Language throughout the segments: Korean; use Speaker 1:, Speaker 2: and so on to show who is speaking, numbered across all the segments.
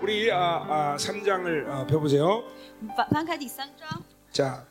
Speaker 1: 우리 아, 아, 3장을 아, 펴보세요.
Speaker 2: 翻翻开第三章，
Speaker 1: 자,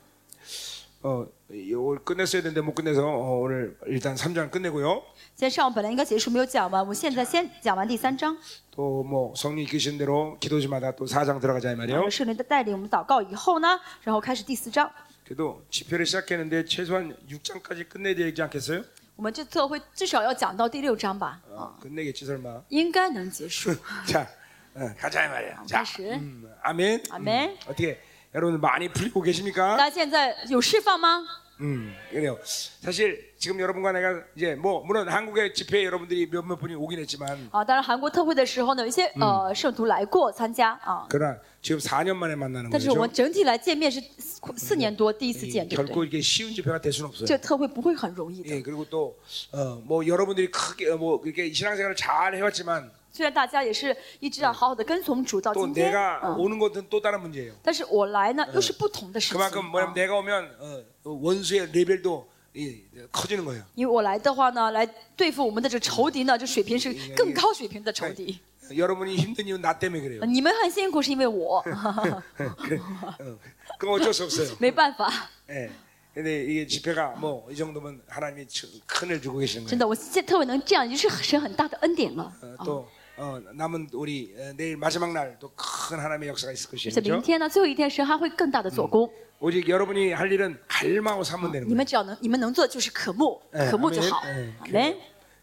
Speaker 1: 어, 이걸 끝냈어야 되는데 못 끝내서 어, 오늘 일단 3장 끝내고요.
Speaker 2: 今天上午本来应该结束没有讲完，我们现在先讲完第三章。
Speaker 1: 또 뭐 성령 이끄신 대로 기도지마다 또 4장 들어가자 이
Speaker 2: 我
Speaker 1: 말이에요.
Speaker 2: 们圣灵的带领，我们祷告以后呢，然后开始第四章。
Speaker 1: 그래도 집회를 시작했는데 최소한 6장까지 끝내야 되지 않겠어요?
Speaker 2: 我们这次会至少要讲到第六章吧，
Speaker 1: 아, 끝내겠지 설마.
Speaker 2: 应该能结束。
Speaker 1: 자, 어, 가자 이 말이야. 자,
Speaker 2: 开始，
Speaker 1: 음, 아멘.
Speaker 2: 아멘.
Speaker 1: 음, 어떻게 여러분 많이 풀리고 계십니까?
Speaker 2: 大家现在有释放吗？
Speaker 1: 음, 그래요. 사실 지금 여러분과 내가 이제 뭐 물론 한국의 집회에 여러분들이 몇몇 분이 오긴 했지만
Speaker 2: 啊，当然韩国特会的时候呢，有一些
Speaker 1: 嗯
Speaker 2: 呃圣徒来过参加啊，
Speaker 1: 그러나 지금 4년 만에 만나는
Speaker 2: 但是我
Speaker 1: 거죠.
Speaker 2: 们整体来见面是四四年多第一次
Speaker 1: 이,
Speaker 2: 见，对不
Speaker 1: 결코
Speaker 2: 对？
Speaker 1: 이게 쉬운 집회가 될 수는 없어요.
Speaker 2: 这特会不会很容易的。
Speaker 1: 예, 그리고 또어뭐 여러분들이 크게 어, 뭐 이렇게 신앙생활을 잘 해왔지만
Speaker 2: 虽然大家也是一直要好好的跟从主到
Speaker 1: 또
Speaker 2: 今天，
Speaker 1: 내가
Speaker 2: 嗯，
Speaker 1: 오는 것은 또 다른 문제예요.
Speaker 2: 但是我来呢又是不同的事情。
Speaker 1: 그만큼 뭐냐면
Speaker 2: 啊
Speaker 1: 내가 오면 어, 원수의 레벨도 이, 커지는 거예요.
Speaker 2: 因为我来的话呢，来对付我们的这个仇敌呢，这水平是更高水平的仇敌。
Speaker 1: 여러분이 힘든 이유는 나 때문에 그래요.
Speaker 2: 你们很辛苦是因为我，
Speaker 1: 그래, 어, 그럼 어쩔 수 없어요.
Speaker 2: 没办法，
Speaker 1: 예. 근데 이게 집회가 뭐 이 정도면 하나님이 큰을 주고 계시는 거예요.
Speaker 2: 真的，我现在特别能这样，已经是神很大的恩典了。啊
Speaker 1: 어, 또 어, 남은 우리 어, 내일 마지막 날 또 큰 하나님의 역사가 있을
Speaker 2: 而
Speaker 1: 것이에요.
Speaker 2: 且明
Speaker 1: 그렇죠?
Speaker 2: 天呢，最后一天，神还会更大的做工。
Speaker 1: 오직 여러분이 할 일은 갈망하고 삼으면 되는
Speaker 2: 你
Speaker 1: 거예요.
Speaker 2: 们只要能，你们能做的就是渴慕，
Speaker 1: 예,
Speaker 2: 渴慕就
Speaker 1: 아멘.
Speaker 2: 好
Speaker 1: 예, 。
Speaker 2: 阿
Speaker 1: 그래요.
Speaker 2: 门。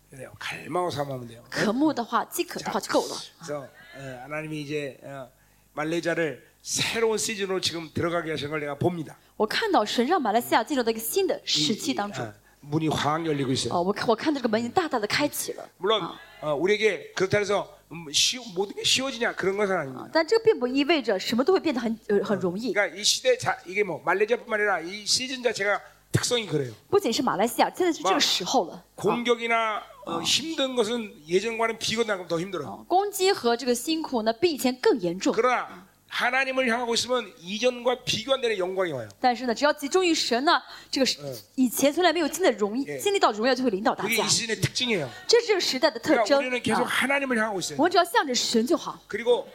Speaker 1: 그래요. 갈망하고 삼으면 돼요.
Speaker 2: 渴慕的话，饥渴的话就够了。
Speaker 1: 그래서 어, 하나님이 이제 어, 말레이자를 새로운 시즌으로 지금 들어가게 하신 걸 내가 봅니다.
Speaker 2: 我看到神让马来西亚进入到一个新的
Speaker 1: 이-
Speaker 2: 时期
Speaker 1: 이,
Speaker 2: 当中。
Speaker 1: 아, 문이 확 열리고 있어요.
Speaker 2: 哦，我看我看到这个门已经大大的开启了。啊
Speaker 1: 물론 어, 우리에게 그렇다 해서 음, 쉬, 모든 게 쉬워지냐 그런 것은 아닙니다.
Speaker 2: 啊但这并不意味着什么都会变得很呃很容易。
Speaker 1: 그러니까 이 시대 자 이게 뭐 말레이자뿐만 아니라 이 시즌 자체가 특성이 그래요.
Speaker 2: 不仅是马来西亚，现在是这个时候了。
Speaker 1: 공격이나 어, 힘든 것은 예전과는 비교나면 더 힘들어요.
Speaker 2: 啊攻击和这个辛苦呢，比以前更严重。
Speaker 1: 그러나 하나님을 향하고 있으면 이전과 비교 안 되는 영광이 와요.
Speaker 2: 但是呢，只要集中于神呢，这个是以前从来没有经历的荣
Speaker 1: 嗯
Speaker 2: 经历到荣耀，就会领导大
Speaker 1: 그게
Speaker 2: 家
Speaker 1: 이 。 시즌의 특징이에요.
Speaker 2: 这是这个时代的特
Speaker 1: 그러니까
Speaker 2: 征。
Speaker 1: 우리는 계속
Speaker 2: 啊
Speaker 1: 하나님을 향하고 있어요.
Speaker 2: 我们只要向着神就好。
Speaker 1: 그리고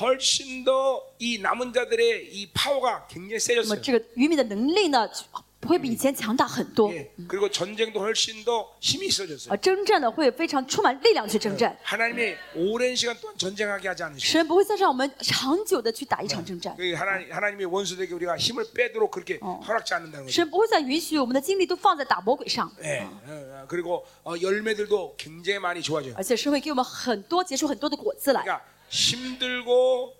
Speaker 1: 훨씬 더 이 남은 자들의 이 파워가 굉장히
Speaker 2: 那么
Speaker 1: 세졌어요.
Speaker 2: 这个渔民的能力呢，就不会比以前强大很多。
Speaker 1: 예, 그리고 전쟁도 훨씬 더 힘이 있어졌어요.
Speaker 2: 啊，征战呢会非常充满力量去征
Speaker 1: 嗯
Speaker 2: 战。
Speaker 1: 하나님이 오랜 시간 동안 전쟁하게 하지 않으시고
Speaker 2: 神不会再让我们长久的去打一场征战，
Speaker 1: 그 하나님, 하나님이 원수들에게 우리가 힘을 빼도록 그렇게 허락지 않는다는 거죠.
Speaker 2: 神不会再允许我们的精力都放在打魔鬼上，啊
Speaker 1: 예, 어, 어, 그리고 어, 열매들도 굉장히 많이 좋아져요.
Speaker 2: 而且神会给我们很多结出很多的果子来。
Speaker 1: 그러니까 힘들고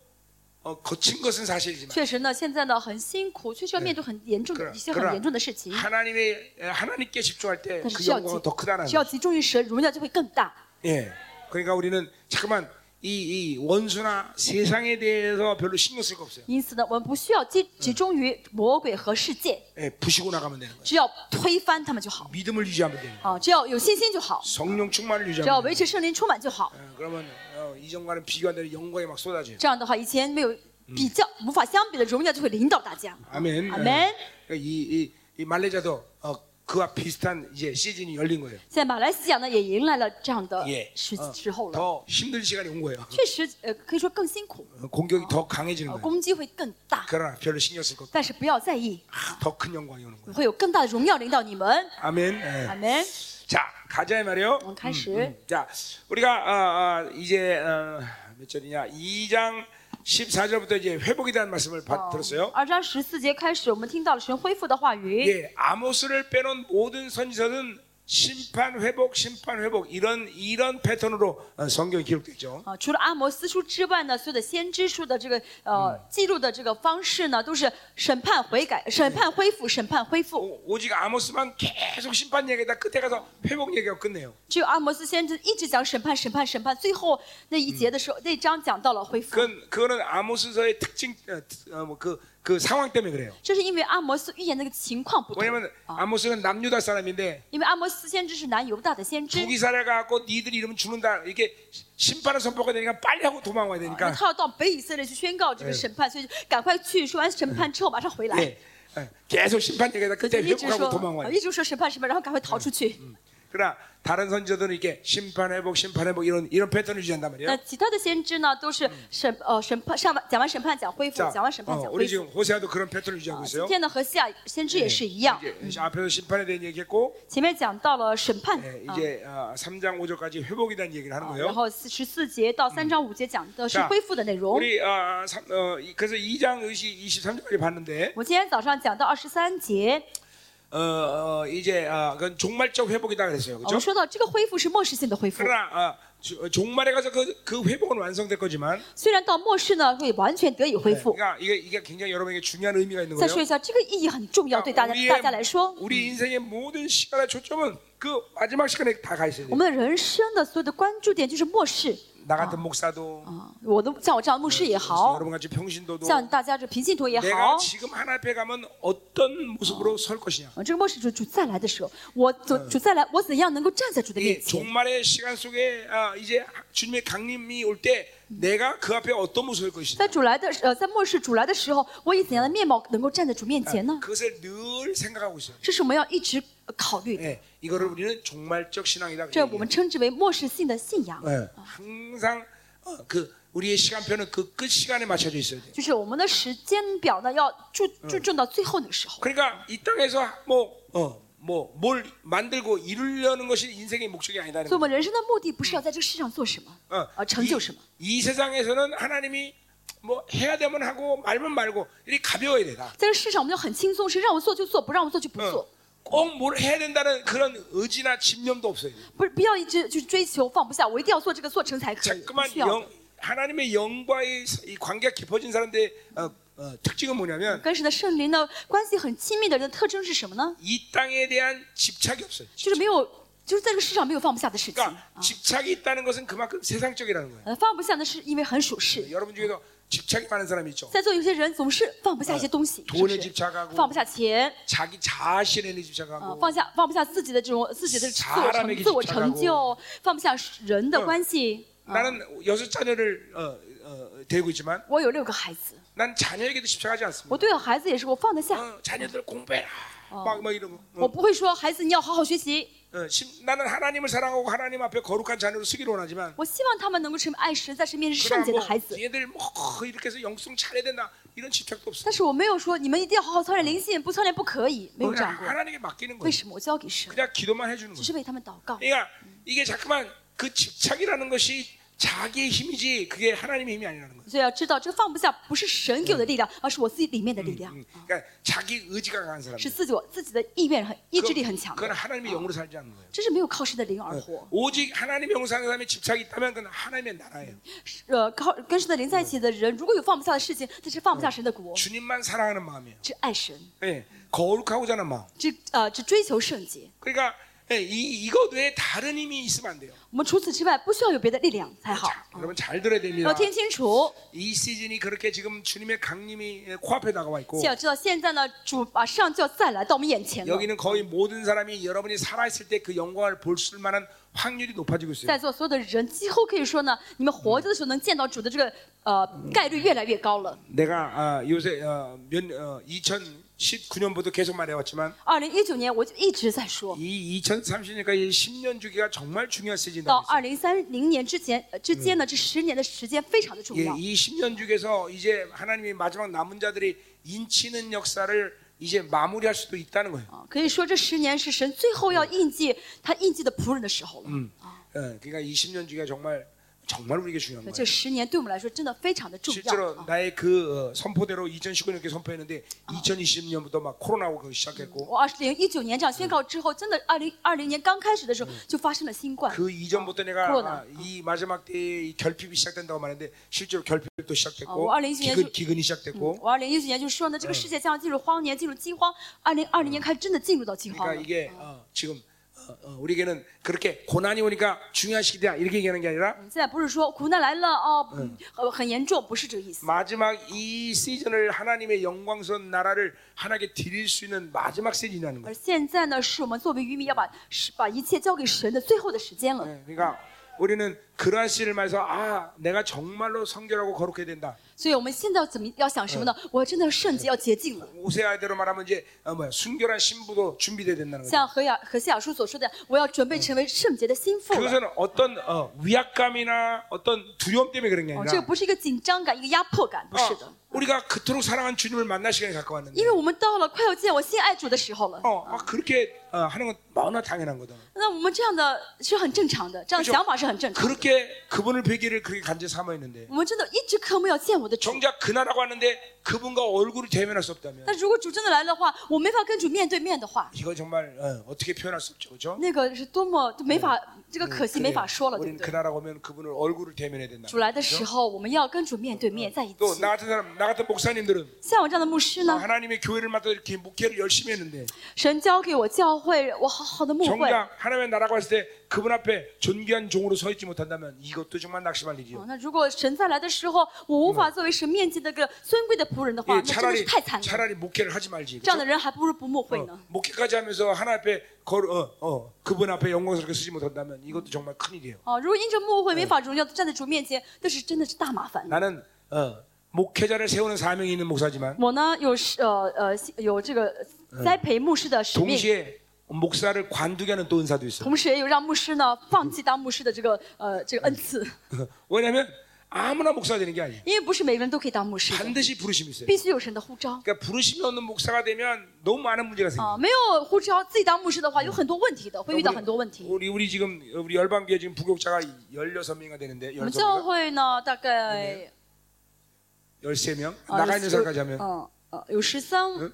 Speaker 1: 어, 거친 것은 사실이지만
Speaker 2: 确实呢，现在呢很辛苦，确实要面对很严重的
Speaker 1: 그러-
Speaker 2: 一些很
Speaker 1: 그러나
Speaker 2: 严重的事情，
Speaker 1: 하나님의 에, 하나님께 집중할 때
Speaker 2: 但是
Speaker 1: 그
Speaker 2: 只要
Speaker 1: 영광은
Speaker 2: 集
Speaker 1: 더 크다는
Speaker 2: 只要
Speaker 1: 거죠.
Speaker 2: 集中于神，荣耀就会更大。
Speaker 1: 예. 그러니까 우리는 잠깐만 이, 이 원수나 세상에 대해서 별로 신경 쓸 거 없어요.
Speaker 2: 因此呢，我们不需要集集中于魔鬼和世界，
Speaker 1: 예, 부시고 나가면 되는 거예요.
Speaker 2: 只要推翻他们就好
Speaker 1: 믿음을 유지하면 되는 거예요.
Speaker 2: 啊，只要有信心就好，
Speaker 1: 성령 충만을
Speaker 2: 只
Speaker 1: 유지하면
Speaker 2: 要维
Speaker 1: 되는
Speaker 2: 持圣灵充满就好。
Speaker 1: 거예요. 예, 그러면 어, 이전과는 비교 안 되는 영광이 막 쏟아져요.
Speaker 2: 这样的话，以前没有比较无法相比的荣耀就会领导大家。
Speaker 1: 아멘.
Speaker 2: 아멘.
Speaker 1: 예. 그러니까 이, 이, 이 말레이자도 어, 그와 비슷한 이제 시즌이 열린 거예요.
Speaker 2: 现在马来西亚呢也迎来了这样的
Speaker 1: 예.
Speaker 2: 时
Speaker 1: 어,
Speaker 2: 时候了，
Speaker 1: 더 힘든 시간이 온 거예요.
Speaker 2: 确实呃可以说更辛苦，
Speaker 1: 어, 공격이 더 강해지는
Speaker 2: 呃
Speaker 1: 거예요.
Speaker 2: 攻击会更大，
Speaker 1: 그러나 별로 신경 쓸 것도
Speaker 2: 但是不要在意，
Speaker 1: 더큰 영광이 오는 거예요.
Speaker 2: 会有更大的荣耀领导你们。
Speaker 1: 아멘. 예.
Speaker 2: 阿门。
Speaker 1: 자, 가자 이 말이에요.
Speaker 2: 我们开始
Speaker 1: 음, 자, 우리가 아, 아, 이제 어, 몇 절이냐? 2장 14절부터 이제 회복에 대한 말씀을 받, 들었어요.
Speaker 2: 二章十四节开始，我们听到了神恢复的话语。
Speaker 1: 예, 아모스를 빼놓은 모든 선지서는 심판 회복, 심판 회복 이런 이런 패턴으로 어, 성경이 기록되죠.
Speaker 2: 啊，除了阿摩斯书之外呢，所有的先知书的这个呃记录的这个方式呢，都是审判悔改、审判恢复、审判恢复。
Speaker 1: 오- 오직 아모스만 계속 심판 얘기다 끝에 가서 회복 얘기하고 끝내요.
Speaker 2: 只有阿摩斯先知一直讲审判、审判、审判，最后那一节的时候，那一章讲到了恢复。
Speaker 1: 그건 그거는 아모스서의 특징 그그 그 상황 때문에 그래요.
Speaker 2: 这是因为阿摩斯预言那个情况不同，啊
Speaker 1: 왜냐면 아모스는 남유다 사람인데
Speaker 2: 因为阿摩斯先知是南犹大的先知，
Speaker 1: 부기사를 갖고 니들 이름 죽는다 이렇게 심판을 선포가 되니까 빨리 하고 도망와야
Speaker 2: 那
Speaker 1: 되니까
Speaker 2: 他要到北以色列去宣告这个审判，所以就赶快去说完审判之后马上回来。
Speaker 1: 네. 예, 예. 계속 심판 얘기하다
Speaker 2: 可就
Speaker 1: 그때
Speaker 2: 一直
Speaker 1: 회복하고
Speaker 2: 说，
Speaker 1: 도망와요.
Speaker 2: 嗯一直说审判审判，然后赶快逃出去。
Speaker 1: 그러나 다른 선지자들은 이렇게 심판 회복, 심판 회복 이런 이런 패턴을 유지한단
Speaker 2: 那
Speaker 1: 말이에요.
Speaker 2: 其他的先知呢，都是审呃审判上完讲完审判讲恢复，
Speaker 1: 자,
Speaker 2: 讲嗯完审判
Speaker 1: 어,
Speaker 2: 讲恢
Speaker 1: 우리 지금
Speaker 2: 复。啊
Speaker 1: 호세아도 그런 패턴을 유지하고
Speaker 2: 今
Speaker 1: 있어요.
Speaker 2: 天的和西亚先知也是嗯一样，
Speaker 1: 이제 앞에서 심판에 대한 얘기했고
Speaker 2: 前面讲到了审判
Speaker 1: 예,
Speaker 2: 啊，
Speaker 1: 이제 어, 3장 5절까지 회복에 대한 얘기를 하는
Speaker 2: 啊然
Speaker 1: 거예요.
Speaker 2: 后四十四节到三章五节讲的是
Speaker 1: 자
Speaker 2: 恢复的内容。
Speaker 1: 우리 아, 삼- 어, 이- 그래서 2장 23절까지 봤는데
Speaker 2: 我今天早上讲到二十三节，
Speaker 1: 어, 어, 이제 아, 그건 종말적 회복이다 그랬어요.
Speaker 2: 我们
Speaker 1: 그렇죠?
Speaker 2: 说到这个恢复是末啊世性的恢复，
Speaker 1: 그러나 아, 주- 종말에 가서 그, 그 회복은 완성될 거지만
Speaker 2: 虽然到末世呢会完全得以恢复。
Speaker 1: 그러니까 이게, 이게 굉장히 여러분에게 중요한 의미가 있는
Speaker 2: 再说
Speaker 1: 거예요. 그러니까
Speaker 2: 一下，这个意义很重要，对大家大家来
Speaker 1: 우리의,
Speaker 2: 说，
Speaker 1: 우리 인생의 모든 시간의 초점은 그 마지막 시간에 다 가 있어야 돼요.
Speaker 2: 我们人生的所有的关注点就是末世
Speaker 1: 나 같은 목사도 뭐
Speaker 2: 啊。我的像我这样的牧师也好，
Speaker 1: 여러분 같이 평신도도
Speaker 2: 像大家这平信徒也好
Speaker 1: 내가 ， 지금 하나 앞에 가면 어떤 모습으로 설 것이냐.
Speaker 2: 啊，这个末世主主再来的时候，我主主再来，我怎样能够站在主的面
Speaker 1: 이
Speaker 2: 前？
Speaker 1: 종말의 시간 속에 아, 이제 주님의 강림이 올 때 내가 그 앞에 어떤 모습일 것이냐.
Speaker 2: 在主来的呃，在末世主来的时候，我以怎样的面貌能够站在主面前呢？
Speaker 1: 그것을 늘 생각하고 있어요.
Speaker 2: 这是我们要一直呃考虑的，
Speaker 1: 예, 이거를 우리는 종말적 신앙이다. 그렇게
Speaker 2: 这我
Speaker 1: 얘기해요.
Speaker 2: 们称之为末世性的信仰，
Speaker 1: 예, 항상 어, 그 우리의 시간표는 그 끝 시간에 맞춰져 있어야 돼요.
Speaker 2: 就是我们的时间表呢要注注重到最后那个时候。
Speaker 1: 그러니까 이 땅에서 뭐, 어, 뭐뭐뭘 만들고 이루려는 것이 인생의 목적이 아니다는
Speaker 2: 所以，
Speaker 1: 거예요.
Speaker 2: 我们人生的目的不是要在这世上做什么，
Speaker 1: 어,
Speaker 2: 呃，成就什么。
Speaker 1: 이, 이 세상에서는 하나님이 뭐 해야 되면 하고 말면 말고 이렇게 가벼워야 되다. 어,
Speaker 2: 在这世上，我们就很轻松，是让我做就做，不让我做就
Speaker 1: 嗯
Speaker 2: 不做，
Speaker 1: 꼭 뭘 해야 된다는 그런 의지나 집념도 없어요.
Speaker 2: 不是不要一直就是追求放不下，我一定要做这个做成才可以，不
Speaker 1: 자꾸만
Speaker 2: 需要的。
Speaker 1: 영, 하나님의 영과의 이 관계가 깊어진 사람들의 어, 어, 특징은 뭐냐면
Speaker 2: 跟神的圣灵呢关系很亲密的人的特征是什么呢？
Speaker 1: 이 땅에 대한 집착이 없어요.
Speaker 2: 就是没有，就是在这个世上没有放不下的事情。
Speaker 1: 그러니까 집착이 있다는 것은 그만큼 세상적이라는 거예요.
Speaker 2: 呃，放不下的是因为很属实。
Speaker 1: 여러분 중에도 집착이 많은 사람이 있죠.
Speaker 2: 在座有些人总是放不下一些东西，
Speaker 1: 돈에
Speaker 2: 是不是
Speaker 1: 집착하고 ？
Speaker 2: 放不下钱，
Speaker 1: 자기 자신에
Speaker 2: 啊，
Speaker 1: 집착하고
Speaker 2: 放下放不下自己的这种自己的自
Speaker 1: 사람
Speaker 2: 我
Speaker 1: 에게
Speaker 2: 成自我
Speaker 1: 집착하고
Speaker 2: 成就，放不下人的关系。啊
Speaker 1: 나는 여섯 자녀를 어, 어, 데리고 있지만
Speaker 2: 我有六个孩子，
Speaker 1: 난 자녀에게도 집착하지
Speaker 2: 我
Speaker 1: 않습니다.
Speaker 2: 对我孩子也是我放得下，
Speaker 1: 어, 자녀들 공부해라 막, 막 이런 거.
Speaker 2: 我不会说孩子你要好好学习，
Speaker 1: 어, 심- 나는 하나님을 사랑하고 하나님 앞에 거룩한 자녀로 쓰기를 원하지만
Speaker 2: 我希望他们能够成为爱神，在身边是圣
Speaker 1: 어, 그러나
Speaker 2: 洁
Speaker 1: 뭐
Speaker 2: 的孩子。
Speaker 1: 얘들 뭐 이렇게 해서 영성 잘해야 된다 이런 집착도 없어.
Speaker 2: 但是我没有说你们一定要好好操练灵性，不操练不可以，没有
Speaker 1: 네,
Speaker 2: 这
Speaker 1: 그냥
Speaker 2: 样过。
Speaker 1: 하나님에게 맡기는
Speaker 2: 为
Speaker 1: 거예요.
Speaker 2: 什么我交给神？
Speaker 1: 그냥 기도만 해주는
Speaker 2: 只
Speaker 1: 거예요.
Speaker 2: 是为他们祷告。
Speaker 1: 그러니까 이게 자꾸만 그 집착이라는 것이 자기의 힘이지 그게 하나님의 힘이 아니라는 거예요.
Speaker 2: 所以要知道，这个放不下不是神给我的力量，而是我自己里面的力量，
Speaker 1: 음, 그러니까 자기 의지가 강한 사람.
Speaker 2: 是自己我自己的意愿很意志力很
Speaker 1: 그건,
Speaker 2: 强
Speaker 1: 그건
Speaker 2: 的。
Speaker 1: 하나님의 영으로 살지 않는 거예요.
Speaker 2: 这是没有靠神的灵而活，
Speaker 1: 오직 하나님의 영으로 사는 사람이 집착이 있다면 그건 하나님의 나라예요.
Speaker 2: 呃，靠跟神的灵在一起的人，如果有放不下的事情，那是放不下神的国，
Speaker 1: 주님만 사랑하는 마음이에요.
Speaker 2: 只爱神，
Speaker 1: 예, 거룩하고자 하는 마음.
Speaker 2: 只呃只追求圣洁。
Speaker 1: 그러니까 예, 이, 이것 외에 다른 힘이 있으면 안 돼요.
Speaker 2: 我们除此之外不需要有别的力量才好，
Speaker 1: 자, 여러분 잘 들어야
Speaker 2: 要
Speaker 1: 됩니다.
Speaker 2: 听清楚。
Speaker 1: 이 시즌이 그렇게 지금 주님의 강림이 예, 코앞에 다가와 있고
Speaker 2: 就要知道，现在呢，主马上就要再来到我们眼前了。
Speaker 1: 여기는 거의 모든 사람이 여러분이 살아있을 때 그 영광을 볼 수 있을 만한 확률이 높아지고 있어요.
Speaker 2: 在座所有的人几乎可以说呢，你们活着的时候能见到主的这个呃概率越来越高了。
Speaker 1: 내가 아, 요새 어, 몇, 어, 2019년부터 계속 말해왔지만
Speaker 2: 二零一九年我就一直在说，
Speaker 1: 이 2030년까지 10년 주기가 정말 중요한
Speaker 2: 到
Speaker 1: 시즌이다.
Speaker 2: 二零三零年之前呃之间呢，这十年的时间非常的重
Speaker 1: 예,
Speaker 2: 要。
Speaker 1: 이 10년 주기에서 이제 하나님이 마지막 남은 자들이 인치는 역사를 이제 마무리할 수도 있다는 거예요.
Speaker 2: 啊，可以说这十年是神最后要印记他印记的仆人的时候了。
Speaker 1: 예, 그러니까 20년 주기가 정말 정말 우리에게 중요한
Speaker 2: 这
Speaker 1: 거예요.
Speaker 2: 十年对我们来说真的非常的重要
Speaker 1: 실제로
Speaker 2: 啊！
Speaker 1: 나의 그 어, 선포대로 2019년 이렇게 선포했는데 2020년부터 막 코로나가 오 시작했고
Speaker 2: 我二零一九年这样宣告之后，真的二零二零年刚开始的时候就发生了新冠。
Speaker 1: 그 이전부터 내가
Speaker 2: 코로나.
Speaker 1: 아, 이 마지막 때에 이 결핍이 시작된다고 말했는데 실제로 결핍도 시작됐고
Speaker 2: 어, 원래 이제
Speaker 1: 기근,
Speaker 2: 주-
Speaker 1: 기근이 시작됐고
Speaker 2: 我二零一九年就说呢，这个世界将要进入荒年，进入饥荒。二零二零年开始真的进入到饥荒
Speaker 1: 그러니까
Speaker 2: 了。
Speaker 1: 이게 어, 지금 어, 어, 우리에게는 그렇게 고난이 오니까 중요한 시기다 이렇게 얘기하는 게 아니라
Speaker 2: 现在不是说苦难来了哦，嗯呃很严重，不是这个意思。
Speaker 1: 마지막 이 시즌을 하나님의 영광스러운 나라를 하나님께 드릴 수 있는 마지막 시즌이라는 거예요.
Speaker 2: 而现在呢，是我们作为渔民要把是把一切交给神的最后的时间了。
Speaker 1: 네, 그러니까 우리는 그러한 씨를 말해서 아 내가 정말로 성결하고 거룩해야 된다.
Speaker 2: 所以我们现在怎么要想什么呢？我真的圣洁要洁净了。
Speaker 1: 오세아대로 말하면 이제 어, 뭐야 순결한 신부도 준비돼야 된다는 거죠.
Speaker 2: 像何雅何西雅书所说的，我要准备成为圣洁的心腹了。
Speaker 1: 그것은 어떤 어, 위압감이나 어떤 두려움 때문에 그런 게
Speaker 2: 哦，这个
Speaker 1: 아니라
Speaker 2: 不是一个哦紧张感，一个压迫感，不是
Speaker 1: 어,
Speaker 2: 的。
Speaker 1: 우리가 그토록 사랑한 주님을 만날 시간이 가까웠는데
Speaker 2: 因为我们到了快要见我心爱主的时候了，
Speaker 1: 어, 아, 그렇게 어, 하는 건 너무나 당연한 거다.
Speaker 2: 那我们这样的是很正常的，这样的
Speaker 1: 그죠
Speaker 2: 想法是很正常的。
Speaker 1: 그렇게 그분을 베기를 그렇게 간제 삼아 있는데
Speaker 2: 我们真的一直渴慕要见我的主，
Speaker 1: 정작 그나라고 하는데 그분과 얼굴을 대면할 수 없다면
Speaker 2: 但如果主真的来的话，我没法跟主面对面的话，
Speaker 1: 이거 정말 어, 떻게 표현할 수 없죠, 그렇죠?
Speaker 2: 那个是多么都没法，这个可惜没法说了，对
Speaker 1: 우리는
Speaker 2: 不对？
Speaker 1: 그나라고 오면 그분을 얼굴을 대면해야 된다.
Speaker 2: 主来的时候，我们要跟主面对面在一起。
Speaker 1: 또 나 같은 사람, 나 같은 목사님들은
Speaker 2: 像我这样的牧师呢，
Speaker 1: 하나님의 교회를 맡아 이렇게 목회를 열심히 했는데
Speaker 2: 神交给我教会，我好好的牧会。
Speaker 1: 정작 하나님의 나라고 했을 때 그분 앞에 존귀한 종으로 서 있지 못한다면 이것도 정말 낙심할
Speaker 2: 哦
Speaker 1: 일이요.
Speaker 2: 那如果神再来的时候，我无法作为神面前的个尊贵的仆人的话，
Speaker 1: 예,
Speaker 2: 那真的是
Speaker 1: 차라리
Speaker 2: 太惨了。
Speaker 1: 차라리 목회를 하지 말지.
Speaker 2: 这样
Speaker 1: 그렇죠?
Speaker 2: 的人还不如不牧会呢
Speaker 1: 어, 。 목회까지 하면서 하나 앞에 걸, 어, 어, 그분 앞에 영광스럽게 쓰지 못한다면 이것도 정말 큰 일이에요.
Speaker 2: 哦，如果因着牧会没法荣耀地站在主面前，嗯那是真的是大麻烦。
Speaker 1: 나는 어, 목회자를 세우는 사명이 있는 목사지만
Speaker 2: 我呢有是呃呃有这个栽培牧师的使命，
Speaker 1: 동시에 목사를 관두게 하는 또 은사도 있어요.
Speaker 2: 同时也有让牧师呢放弃当牧师的这个呃这个恩赐，
Speaker 1: 왜냐하면 아무나 목사 되는 게 아니에요.
Speaker 2: 因为不是每个人都可以当牧 师的，
Speaker 1: 반드시 부르심이 있어요.
Speaker 2: 必须有神的呼召
Speaker 1: 그러니까 부르심이 없는 목사가 되면 너무 많은 문제가 생겨요.
Speaker 2: 啊。没有呼召自己当牧师的话，有很多问题的，会遇到很多问
Speaker 1: 우리,
Speaker 2: 题。
Speaker 1: 우리 우리 지금 우리 열방교회 지금 부교자가 16명이 되는데
Speaker 2: 我们教
Speaker 1: 16명,
Speaker 2: 会呢大概
Speaker 1: 13명
Speaker 2: 呃
Speaker 1: 나가 있는
Speaker 2: 有
Speaker 1: 사람까지 하면 어,
Speaker 2: 嗯呃有十三
Speaker 1: 嗯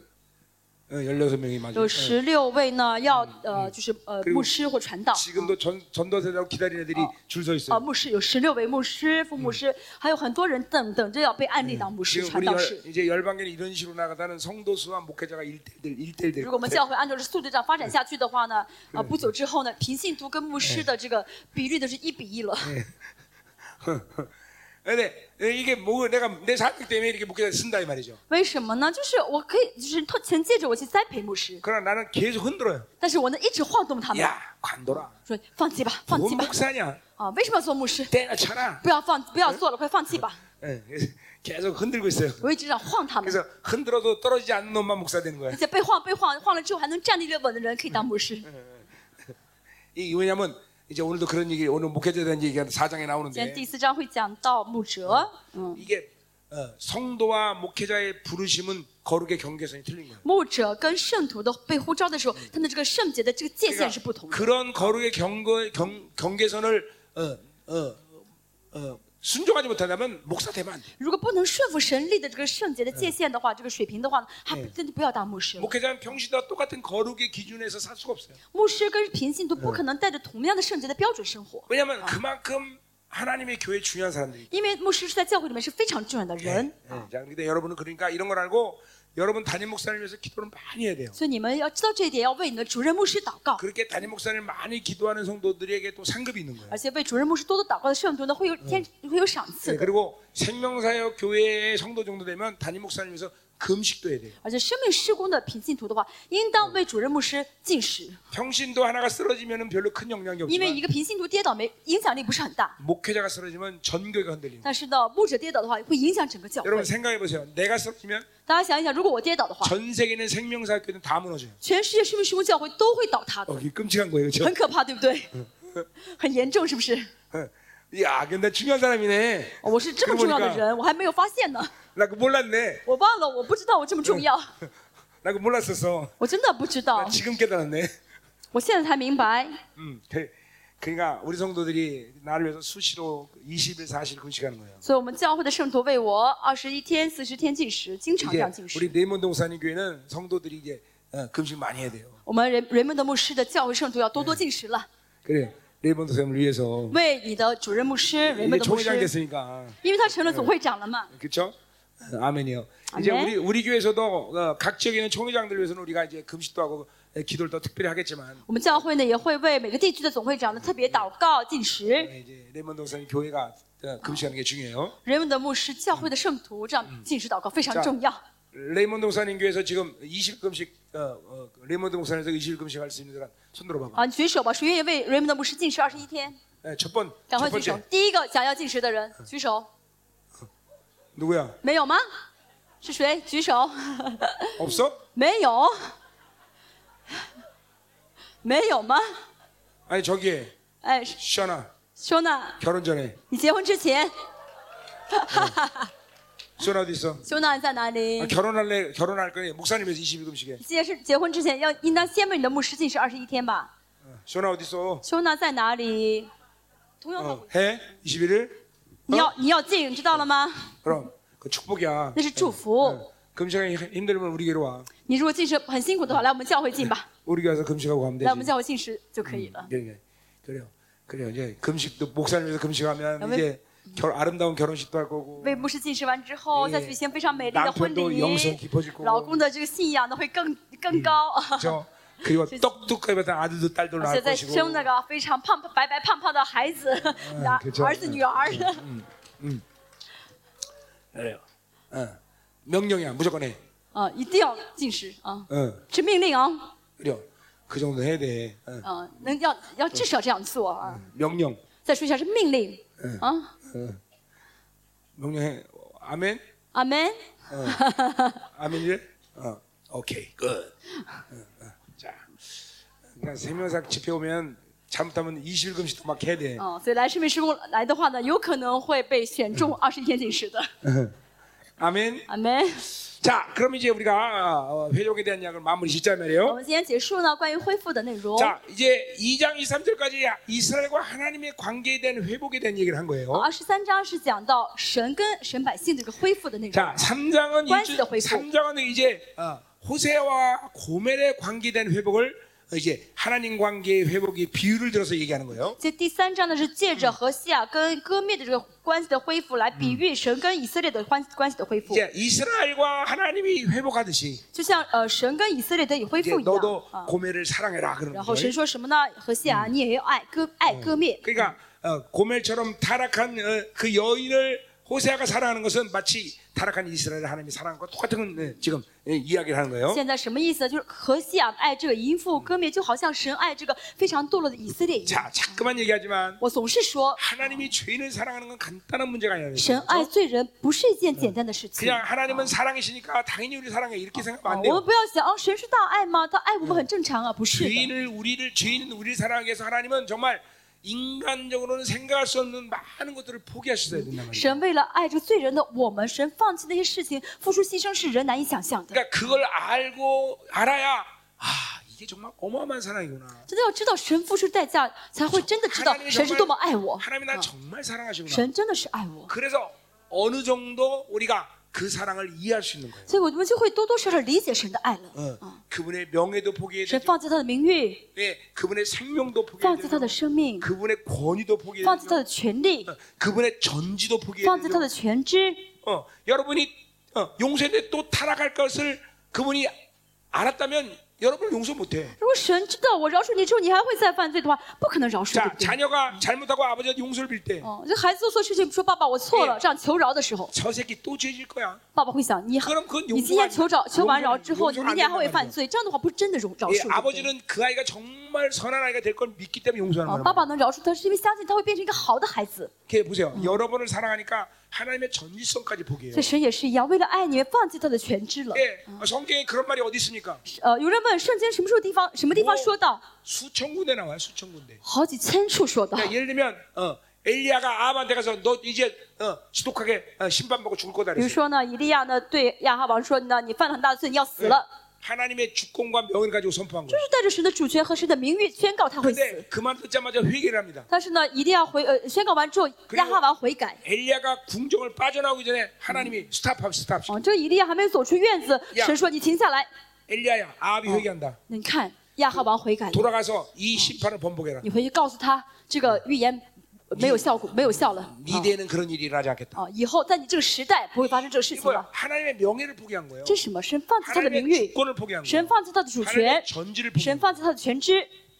Speaker 1: 어, 16명이
Speaker 2: 有
Speaker 1: 맞아요. 어,
Speaker 2: 十六位呢要呃就是呃
Speaker 1: 그리고
Speaker 2: 牧师或传道。
Speaker 1: 지금도 전, 전도세라고 기다리는 애들이
Speaker 2: 어.
Speaker 1: 줄 서
Speaker 2: 啊，
Speaker 1: 있어요.
Speaker 2: 牧师有十六位牧师、副牧师，还有很多人等等着要被案例当牧师、
Speaker 1: 지금
Speaker 2: 传
Speaker 1: 우리
Speaker 2: 道
Speaker 1: 열,
Speaker 2: 士。
Speaker 1: 이제 열방교는 이런 식으로 나가다는 성도 수와 목회자가 1대1 1대1 될
Speaker 2: 如果
Speaker 1: 것
Speaker 2: 我们
Speaker 1: 같아요.
Speaker 2: 教会按照这速度这样发展下去的话呢，啊，不久之后呢，平信徒跟牧师的这个比率都是一比一了。
Speaker 1: 근데 이게 뭐 내가 내 사역 때문에 이렇게 목회자 쓴다 이 말이죠.
Speaker 2: 为什么呢？就是我可以，就是透前借着我去栽培牧师，
Speaker 1: 그러나 나는 계속 흔들어요.
Speaker 2: 但是我呢一直晃动他们，
Speaker 1: 야 관둬라.
Speaker 2: 说放弃吧，放弃
Speaker 1: 뭔
Speaker 2: 吧，
Speaker 1: 목사냐?
Speaker 2: 啊，为什么要做牧师？
Speaker 1: 때려쳐라.
Speaker 2: 不要放，不要做了，快放弃吧！
Speaker 1: 예, 그래서 계속 흔들고 있어요.
Speaker 2: 我一直这样晃他们，
Speaker 1: 그래서 흔들어도 떨어지지 않는 놈만 목사 되는 거야.
Speaker 2: 而且被晃被晃晃了之后还能站立得稳的人可以当牧师。
Speaker 1: 이 왜냐면 이제 오늘도 그런 얘기 오늘 목회자에 대한 얘기가 사장에
Speaker 2: 今天
Speaker 1: 나오는데
Speaker 2: 第四章会讲到牧者，嗯。
Speaker 1: 이게 어, 성도와 목회자의 부르심은 거룩의 경계선이 틀린 거예요.
Speaker 2: 牧者跟圣徒的被呼召的时候，他们这个圣洁的这个界限是不同的。
Speaker 1: 그러니까 그런 거룩의 경거, 경, 경계선을 어, 어, 어, 순종하지 못한다면 목사 되면 안 돼.
Speaker 2: 如果不能顺服神力的这个圣洁的界限的话，这个水平的话呢，还不真的不要当牧师了。
Speaker 1: 목회자는 평시와 똑같은 거룩의 기준에서 살 수가 없어요.
Speaker 2: 牧师跟平信徒不可能带着同样的圣洁的标准生活，
Speaker 1: 왜냐면 그만큼 하나님의 교회 중요한 사람들이.
Speaker 2: 因为牧师是在教会里面是非常重要的人
Speaker 1: 예, 。 자, 근데 여러분은 그러니까 이런 걸 알고 여러분 담임 목사님 위해서 기도를 많이 해야 돼요.
Speaker 2: 所以你们要知道这一点，要为你的主任牧师祷告，
Speaker 1: 그렇게 담임 목사님 많이 기도하는 성도들에게 또 상급이 있는 거예요.
Speaker 2: 而且为主任牧师多多祷告的圣徒呢，会有天会有赏赐
Speaker 1: 네,
Speaker 2: 的。
Speaker 1: 그리고 생명사역 교회의 성도 정도 되면 담임 목사님에서 금식도 해야 돼요.
Speaker 2: 而且生命施工的平信徒的话，应当为主任牧师进食，
Speaker 1: 평신도 하나가 쓰러지면 별로 큰 영향이
Speaker 2: 因为一
Speaker 1: 없지만
Speaker 2: 个平信徒跌倒没影响力不是很大。
Speaker 1: 목회자가 쓰러지면 전교회가 흔들리는 거예요.
Speaker 2: 但是呢，牧者跌倒的话，会影响整个教会嗯
Speaker 1: 여러분 。 생각해 보세요. 내가 쓰러지면
Speaker 2: 大家想一想，如果我跌倒的话，
Speaker 1: 전 세계는 생명사역 교회는 다 무너져요.
Speaker 2: 全世界是不是施工教会都会倒塌的？
Speaker 1: 어, 이게 끔찍한 거예요. 그렇죠?
Speaker 2: 很可怕，对不对？很严重，是不是？
Speaker 1: 어. 야, 근데 중요한 사람이네.
Speaker 2: 哦我是这么重要的人，我还没有发现呢。
Speaker 1: 나 그거 몰랐네.
Speaker 2: 我忘了，我不知道我这么重要，
Speaker 1: 나 그거 몰랐었어.
Speaker 2: 我真的不知道
Speaker 1: 나 。 지금 깨달았네.
Speaker 2: 我现在才明白，
Speaker 1: 음, 그, 그러니까 우리 성도들이 나를 위해서 수시로 20일, 40일 금식하는 거예요.
Speaker 2: 所以我们教会的圣徒为我二十一天、四十天禁食，经常这
Speaker 1: 이제
Speaker 2: 样禁
Speaker 1: 우리
Speaker 2: 食。
Speaker 1: 레몬동 사님 교회는 성도들이 이제 어, 금식 많이 해야 돼요.
Speaker 2: 我们人人们的牧师的教会圣徒要多多进食了，
Speaker 1: 그래 레몬동 사님을 위해서
Speaker 2: 为嗯你的主任牧师、人们
Speaker 1: 이제
Speaker 2: 的牧师，
Speaker 1: 총회장 됐으니까
Speaker 2: 因为他成了总会长了嘛。
Speaker 1: 그렇죠? 아멘이요. 이제
Speaker 2: 아멘.
Speaker 1: 우리 우리 교회에서도 어, 각 지역에 있는 총회장들 위해서는 우리가 이제 금식도 하고 에, 기도를 더 특별히 하겠지만
Speaker 2: 我们教会呢也会为每个地区的总会长呢特别祷告进食。
Speaker 1: 에, 네, 이제 레몬동 사님 교회가 어, 금식하는 게 중요해요.
Speaker 2: 人们的牧师、教会的圣徒，这样进食祷告非常重要。
Speaker 1: 레몬동 사님 교회에서 지금 20일 금식 어, 어,
Speaker 2: 아.
Speaker 1: 레몬동 사님에서 20일 금식 할 수 있는 사람 손 들어봐봐.
Speaker 2: 好，你举手吧，谁愿意为人们的牧师进食二十一天？
Speaker 1: 예, 첫 번,
Speaker 2: 赶
Speaker 1: 첫
Speaker 2: 快举手
Speaker 1: 번째 ，
Speaker 2: 第一个想要进食的人举手，
Speaker 1: 누구야?
Speaker 2: 没有吗？是谁？举手，
Speaker 1: 없어?
Speaker 2: 没有， 没有吗？
Speaker 1: 아니 저기
Speaker 2: 哎，
Speaker 1: 시아
Speaker 2: 说呢，
Speaker 1: 결혼 전에
Speaker 2: 你结婚之前，
Speaker 1: 시아 어디 있어?
Speaker 2: 修娜在哪里
Speaker 1: 아, ？ 결혼할래 결혼할 거니 목사님에서 21금식에
Speaker 2: 结是结婚之前要应当先为你的牧师进食二十一天吧？
Speaker 1: 시원아 어디 있어?
Speaker 2: 修娜在哪里？同样的，
Speaker 1: 어, 해 21일
Speaker 2: 你要你要进，你知道了吗？
Speaker 1: 그럼 그 축복이야. 어,
Speaker 2: 那是祝福。
Speaker 1: 금식이 힘들면 우리 교로 와.
Speaker 2: 你如果进食很辛苦的话，来我们教会进吧，
Speaker 1: 우리 교에서 금식하고 가면
Speaker 2: 来我们
Speaker 1: 되지.
Speaker 2: 教会进食就可以了。
Speaker 1: 그래, 그래요. 그래요. 이제 금식도 목사님에서 금식하면
Speaker 2: 왜-
Speaker 1: 이제 결, 아름다운 결혼식도 할 거고
Speaker 2: 为牧师进食完之后，
Speaker 1: 예
Speaker 2: 再举行非常美丽的婚
Speaker 1: 남편도
Speaker 2: 礼，
Speaker 1: 영성 깊어질 거고
Speaker 2: 老公的这个信仰呢会更更高。
Speaker 1: 저 그리고 떡두꺼이 받은 아들도 딸도
Speaker 2: 而且
Speaker 1: 낳을
Speaker 2: 再
Speaker 1: 것이고
Speaker 2: 生那个非常胖胖白白胖胖 的孩子，儿
Speaker 1: 그죠
Speaker 2: 儿子女儿。
Speaker 1: 그래요. 어. 명령이야 무조건 해.
Speaker 2: 啊，一定要进食啊，
Speaker 1: 어.
Speaker 2: 是命令啊，
Speaker 1: 그래요. 그 정도 해야 돼. 어.
Speaker 2: 啊，能要要至少这样做啊。
Speaker 1: 嗯 명령.
Speaker 2: 再说一下是命令啊，
Speaker 1: 명령해. 아멘.
Speaker 2: 阿门。
Speaker 1: 아멘이래? 어. 오케이. 끝. 어, 어. 자. 그러니까 세명상 집회 오면 잘못하면 20일 금식도 막 해야 돼.
Speaker 2: 啊，所以来圣命施工来的话呢，有可能会被选中二十一天进食的，
Speaker 1: 아멘.
Speaker 2: 阿门。
Speaker 1: 자, 그럼 이제 우리가 어, 회복에 대한 약을 마무리 짓자
Speaker 2: 我
Speaker 1: 말이에요.
Speaker 2: 们今天结束呢关于恢复的内容。
Speaker 1: 자, 이제 2장 23절까지 이스라엘과 하나님의 관계에 대한 회복에 대한 얘기를 한 거예요.
Speaker 2: 二十三章是讲到神跟神百姓的一个恢复的内容。
Speaker 1: 자, 3장은
Speaker 2: 관계 회복.
Speaker 1: 이제, 3장은 이제 어, 호세와 고멜의 관계에 대한 회복을 어, 이제 하나님 관계의 회복의 비유를 들어서 얘기하는 거예요.
Speaker 2: 这第三章呢是借着和西亚跟割灭的这个关系的恢复，来比喻神跟以色列的关关系的恢复，
Speaker 1: 이제 이스라엘과 하나님이 회복하듯이
Speaker 2: 就像呃神跟以色列得以恢
Speaker 1: 이제
Speaker 2: 复一样
Speaker 1: 너도
Speaker 2: 啊。
Speaker 1: 고멜을 사랑해라
Speaker 2: 然
Speaker 1: 그런
Speaker 2: 后神
Speaker 1: 어. 거예요.
Speaker 2: 说什么呢？和西亚，你也要爱割爱割灭。
Speaker 1: 그러니까 어, 고멜처럼 타락한 어, 그 여인을 호세아가 사랑하는 것은 마치 타락한 이스라엘 하나님이 사랑한 것 똑같은 어, 지금 어, 이야기를 하는 거예요.
Speaker 2: 现在什么意思？就是和西亚爱这个淫妇割灭，就好像神爱这个非常堕落的以色列一样。
Speaker 1: 자, 자꾸만 얘기하지만
Speaker 2: 我总是说，
Speaker 1: 하나님이 죄인을 사랑하는 건 간단한 문제가 아니라
Speaker 2: 神
Speaker 1: 그래요.
Speaker 2: 爱罪人不是一件简单的事情。
Speaker 1: 그냥 하나님은 사랑이시니까 당연히 우리 사랑해 이렇게 생각하면 안
Speaker 2: 啊我们
Speaker 1: 돼요.
Speaker 2: 不要想哦，神是大爱吗？他爱我们很正常啊，不是的。
Speaker 1: 죄인을 우리를 죄인은 우리를 사랑하기 위해서 하나님은 정말 인간적으로는 생각할 수 없는 많은 것들을 포기하셨어야 된단 말이에요.
Speaker 2: 神为了爱这个罪人的我们，神放弃那些事情，付出牺牲是人难以想象的。
Speaker 1: 그러니까 그걸 알고 알아야 아 이게 정말 어마어마한 사랑이구나.
Speaker 2: 真的要知道神付出代价，才会真的知道
Speaker 1: 하나님이
Speaker 2: 神是多么爱我
Speaker 1: 정말 ， 하나님이 날 정말 사랑하시구나.
Speaker 2: 神真的是爱我。
Speaker 1: 그래서 어느 정도 우리가 그 사랑을 이해할 수 있는 거예요.
Speaker 2: 所以我们就会多多少少理解神的爱了。
Speaker 1: 어, 그분의 명예도 포기해야
Speaker 2: 神
Speaker 1: 되죠.
Speaker 2: 放弃他的名誉，
Speaker 1: 예, 그분의 생명도
Speaker 2: 放
Speaker 1: 포기해야
Speaker 2: 弃他
Speaker 1: 되죠.
Speaker 2: 的生命，
Speaker 1: 그분의 권위도
Speaker 2: 放
Speaker 1: 포기해야
Speaker 2: 弃他
Speaker 1: 되죠.
Speaker 2: 的权利，
Speaker 1: 어, 그분의 전지도
Speaker 2: 放
Speaker 1: 포기해야
Speaker 2: 弃他
Speaker 1: 되죠.
Speaker 2: 的全知。
Speaker 1: 어, 여러분이 어, 용서했는데 또 타락할 것을 그분이 알았다면 여러분 용서 못해.
Speaker 2: 如果神知道我饶恕你之后，你还会再犯罪的话，不可能饶恕，对
Speaker 1: 자,
Speaker 2: 不对？
Speaker 1: 자녀가 잘못하고 아버지한테 용서를 빌 때 저
Speaker 2: 哦，这孩子做错事情，说爸爸我错了，
Speaker 1: 예
Speaker 2: 这样求饶的时候，
Speaker 1: 새끼 또 죄질 거야.
Speaker 2: 爸爸会想你
Speaker 1: 그럼그건용서가아니야
Speaker 2: 你今天求饶求完饶之后，
Speaker 1: 용서가
Speaker 2: 你
Speaker 1: 안
Speaker 2: 明天还会
Speaker 1: 된단말이야
Speaker 2: 犯罪，这样的话不是真的饶饶
Speaker 1: 예,
Speaker 2: 恕。对不对
Speaker 1: 아버지는 그 아이가 정말 선한 아이가 될 걸 믿기 때문에
Speaker 2: 啊，
Speaker 1: 용서하는
Speaker 2: 爸
Speaker 1: 거예요.
Speaker 2: 爸能饶恕他，是因为相信他会变成一个好的孩子。
Speaker 1: 이렇게 보세요. 여러분을 사랑하니까 하나님의 전지성까지 포기해요.
Speaker 2: 所以神也是一样，为了爱你，放弃他的全知了。
Speaker 1: 예, 성경에 그런 말이 어디 있습니까?
Speaker 2: 呃，有人问圣经什么时候地方什么地方
Speaker 1: 哦
Speaker 2: 说到，
Speaker 1: 수천 군데 나와요. 수천 군데.
Speaker 2: 好几千处说到。
Speaker 1: 그러니까 예를 들면 어, 엘리야가 아합한테 가서 너 이제 어, 지독하게 어, 신밥 먹고 죽을 거다
Speaker 2: 比如
Speaker 1: 그랬어요.
Speaker 2: 说呢，以利亚呢对亚哈王说呢，你犯了很大的罪，你要死
Speaker 1: 예,
Speaker 2: 了，
Speaker 1: 하나님의 주권과 명을 가지고 선포한 거예요.
Speaker 2: 就是带着神的主权和神的名誉宣告他会死。
Speaker 1: 근데 아, 그만 듣자마자 회개를 합니다.
Speaker 2: 但是呢，以利亚悔呃宣告完之后，亚哈王悔改。
Speaker 1: 엘리야가 궁정을 빠져나오기 전에 하나님이 스탑합 스탑.
Speaker 2: 哦，这个以利亚还没有走出院子，
Speaker 1: 呀
Speaker 2: 神说你停下来。
Speaker 1: 엘리야야 아합이 회개한다.
Speaker 2: 那你看亚哈王悔改了，
Speaker 1: 돌아가서 이 심판을 번복해라.
Speaker 2: 你回去告诉他这个预言没有效果，没有效了。啊
Speaker 1: 미대에는 그런 일이 일어나지 않겠다.
Speaker 2: 啊，以后在你这个时代不会发生这个事情
Speaker 1: 이거야.
Speaker 2: 了。
Speaker 1: 하나님의 명예를 포기한 거예요.
Speaker 2: 这是什么？神放弃他的名
Speaker 1: 하나님의
Speaker 2: 誉，
Speaker 1: 주권을 포기한
Speaker 2: 神
Speaker 1: 거예요.
Speaker 2: 放弃他的主权
Speaker 1: 하나님의 ， 전지를 포기한
Speaker 2: 神放弃他的全知。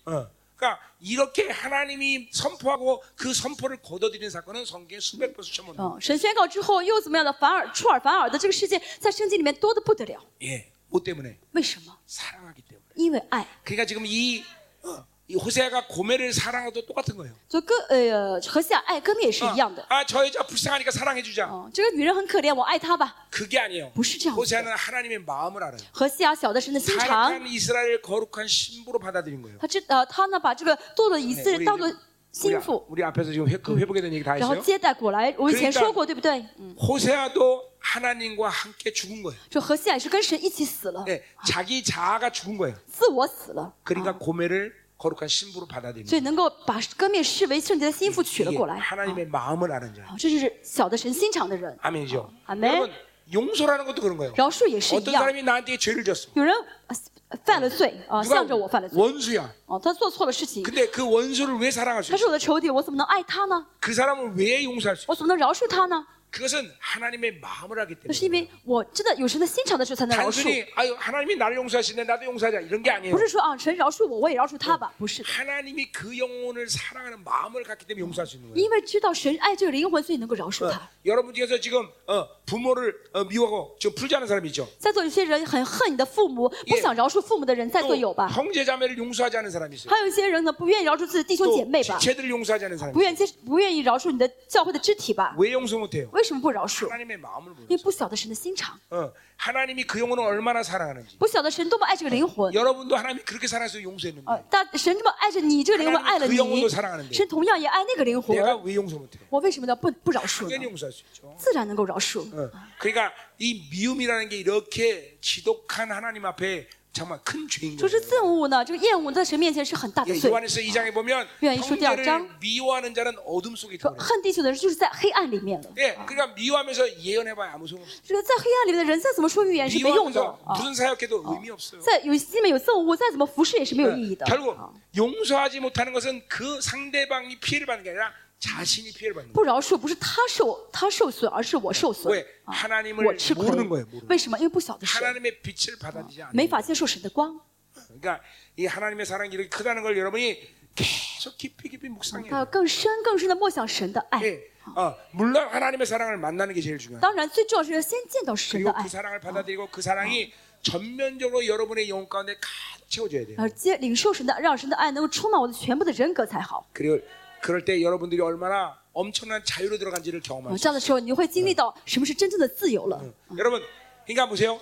Speaker 1: 거예요. 어. 그러니까 이렇게 하나님이 선포하고 그 선포를 거둬들이는 사건은 성경에 수백 번 수천 번.
Speaker 2: 嗯，神宣告之后又怎么样的反耳出尔反尔的这个事件，在圣经里面多的不得了。
Speaker 1: 예. 뭐 때문에?
Speaker 2: 为什么？
Speaker 1: 사랑하기 때문에.
Speaker 2: 因为爱。
Speaker 1: 그러니까 지금 이 어, 이 호세아가 고메를 사랑하도 똑같은 거예요.
Speaker 2: 就哥呃和西亚爱哥灭也是一样的。
Speaker 1: 아, 저 여자 불쌍하니까 사랑해주자.
Speaker 2: 哦，这个女人很可怜，我爱她吧。
Speaker 1: 그게 아니에요.
Speaker 2: 不是这样子的。
Speaker 1: 호세아는 하나님의 마음을 알아요.
Speaker 2: 和西亚晓得神的
Speaker 1: 그
Speaker 2: 心肠，
Speaker 1: 타락한 이스라엘 거룩한 신부로 받아들인 거예요.
Speaker 2: 他知呃他呢把这个堕落的哎以色列当做
Speaker 1: 우리,
Speaker 2: 心
Speaker 1: 아-
Speaker 2: 腹，
Speaker 1: 우리 앞에서 지금 회, 그 회복에 대한 얘기 다
Speaker 2: 然后
Speaker 1: 했어요.
Speaker 2: 接待过来。我以前
Speaker 1: 그러니까
Speaker 2: 说过，对不对？嗯，
Speaker 1: 호세아도 하나님과 함께 죽은 거예요.
Speaker 2: 这和西亚也是跟神一起死了，
Speaker 1: 네, 자기 자아가 죽은 거예요.
Speaker 2: 自我死了，
Speaker 1: 그러니까 고메를 거룩한 신부로 받아들인
Speaker 2: 所以
Speaker 1: 거예요.
Speaker 2: 能够把哥灭视为圣洁的心腹娶了
Speaker 1: 이게
Speaker 2: 过来。啊
Speaker 1: 하나님의 마음을 아는 자.
Speaker 2: 啊这就是晓得神心肠的人。
Speaker 1: 아멘이죠.
Speaker 2: 아멘.
Speaker 1: 여러분 용서라는 것도 그런 거예요.
Speaker 2: 饶恕也是一
Speaker 1: 어떤
Speaker 2: 样，
Speaker 1: 사람이 나한테 죄를 졌어.
Speaker 2: 有人呃犯了罪啊，
Speaker 1: 누가
Speaker 2: 向着我犯了罪
Speaker 1: 원수야.
Speaker 2: 哦，他做错了事情，
Speaker 1: 근데 그 원수를 왜 사랑할 수
Speaker 2: 他
Speaker 1: 있어?
Speaker 2: 是我的仇敌，我怎么能爱他呢？
Speaker 1: 그 사람을 왜 용서할 수 있어?
Speaker 2: 我怎么能饶恕他呢？
Speaker 1: 그것은 하나님의 마음을 하기
Speaker 2: 那是因
Speaker 1: 때문에.
Speaker 2: 为我真的有神的心肠的时候才能饶恕，
Speaker 1: 단순히 아유 하나님이 나를 용서하시네 나도 용서하자 이런 게
Speaker 2: 不
Speaker 1: 아니에요.
Speaker 2: 是说啊神饶恕我，我也饶恕他吧，不是的，
Speaker 1: 하나님이 그 영혼을 사랑하는 마음을 갖기 때문에 용서할 수 있는 거예요.
Speaker 2: 因为知道神爱这个灵魂，所以能够饶恕
Speaker 1: 어,
Speaker 2: 他。
Speaker 1: 여러분 중에서 지금 어, 부모를 어, 미워하고 지금 풀지 않은 사람이 있죠.
Speaker 2: 在座有些人很恨你的父母，不想饶恕父母的人，在座有吧？
Speaker 1: 형제 자매를 용서하지 않은 사람이 있어요.
Speaker 2: 还有一些人呢，不愿意饶恕自己的弟兄姐
Speaker 1: 또
Speaker 2: 妹吧，
Speaker 1: 지체들을 용서하지 않은 사람이
Speaker 2: 不
Speaker 1: 있어요.
Speaker 2: 愿接不愿意饶恕你的教会的肢体吧？
Speaker 1: 왜 용서 못해요?
Speaker 2: 为什么不饶恕？
Speaker 1: 하나님의 마음을 모르요
Speaker 2: 因为不晓得神的心肠，
Speaker 1: 어, 하나님이 그 영혼을 얼마나 사랑하는지.
Speaker 2: 不晓得神多么爱这个灵魂。
Speaker 1: 여러분도 하나님이 그렇게 사랑해서 용서했는데
Speaker 2: 呃，但神这么爱着你这个灵魂，
Speaker 1: 하나님은그
Speaker 2: 爱了
Speaker 1: 영혼도사랑하는데
Speaker 2: 你，神同样也爱那个灵魂。
Speaker 1: 내가 왜 용서 못해?
Speaker 2: 我为什么要不不饶恕
Speaker 1: 당연히
Speaker 2: 呢？
Speaker 1: 용서할 수 있죠.
Speaker 2: 自然能够饶恕。
Speaker 1: 어, 그러니까 이 미움이라는 게 이렇게 지독한 하나님 앞에 정말 큰 죄인
Speaker 2: 就是
Speaker 1: 거예요.
Speaker 2: 憎恶呢，这个厌恶在神面前是很大的
Speaker 1: 예,
Speaker 2: 罪。
Speaker 1: 요한에서 2장에 보면
Speaker 2: 요한 21장
Speaker 1: 형제를 미워하는 자는 어둠 속에
Speaker 2: 说
Speaker 1: 있다고 그래요.
Speaker 2: 恨弟兄的人就是在黑暗里面的。
Speaker 1: 예, 그러니까 미워하면서 예언해봐야 아무 소용 없어요.
Speaker 2: 这个在黑暗里面的人，再怎么说预言是没用的
Speaker 1: 미워하면서
Speaker 2: 啊！
Speaker 1: 무슨 사역해도 어. 의미 없어요.
Speaker 2: 再有心里面有憎恶，再怎么服侍也是没有意义的。
Speaker 1: 결국
Speaker 2: 啊
Speaker 1: 용서하지 못하는 것은 그 상대방이 피해를 받는 게 아니라 자신이 피해를 받는 거예요.
Speaker 2: 不饶恕不是他受他受损，而是我受损
Speaker 1: 왜，
Speaker 2: 啊
Speaker 1: 하나님을
Speaker 2: 我吃亏
Speaker 1: 모르는거예요모르는거예요 。
Speaker 2: 为什么？因为不晓得神，
Speaker 1: 하나님의 빛을 받아들이지 않아요.
Speaker 2: 没法接受神的光。
Speaker 1: 그러니까 이 하나님의 사랑이 이렇게 크다는 걸 여러분이 계속 깊이 깊이
Speaker 2: 他
Speaker 1: 묵상해요.
Speaker 2: 要更深更深的默想神的爱。
Speaker 1: 예. 어, 물론 하나님의 사랑을 만나는 게 제일 중요해요.
Speaker 2: 当然，最重要是要先见到神的
Speaker 1: 아, 그리고 그
Speaker 2: 爱，
Speaker 1: 사랑을 받아들이고 그 사랑이 전면적으로 여러분의 영혼 가운데 가득 채워져야 돼요.
Speaker 2: 而接领受神的，让神的爱能够充满我的全部的人格才好。
Speaker 1: 그리고 그럴 때 여러분들이 얼마나 엄청난 자유로 들어간지를
Speaker 2: 啊，
Speaker 1: 경험합니다.
Speaker 2: 这样的时候，你会经历到什么是真正的自由了。
Speaker 1: 여러분, 그러니까 보세요.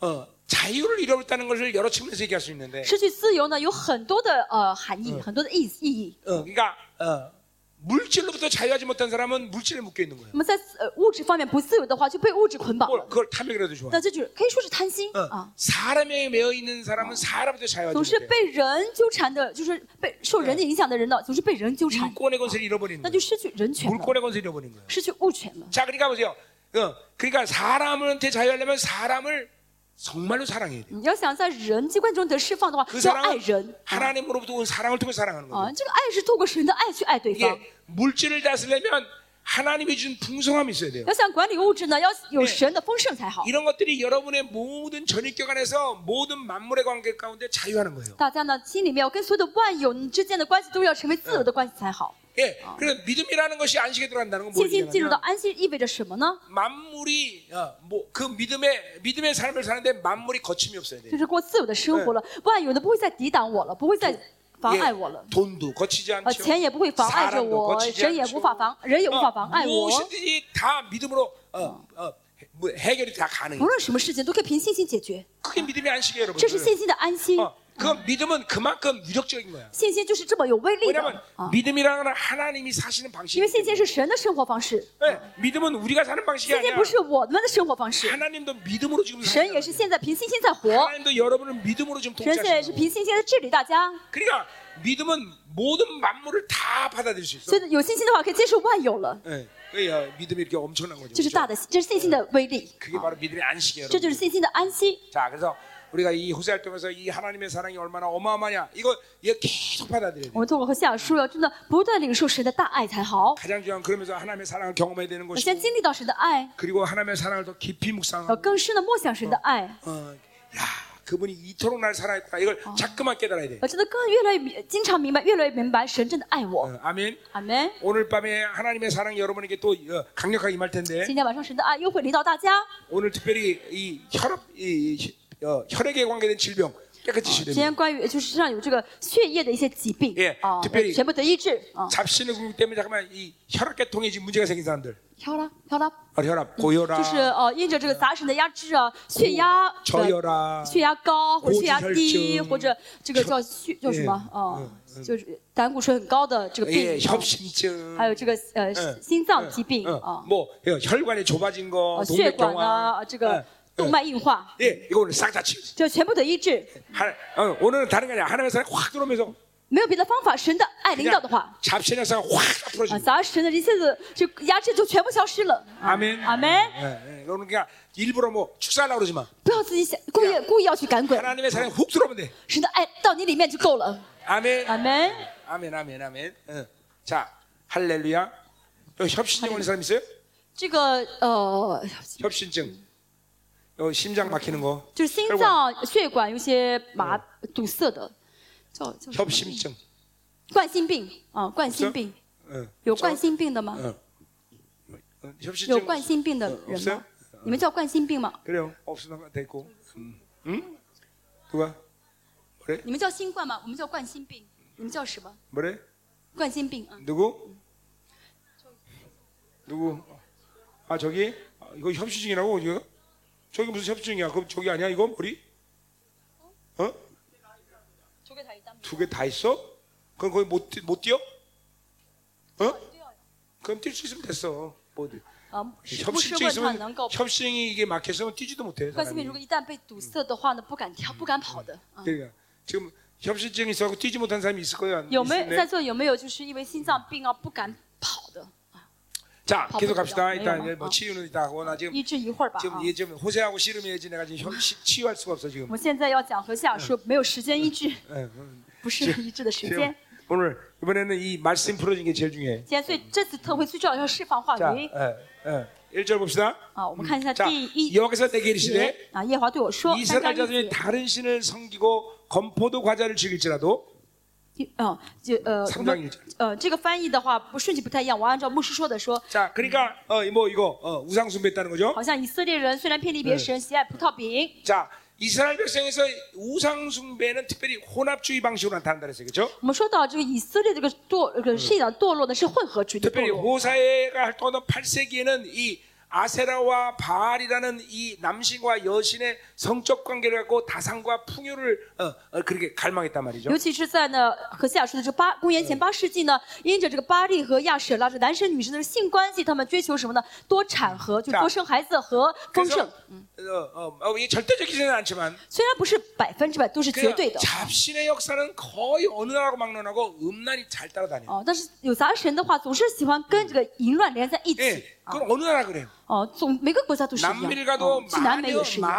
Speaker 1: 어, 자유를 잃어버렸다는 것을 여러 측면에서 얘기할 수 있는데
Speaker 2: 失去自由呢，有很多的呃含义，很多的意意义。
Speaker 1: 어, 그러니까 어, 물질로부터 자유하지 못한 사람은 물질에 묶여 있는 거예요.
Speaker 2: 那么在呃物质方面不自由的话，就被物质捆绑
Speaker 1: 뭘
Speaker 2: 了。
Speaker 1: 그걸 탐욕이라도 좋아.
Speaker 2: 那这就是可以说是贪心
Speaker 1: 어,
Speaker 2: 啊，
Speaker 1: 사람에 매여 있는 사람은 사람부터 자유하지
Speaker 2: 总是
Speaker 1: 못해요.
Speaker 2: 被人纠缠的，就是被受人的影响的人呢，总是被人纠缠，
Speaker 1: 물권의 권세를 잃어버리는
Speaker 2: 那
Speaker 1: 거예요.
Speaker 2: 就失去人权了，
Speaker 1: 물권의 권세를 잃어버린 거예요.
Speaker 2: 失去物权了。
Speaker 1: 자, 그러니까 보세요. 어, 그러니까 사람한테 자유하려면 사람을 정말로 사랑해야 돼요.
Speaker 2: 你要想在人际关系中得释放的话，
Speaker 1: 그
Speaker 2: 就要爱
Speaker 1: 사랑은
Speaker 2: 人啊
Speaker 1: 하나님으로부터 온 사랑을 통해 사랑하는 거예요.
Speaker 2: 啊，这个爱是透过神的爱去爱对方。
Speaker 1: 이게 물질을 다스려면 하나님이 준 풍성함이 있어야 돼요.
Speaker 2: 要想管理物质呢，要有
Speaker 1: 예
Speaker 2: 神的丰盛才好。
Speaker 1: 이런 것들이 여러분의 모든 전입격 안에서 모든 만물의 관계 가운데 자유하는 거예요.
Speaker 2: 大家呢心里面要跟所有的万有之间的关系都要成为自由的关系才好。
Speaker 1: 예, 그래서 믿음이라는 것이 안식에 들어간다는 건
Speaker 2: 信心进入到
Speaker 1: 뭐냐면
Speaker 2: 安息意味着什么呢？
Speaker 1: 만물이 어, 뭐그 믿음의 믿음의 삶을 사는데 만물이 거침이 없어야 돼요.
Speaker 2: 就是过自由的生活了，万有呢不会再抵挡我了，不会再妨碍我了
Speaker 1: 예, ， 돈도 거치지
Speaker 2: 呃，
Speaker 1: 않죠.
Speaker 2: 钱也不会妨碍着
Speaker 1: 사람도
Speaker 2: 我，
Speaker 1: 거치지
Speaker 2: 神也
Speaker 1: 않죠.
Speaker 2: 无法妨，人也无法
Speaker 1: 어,
Speaker 2: 妨碍我。
Speaker 1: 무엇이든지 다 믿음으로 어, 어, 뭐 해결이 다
Speaker 2: 无
Speaker 1: 가능해요.
Speaker 2: 论什么事情都可以凭信心解决，
Speaker 1: 그게 믿음의 안식이에요,
Speaker 2: 这是
Speaker 1: 여러분들.
Speaker 2: 信心的安心。
Speaker 1: 어, 그 믿음은 그만큼 유력적인 거야.
Speaker 2: 信心就是这么有威力的
Speaker 1: 왜냐하면
Speaker 2: 啊！
Speaker 1: 믿음이라는 건 하나님이 사시는
Speaker 2: 因为
Speaker 1: 방식이에요.
Speaker 2: 信心是神的生活方式，
Speaker 1: 네, 믿음은 우리가 사는 방식이
Speaker 2: 信心
Speaker 1: 아니야.
Speaker 2: 不是我们的生活方式。
Speaker 1: 하나님도 믿음으로 지금
Speaker 2: 神
Speaker 1: 사시는
Speaker 2: 也是
Speaker 1: 거예요.
Speaker 2: 现在凭信心在活，
Speaker 1: 하나님도 여러분을 믿음으로 지금
Speaker 2: 神现在也是
Speaker 1: 통치하시는 거예요.
Speaker 2: 凭信心在治理大家。
Speaker 1: 그러니까 믿음은 모든 만물을 다 받아들일 수 있어.
Speaker 2: 所以有信心的话，可以接受万有了，
Speaker 1: 네, 그게 믿음이 이렇게 엄청난 거죠.
Speaker 2: 这是
Speaker 1: 그렇죠?
Speaker 2: 大的，这是信心的威力，
Speaker 1: 그게 바로 믿음의 안식이에요.
Speaker 2: 这就是
Speaker 1: 여러분.
Speaker 2: 信心的安息。
Speaker 1: 자, 그래서 우리가 이 호세를 통해서 이 하나님의 사랑이 얼마나 어마어마냐 이거 이거 계속 받아들여야 돼.
Speaker 2: 我们通过和夏尔书要真的不断领受神的大爱才好。
Speaker 1: 가장 중요한 건 그러면서 하나님의 사랑을 경험해야 되는
Speaker 2: 我先
Speaker 1: 것이고
Speaker 2: 经历到神的爱，
Speaker 1: 그리고 하나님의 사랑을 더 깊이
Speaker 2: 要
Speaker 1: 묵상하고
Speaker 2: 更深的默想神的爱，
Speaker 1: 어, 야, 그분이 이토록 날 사랑했구나 이걸 자꾸만 깨달아야 돼.
Speaker 2: 我真的更越来越明经常明白，越来越明白神真的爱
Speaker 1: 어,
Speaker 2: 我。
Speaker 1: 아멘.
Speaker 2: 阿门。
Speaker 1: 오늘 밤에 하나님의 사랑이 여러분에게 또 어, 강력하게 임할 텐데
Speaker 2: 今天晚上神的爱又会临到大家。
Speaker 1: 오늘 특별히 이 혈압 이 이, 어, 혈액에 관계된 질병 깨끗이 치료됩니다.
Speaker 2: 今天关于就是身上有这个血液的一些疾病
Speaker 1: 예,
Speaker 2: 啊，
Speaker 1: 특별히
Speaker 2: 全部得医治啊。
Speaker 1: 잡신의 궁 때문에 잠깐만 이 혈압계통에 지금 문제가 생긴 사람들
Speaker 2: 飘啦飘啦，
Speaker 1: 아, 혈압,
Speaker 2: 就是
Speaker 1: 고혈압,
Speaker 2: 呃，因着这个杂神的压制啊，血压的
Speaker 1: 저혈압,
Speaker 2: 血压高或者
Speaker 1: 骨
Speaker 2: 血压低，
Speaker 1: 质혈증
Speaker 2: 或者这个叫血叫什么
Speaker 1: 嗯
Speaker 2: 啊？就是胆固醇很高的这个
Speaker 1: 예,
Speaker 2: 病，啊
Speaker 1: 협심증,
Speaker 2: 还有这个呃
Speaker 1: 哎嗯嗯
Speaker 2: 心脏疾病
Speaker 1: 어,
Speaker 2: 啊，
Speaker 1: 뭐 혈- 혈관이 좁아진 거,
Speaker 2: 呃血管
Speaker 1: 동맥경화,
Speaker 2: 啊这个
Speaker 1: 어,
Speaker 2: 动脉硬化，
Speaker 1: 예, 이거 오늘 싹 다 치우.
Speaker 2: 这全部得医治，
Speaker 1: 어, 오늘은 다른 게 아니라 하나님의 사랑이 확 들어오면서
Speaker 2: 没有别的方法。神的爱领导
Speaker 1: 그냥
Speaker 2: 的话，
Speaker 1: 잡신의 사랑이 확
Speaker 2: 啊，
Speaker 1: 풀어집니다.
Speaker 2: 杂神的一切的这压制就全部消失了。啊
Speaker 1: 아멘.
Speaker 2: 阿门。
Speaker 1: 예, 예. 이거는 그냥 일부러 뭐 축사하려고 그러지 마.
Speaker 2: 不要自己想故意故意要去赶鬼，
Speaker 1: 하나님의 사랑이 훅 들어오면 돼.
Speaker 2: 神的爱到你里面就够了。
Speaker 1: 아멘.
Speaker 2: 阿门。
Speaker 1: 아멘, 아멘, 아멘. 어. 자, 할렐루야. 여기 협신증 오는 사람 있어요?
Speaker 2: 这个呃，
Speaker 1: 협신증. 여기 심장 막히는 거.
Speaker 2: 就是心脏血管有些麻堵塞的，叫叫什么
Speaker 1: 협심증.
Speaker 2: 冠心病啊，冠心病
Speaker 1: 어.
Speaker 2: 有冠心病的吗？
Speaker 1: 어. 어,
Speaker 2: 有
Speaker 1: 협신증.
Speaker 2: 冠心病的
Speaker 1: 呃
Speaker 2: 人
Speaker 1: 是啊
Speaker 2: 吗？你们叫冠心病吗？
Speaker 1: 그래요. 없으면 안 되고. 음. 응? 누가? 뭐래?
Speaker 2: 你们叫新冠吗？我们叫冠心病，你们叫什么？
Speaker 1: 뭐래?
Speaker 2: 冠心病啊，
Speaker 1: 누구? 누구? 아 저기 아, 이거 협시증이라고 이거 저기 무슨 협시증이야? 그럼 저기 아니야 이거 머리? 어? 두 개 다 있어? 그럼 거기 못못 뛰어? 어? 그럼 뛸 수 있으면 됐어. 뭐
Speaker 2: 啊，不是
Speaker 1: 협시증
Speaker 2: 问他能
Speaker 1: 있으면
Speaker 2: 够
Speaker 1: 협시증이 이게 막혔으면 뛰지도 못해.
Speaker 2: 冠心病，
Speaker 1: 사람이.
Speaker 2: 如果一旦被堵塞的话呢，不敢跳，不敢跑的啊。
Speaker 1: 그러니까 지금 협시증 있어서 뛰지 못한 사람이 있을 거야.
Speaker 2: 有没有
Speaker 1: 있을래?
Speaker 2: 在座有没有就是因为心脏病啊不敢跑的？
Speaker 1: 자
Speaker 2: 바쁘죠.
Speaker 1: 계속 갑시다. 일단
Speaker 2: 왜요?
Speaker 1: 이제 뭐
Speaker 2: 어.
Speaker 1: 치유는 이따 아. 하고 나 지금
Speaker 2: 医治一会儿吧
Speaker 1: 지금
Speaker 2: 啊。
Speaker 1: 이게 지금 호세하고 씨름해야지 내가 지금 현- 시- 치유할 수가 없어
Speaker 2: 我
Speaker 1: 지금.
Speaker 2: 们现在要讲和下说，没有时间医 治，
Speaker 1: 예, 음,
Speaker 2: 不嗯是医治的时
Speaker 1: 지금
Speaker 2: 间。
Speaker 1: 오늘 이번에는 이 말씀 풀어진 게 제일 중요해.
Speaker 2: 今天最这次特会最重要要释放话
Speaker 1: 자, 예,
Speaker 2: 语
Speaker 1: 1절 봅시다.
Speaker 2: 啊，我们看一下
Speaker 1: 자,
Speaker 2: 第一
Speaker 1: 여기서 내게
Speaker 2: 节
Speaker 1: 이르시되
Speaker 2: 啊，耶华对我说，三
Speaker 1: 이스라엘
Speaker 2: 章一
Speaker 1: 자손이
Speaker 2: 节，
Speaker 1: 다른 신을 섬기고 건포도 과자를 즐길지라도
Speaker 2: 一哦，就呃，我
Speaker 1: 三章一
Speaker 2: 们
Speaker 1: 节
Speaker 2: 呃这个翻译的话不顺序不太一样，我按照牧师说的说，
Speaker 1: 자, 그러니까 어, 뭐 이거 어, 우상 숭배했다는 거죠.
Speaker 2: 好像以色列人虽然偏离别神，喜爱葡萄饼。
Speaker 1: 자, 이스라엘 백성에서 우상 숭배는 특별히 혼합주의 방식으로 나타난다 그랬어요. 그렇죠?
Speaker 2: 我们说到这个以色列这个堕这个信仰堕落呢是混合主义的堕
Speaker 1: 특별히
Speaker 2: 落，
Speaker 1: 호사에가 활동하던 8세기에는 이 아세라와 바알이라는 이 남신과 여신의 성적 관계를 갖고 다산과 풍요를 어, 어, 그렇게 갈망했단 말이죠.
Speaker 2: 尤其是在呢呃和西亚说的这八公元前八世纪呢，因着这个巴利和亚舍拉这男神女神的性关系，他们追求什么呢？多产和就
Speaker 1: 这样
Speaker 2: 多生孩子和丰
Speaker 1: 그래서
Speaker 2: 盛。
Speaker 1: 어, 어, 어, 이게 절대적이지는 않지만
Speaker 2: 虽然不是百分之百都是绝
Speaker 1: 그냥
Speaker 2: 对的
Speaker 1: 잡신의 역사는 거의 어느 나라고 막론하고 음란이 잘 따라다녀요.
Speaker 2: 哦，但是有杂神的话，总是喜欢跟这个淫乱连在一起
Speaker 1: 예,
Speaker 2: 啊。
Speaker 1: 그건 어느 나라 그래요.
Speaker 2: 哦，总每个国家都是一样，
Speaker 1: 어, 남미를 가도
Speaker 2: 哦去南美
Speaker 1: 마녀,
Speaker 2: 也是一样。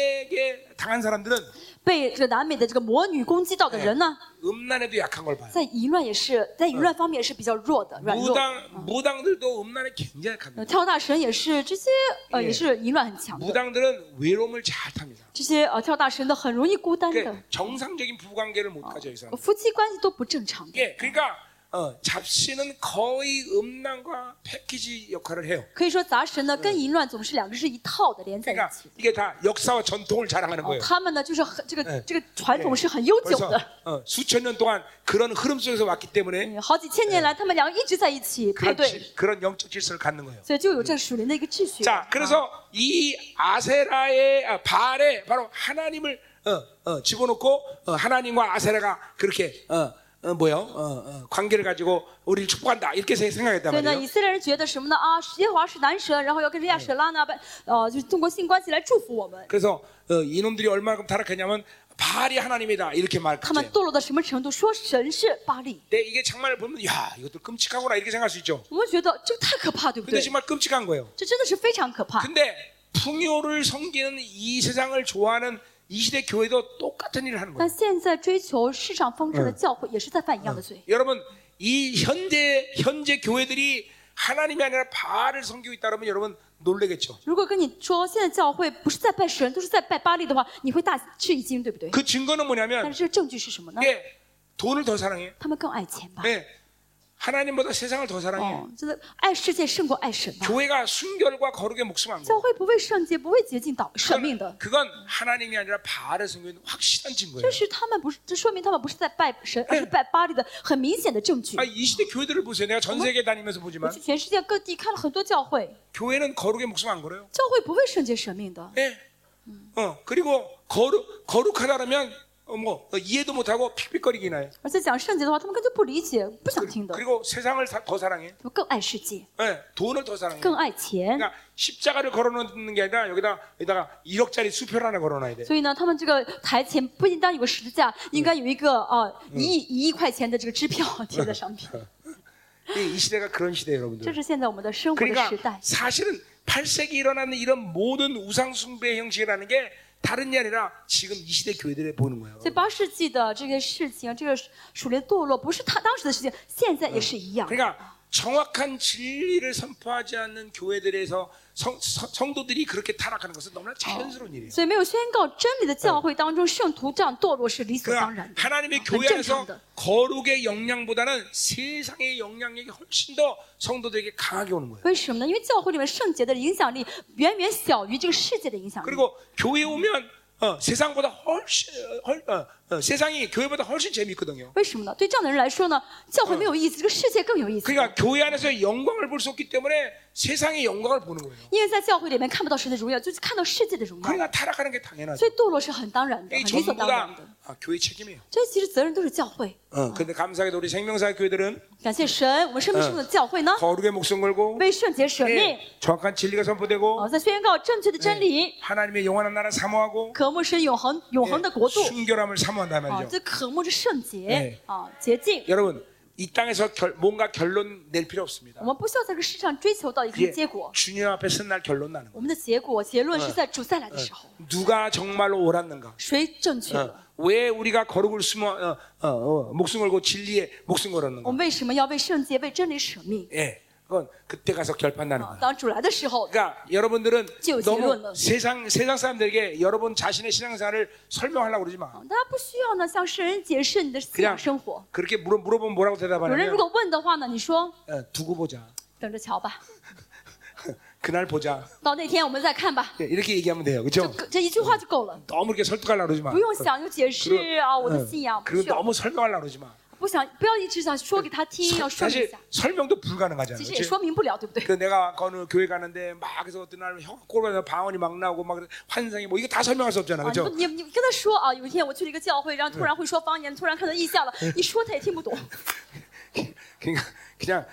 Speaker 1: 마녀에게 당한 사람들은
Speaker 2: 被这个南美的这个魔女攻击到的人呢，
Speaker 1: 음란에도 약한 걸 봐요.
Speaker 2: 在淫乱也是在淫乱方面也是比较弱的，软弱。
Speaker 1: 무당 무당들도 음란에 굉장히 약합니다.
Speaker 2: 呃，跳大神也是这些，呃，
Speaker 1: 예
Speaker 2: 也是淫乱很强的。
Speaker 1: 무당들은 외로움을 잘 탑니다.
Speaker 2: 这些呃跳大神的很容易孤单的呃
Speaker 1: 그 ， 정상적인 부부관계를 못 가져요, 이 사람.
Speaker 2: 夫妻关系都不正常的。
Speaker 1: 예, 그러니까 어, 잡신은 거의 음란과 패키지 역할을 해요.
Speaker 2: 可以说杂神呢跟淫乱总是两个是一套的连在一
Speaker 1: 그러니까
Speaker 2: 起的。
Speaker 1: 이게 다 아, 역사와 전통을 자랑하는
Speaker 2: 哦
Speaker 1: 거예요.
Speaker 2: 他们呢就是很这个
Speaker 1: 嗯
Speaker 2: 这个传统是很悠久
Speaker 1: 그래서
Speaker 2: 的。
Speaker 1: 어, 수천 년 동안 그런 흐름 속에서 왔기 때문에
Speaker 2: 嗯好几千年来，他们两个一直在一起排
Speaker 1: 그런,
Speaker 2: 队，
Speaker 1: 지- 그런 영적 질서를 갖는 거예요.
Speaker 2: 所以就有这个属灵的一个秩序。
Speaker 1: 자,
Speaker 2: 啊
Speaker 1: 그래서 이 아세라의 아, 발에 바로 하나님을 어, 어, 집어넣고 어, 하나님과 아세라가 그렇게 어, 어, 뭐요? 어, 어, 관계를 가지고 우리를 축복한다 이렇게 세- 생각했단
Speaker 2: 所以呢，
Speaker 1: 말이에요.
Speaker 2: 以色列人觉得什么呢？啊，耶和华是男神，然后要跟着亚舍拉呢，把呃，就是通过性关系来祝福我们。
Speaker 1: 그래서 어, 이놈들이 얼마큼 타락했냐면 발이 하나님이다 이렇게
Speaker 2: 他们
Speaker 1: 말했죠.
Speaker 2: 堕落到什么程度？说神是巴利，
Speaker 1: 근데 이게 정말 보면 야 이것도 끔찍하구나 이렇게 생각할 수 있죠.
Speaker 2: 我们觉得这个太可怕，对不
Speaker 1: 근데
Speaker 2: 对？
Speaker 1: 정말 끔찍한 거예요.
Speaker 2: 这真的是非常可怕。
Speaker 1: 근데 풍요를 섬기는 이 세상을 좋아하는 이 시대 교회도 똑같은 일을 하는 거예요.
Speaker 2: 但现在追求世上丰盛的教会，也是在犯一样的罪。
Speaker 1: 여러분 이 현재 현재 교회들이 하나님이 아니라 바알을 섬기고 있다 그러면 여러분 놀래겠죠.
Speaker 2: 如果跟你说现在教会不是在拜神，都是在拜巴利的话，你会大吃一惊，对不对？
Speaker 1: 그 증거는
Speaker 2: 但
Speaker 1: 뭐냐면
Speaker 2: 是这个证据是什么呢？
Speaker 1: 이게 돈을 더 사랑해.
Speaker 2: 他们更爱钱吧？
Speaker 1: 예. 하나님보다 세상을 더 사랑해.
Speaker 2: 哦，真的爱世界胜过爱神嘛。
Speaker 1: 교회가 순결과 거룩에 목숨 안 거.
Speaker 2: 教会不为圣洁，不为洁净导舍命的，
Speaker 1: 그건 하나님이 아니라 바알을 섬기는 확실한
Speaker 2: 这
Speaker 1: 증거예요.
Speaker 2: 是他们不是，这说明他们不是在拜神，而是拜巴黎的很明显的证据
Speaker 1: 아, 。이 시대 교회들을 보세요. 내가 전 세계 다니면서
Speaker 2: 我
Speaker 1: 보지만
Speaker 2: 去全世界各地看了很多教会，
Speaker 1: 교회는 거룩에 목숨 안 걸어요.
Speaker 2: 教会不为圣洁舍命的，
Speaker 1: 예. 어 그리고 거룩 거룩하다라면 어, 뭐 어, 이해도 못하고 픽픽거리긴 해요.
Speaker 2: 而且讲圣洁的话，他们根本就不理解，不想听的。
Speaker 1: 그리고 세상을 사- 더 사랑해.
Speaker 2: 他们更爱世界，
Speaker 1: 예. 돈을 더 사랑해.
Speaker 2: 更爱钱，
Speaker 1: 그러니까 십자가를 걸어놓는 게 아니라 여기다 여기다가 1억짜리 수표를 하나 걸어놔야 돼.
Speaker 2: 所以呢，他们这个台前不应当有个十字架，应该有一个啊一亿一亿块钱的这个支票贴在上面。
Speaker 1: 이, 이 시대가 그런 시대예요,
Speaker 2: 这
Speaker 1: 여러분들.
Speaker 2: 是现在我们的生活的时
Speaker 1: 그러니까
Speaker 2: 代。
Speaker 1: 사실은 8세기 일어나는 이런 모든 우상 숭배 형식이라는 게 다른 게 아니라 지금 이 시대 교회들에 보는 거예요.
Speaker 2: 所以八世纪的这些事情，这个属灵堕落，不是他当时的事情，现在也是一样。
Speaker 1: 그러니까 정확한 진리를 선포하지 않는 교회들에서 성, 도들이 그렇게 타락하는 것은 너무나 자연스러운 일이에요.
Speaker 2: 所以没有宣告真理的教会当中，圣徒这样堕落是理所当然
Speaker 1: 그러니까
Speaker 2: 的，
Speaker 1: 하나님의
Speaker 2: 很
Speaker 1: 교회
Speaker 2: 正常
Speaker 1: 안에서
Speaker 2: 的。
Speaker 1: 거룩의 영향보다는 세상의 영향력이 훨씬 더 성도들에게 강하게 오는 거예요.
Speaker 2: 为什么呢？因为教会里面圣洁的影响力远远小于这个世界的影响力。
Speaker 1: 그리고 교회 오면 어, 세상보다 훨씬 어, 훨- 어, 어, 세상이 교회보다 훨씬 재미있거든요.
Speaker 2: 为什么呢？对这样的人来说呢，教会没有意思，这个世界更有意思。
Speaker 1: 그러니까 교회 안에서 영광을 볼 수 없기 때문에 세상의 영광을 보는 거예요.
Speaker 2: 因为在教会里面看不到神的荣耀，就是看到世界的荣耀，
Speaker 1: 그러니까 타락하는 게 당연하죠.
Speaker 2: 所以堕落是很当然的，
Speaker 1: 이
Speaker 2: 很理所
Speaker 1: 전부
Speaker 2: 当然的
Speaker 1: 다 。 아, 교회 책임이에요.
Speaker 2: 这其实责任都是教会。
Speaker 1: 어, 근데 감사하게도 우리 생명사 교회들은
Speaker 2: 感谢神，我们生命中的教会呢，
Speaker 1: 거룩의 목숨 걸고
Speaker 2: 为圣洁舍
Speaker 1: 예,
Speaker 2: 命，
Speaker 1: 정확한 진리가
Speaker 2: 哦，
Speaker 1: 선포되고 예,
Speaker 2: 在宣告正确的真理，
Speaker 1: 하나님의 영원한 나라 사모하고
Speaker 2: 渴慕神永恒永
Speaker 1: 예,
Speaker 2: 恒的国度，
Speaker 1: 순결함을
Speaker 2: 啊，
Speaker 1: 사모한다면요.
Speaker 2: 这渴慕是圣洁
Speaker 1: 예
Speaker 2: 啊，洁净。
Speaker 1: 여러분 이 땅에서 결- 뭔가 결론 낼 필요
Speaker 2: 我
Speaker 1: 없습니다.
Speaker 2: 们不需要在这个世上追求到一
Speaker 1: 이게
Speaker 2: 个结果，
Speaker 1: 주님 앞에 선날 결론 나는
Speaker 2: 我们的结果结论是在主再来的时候，
Speaker 1: 거예요. 누가 정말로 옳았는가?
Speaker 2: 谁正确
Speaker 1: 어,
Speaker 2: 了？
Speaker 1: 왜 우리가 거룩을 숨어 어, 어, 어, 목숨 걸고 진리에 목숨
Speaker 2: 我
Speaker 1: 걸었는가?
Speaker 2: 们为什么要为圣洁、为真理舍命？
Speaker 1: 예, 그건 그때 가서 결판 나는
Speaker 2: 啊
Speaker 1: 거예요.
Speaker 2: 当主来的时候，
Speaker 1: 어. 그러니까 여러분들은
Speaker 2: 지우,
Speaker 1: 너무
Speaker 2: 지우는.
Speaker 1: 세상 세상 사람들에게 여러분 자신의 신앙생활을 설명하려고 그러지 마.
Speaker 2: 啊大家不需要呢向世人解释你的信仰
Speaker 1: 그냥
Speaker 2: 生活。
Speaker 1: 그렇게 물어 물어보면 뭐라고
Speaker 2: 有人如
Speaker 1: 대답하냐면
Speaker 2: 果问的话呢，你说
Speaker 1: 어, 두고 보자.
Speaker 2: 等着瞧吧，
Speaker 1: 그날 보자.
Speaker 2: 到那天我们再看吧。
Speaker 1: 예, 이렇게 얘기하면 돼요. 그렇죠?
Speaker 2: 这这一句话就够了，
Speaker 1: 너무 이렇게 설득하려고 그러지 마. 네.
Speaker 2: 不用想就解释啊，我的信仰不
Speaker 1: 그리고
Speaker 2: 需要，
Speaker 1: 너무 설명하려고 그러지 마.
Speaker 2: 不想不要一直想说给他听，要说明一
Speaker 1: 사실
Speaker 2: 下，
Speaker 1: 설명도 불가능하잖아요.
Speaker 2: 其实也
Speaker 1: 그렇지?
Speaker 2: 说明不了，对不对？
Speaker 1: 그 내가 어느 교회 가는데 막 그래서 어떤 날 형, 꼬르면서 방언이 막 나오고 막 환상이 뭐 이거 다 설명할 수 없잖아.
Speaker 2: 啊，你不
Speaker 1: 그렇죠?
Speaker 2: 你你跟他说啊，有一天我去了一个教会，然后突然会说方言，突然看到异象了，你说他也听不懂，
Speaker 1: 그냥, 그냥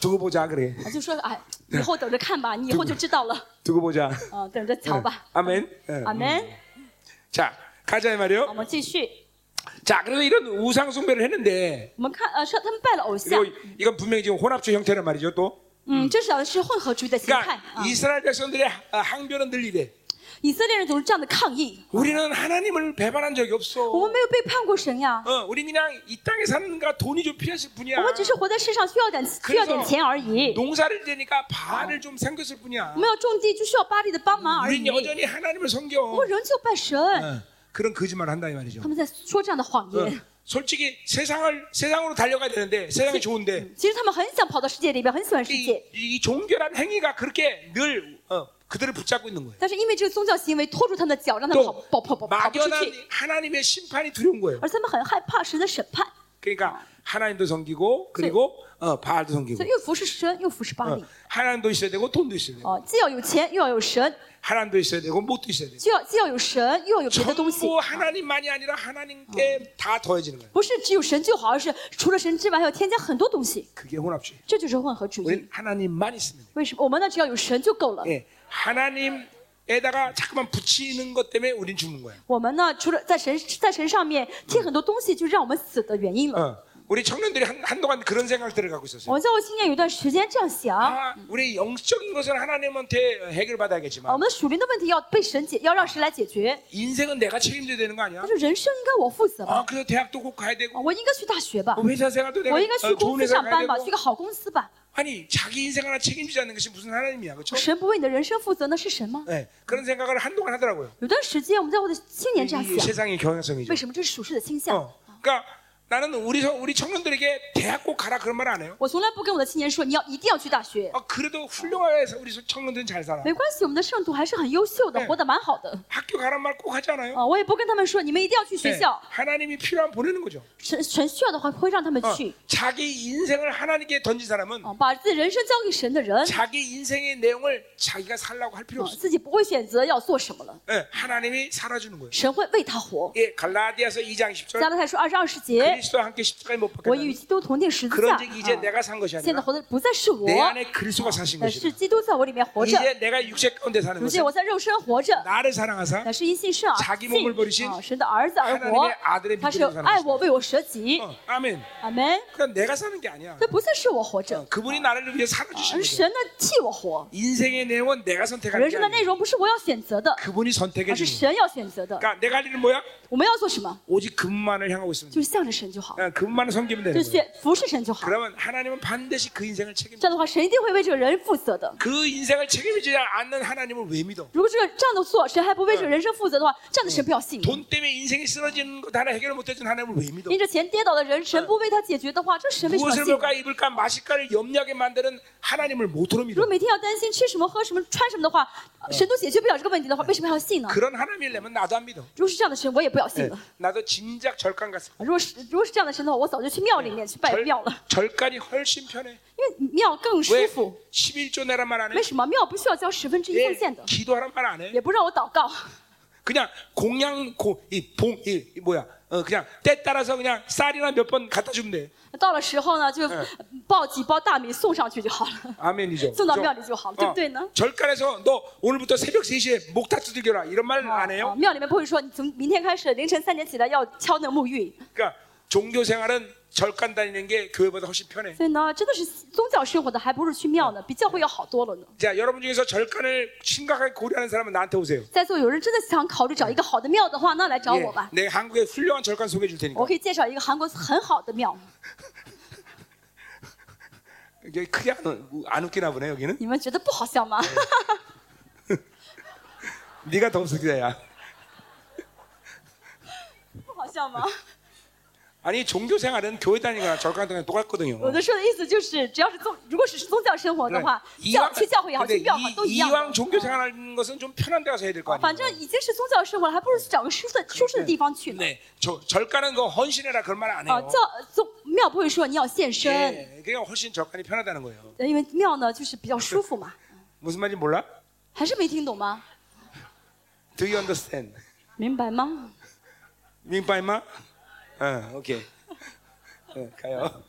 Speaker 1: 두고 보자 그래.
Speaker 2: 啊就说哎，以后等着看吧，你以后就知道了，
Speaker 1: 두고 보자.
Speaker 2: 啊，等着瞧吧。嗯
Speaker 1: 아멘. 예.
Speaker 2: 阿门。
Speaker 1: 자, 가자 이
Speaker 2: 我
Speaker 1: 말이요.
Speaker 2: 们继续，
Speaker 1: 자, 그래서 이런 우상 숭배를 했는데
Speaker 2: 我们看呃，说他们拜了偶像
Speaker 1: 그리고 ， 이건 분명히 지금 혼합주의 형태란 말이죠, 또.
Speaker 2: 嗯，这讲的是混合主义的形态
Speaker 1: 그러니까
Speaker 2: 啊。
Speaker 1: 이스라엘 백성들의 하- 아, 항변은 늘 이래.
Speaker 2: 以色列人总是这样的抗议，
Speaker 1: 우리는 하나님을 배반한 적이 없어.
Speaker 2: 我们没有背叛过神呀，
Speaker 1: 어, 우리 그냥 이 땅에 사는가 돈이 좀 필요했을 뿐이야.
Speaker 2: 我们只是活在世上需要点需要点钱而已。
Speaker 1: 농사를 지니까 반을 좀 생겼을
Speaker 2: 我
Speaker 1: 뿐이야.
Speaker 2: 们要种地就需要巴黎的帮忙而
Speaker 1: 우린
Speaker 2: 已。我
Speaker 1: 여전히 하나님을 섬겨.
Speaker 2: 们仍旧拜神，
Speaker 1: 어, 그런 거짓말 을 한다 이 말이죠.
Speaker 2: 他们在说这样的谎
Speaker 1: 어,
Speaker 2: 言。
Speaker 1: 솔직히 세상을 세상으로 달려가야 되는데 세상이 좋은데
Speaker 2: 其实他们很想跑到世界里边，很喜欢世
Speaker 1: 이,
Speaker 2: 界，
Speaker 1: 이 종결한 행위가 그렇게 늘 어, 그들을 붙잡고 있는 거예요.
Speaker 2: 但是因为这个宗教行为拖住他们的脚，让他们跑
Speaker 1: 또
Speaker 2: 跑跑跑跑不出
Speaker 1: 막연한
Speaker 2: 去，
Speaker 1: 하나님의 심판이 두려운 거예요.
Speaker 2: 而且他们很害怕神的审判，
Speaker 1: 그러니까 하나님도 섬기고 그리고 어, 바알도 섬기고
Speaker 2: 所以又服侍神，又服侍巴
Speaker 1: 어,
Speaker 2: 黎。
Speaker 1: 하나님도 있어야 되고 돈도 있어야 되고
Speaker 2: 哦，既要有钱，又要有神，
Speaker 1: 하나님도 있어야 되고 못도 있어야 되고
Speaker 2: 既要既要有神，又要有别的东西。
Speaker 1: 전부 하나님만이 아니라 하나님께 다 더해지는 거예요.
Speaker 2: 不是只有神就好，而是除了神之外，还要添加很多东西。
Speaker 1: 그게 혼합주의.
Speaker 2: 这就是混合主义。
Speaker 1: 우리는 하나님만 있으면 돼요.
Speaker 2: 为什么我们呢？只要有神就够了。
Speaker 1: 예. 하나님에다가 자꾸만 붙이는 것 때문에 우린 죽는 거야.
Speaker 2: 我们呢，除了在神在神上面贴很多东西，就让我们死的原因了。
Speaker 1: 어. 우리 청년들이 한, 한동안 그런 생각들을 갖고
Speaker 2: 我
Speaker 1: 있었어요.
Speaker 2: 们教会青年有一段时间这样想：
Speaker 1: 아, 우리 영적인 것은 하나님한테
Speaker 2: 아我
Speaker 1: 해결받아야겠지만
Speaker 2: 们属灵的问题要被神解，要让神来解决。
Speaker 1: 인생은 내가 책임져야 되는 거 아니야?
Speaker 2: 但是人生应该我负责吧？
Speaker 1: 아, 그래서 대학도 꼭 가야
Speaker 2: 啊
Speaker 1: 되고 뭐
Speaker 2: 我应该去大学吧？
Speaker 1: 회사 생활도 내가
Speaker 2: 我应该去
Speaker 1: 어,
Speaker 2: 公
Speaker 1: 좋은
Speaker 2: 司
Speaker 1: 회사
Speaker 2: 上
Speaker 1: 가야
Speaker 2: 班吧？去
Speaker 1: 되고
Speaker 2: 个好公司吧？
Speaker 1: 아니 자기 인생 하나 책임지지 않는 것이 무슨 하나님이야, 그렇죠?
Speaker 2: 神不为你的人生负责，那是神吗？
Speaker 1: 네, 그런 생각을 한동안 하더라고요.
Speaker 2: 有段时间我们教会的青年这样
Speaker 1: 이게
Speaker 2: 想，
Speaker 1: 세상의 경향성이죠.
Speaker 2: 为什么这是属世的倾向？
Speaker 1: 어, 그러니까 나는 우리 서- 우리 청년들에게 대학 꼭 가라 그런 말 안 해요.
Speaker 2: 我从来不跟我的青年说你要一定要去大学，
Speaker 1: 아, 그래도 훌륭하게 해서 우리 청년들은 잘 살아.
Speaker 2: 没关系，我们的圣徒还是很优秀的
Speaker 1: 네 ，
Speaker 2: 活得蛮好的
Speaker 1: 학교 가란 말 꼭 하지 않아요.
Speaker 2: 啊。我也不跟他们说你们一定要去
Speaker 1: 네,
Speaker 2: 学校，
Speaker 1: 하나님이 필요하면 보내는 거죠.
Speaker 2: 神神需要的话会让他们
Speaker 1: 어,
Speaker 2: 去
Speaker 1: 자기 인생을 하나님께 던진 사람은
Speaker 2: 啊，把自己人生交给神的人，
Speaker 1: 자기 인생의 내용을 자기가 살라고 할 필요
Speaker 2: 啊
Speaker 1: 없어요.
Speaker 2: 自己不会选择要做什么了，
Speaker 1: 예, 하나님이 살아주는 거예요.
Speaker 2: 神会为他活。
Speaker 1: 예, 갈라디아서 2장 10절
Speaker 2: 加拉太书二十二十节，
Speaker 1: 그리스도와 함께 십자가에 못
Speaker 2: 我与
Speaker 1: 박혔다.
Speaker 2: 基督同定十字架，
Speaker 1: 그런즉 이제
Speaker 2: 啊
Speaker 1: 내가 산 것이
Speaker 2: 现在
Speaker 1: 아니라
Speaker 2: 活的不再是我，
Speaker 1: 내 안에 그리스도가 사신
Speaker 2: 乃是
Speaker 1: 것이다.
Speaker 2: 基督在我里面活着。
Speaker 1: 이제 내가 육체 가운데 사는
Speaker 2: 如今
Speaker 1: 것은
Speaker 2: 我在肉身活着，
Speaker 1: 어. 나를 사랑하사
Speaker 2: 乃是因信圣而
Speaker 1: 자기몸을버리신
Speaker 2: 信啊，神的儿子而活
Speaker 1: 하나님의아들의믿음으로。
Speaker 2: 他是
Speaker 1: 사는
Speaker 2: 爱我，为我舍己。
Speaker 1: 어, 아멘.
Speaker 2: 阿门。
Speaker 1: 그러니까 내가 사는 게 아니야.
Speaker 2: 这不再是我活
Speaker 1: 어,
Speaker 2: 着，
Speaker 1: 그분이 나를 위해 살아주신
Speaker 2: 而是
Speaker 1: 거죠.
Speaker 2: 神呢替我活。
Speaker 1: 인생의 내용은 내가 선택하는
Speaker 2: 人
Speaker 1: 게
Speaker 2: 生的内
Speaker 1: 아니야.
Speaker 2: 容不是我要选择的，
Speaker 1: 그분이 선택해
Speaker 2: 而是
Speaker 1: 주는 거야.
Speaker 2: 神要选择的。
Speaker 1: 그러니까 내가 할 일은 뭐야?
Speaker 2: 我们要做什么？
Speaker 1: 오직 그분만을 향하고 있으면 돼.
Speaker 2: 就是向着神就好，
Speaker 1: 그냥 그분만을 섬기면
Speaker 2: 就
Speaker 1: 되는
Speaker 2: 是
Speaker 1: 거야.
Speaker 2: 服侍神就好。
Speaker 1: 그러면 하나님은 반드시 그 인생을 책임.
Speaker 2: 这样的话，神一定会为这个人负责的。
Speaker 1: 그 인생을 책임지지 않는 하나님을 왜 믿어?
Speaker 2: 如果这个这样的做，神还不为这个人生负责的话，这样的神不要信。
Speaker 1: 돈 때문에 인생이 쓰러지는 것 하나 해결을 못해준 하나님을 왜 믿어?
Speaker 2: 因着钱跌倒的人，神不为他解决的话，这神为什么
Speaker 1: 무엇을
Speaker 2: 信？
Speaker 1: 먹을까 입을까 마실까를 염려하게 만드는 하나님을 모토로
Speaker 2: 如
Speaker 1: 믿어.
Speaker 2: 果每天要担心吃什么、喝什么、穿什么的话，呃神都解决不了这个问题的话，为什么还要信呢？
Speaker 1: 그런 하나님이라면 나도 안 믿어.
Speaker 2: 如果是这样的神，我也不要信
Speaker 1: 네.
Speaker 2: 了。
Speaker 1: 나도 진작 절간 갔어.
Speaker 2: 如果是如果是这样的神的话，我早就去庙里面去拜庙了，
Speaker 1: 절간이 훨씬 편해.
Speaker 2: 因为庙更舒
Speaker 1: 왜
Speaker 2: 服。
Speaker 1: 11조 내란 말 안 해?
Speaker 2: 为什么庙不需要交十分之一奉
Speaker 1: 예,
Speaker 2: 献的，
Speaker 1: 기도하란 말 안 해?
Speaker 2: 也不让我祷告，
Speaker 1: 그냥 공양 고이봉이 뭐야? 어 그냥 때 따라서 그냥 쌀이나 몇 번 갖다 주면 돼.
Speaker 2: 到了时候呢就抱几包大米送上去就好了。
Speaker 1: 아멘이죠.
Speaker 2: 손
Speaker 1: 그죠? 어.
Speaker 3: 남겨야지,
Speaker 2: 이거 함. 뚝뚝이나?
Speaker 1: 절간에서 너 오늘부터 새벽 3시에 목탁 두들겨라 이런 말 안
Speaker 2: 啊
Speaker 1: 해요.
Speaker 2: 庙里面不会说你从明天开始凌晨三点起来要敲那个沐浴，
Speaker 1: 그러니까 종교 생활은 절간 다니는 게 교회보다 훨씬 편해.
Speaker 2: 所以呢，真的是宗教生活的还不如去庙呢，比教会要好多了呢。
Speaker 1: 자 여러분 중에서 절간을 심각하게 고려하는 사람은 나한테 오세요.
Speaker 2: 在座有人真的想考虑找一个好的庙的话，那来找我吧，
Speaker 1: 예, 내가 한국에 훌륭한 절간 소개해 줄 테니까.
Speaker 2: 我可以介绍一个韩国很好的庙。
Speaker 1: 여기 크게 안, 웃- 안 웃기나 보네 여기는.
Speaker 2: 你们觉得不好笑吗？
Speaker 1: 네가 더 웃기다야.
Speaker 2: 不好笑吗？
Speaker 1: 아니 종교 생활은 교회 다니거나 절간 다니거나 똑같거든요. 네.
Speaker 2: 我的说的意思就是，只要是宗，如果只是宗教生活的话，教去教会也好，去庙也好，都一样的。
Speaker 1: 이왕 종교 생활하는 것은 좀 편한 데 가서 해야 될 거
Speaker 2: 反
Speaker 1: 아니에요.
Speaker 2: 正已经是宗教生活了，还不如去找个舒适的舒适的地方去呢。
Speaker 1: 네, 저, 절간은 그 헌신해라 그런 말 안
Speaker 2: 啊，
Speaker 1: 해요.
Speaker 2: 教宗庙不会说你要献身，
Speaker 1: 예, 그게 훨씬 절간이 편하다는 거예요.
Speaker 2: 因为庙呢就是比较舒服嘛。
Speaker 1: 무슨 말인지 몰라?
Speaker 2: 还是没听懂吗？
Speaker 1: Do you understand?
Speaker 2: 明白吗？
Speaker 1: 민파이마? 어, 오케이. 어, 가요.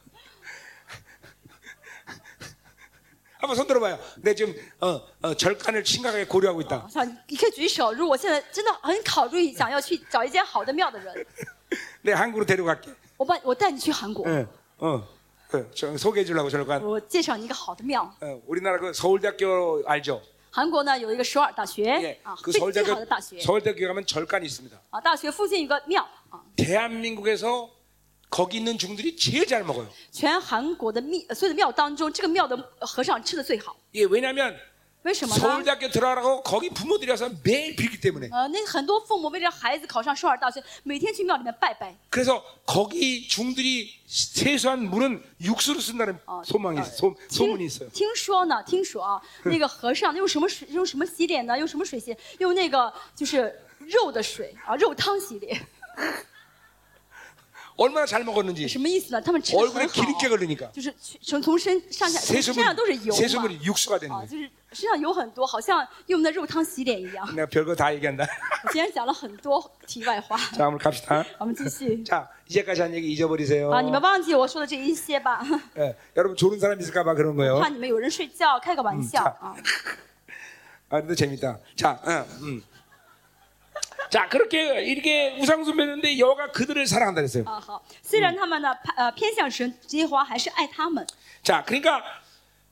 Speaker 1: 한번 손 들어봐요. 내 지금 어, 어, 절간을 심각하게 고려하고 있다.
Speaker 2: 我想你可以举手。如果我现在真的很考虑想要去找一间好的庙的 人，
Speaker 1: 내 한국으로 데려갈게.
Speaker 2: 我把我带你去韩国，
Speaker 1: 예, 어, 어, 저, 소개해 주려고 절간.
Speaker 2: 我介绍你一个好的庙。
Speaker 1: 어, 우리나라 그 서울대학교 알죠?
Speaker 2: 韩国呢有一个首尔大学、
Speaker 1: 예,
Speaker 2: 啊，
Speaker 1: 그
Speaker 2: 非常好的
Speaker 1: 서울대학교
Speaker 2: 大学
Speaker 1: 서울대학교 가면 절간이 있습니다.
Speaker 2: 啊，大学附近有个庙啊，
Speaker 1: 대한민국에서 거기 있는 중들이 제일 잘 먹어요.
Speaker 2: 全韩国的庙所有的庙当中，这个庙的和尚吃的最好。
Speaker 1: 예, 왜냐하면
Speaker 2: 为什么呢？
Speaker 1: 서울대학교 들어가라고 거기 부모들이 와서 매일 빌기 때문에.
Speaker 2: 呃，那很多父母为了孩子考上首尔大学，每天去庙里面拜拜。
Speaker 1: 그래서 거기 중들이 세수한 물은 육수로 쓴다는
Speaker 2: 어,
Speaker 1: 소망이
Speaker 2: 어,
Speaker 1: 있어요. 소,
Speaker 2: 听
Speaker 1: 소문이 있어요.
Speaker 2: 听说呢，听说啊，那个和尚用什么水？用什么洗脸呢？用什么水洗？用那个就是肉的水啊，肉汤洗脸。
Speaker 1: 얼마나 잘 먹었는지
Speaker 2: 什么意思呢？他们吃的
Speaker 1: 얼굴에
Speaker 2: 很好，啊
Speaker 1: 기름기가 걸리니까
Speaker 2: 就是从从身上下身
Speaker 1: 세수분
Speaker 2: 上都是油嘛，
Speaker 1: 세수분이 육수가 되는
Speaker 2: 啊，
Speaker 1: 거예요.
Speaker 2: 就是身上油很多，好像用那肉汤洗脸一样。
Speaker 1: 내가 별거 다 얘기한다.
Speaker 2: 我今天讲了很多题外话，
Speaker 1: 자, 한번 갑시다.
Speaker 2: 我们继续。
Speaker 1: 자, 이제까지 한 얘기 잊어버리세요.
Speaker 2: 啊，你们忘记我说的这一些吧，
Speaker 1: 예, 여러분 졸은 사람 있을까봐 그런 거예요.
Speaker 2: 怕你们有人睡觉，开个玩笑啊。
Speaker 1: 아, 근데 재밌다. 자, 응, 음. 자, 그렇게 이렇게 우상숭배했는데 여가 그들을 사랑한다 그랬어요.
Speaker 2: 啊，好，虽然他们呢，怕呃，偏向神，耶和华还是爱他们。
Speaker 1: 자, 그러니까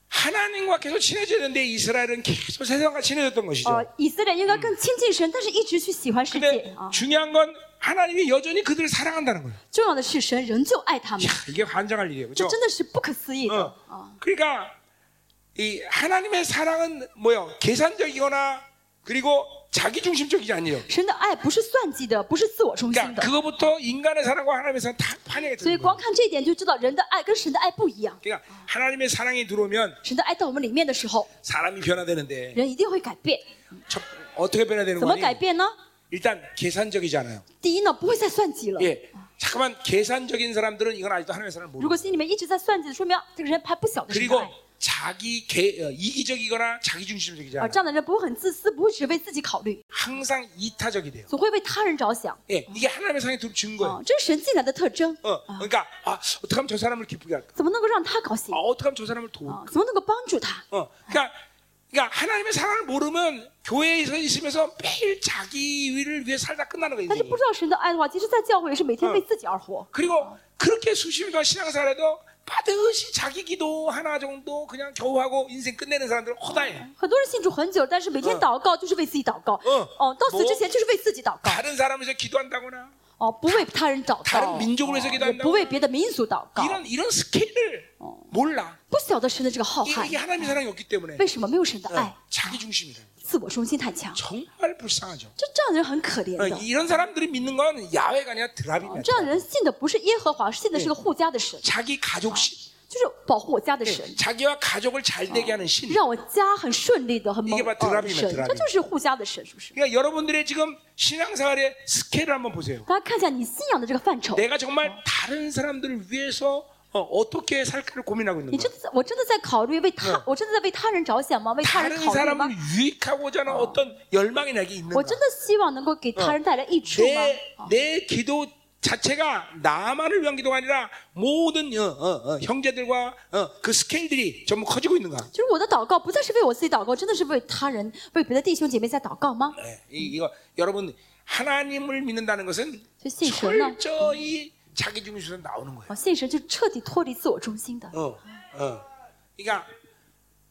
Speaker 1: 하나님과 계속 친해져야 되는데 이스라엘은 계속 세상과 친해졌던 것이죠.
Speaker 2: 呃，以色列应该更亲近神，但是一直去喜欢世界
Speaker 1: 근데
Speaker 2: 啊。
Speaker 1: 중요한 건 하나님이 여전히 그들을 사랑한다는 거예요.
Speaker 2: 重要的是，神仍旧爱 他们
Speaker 1: 야, ， 이게 환장할 일이에요.
Speaker 2: 这
Speaker 1: 그렇죠?
Speaker 2: 真的是不可思议的
Speaker 1: 어.
Speaker 2: 啊。
Speaker 1: 그러니까 이 하나님의 사랑은 뭐요? 계산적이거나 그리고 자기 중심적이지 않아요.
Speaker 2: 神的爱不是算计的，不是自我中心
Speaker 1: 그러니까
Speaker 2: 的。
Speaker 1: 그거부터 인간의 사랑과 하나님의 사랑 다 판이가
Speaker 2: 所
Speaker 1: 되는
Speaker 2: 以
Speaker 1: 거예요.
Speaker 2: 光看这一点就知道人的爱跟神的爱不一样。
Speaker 1: 그러니까 하나님의 사랑이 들어오면
Speaker 2: 神的爱到我们里面的时候，
Speaker 1: 사람이 변화되는데
Speaker 2: 人一定会改变。
Speaker 1: 첫- 어떻게 변화되는
Speaker 2: 怎么
Speaker 1: 거니?
Speaker 2: 改变呢？
Speaker 1: 일단 계산적이잖아요.
Speaker 2: 第一呢，不会再算计了。
Speaker 1: 예. 잠깐만 계산적인 사람들은 이건 아직도 하나님의 사랑을
Speaker 2: 如
Speaker 1: 모르고
Speaker 2: 果心里面一直在算计，说明这个人还不晓得神的
Speaker 1: 그리고
Speaker 2: 爱。
Speaker 1: 자기 개, 어, 이기적이거나 자기 중심적이지
Speaker 2: 啊，
Speaker 1: 않아요.
Speaker 2: 这样的人不会很自私，不会只为自己考虑，
Speaker 1: 항상 이타적이 돼요.
Speaker 2: 总会为他人着想。
Speaker 1: 예. 이게 하나님의 사랑이 들어온 증거예요.
Speaker 2: 啊，这是神进来的特征。
Speaker 1: 어, 그러니까 아, 어떻게 하면 저 사람을 기쁘게 할까?
Speaker 2: 怎么能够让他高兴
Speaker 1: 아, ？ 어떻게 하면 저 사람을 도울까?
Speaker 2: 啊，怎么能够帮助他？
Speaker 1: 어, 그러니까, 그러니까 하나님의 사랑을 모르면 교회에서 있으면서 매일 자기 위를 위해 살다 끝나는 거예요.
Speaker 2: 但是
Speaker 1: 인생이.
Speaker 2: 不知道神的爱的话，其实，在教会也是每天为自己而活。
Speaker 1: 그리고 그렇게 수십 년 신앙생활해도 반드시 자기 기도 하나 정도 그냥 겨우 하고 인생 끝내는 사람들은 허다해.
Speaker 2: 很多人信主很久，但是每天祷告就是为自己祷告。
Speaker 1: 嗯
Speaker 2: 哦，到死之前就是为自己祷告。
Speaker 1: 다른 사람에서 기도한다거나
Speaker 2: 哦，不为他人祷
Speaker 1: 다른
Speaker 2: 告，
Speaker 1: 민족을위해서기도한다고
Speaker 2: 也不为别的民族祷告，
Speaker 1: 이런 이런 스케일을 몰라.
Speaker 2: 不晓得神的这个嗯浩
Speaker 1: 이 이게
Speaker 2: 瀚，
Speaker 1: 하나님의 사랑이 없기 때문에
Speaker 2: 为什么没有神的爱？
Speaker 1: 자기 중심이다.
Speaker 2: 自我中心太强，
Speaker 1: 정말 불쌍하죠.
Speaker 2: 就这样的人很可怜
Speaker 1: 어,
Speaker 2: 的。
Speaker 1: 이런 사람들이 믿는 건 야외가 아니라 드라비입니다.
Speaker 2: 这样的人信的不是耶和华，信的是个护家的神，
Speaker 1: 자기 가족 신,
Speaker 2: 就是保护我家的神，
Speaker 1: 자기와 가족을 잘 되게 하는 신.
Speaker 2: 让我家很顺利的、很蒙
Speaker 1: 이게바드라비입
Speaker 2: 呃
Speaker 1: 니다
Speaker 2: 神
Speaker 1: 드라비 ，
Speaker 2: 这就是护家的神，是不是？
Speaker 1: 그러니까 여러분들의 지금 신앙생활의 스케일을 한번 보세요.
Speaker 2: 大家看一下你信仰的这个范畴，
Speaker 1: 내가 정말 다른 사람들을 위해서 어, 떻게 살까를 고민하고 있는
Speaker 2: 你真
Speaker 1: 거야.
Speaker 2: 的在我真的在考虑为他，我真的在为他人着想吗？为嗯他人
Speaker 1: 다른
Speaker 2: 考虑吗
Speaker 1: 사람을 ？ 유익하고자 하는 어. 떤 열망이 내게 있는
Speaker 2: 我
Speaker 1: 거야.
Speaker 2: 真的嗯希望能够给他人带来益处吗？
Speaker 1: 내, 내 기도 자체가 나만을 위한 기도가 아니라 모든 어, 어, 어, 형제들과 어, 그 스케일들이 전부 커지고 있는 거야.
Speaker 2: 就是我的祷告不再是为我自己祷告，真的是为他人、为别的弟兄姐妹在祷告吗？
Speaker 1: 예, 이, 이거 여러분 하나님을 믿는다는 것은
Speaker 2: 所以信神呢，
Speaker 1: 철저히 자기 중심에서 나오는 거예요.
Speaker 2: 啊，信神就是彻底脱离自我中心的。
Speaker 1: 어, 어. 그러니까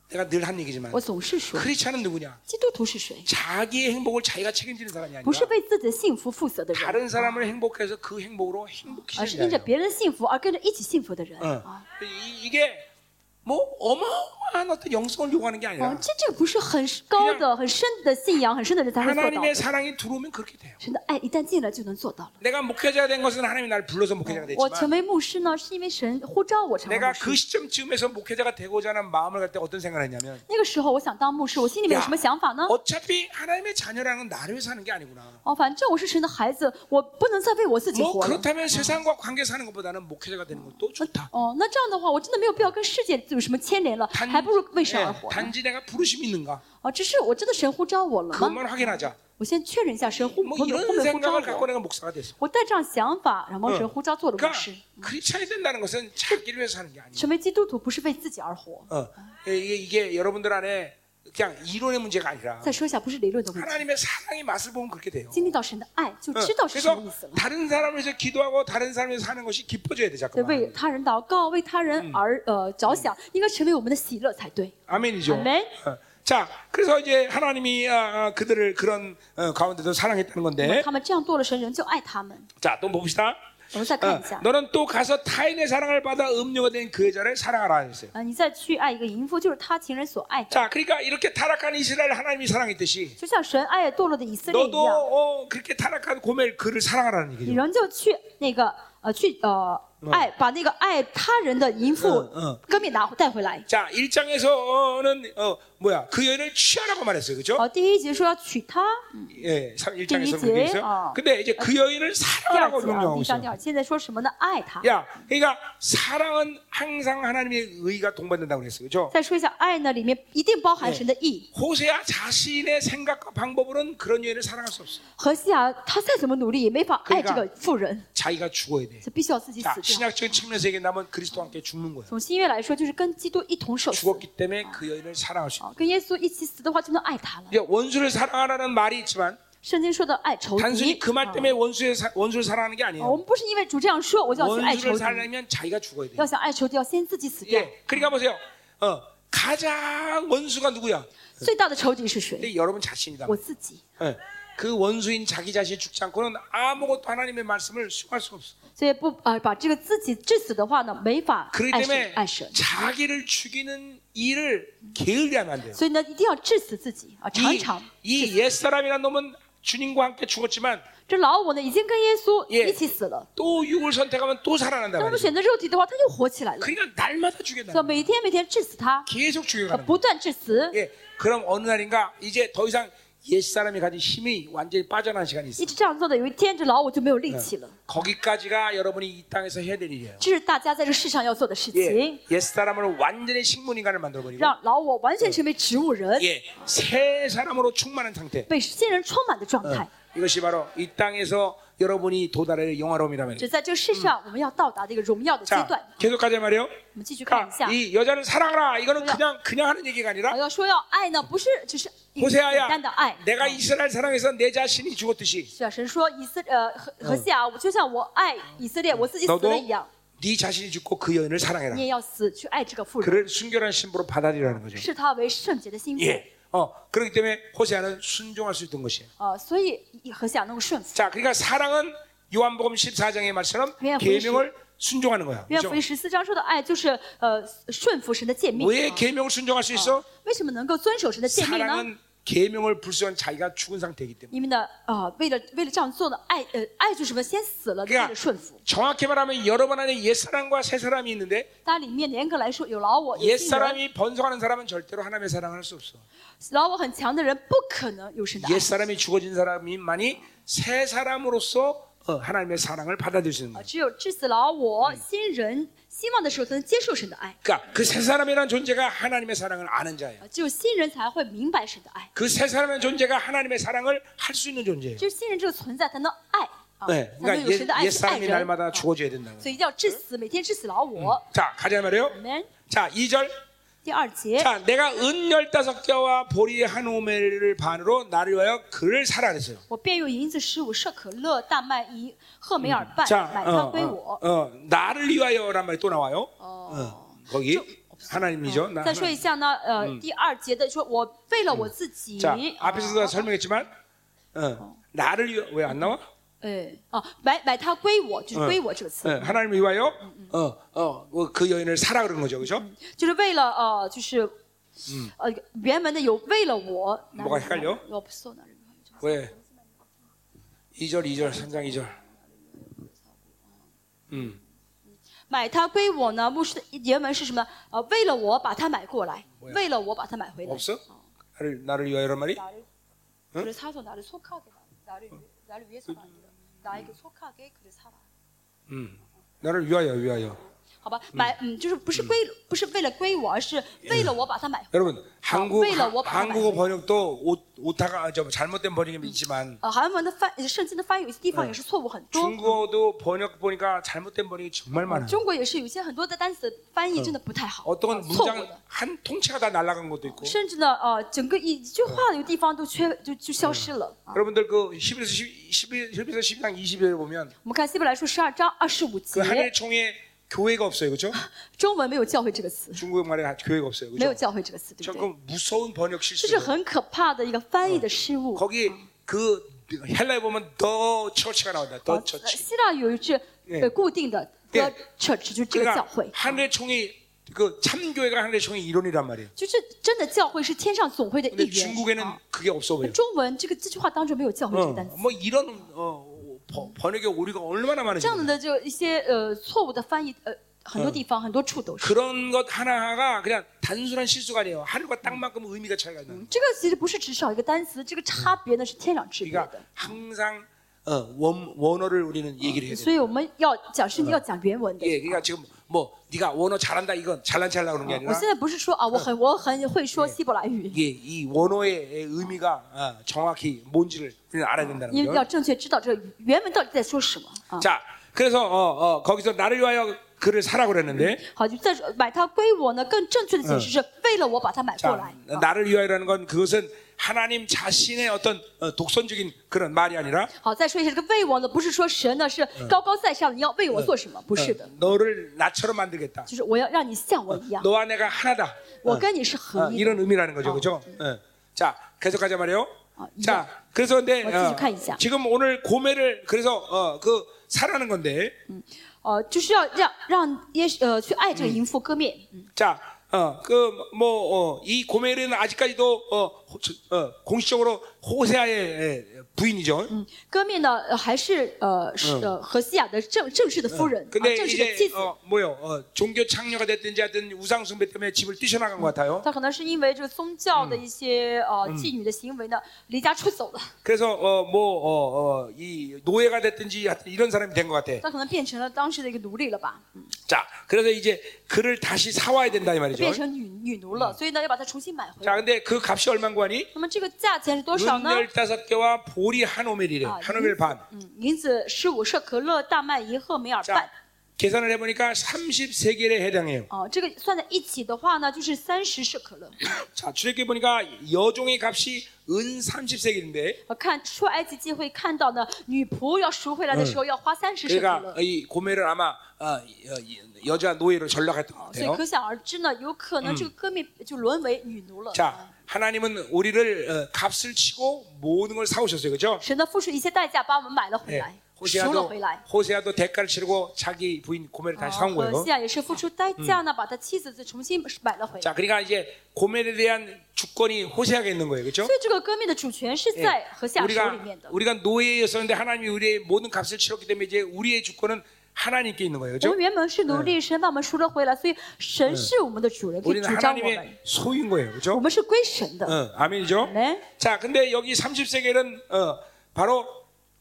Speaker 1: 내가 늘 한 얘기지만
Speaker 2: 我总是说，
Speaker 1: 크리스찬은 누구냐?
Speaker 2: 基督徒是谁？
Speaker 1: 자기의 행복을 자기가 책임지는 사람이
Speaker 2: 不是
Speaker 1: 아니라
Speaker 2: 为自己的幸福负责嗯的人，
Speaker 1: 다른 사람을 행복해서 그 행복으로
Speaker 2: 而
Speaker 1: 행복해지는
Speaker 2: 是
Speaker 1: 사람이에요.
Speaker 2: 因着别人嗯幸福而跟着一起幸福的人。啊
Speaker 1: 어. 이, 이게 뭐 어마어마한 어떤 영성을 요구하는 게
Speaker 2: 哦
Speaker 1: 아니라 ，
Speaker 2: 这这个不是很高的、很深的信仰、很深的人才会做到的
Speaker 1: 하나님의 。 사랑이 들어오면 그렇게 돼요.
Speaker 2: 神的爱一旦进来就能做到了。
Speaker 1: 내가 목회자가 된 것은 하나님이 나를 불러서 목회자가
Speaker 2: 我
Speaker 1: 됐지만
Speaker 2: 成为牧师呢，是因为神呼召我成为
Speaker 1: 내가
Speaker 2: 牧
Speaker 1: 그
Speaker 2: 师。
Speaker 1: 시점쯤에서 목회자가 되고자 하는 마음을 갖때 어떤 생각을 했냐면
Speaker 2: 那个时候我想当牧师，我心里面有什么想法呢？
Speaker 1: 어차피 하나님의 자녀라는 건 나를 위해서 하는 게 아니구나.
Speaker 2: 哦，反正我是神的孩子，我不能再为我自己
Speaker 1: 뭐그
Speaker 2: 活了。
Speaker 1: 그렇다면 세상과 관계 사는 것보다는 목회자가 되는 것도 좋다.
Speaker 2: 哦，那这样的话，我真的没有必要跟世界有什么牵连了，还不如为神而
Speaker 1: 예,
Speaker 2: 活呢。
Speaker 1: 단지 내가 부르심이 있는가
Speaker 2: 哦，只是我真的神呼召我了吗？
Speaker 1: 그것만 확인하자.
Speaker 2: 我先确认一下神呼
Speaker 1: 뭐
Speaker 2: 不没
Speaker 1: 이런
Speaker 2: 没呼召
Speaker 1: 생각을 갖고
Speaker 2: 我。
Speaker 1: 내가 목사가 됐어.
Speaker 2: 我带这样想法，然后
Speaker 1: 嗯
Speaker 2: 神呼召做了牧
Speaker 1: 그러니까
Speaker 2: 师。
Speaker 1: 크리스천이 된다는 것은 자기를 위해서 사는 게 아니야.
Speaker 2: 成为基督徒不是为自己而活。
Speaker 1: 어, 이게, 이게 여러분들 안에 그냥 이론의 문제가 아니라
Speaker 2: 再说一下，不是理论的问题，
Speaker 1: 하나님의 사랑의 맛을 보면 그렇게 돼요.
Speaker 2: 经历到神的爱就
Speaker 1: 어,
Speaker 2: 知道是什么意
Speaker 1: 그래서
Speaker 2: 思了。
Speaker 1: 다른 사람을 위해서 기도하고 다른 사람을 위해서 사는 것이 기뻐져야 돼
Speaker 2: 对，为
Speaker 1: 잠깐만.
Speaker 2: 他人祷告，为他人而呃着想，应该成为我们的喜乐才对。
Speaker 1: 아멘이죠.
Speaker 2: 아멘.
Speaker 1: 어, 자, 그래서 이제 하나님이 아, 아, 그들을 그런 어, 가운데도 뭐 사랑했다는
Speaker 2: 那么
Speaker 1: 건데,
Speaker 2: 他们这样做了，神仍旧爱他们。
Speaker 1: 자, 또 봅시다.
Speaker 2: 我们再
Speaker 1: 어,
Speaker 2: 看一下，
Speaker 1: 너는 또 가서 타인의 사랑을 받아 음료가 된 그 여자를 사랑하라 했어요.
Speaker 2: 呃，你再去爱一个淫妇，就是他情人所爱的，
Speaker 1: 자, 그러니까 이렇게 타락한 이스라엘 하나님이 사랑했듯이
Speaker 2: 就像神爱堕落的以色列一
Speaker 1: 너도
Speaker 2: 样，
Speaker 1: 어, 그렇게 타락한 고멜 그를 사랑하라는
Speaker 2: 你
Speaker 1: 얘기죠.
Speaker 2: 仍旧去那个呃去呃爱把那个爱他人的淫妇
Speaker 1: 嗯嗯
Speaker 2: 根本拿带回来。
Speaker 1: 자, 1장에서는 어, 뭐야? 그 여인을 취하라고 말했어요. 그죠?
Speaker 2: 好，第一节说要娶她，
Speaker 1: 예, 1장에서
Speaker 2: 이제,
Speaker 1: 그게 있어요.
Speaker 2: 어.
Speaker 1: 근데 이제 그 여인을
Speaker 2: 第二
Speaker 1: 사랑하라고
Speaker 2: 节啊，
Speaker 1: 명령하고
Speaker 2: 第上第
Speaker 1: 있어요.
Speaker 2: 二，现在说什么呢？爱她。
Speaker 1: 야, 그러니까 사랑은 항상 하나님의 의가 동반된다고 그랬어요. 그죠?
Speaker 2: 再说一下，爱呢里面一定包含神的意。
Speaker 1: 호세아 자신의 생각과 방법으로는 그런 여인을 사랑할 수 없어. 요
Speaker 2: 何西亚他再怎么努力也没法爱这个妇人，
Speaker 1: 자기가 죽어야 돼.
Speaker 2: 就必须要自己
Speaker 1: 자,
Speaker 2: 死掉。
Speaker 1: 신약적인 측면에서 얘기한다면 그리스도와 함께 죽는 거예요.
Speaker 2: 从新约来说，就是跟基督一同受死，
Speaker 1: 죽었기 때문에 그 여인을 사랑할 수 있어요.
Speaker 2: 啊，跟耶稣一起死的话，就能爱他了。
Speaker 1: 이제 원수를 사랑하라는 말이 있지만
Speaker 2: 圣经说的爱仇敌
Speaker 1: 단순히 ，그 말 때문에 원수의 사- 원수를 사랑하는 게
Speaker 2: 啊我
Speaker 1: 아니에요.
Speaker 2: 们不是因为主这样说，我就要去爱仇
Speaker 1: 원수를
Speaker 2: 敌。
Speaker 1: 사랑하면 자기가 죽어야 돼요.
Speaker 2: 要想爱仇敌，要先自己死掉。
Speaker 1: 예, 그러니까 보세요. 어, 가장 원수가 누구야?
Speaker 2: 最大的仇敌是谁？
Speaker 1: 근데 여러분 자신이다.
Speaker 2: 我自己。
Speaker 1: 예, 그 원수인 자기 자신이 죽지 않고는 아무것도 하나님의 말씀을 수용할 수 없어.
Speaker 2: 所以不啊、把这个自己致死的话呢，没法
Speaker 1: 그렇기
Speaker 2: 爱神
Speaker 1: 때문에
Speaker 2: 爱神。
Speaker 1: 자기를 죽이는 이를 게을리 하면 안 돼요.
Speaker 2: 所以呢，一定要致死自己啊！尝一
Speaker 1: 이,
Speaker 2: 尝，
Speaker 1: 이 옛사람이란 놈은 주님과 함께 죽었지만
Speaker 2: 这老我呢已经跟耶稣
Speaker 1: 예
Speaker 2: 一起死了。
Speaker 1: 또 육을 선택하면 또 살아난다
Speaker 2: 那我们
Speaker 1: 말이에요.
Speaker 2: 选择肉体的话，他又活起来了。
Speaker 1: 그러니까 날마다
Speaker 2: 所
Speaker 1: 죽였다.
Speaker 2: 以每天每天致死他，
Speaker 1: 계속
Speaker 2: 呃
Speaker 1: 죽여가는 거예요.
Speaker 2: 不断致死，
Speaker 1: 예, 그럼 어느 날인가 이제 더 이상 옛사람이 가진 힘이 완전히 빠져나는 시간이
Speaker 2: 一
Speaker 1: 있어요.
Speaker 2: 直这样做的，有一天这老我就没有力气了。
Speaker 1: 거기까지가 여러분이 이 땅에서 해야 될 일이에요.
Speaker 2: 这是大家在这世上要做的事
Speaker 1: 예,
Speaker 2: 情，
Speaker 1: 옛사람으로 완전히 식문인간을 만들어버리고
Speaker 2: 让老我完全成为植物人，
Speaker 1: 예, 새 사람으로 충만한 상태. 어,
Speaker 2: 被新人充满的状
Speaker 1: 네.
Speaker 2: 态。
Speaker 1: 이것이 바로 이 땅에서 여러분이 도달할 영화로움이라면
Speaker 2: 这在这世上我们要到达的一个荣耀的阶
Speaker 1: 자,
Speaker 2: 段。
Speaker 1: 계속 가자 말이에요.
Speaker 2: 我们继续看一下
Speaker 1: 그러니까 。이 여자는 사랑하라. 이거는
Speaker 2: 그냥-
Speaker 1: 그냥 그냥 하는 얘기가
Speaker 2: 我
Speaker 1: 아니라
Speaker 2: 要说要爱呢，不是只是一个简
Speaker 1: 호세아야
Speaker 2: 单的爱。
Speaker 1: 내가
Speaker 2: 啊
Speaker 1: 이스라엘 어. 사랑해서 내 자신이 죽었듯이
Speaker 2: 小神说以色呃何何西啊，我就像我爱以色列，我自己死
Speaker 1: 너도
Speaker 2: 了一样，
Speaker 1: 네 자신이 죽고 그 여인을 사랑해라.
Speaker 2: 你也要死去爱这个妇人，
Speaker 1: 그를 순결한 신부로 받아들이라는 거죠.
Speaker 2: 视她为圣洁的心腹。
Speaker 1: 예. 어, 그렇기 때문에 호세아는 순종할 수 있던 것이에요.
Speaker 2: 呃，所以以何西啊能够顺服。
Speaker 1: 자, 그러니까 사랑은 요한복음 14장의 말처럼
Speaker 2: 그냥
Speaker 1: 계명을 순종하는 거야.
Speaker 2: 约
Speaker 1: 그렇죠?
Speaker 2: 翰福音十四章说的爱就是呃顺服神的诫命。
Speaker 1: 왜
Speaker 2: 啊
Speaker 1: 계명을 순종할 수 있어?
Speaker 2: 为什么能够遵守神的诫命呢？
Speaker 1: 사랑은 계명을 불순한 자기가 죽은 상태이기 때문에.
Speaker 2: 因为呢，呃，为了为了这样做呢，爱呃爱就是什么？先死了，为
Speaker 1: 그러니까
Speaker 2: 了顺服。
Speaker 1: 정확히 말하면 여러분 안에 옛 사랑과 새 사람이 있는데
Speaker 2: 当然里面严格来说有老我，有
Speaker 1: 옛
Speaker 2: 新人。
Speaker 1: 사람이 번성하는 사람은 절대로 하나님의 사랑을 할 수 없어.
Speaker 2: 老我很强的人不可能有神的爱
Speaker 1: 옛 。 사람이 죽어진 사람만이 새 사람으로서 어, 하나님의 사랑을 받아들일 수 있는
Speaker 2: 啊，
Speaker 1: 거야.
Speaker 2: 只有致死老我、新人希望的时候，才能接受神的爱。
Speaker 1: 그러니까 그 새 사람이라는 존재가 하나님의 사랑을 아는 자예요.
Speaker 2: 啊，只有新人才会明白神的爱，
Speaker 1: 그 새 사람의 존재가 하나님의 사랑을 할 수 있는 존재예요.
Speaker 2: 只有新人这个存在才能爱啊，
Speaker 1: 네,
Speaker 2: 才
Speaker 1: 그러니까
Speaker 2: 能有神的爱
Speaker 1: 옛
Speaker 2: 去爱
Speaker 1: 사람이
Speaker 2: 人。
Speaker 1: 날마다
Speaker 2: 啊
Speaker 1: 죽어줘야 된다는 거예요.
Speaker 2: 所以一定要致死，每天致死老我。
Speaker 1: 자, 가자 말이에요.
Speaker 2: 我们
Speaker 1: 자, 2절.
Speaker 2: 第二节，
Speaker 1: 자, 내가 은 열다섯 개와 보리 한 오멜을 반으로 나를 위하여 그를 사라 그랬어요.
Speaker 2: 我便用银子十五舍可乐、大麦一赫梅尔半
Speaker 1: 자,
Speaker 2: 买
Speaker 1: 어,
Speaker 2: 它归
Speaker 1: 어,
Speaker 2: 我。
Speaker 1: 어, 나를 위하여란 말이 또 나와요. 어,
Speaker 2: 어.
Speaker 1: 거기
Speaker 2: 哦
Speaker 1: 하나님이죠. 나,
Speaker 2: 再说一
Speaker 1: 하나님.
Speaker 2: 下呢，呃，第二节的说，我为了我自己。
Speaker 1: 자,
Speaker 2: 啊
Speaker 1: 앞에서도 ， 설명했지만, 어, 나를 위하여 왜 안 나와?
Speaker 2: 哎，哦，买买它归我，就是
Speaker 1: 嗯
Speaker 2: 归我这个词
Speaker 1: 어, 。 하나님을 위하여 어, 어, 어, 그 여인을 사라 그런 거죠, 그죠?
Speaker 2: 就是为了呃，就是，呃，原文的有为了我，
Speaker 1: 뭐가헷갈려
Speaker 2: 我不搜哪里？
Speaker 1: 왜? 2절, 2절, 3장 2절. 음,
Speaker 2: 买它归我呢？牧师的原文是什么？呃，为了我把它买过来，
Speaker 1: 뭐야
Speaker 2: 为了我把嗯它买回来。
Speaker 1: 없어? 나를, 나를 위하여란 말이?
Speaker 2: 哪里？그래사서나를속하게나를나를위해서만들어나에게속하게그래사라
Speaker 1: 음, 나를 위하여, 위하여.
Speaker 2: 好吧，买嗯，就是不是归不是为了归我，而是为了我把它买回来。
Speaker 1: 여러분 한국
Speaker 2: 왜
Speaker 1: 하-
Speaker 2: 러버가
Speaker 1: 한국어
Speaker 2: 많아요?
Speaker 1: 번역도 오, 오타가 저 잘못된 번역이 있지만
Speaker 2: 呃，韩文的翻圣经的翻译有些地方也是错误很多。
Speaker 1: 중국어도 번역 보니까 잘못된 번역이 정말 많아요.
Speaker 2: 中国也是有些很多的单词的翻译真的不太好，
Speaker 1: 어떤
Speaker 2: 呃错误
Speaker 1: 문장
Speaker 2: 的。
Speaker 1: 한 통째가 다 날아간 것도 있고
Speaker 2: 甚至呢，呃，整个一句话有地方都缺，就就消失了。啊
Speaker 1: 여러분들 그 히브리서 10, 11, 히브리서 12장 20절에 보면
Speaker 2: 我们看希伯来书十二章二十五
Speaker 1: 그 하늘
Speaker 2: 节，
Speaker 1: 총에 교회가 없어요, 그렇죠?
Speaker 2: 中文没有“教会”这个词，
Speaker 1: 중국 말에 하- 교회가 없어요,
Speaker 2: 没有“
Speaker 1: 그렇죠?
Speaker 2: 教会”这个词，对不对？
Speaker 1: 조금 무서운 번역
Speaker 2: 这是
Speaker 1: 실수예요.
Speaker 2: 很可怕的一个翻译的失误。
Speaker 1: 거기 그 헬라에 보면 더 처치가 나온다,
Speaker 2: 呃
Speaker 1: 더 처치.
Speaker 2: 希腊有一句
Speaker 1: 예
Speaker 2: 呃固定的
Speaker 1: 예
Speaker 2: “the church”，就是这个教
Speaker 1: 그러니까
Speaker 2: 会，
Speaker 1: 하늘의 총이 그 참교회가 하늘의 총의 이론이란 말이에요.
Speaker 2: 就是真的教会是天上总会的
Speaker 1: 근데
Speaker 2: 一员。
Speaker 1: 중국에는
Speaker 2: 啊
Speaker 1: 그게 없어 보여.
Speaker 2: 中文这个这句话当中没有“教会”这个
Speaker 1: 어,
Speaker 2: 单词，
Speaker 1: 뭐 이런 어, 번- 번역의 오류가 얼마나
Speaker 2: 这
Speaker 1: 많은지.
Speaker 2: 样的就一些呃错误的翻译，呃很多地方很多处都是。
Speaker 1: 그런 것 하나하나가 그냥 단순한 실수가 아니에요. 하늘과 땅만큼 의미가 차이가 나.
Speaker 2: 这个其实不是只少一个单词，这个差别呢是天壤之别
Speaker 1: 그러니까
Speaker 2: 的。
Speaker 1: 항상 어, 원, 원어를 그 우리는 얘기를 해야
Speaker 2: 所
Speaker 1: 돼.
Speaker 2: 以我们要讲圣经要讲原文的。
Speaker 1: 예, 그러니까 지금 뭐 네가 원어 잘한다 이건 잘난 체하려고 그러는 게
Speaker 2: 我
Speaker 1: 아니라
Speaker 2: 现在不是说啊，我很我很会说希伯来语，
Speaker 1: 이게 이 원어의 의미가 어, 정확히 뭔지를 우리는 알아야 된다는
Speaker 2: 因为要
Speaker 1: 거죠.
Speaker 2: 正确知道这个原文到底在说什么啊。
Speaker 1: 자, 그래서 어, 어, 거기서 나를 위하여 그를 사라고 그랬는데
Speaker 2: 好，就再说买它归我呢，更正确的解释是为了我把它买过
Speaker 1: 자,
Speaker 2: 来。啊
Speaker 1: 나를 위하여라는 건 그것은 하나님 자신의 어떤 어, 독선적인 그런 말이 아니라 어,
Speaker 2: 好，再说一下这个为我呢，不是说神呢是高高在上，你要为我做什么？不
Speaker 1: 어,
Speaker 2: 是的，
Speaker 1: 너를 나처럼 만들겠다.
Speaker 2: 就是我要让你像我一样，
Speaker 1: 너와 내가 하나다.
Speaker 2: 我
Speaker 1: 어,
Speaker 2: 跟你是
Speaker 1: 어,
Speaker 2: 合一的。
Speaker 1: 이런 의미라는 거죠, 그렇죠? 자, 계속 가자 말이요.
Speaker 2: 어,
Speaker 1: 자, 그래서 근데
Speaker 2: 멋지지,
Speaker 1: 어,
Speaker 2: 카이사.
Speaker 1: 지금 오늘 고매를 그래서 어, 그 사라는 건데,
Speaker 2: 哦呃，就是要让让耶稣呃去爱这个淫妇割面。嗯
Speaker 1: 자 어, 그, 뭐, 어, 이 고멜은 아직까지도, 어, 호- 저- 어, 공식적으로 호세아의 예, 부인이죠.
Speaker 2: 嗯，歌密呢呃还是呃是呃何西雅的正正式的夫人，啊
Speaker 1: 근데
Speaker 2: 正式的妻
Speaker 1: 이제,
Speaker 2: 子。
Speaker 1: 어, 뭐요, 어, 종교 창녀가 됐든지 하든 우상숭배 때문에 집을 뛰쳐나간 것 같아요.
Speaker 2: 她可能是因为这个宗教的一些呃妓女的行为呢，离家出走了。
Speaker 1: 그래서, 어, 뭐, 어, 어, 이 노예가 됐든지 하여튼 이런 사람이 된 것 같아.
Speaker 2: 她可能变成了当时的一个奴隶了吧，
Speaker 1: 자, 그래서 이제 그를 다시 사와야 된다 이
Speaker 2: 变
Speaker 1: 말이죠.
Speaker 2: 成女女奴了，所以呢要把她重新买回
Speaker 1: 자,
Speaker 2: 来。
Speaker 1: 근데 그 값이 얼마인 거니?
Speaker 2: 那么这个价钱是多少
Speaker 1: 은
Speaker 2: 呢？
Speaker 1: 15개와 보리 한 오멜이래.
Speaker 2: 아,
Speaker 1: 한 오멜 반.
Speaker 2: 嗯，银子十五舍可乐大麦一赫梅尔半
Speaker 1: 자, 。 계산을 해보니까 33개에 해당해요.
Speaker 2: 哦，这个算在一起的话呢，就是三十舍可乐。
Speaker 1: 자, 출애굽 보니까 여종의 값이 은 30세겔인데
Speaker 2: 我看出埃及记会看到呢，女仆要赎回来的时候要花三十舍可
Speaker 1: 그러니까
Speaker 2: 乐。
Speaker 1: 이 고멜은 아마 어, 여- 이- 여자 노예로 전락했던 것
Speaker 2: 所以
Speaker 1: 같아요.
Speaker 2: 可想而知呢，有可能这个歌蜜就沦为女奴了。
Speaker 1: 자, 하나님은 우리를 어, 값을 치고 모든 걸 사오셨어요. 그죠?
Speaker 2: 神呢付出一些代价把我们买了回
Speaker 1: 네.
Speaker 2: 来，赎了
Speaker 1: 호세아도
Speaker 2: 回来。
Speaker 1: 호세아도 대가를 치르고 자기 부인 고멜을
Speaker 2: 啊
Speaker 1: 다시 사온
Speaker 2: 何
Speaker 1: 거예요.
Speaker 2: 西亚也是付出代价呢，把他妻子再重新买了回来。
Speaker 1: 자, 그러니까 이제 고멜에 대한 주권이 호세하게 있는 거예요. 그렇죠?
Speaker 2: 所以这个歌蜜的主权是
Speaker 1: 예.
Speaker 2: 在何西亚手里
Speaker 1: 우리가
Speaker 2: 面的。
Speaker 1: 우리가 노예였었는데 하나님이 우리의 모든 값을 치렀기 때문에 이제 우리의 주권은 하나님께 있는 거예요.
Speaker 2: 我
Speaker 1: 그렇죠?
Speaker 2: 们原本是奴隶，神把我们赎了回来，所以神是我们的主人，可以
Speaker 1: 우리는
Speaker 2: 主张我们，
Speaker 1: 하나님의 소유인 거예요.
Speaker 2: 我
Speaker 1: 그렇죠?
Speaker 2: 们是归神的。
Speaker 1: 어, 아멘이죠?
Speaker 2: 네.
Speaker 1: 자, 근데 여기 30세계는 어, 바로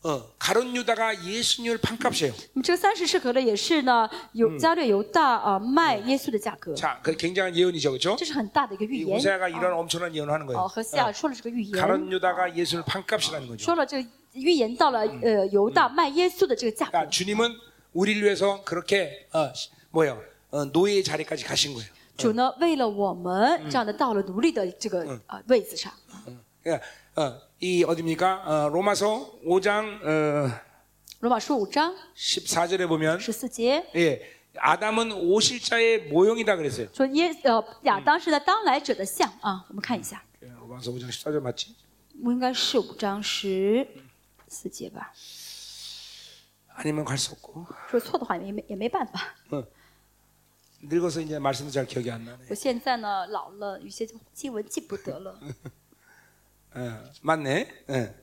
Speaker 1: 어, 가론 유다가 예수님을 판값이에요.
Speaker 2: 那么嗯这个三十是可乐也是呢，有加略犹大啊卖耶稣的价格，
Speaker 1: 자, 그 굉장한 예언이죠. 그렇죠?
Speaker 2: 这是很大的一个预
Speaker 1: 이
Speaker 2: 言。
Speaker 1: 호세아가 이런 엄청난 예언을 하는
Speaker 2: 哦，
Speaker 1: 거예요. 어,
Speaker 2: 何西亚说了这个预言，
Speaker 1: 가론 유다가 예수를 판값이라는 거죠.
Speaker 2: 说了这个预言到了呃犹大卖耶稣的这个价格
Speaker 1: 그러니까 ， 주님은 우리를 위해서 그렇게 어, 뭐예요? 어, 노예의 자리까지 가신 거예요.
Speaker 2: 主呢为了我们这样的到了奴隶的这个啊位子上。
Speaker 1: 그러니까 어, 이 어디입니까? 어, 로마서 5장 어,
Speaker 2: 罗马书五章
Speaker 1: 14절에 보면
Speaker 2: 十四节
Speaker 1: 예 아담은 오실자의 모형이다 그랬어요.
Speaker 2: 说耶呃亚当是在当来者的像啊，我们看一下，
Speaker 1: 예, 로마서 5장 14절 맞지?
Speaker 2: 我应该是五章十四节吧，
Speaker 1: 아니면 갈 수 없고 어.
Speaker 2: 说错的话也没也没办法。
Speaker 1: 늙어서 이제 말씀도 잘 기억이 안 나네.
Speaker 2: 我现在呢老了，有些经文记不得了。
Speaker 1: 어, 맞네. 예.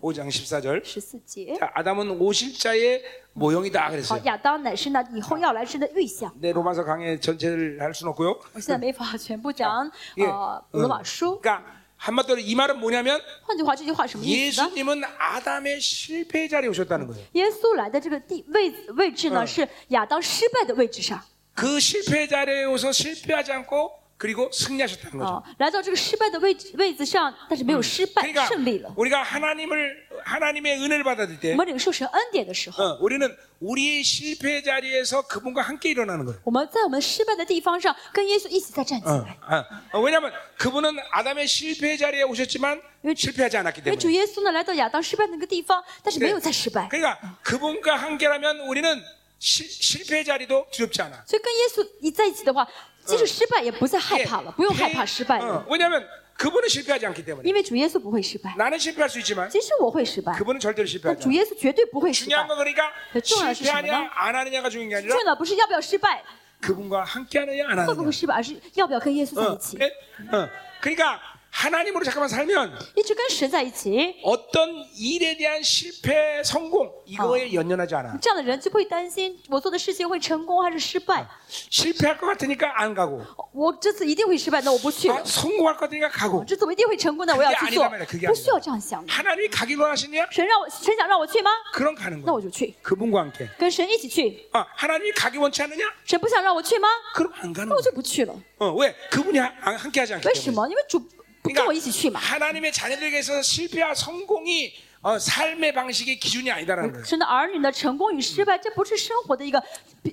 Speaker 1: 5장 14절.
Speaker 2: 十四节，
Speaker 1: 자, 아담은 오실자의 모형이다
Speaker 2: 好，
Speaker 1: 그랬어요.
Speaker 2: 亚当乃是那以后要来世的预想。
Speaker 1: 내 로마서 강의 전체를 할 수는 없고요.
Speaker 2: 我现在没法全部讲
Speaker 1: 예.
Speaker 2: 呃罗马书。
Speaker 1: 그러니까 한마디로 이 말은 뭐냐면
Speaker 2: 换句话，这句话什么意思呢？
Speaker 1: 예수님은 아담의 실패 자리에 오셨다는 거예요.
Speaker 2: 耶稣来的这个地位位置呢，是亚当失败的位置上
Speaker 1: 그 실패 자리에 오서 실패하지 않고 그리고 승리하셨다는 거죠.
Speaker 2: 啊，来到这个失败的位置位子上，但是没有失败，
Speaker 1: 그러니까
Speaker 2: 胜利了。
Speaker 1: 우리가 하나님을 하나님의 은혜를 받아들
Speaker 2: 我
Speaker 1: 때
Speaker 2: 们领受神恩典的时候，
Speaker 1: 어, 우리는 우리의 실패 자리에서 그분과 함께 일어나는 거예요.
Speaker 2: 我们在我们失败的地方上跟耶稣一起再站起
Speaker 1: 어,
Speaker 2: 来，
Speaker 1: 어. 어, 왜냐하면 그분은 아담의 실패 자리에 오셨지만
Speaker 2: 왜-
Speaker 1: 실패하지 않았기
Speaker 2: 因为
Speaker 1: 때문에.
Speaker 2: 主耶稣呢来到亚当失败的那个地方，但是没有再失败，
Speaker 1: 그러니까 그분과 함께라면 우리는 실- 실패 자리도 두렵지 않아.
Speaker 2: 所以跟耶稣一在一起的话，即使失败也不再害怕了，不用害怕失败了。
Speaker 1: 예. 어, 왜냐하면 그분은 실패하지 않기 때문에.
Speaker 2: 因为主耶稣不会失败。
Speaker 1: 나는 실패할 수 있지만
Speaker 2: 其实我会失败，
Speaker 1: 그분은 절대로
Speaker 2: 但
Speaker 1: 실패하지
Speaker 2: 主
Speaker 1: 않아.
Speaker 2: 耶稣绝对不会失败
Speaker 1: 중요한 。건 그러니까
Speaker 2: 그 중요한
Speaker 1: 실패하냐
Speaker 2: 것이
Speaker 1: 안 하느냐가 중요한 게
Speaker 2: 重
Speaker 1: 아니라
Speaker 2: 要的不是要不要失败，
Speaker 1: 그분과 함께하느냐 안
Speaker 2: 会不
Speaker 1: 하느냐.
Speaker 2: 会失败，而是要不要跟耶稣在
Speaker 1: 어,
Speaker 2: 一起，
Speaker 1: 예? 어. 그러니까 하나님으로 잠깐만 살면
Speaker 2: 一直跟神在一起。
Speaker 1: 어떤 일에 대한 실패, 성공 이거에 연연하지 않아.
Speaker 2: 这样的人就不会担心我做的事情会成功还是失败。
Speaker 1: 실패할 것 같으니까 안 가고,
Speaker 2: 我这次一定会失败，那我不去了
Speaker 1: 아, 。 성공할 것 같으니까 가고.
Speaker 2: 这次我一定会成功的，我要
Speaker 1: 그게
Speaker 2: 去做
Speaker 1: 아니란말이야그게。
Speaker 2: 不
Speaker 1: 아니란
Speaker 2: 需要这样想的。
Speaker 1: 하나님이 가길 원하시냐?
Speaker 2: 神让我，神想让我去吗？
Speaker 1: 그럼 가는
Speaker 2: 那我
Speaker 1: 거야.
Speaker 2: 就去，
Speaker 1: 그분과 함께.
Speaker 2: 跟神一起去。
Speaker 1: 아, 하나님이 가기 원치 않느냐?
Speaker 2: 神不想让我去吗？
Speaker 1: 그럼 안 가는
Speaker 2: 那我
Speaker 1: 거야.
Speaker 2: 就不去了。
Speaker 1: 어, 왜? 그분이 하- 아, 함께하지 않기
Speaker 2: 为什
Speaker 1: 때문에.
Speaker 2: 么？因为主不跟我一起去
Speaker 1: 뭐?
Speaker 2: 嘛。
Speaker 1: 하나님의 자녀들에게서 실패와 성공이 어, 삶의 방식의 기준이 아니다라는 거예요.
Speaker 2: 神的儿女的成功与失败，这不是生活的一个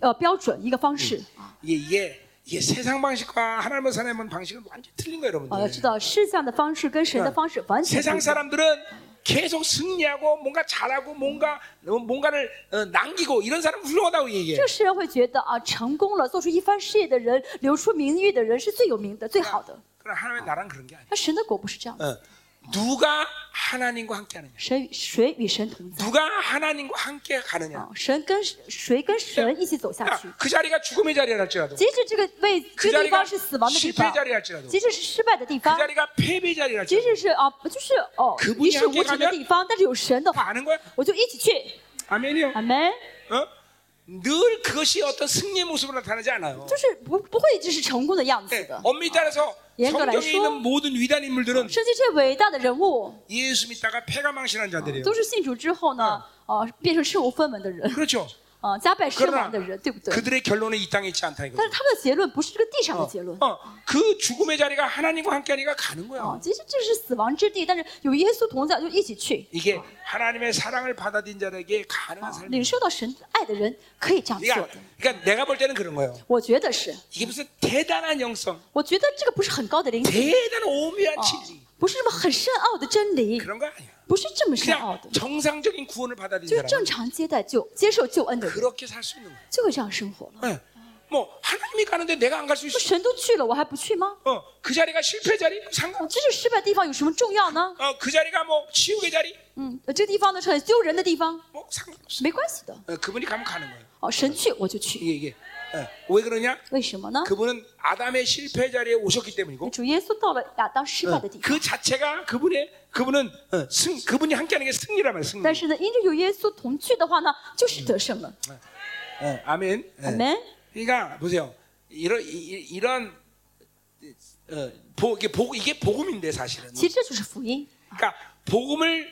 Speaker 2: 呃标准，一个方式
Speaker 1: 이게, 이게, 이게 세상 방식과 하나님을 사는 방식은 완전 틀린 거예요,
Speaker 2: 啊。要
Speaker 1: 여러분들.
Speaker 2: 知道世上的方式跟神的方式完全不
Speaker 1: 세상
Speaker 2: 一样。
Speaker 1: 사람들은 계속 승리하고 뭔가 잘하고 뭔가 어, 뭔가를 어, 남기고 이런 사람 은 훌륭하다고
Speaker 2: 这
Speaker 1: 얘기해요.
Speaker 2: 个世人会觉得啊，成功了，做出一番事业的人，留出名誉的人是最有名的、最好的。
Speaker 1: 그러나 하나님의 나라는 그런 게 아니에요.
Speaker 2: 那神的国不是这样的，
Speaker 1: 어, 누가 하나님과 함께하느냐,
Speaker 2: 神与谁与神同在
Speaker 1: 누가 하나님과 함께 가느냐.
Speaker 2: 啊？神跟谁跟神一起走下去
Speaker 1: 그러니까 ？그 자리가 죽음의 자리랄지라도,
Speaker 2: 即使这个位
Speaker 1: 그
Speaker 2: 这个地
Speaker 1: 자리가
Speaker 2: 方啊是死亡的地
Speaker 1: 실패의
Speaker 2: 方，
Speaker 1: 자리랄지라도,
Speaker 2: 即
Speaker 1: 그
Speaker 2: 使是啊失败的地方，
Speaker 1: 자리가 패배의
Speaker 2: 即
Speaker 1: 자리랄지라도
Speaker 2: 使是啊，就是哦
Speaker 1: 그분이
Speaker 2: 一事
Speaker 1: 함께
Speaker 2: 无成的
Speaker 1: 가면
Speaker 2: 地方，但是有神的
Speaker 1: 다
Speaker 2: 话，
Speaker 1: 아는 거야.
Speaker 2: 我就一起去。
Speaker 1: 아멘이요.
Speaker 2: 阿门。
Speaker 1: 어? 늘 그것이 어떤 승리의 모습으로 나타나지 않아요.
Speaker 2: 就是不不会就是成功的样子
Speaker 1: 네,
Speaker 2: 的。
Speaker 1: 엄밀히 따라서
Speaker 2: 예를 들어
Speaker 1: 성경에 있는
Speaker 2: 말해서-
Speaker 1: 모든 위대한 인물들은
Speaker 2: 甚至这伟大的人物，
Speaker 1: 예수 믿다가 패가 망신한 자들이에요.
Speaker 2: 都是信主之后呢，啊，变成身无分文的人，
Speaker 1: 그렇죠.
Speaker 2: 啊，家败身亡的
Speaker 1: 그러나
Speaker 2: 人，对不对？
Speaker 1: 그들의 결론은 이 땅에 있지 않다 이거.
Speaker 2: 但是他们的结论不是这个地上的结论，
Speaker 1: 어, 그 죽음의 자리가 하나님과 함께하니까 가는
Speaker 2: 啊
Speaker 1: 거야. ，
Speaker 2: 其实这是死亡之地，但是有耶稣同在，就一起去，
Speaker 1: 이게 하나님의 사랑을 받아들인 네. 자에게 가능한
Speaker 2: 啊，
Speaker 1: 삶이에요.
Speaker 2: 领受到神爱的人可以这样做
Speaker 1: 그러니까,
Speaker 2: 的。
Speaker 1: 그러니까 내가 볼 때는 그런 거예요.
Speaker 2: 我觉得是，
Speaker 1: 이게 무슨 대단한 영성,
Speaker 2: 我觉得这个不是很高的灵性，
Speaker 1: 대단한 오묘한
Speaker 2: 啊
Speaker 1: 진리 ，
Speaker 2: 不是什么很深奥的真理，
Speaker 1: 그런 거 아니야. 네.
Speaker 2: 不是这么深奥
Speaker 1: 그냥
Speaker 2: 的，
Speaker 1: 정상적인 구원을 받아들인
Speaker 2: 就是正
Speaker 1: 사람
Speaker 2: 常接待救接受救恩的人
Speaker 1: 그렇게 살 수 있는 거야.
Speaker 2: 就会这样生活了。
Speaker 1: 예. 뭐 하나님이 가는데 내가 안 갈 수 있어.
Speaker 2: 不神都去了，我还不去吗？
Speaker 1: 어, 그 자리가 실패 자리 상관.
Speaker 2: 哦，这是失败地方有什么重要呢？
Speaker 1: 어, 그 자리가 뭐 지옥의 자리
Speaker 2: 嗯，呃这个地方呢是很丢人的地方，
Speaker 1: 뭐 상관없어.
Speaker 2: 没关系的。
Speaker 1: 어, 그분이 가면 가는 거예요.
Speaker 2: 哦，神去我就去，
Speaker 1: 이게 이게 예. 왜 그러냐?
Speaker 2: 为什么呢？
Speaker 1: 그분은 아담의 실패 자리에 오셨기 때문이고
Speaker 2: 主耶稣到了亚当失
Speaker 1: 어,
Speaker 2: 败的地方，
Speaker 1: 그 자체가 그분의 그분은 어, 승 그분이 함께하는 게 승리라면 승리.
Speaker 2: 但是呢，因着有耶稣同去的话呢，就是得胜了。
Speaker 1: 예, 아멘. 예.
Speaker 2: 阿门。
Speaker 1: 그러니까 보세요. 이런 이- 이- 이런 어, 보, 이게 복 이게 복음인데 사실은.
Speaker 2: 其实这就是福音。
Speaker 1: 그러니까 복음을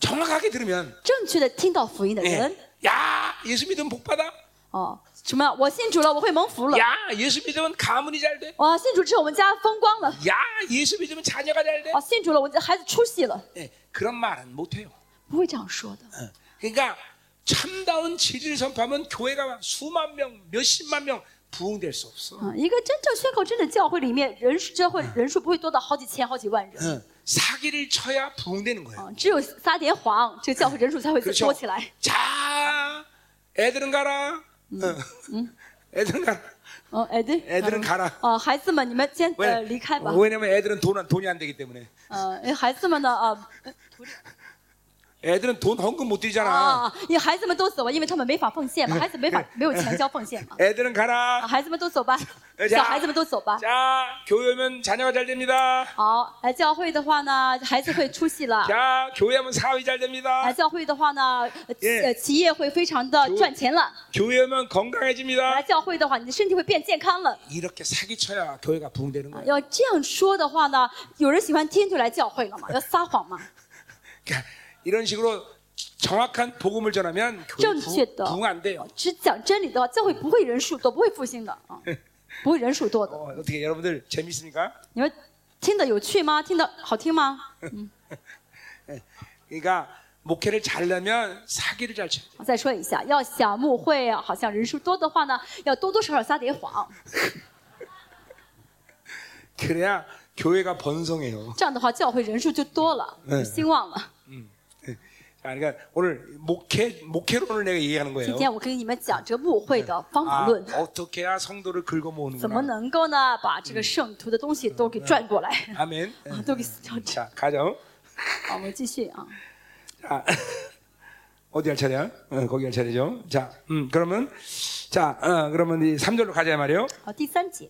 Speaker 1: 정확하게 들으면
Speaker 2: 正确的听到福音的
Speaker 1: 예.
Speaker 2: 人，
Speaker 1: 야 예수 믿으면 복 받아.
Speaker 2: 哦，什么？我信主了，我会蒙福了。
Speaker 1: 야 예수 믿으면 가문이 잘 돼.
Speaker 2: 哇，信主之后我们家风光了。
Speaker 1: 야 예수 믿으면 자녀가 잘 돼.
Speaker 2: 啊，信主了，我家孩子出息了，
Speaker 1: 예, 그런 말은 못 해요.
Speaker 2: 不会这样说的。
Speaker 1: 그러니까 참다운 진리를 선포하면 교회가 수만 명, 몇십만 명 부흥될 수 없어.
Speaker 2: 嗯，一个真正宣告真的教会里面人数，教会人数不会多到好几千、好几万人。
Speaker 1: 응. 어, 사기를 쳐야 부흥되는 거예요.
Speaker 2: 啊，只有撒点谎，这个教会人数才会多
Speaker 1: 어, 그렇죠?
Speaker 2: 起来。
Speaker 1: 자, 애들은 가라. 응. 음. 애들은 가라.
Speaker 2: 嗯，哎对，
Speaker 1: 애들은가라
Speaker 2: 啊，孩子们，你们先呃
Speaker 1: 왜? 어,
Speaker 2: 离开吧。
Speaker 1: 왜냐면 애들은 돈, 안- 돈이 안 되기 때문에.
Speaker 2: 呃，哎孩子们呢啊
Speaker 1: 애들은 돈 헌금 못 드리잖아.
Speaker 2: 啊，你孩子们都走吧，因为他们没法奉献嘛，孩子没法没有钱交奉献嘛。
Speaker 1: 애들은
Speaker 2: 啊，
Speaker 1: 가라.
Speaker 2: 孩子们都走吧，
Speaker 1: 哎呀
Speaker 2: 小孩子们都走
Speaker 1: 아.
Speaker 2: 吧。
Speaker 1: 자, 교회 오면 자녀가 잘 됩니다.
Speaker 2: 好，来教会的话呢，孩子会出息了。
Speaker 1: 자 교회하면 사업이 잘
Speaker 2: 来
Speaker 1: 됩니다.
Speaker 2: 教会的话呢，呃企
Speaker 1: 예
Speaker 2: 呃企业会非常的赚钱了。
Speaker 1: 교회하면
Speaker 2: 来
Speaker 1: 건강해집니다.
Speaker 2: 教会的话，你的身体会变健康了。
Speaker 1: 이렇게 사기쳐야 교회가 부흥되는
Speaker 2: 啊
Speaker 1: 거예요.
Speaker 2: 要这样说的话呢，有人喜欢听就来教会了嘛，要撒谎嘛。
Speaker 1: 그러니까 이런 식으로 정확한 복음을 전하면 교회 부-
Speaker 2: 정치했다.
Speaker 1: 부흥 안 돼요.
Speaker 2: 只讲真理的话，教会不会人数多，不会复兴的啊，不会人数多
Speaker 1: 어,
Speaker 2: 的。
Speaker 1: 어떻게 여러분들 재밌습니까?
Speaker 2: 你们听的有趣吗？听的好听吗？
Speaker 1: 그러니까 목회를 잘려면 사기를 잘 쳐야 돼요.
Speaker 2: 我再说一下，要想牧会啊，好像人数多的话呢，要多多少少撒点谎，
Speaker 1: 그래야 교회가 번성해요.
Speaker 2: 这样的话教会人数就多了，
Speaker 1: 嗯
Speaker 2: 就兴旺了。
Speaker 1: 자, 그러니까 오늘 목회 목회론을 내가 얘기하는
Speaker 2: 今
Speaker 1: 거예요.
Speaker 2: 天我跟你们讲这个牧会的方法
Speaker 1: 아,
Speaker 2: 论，
Speaker 1: 어떻게 해야 성도를 긁어
Speaker 2: 怎么
Speaker 1: 모으는구나.
Speaker 2: 能够呢把这个圣徒的东西都给转过来，
Speaker 1: 아멘.
Speaker 2: 啊都给撕掉。
Speaker 1: 자, 가죠.
Speaker 2: 好，我们继续啊。
Speaker 1: 자, 어디 할 차례야? 어, 거기 할 차례죠. 자, 음, 그러면, 자, 어, 그러면 이 3절로 가자, 말이요.
Speaker 2: 好，第三节，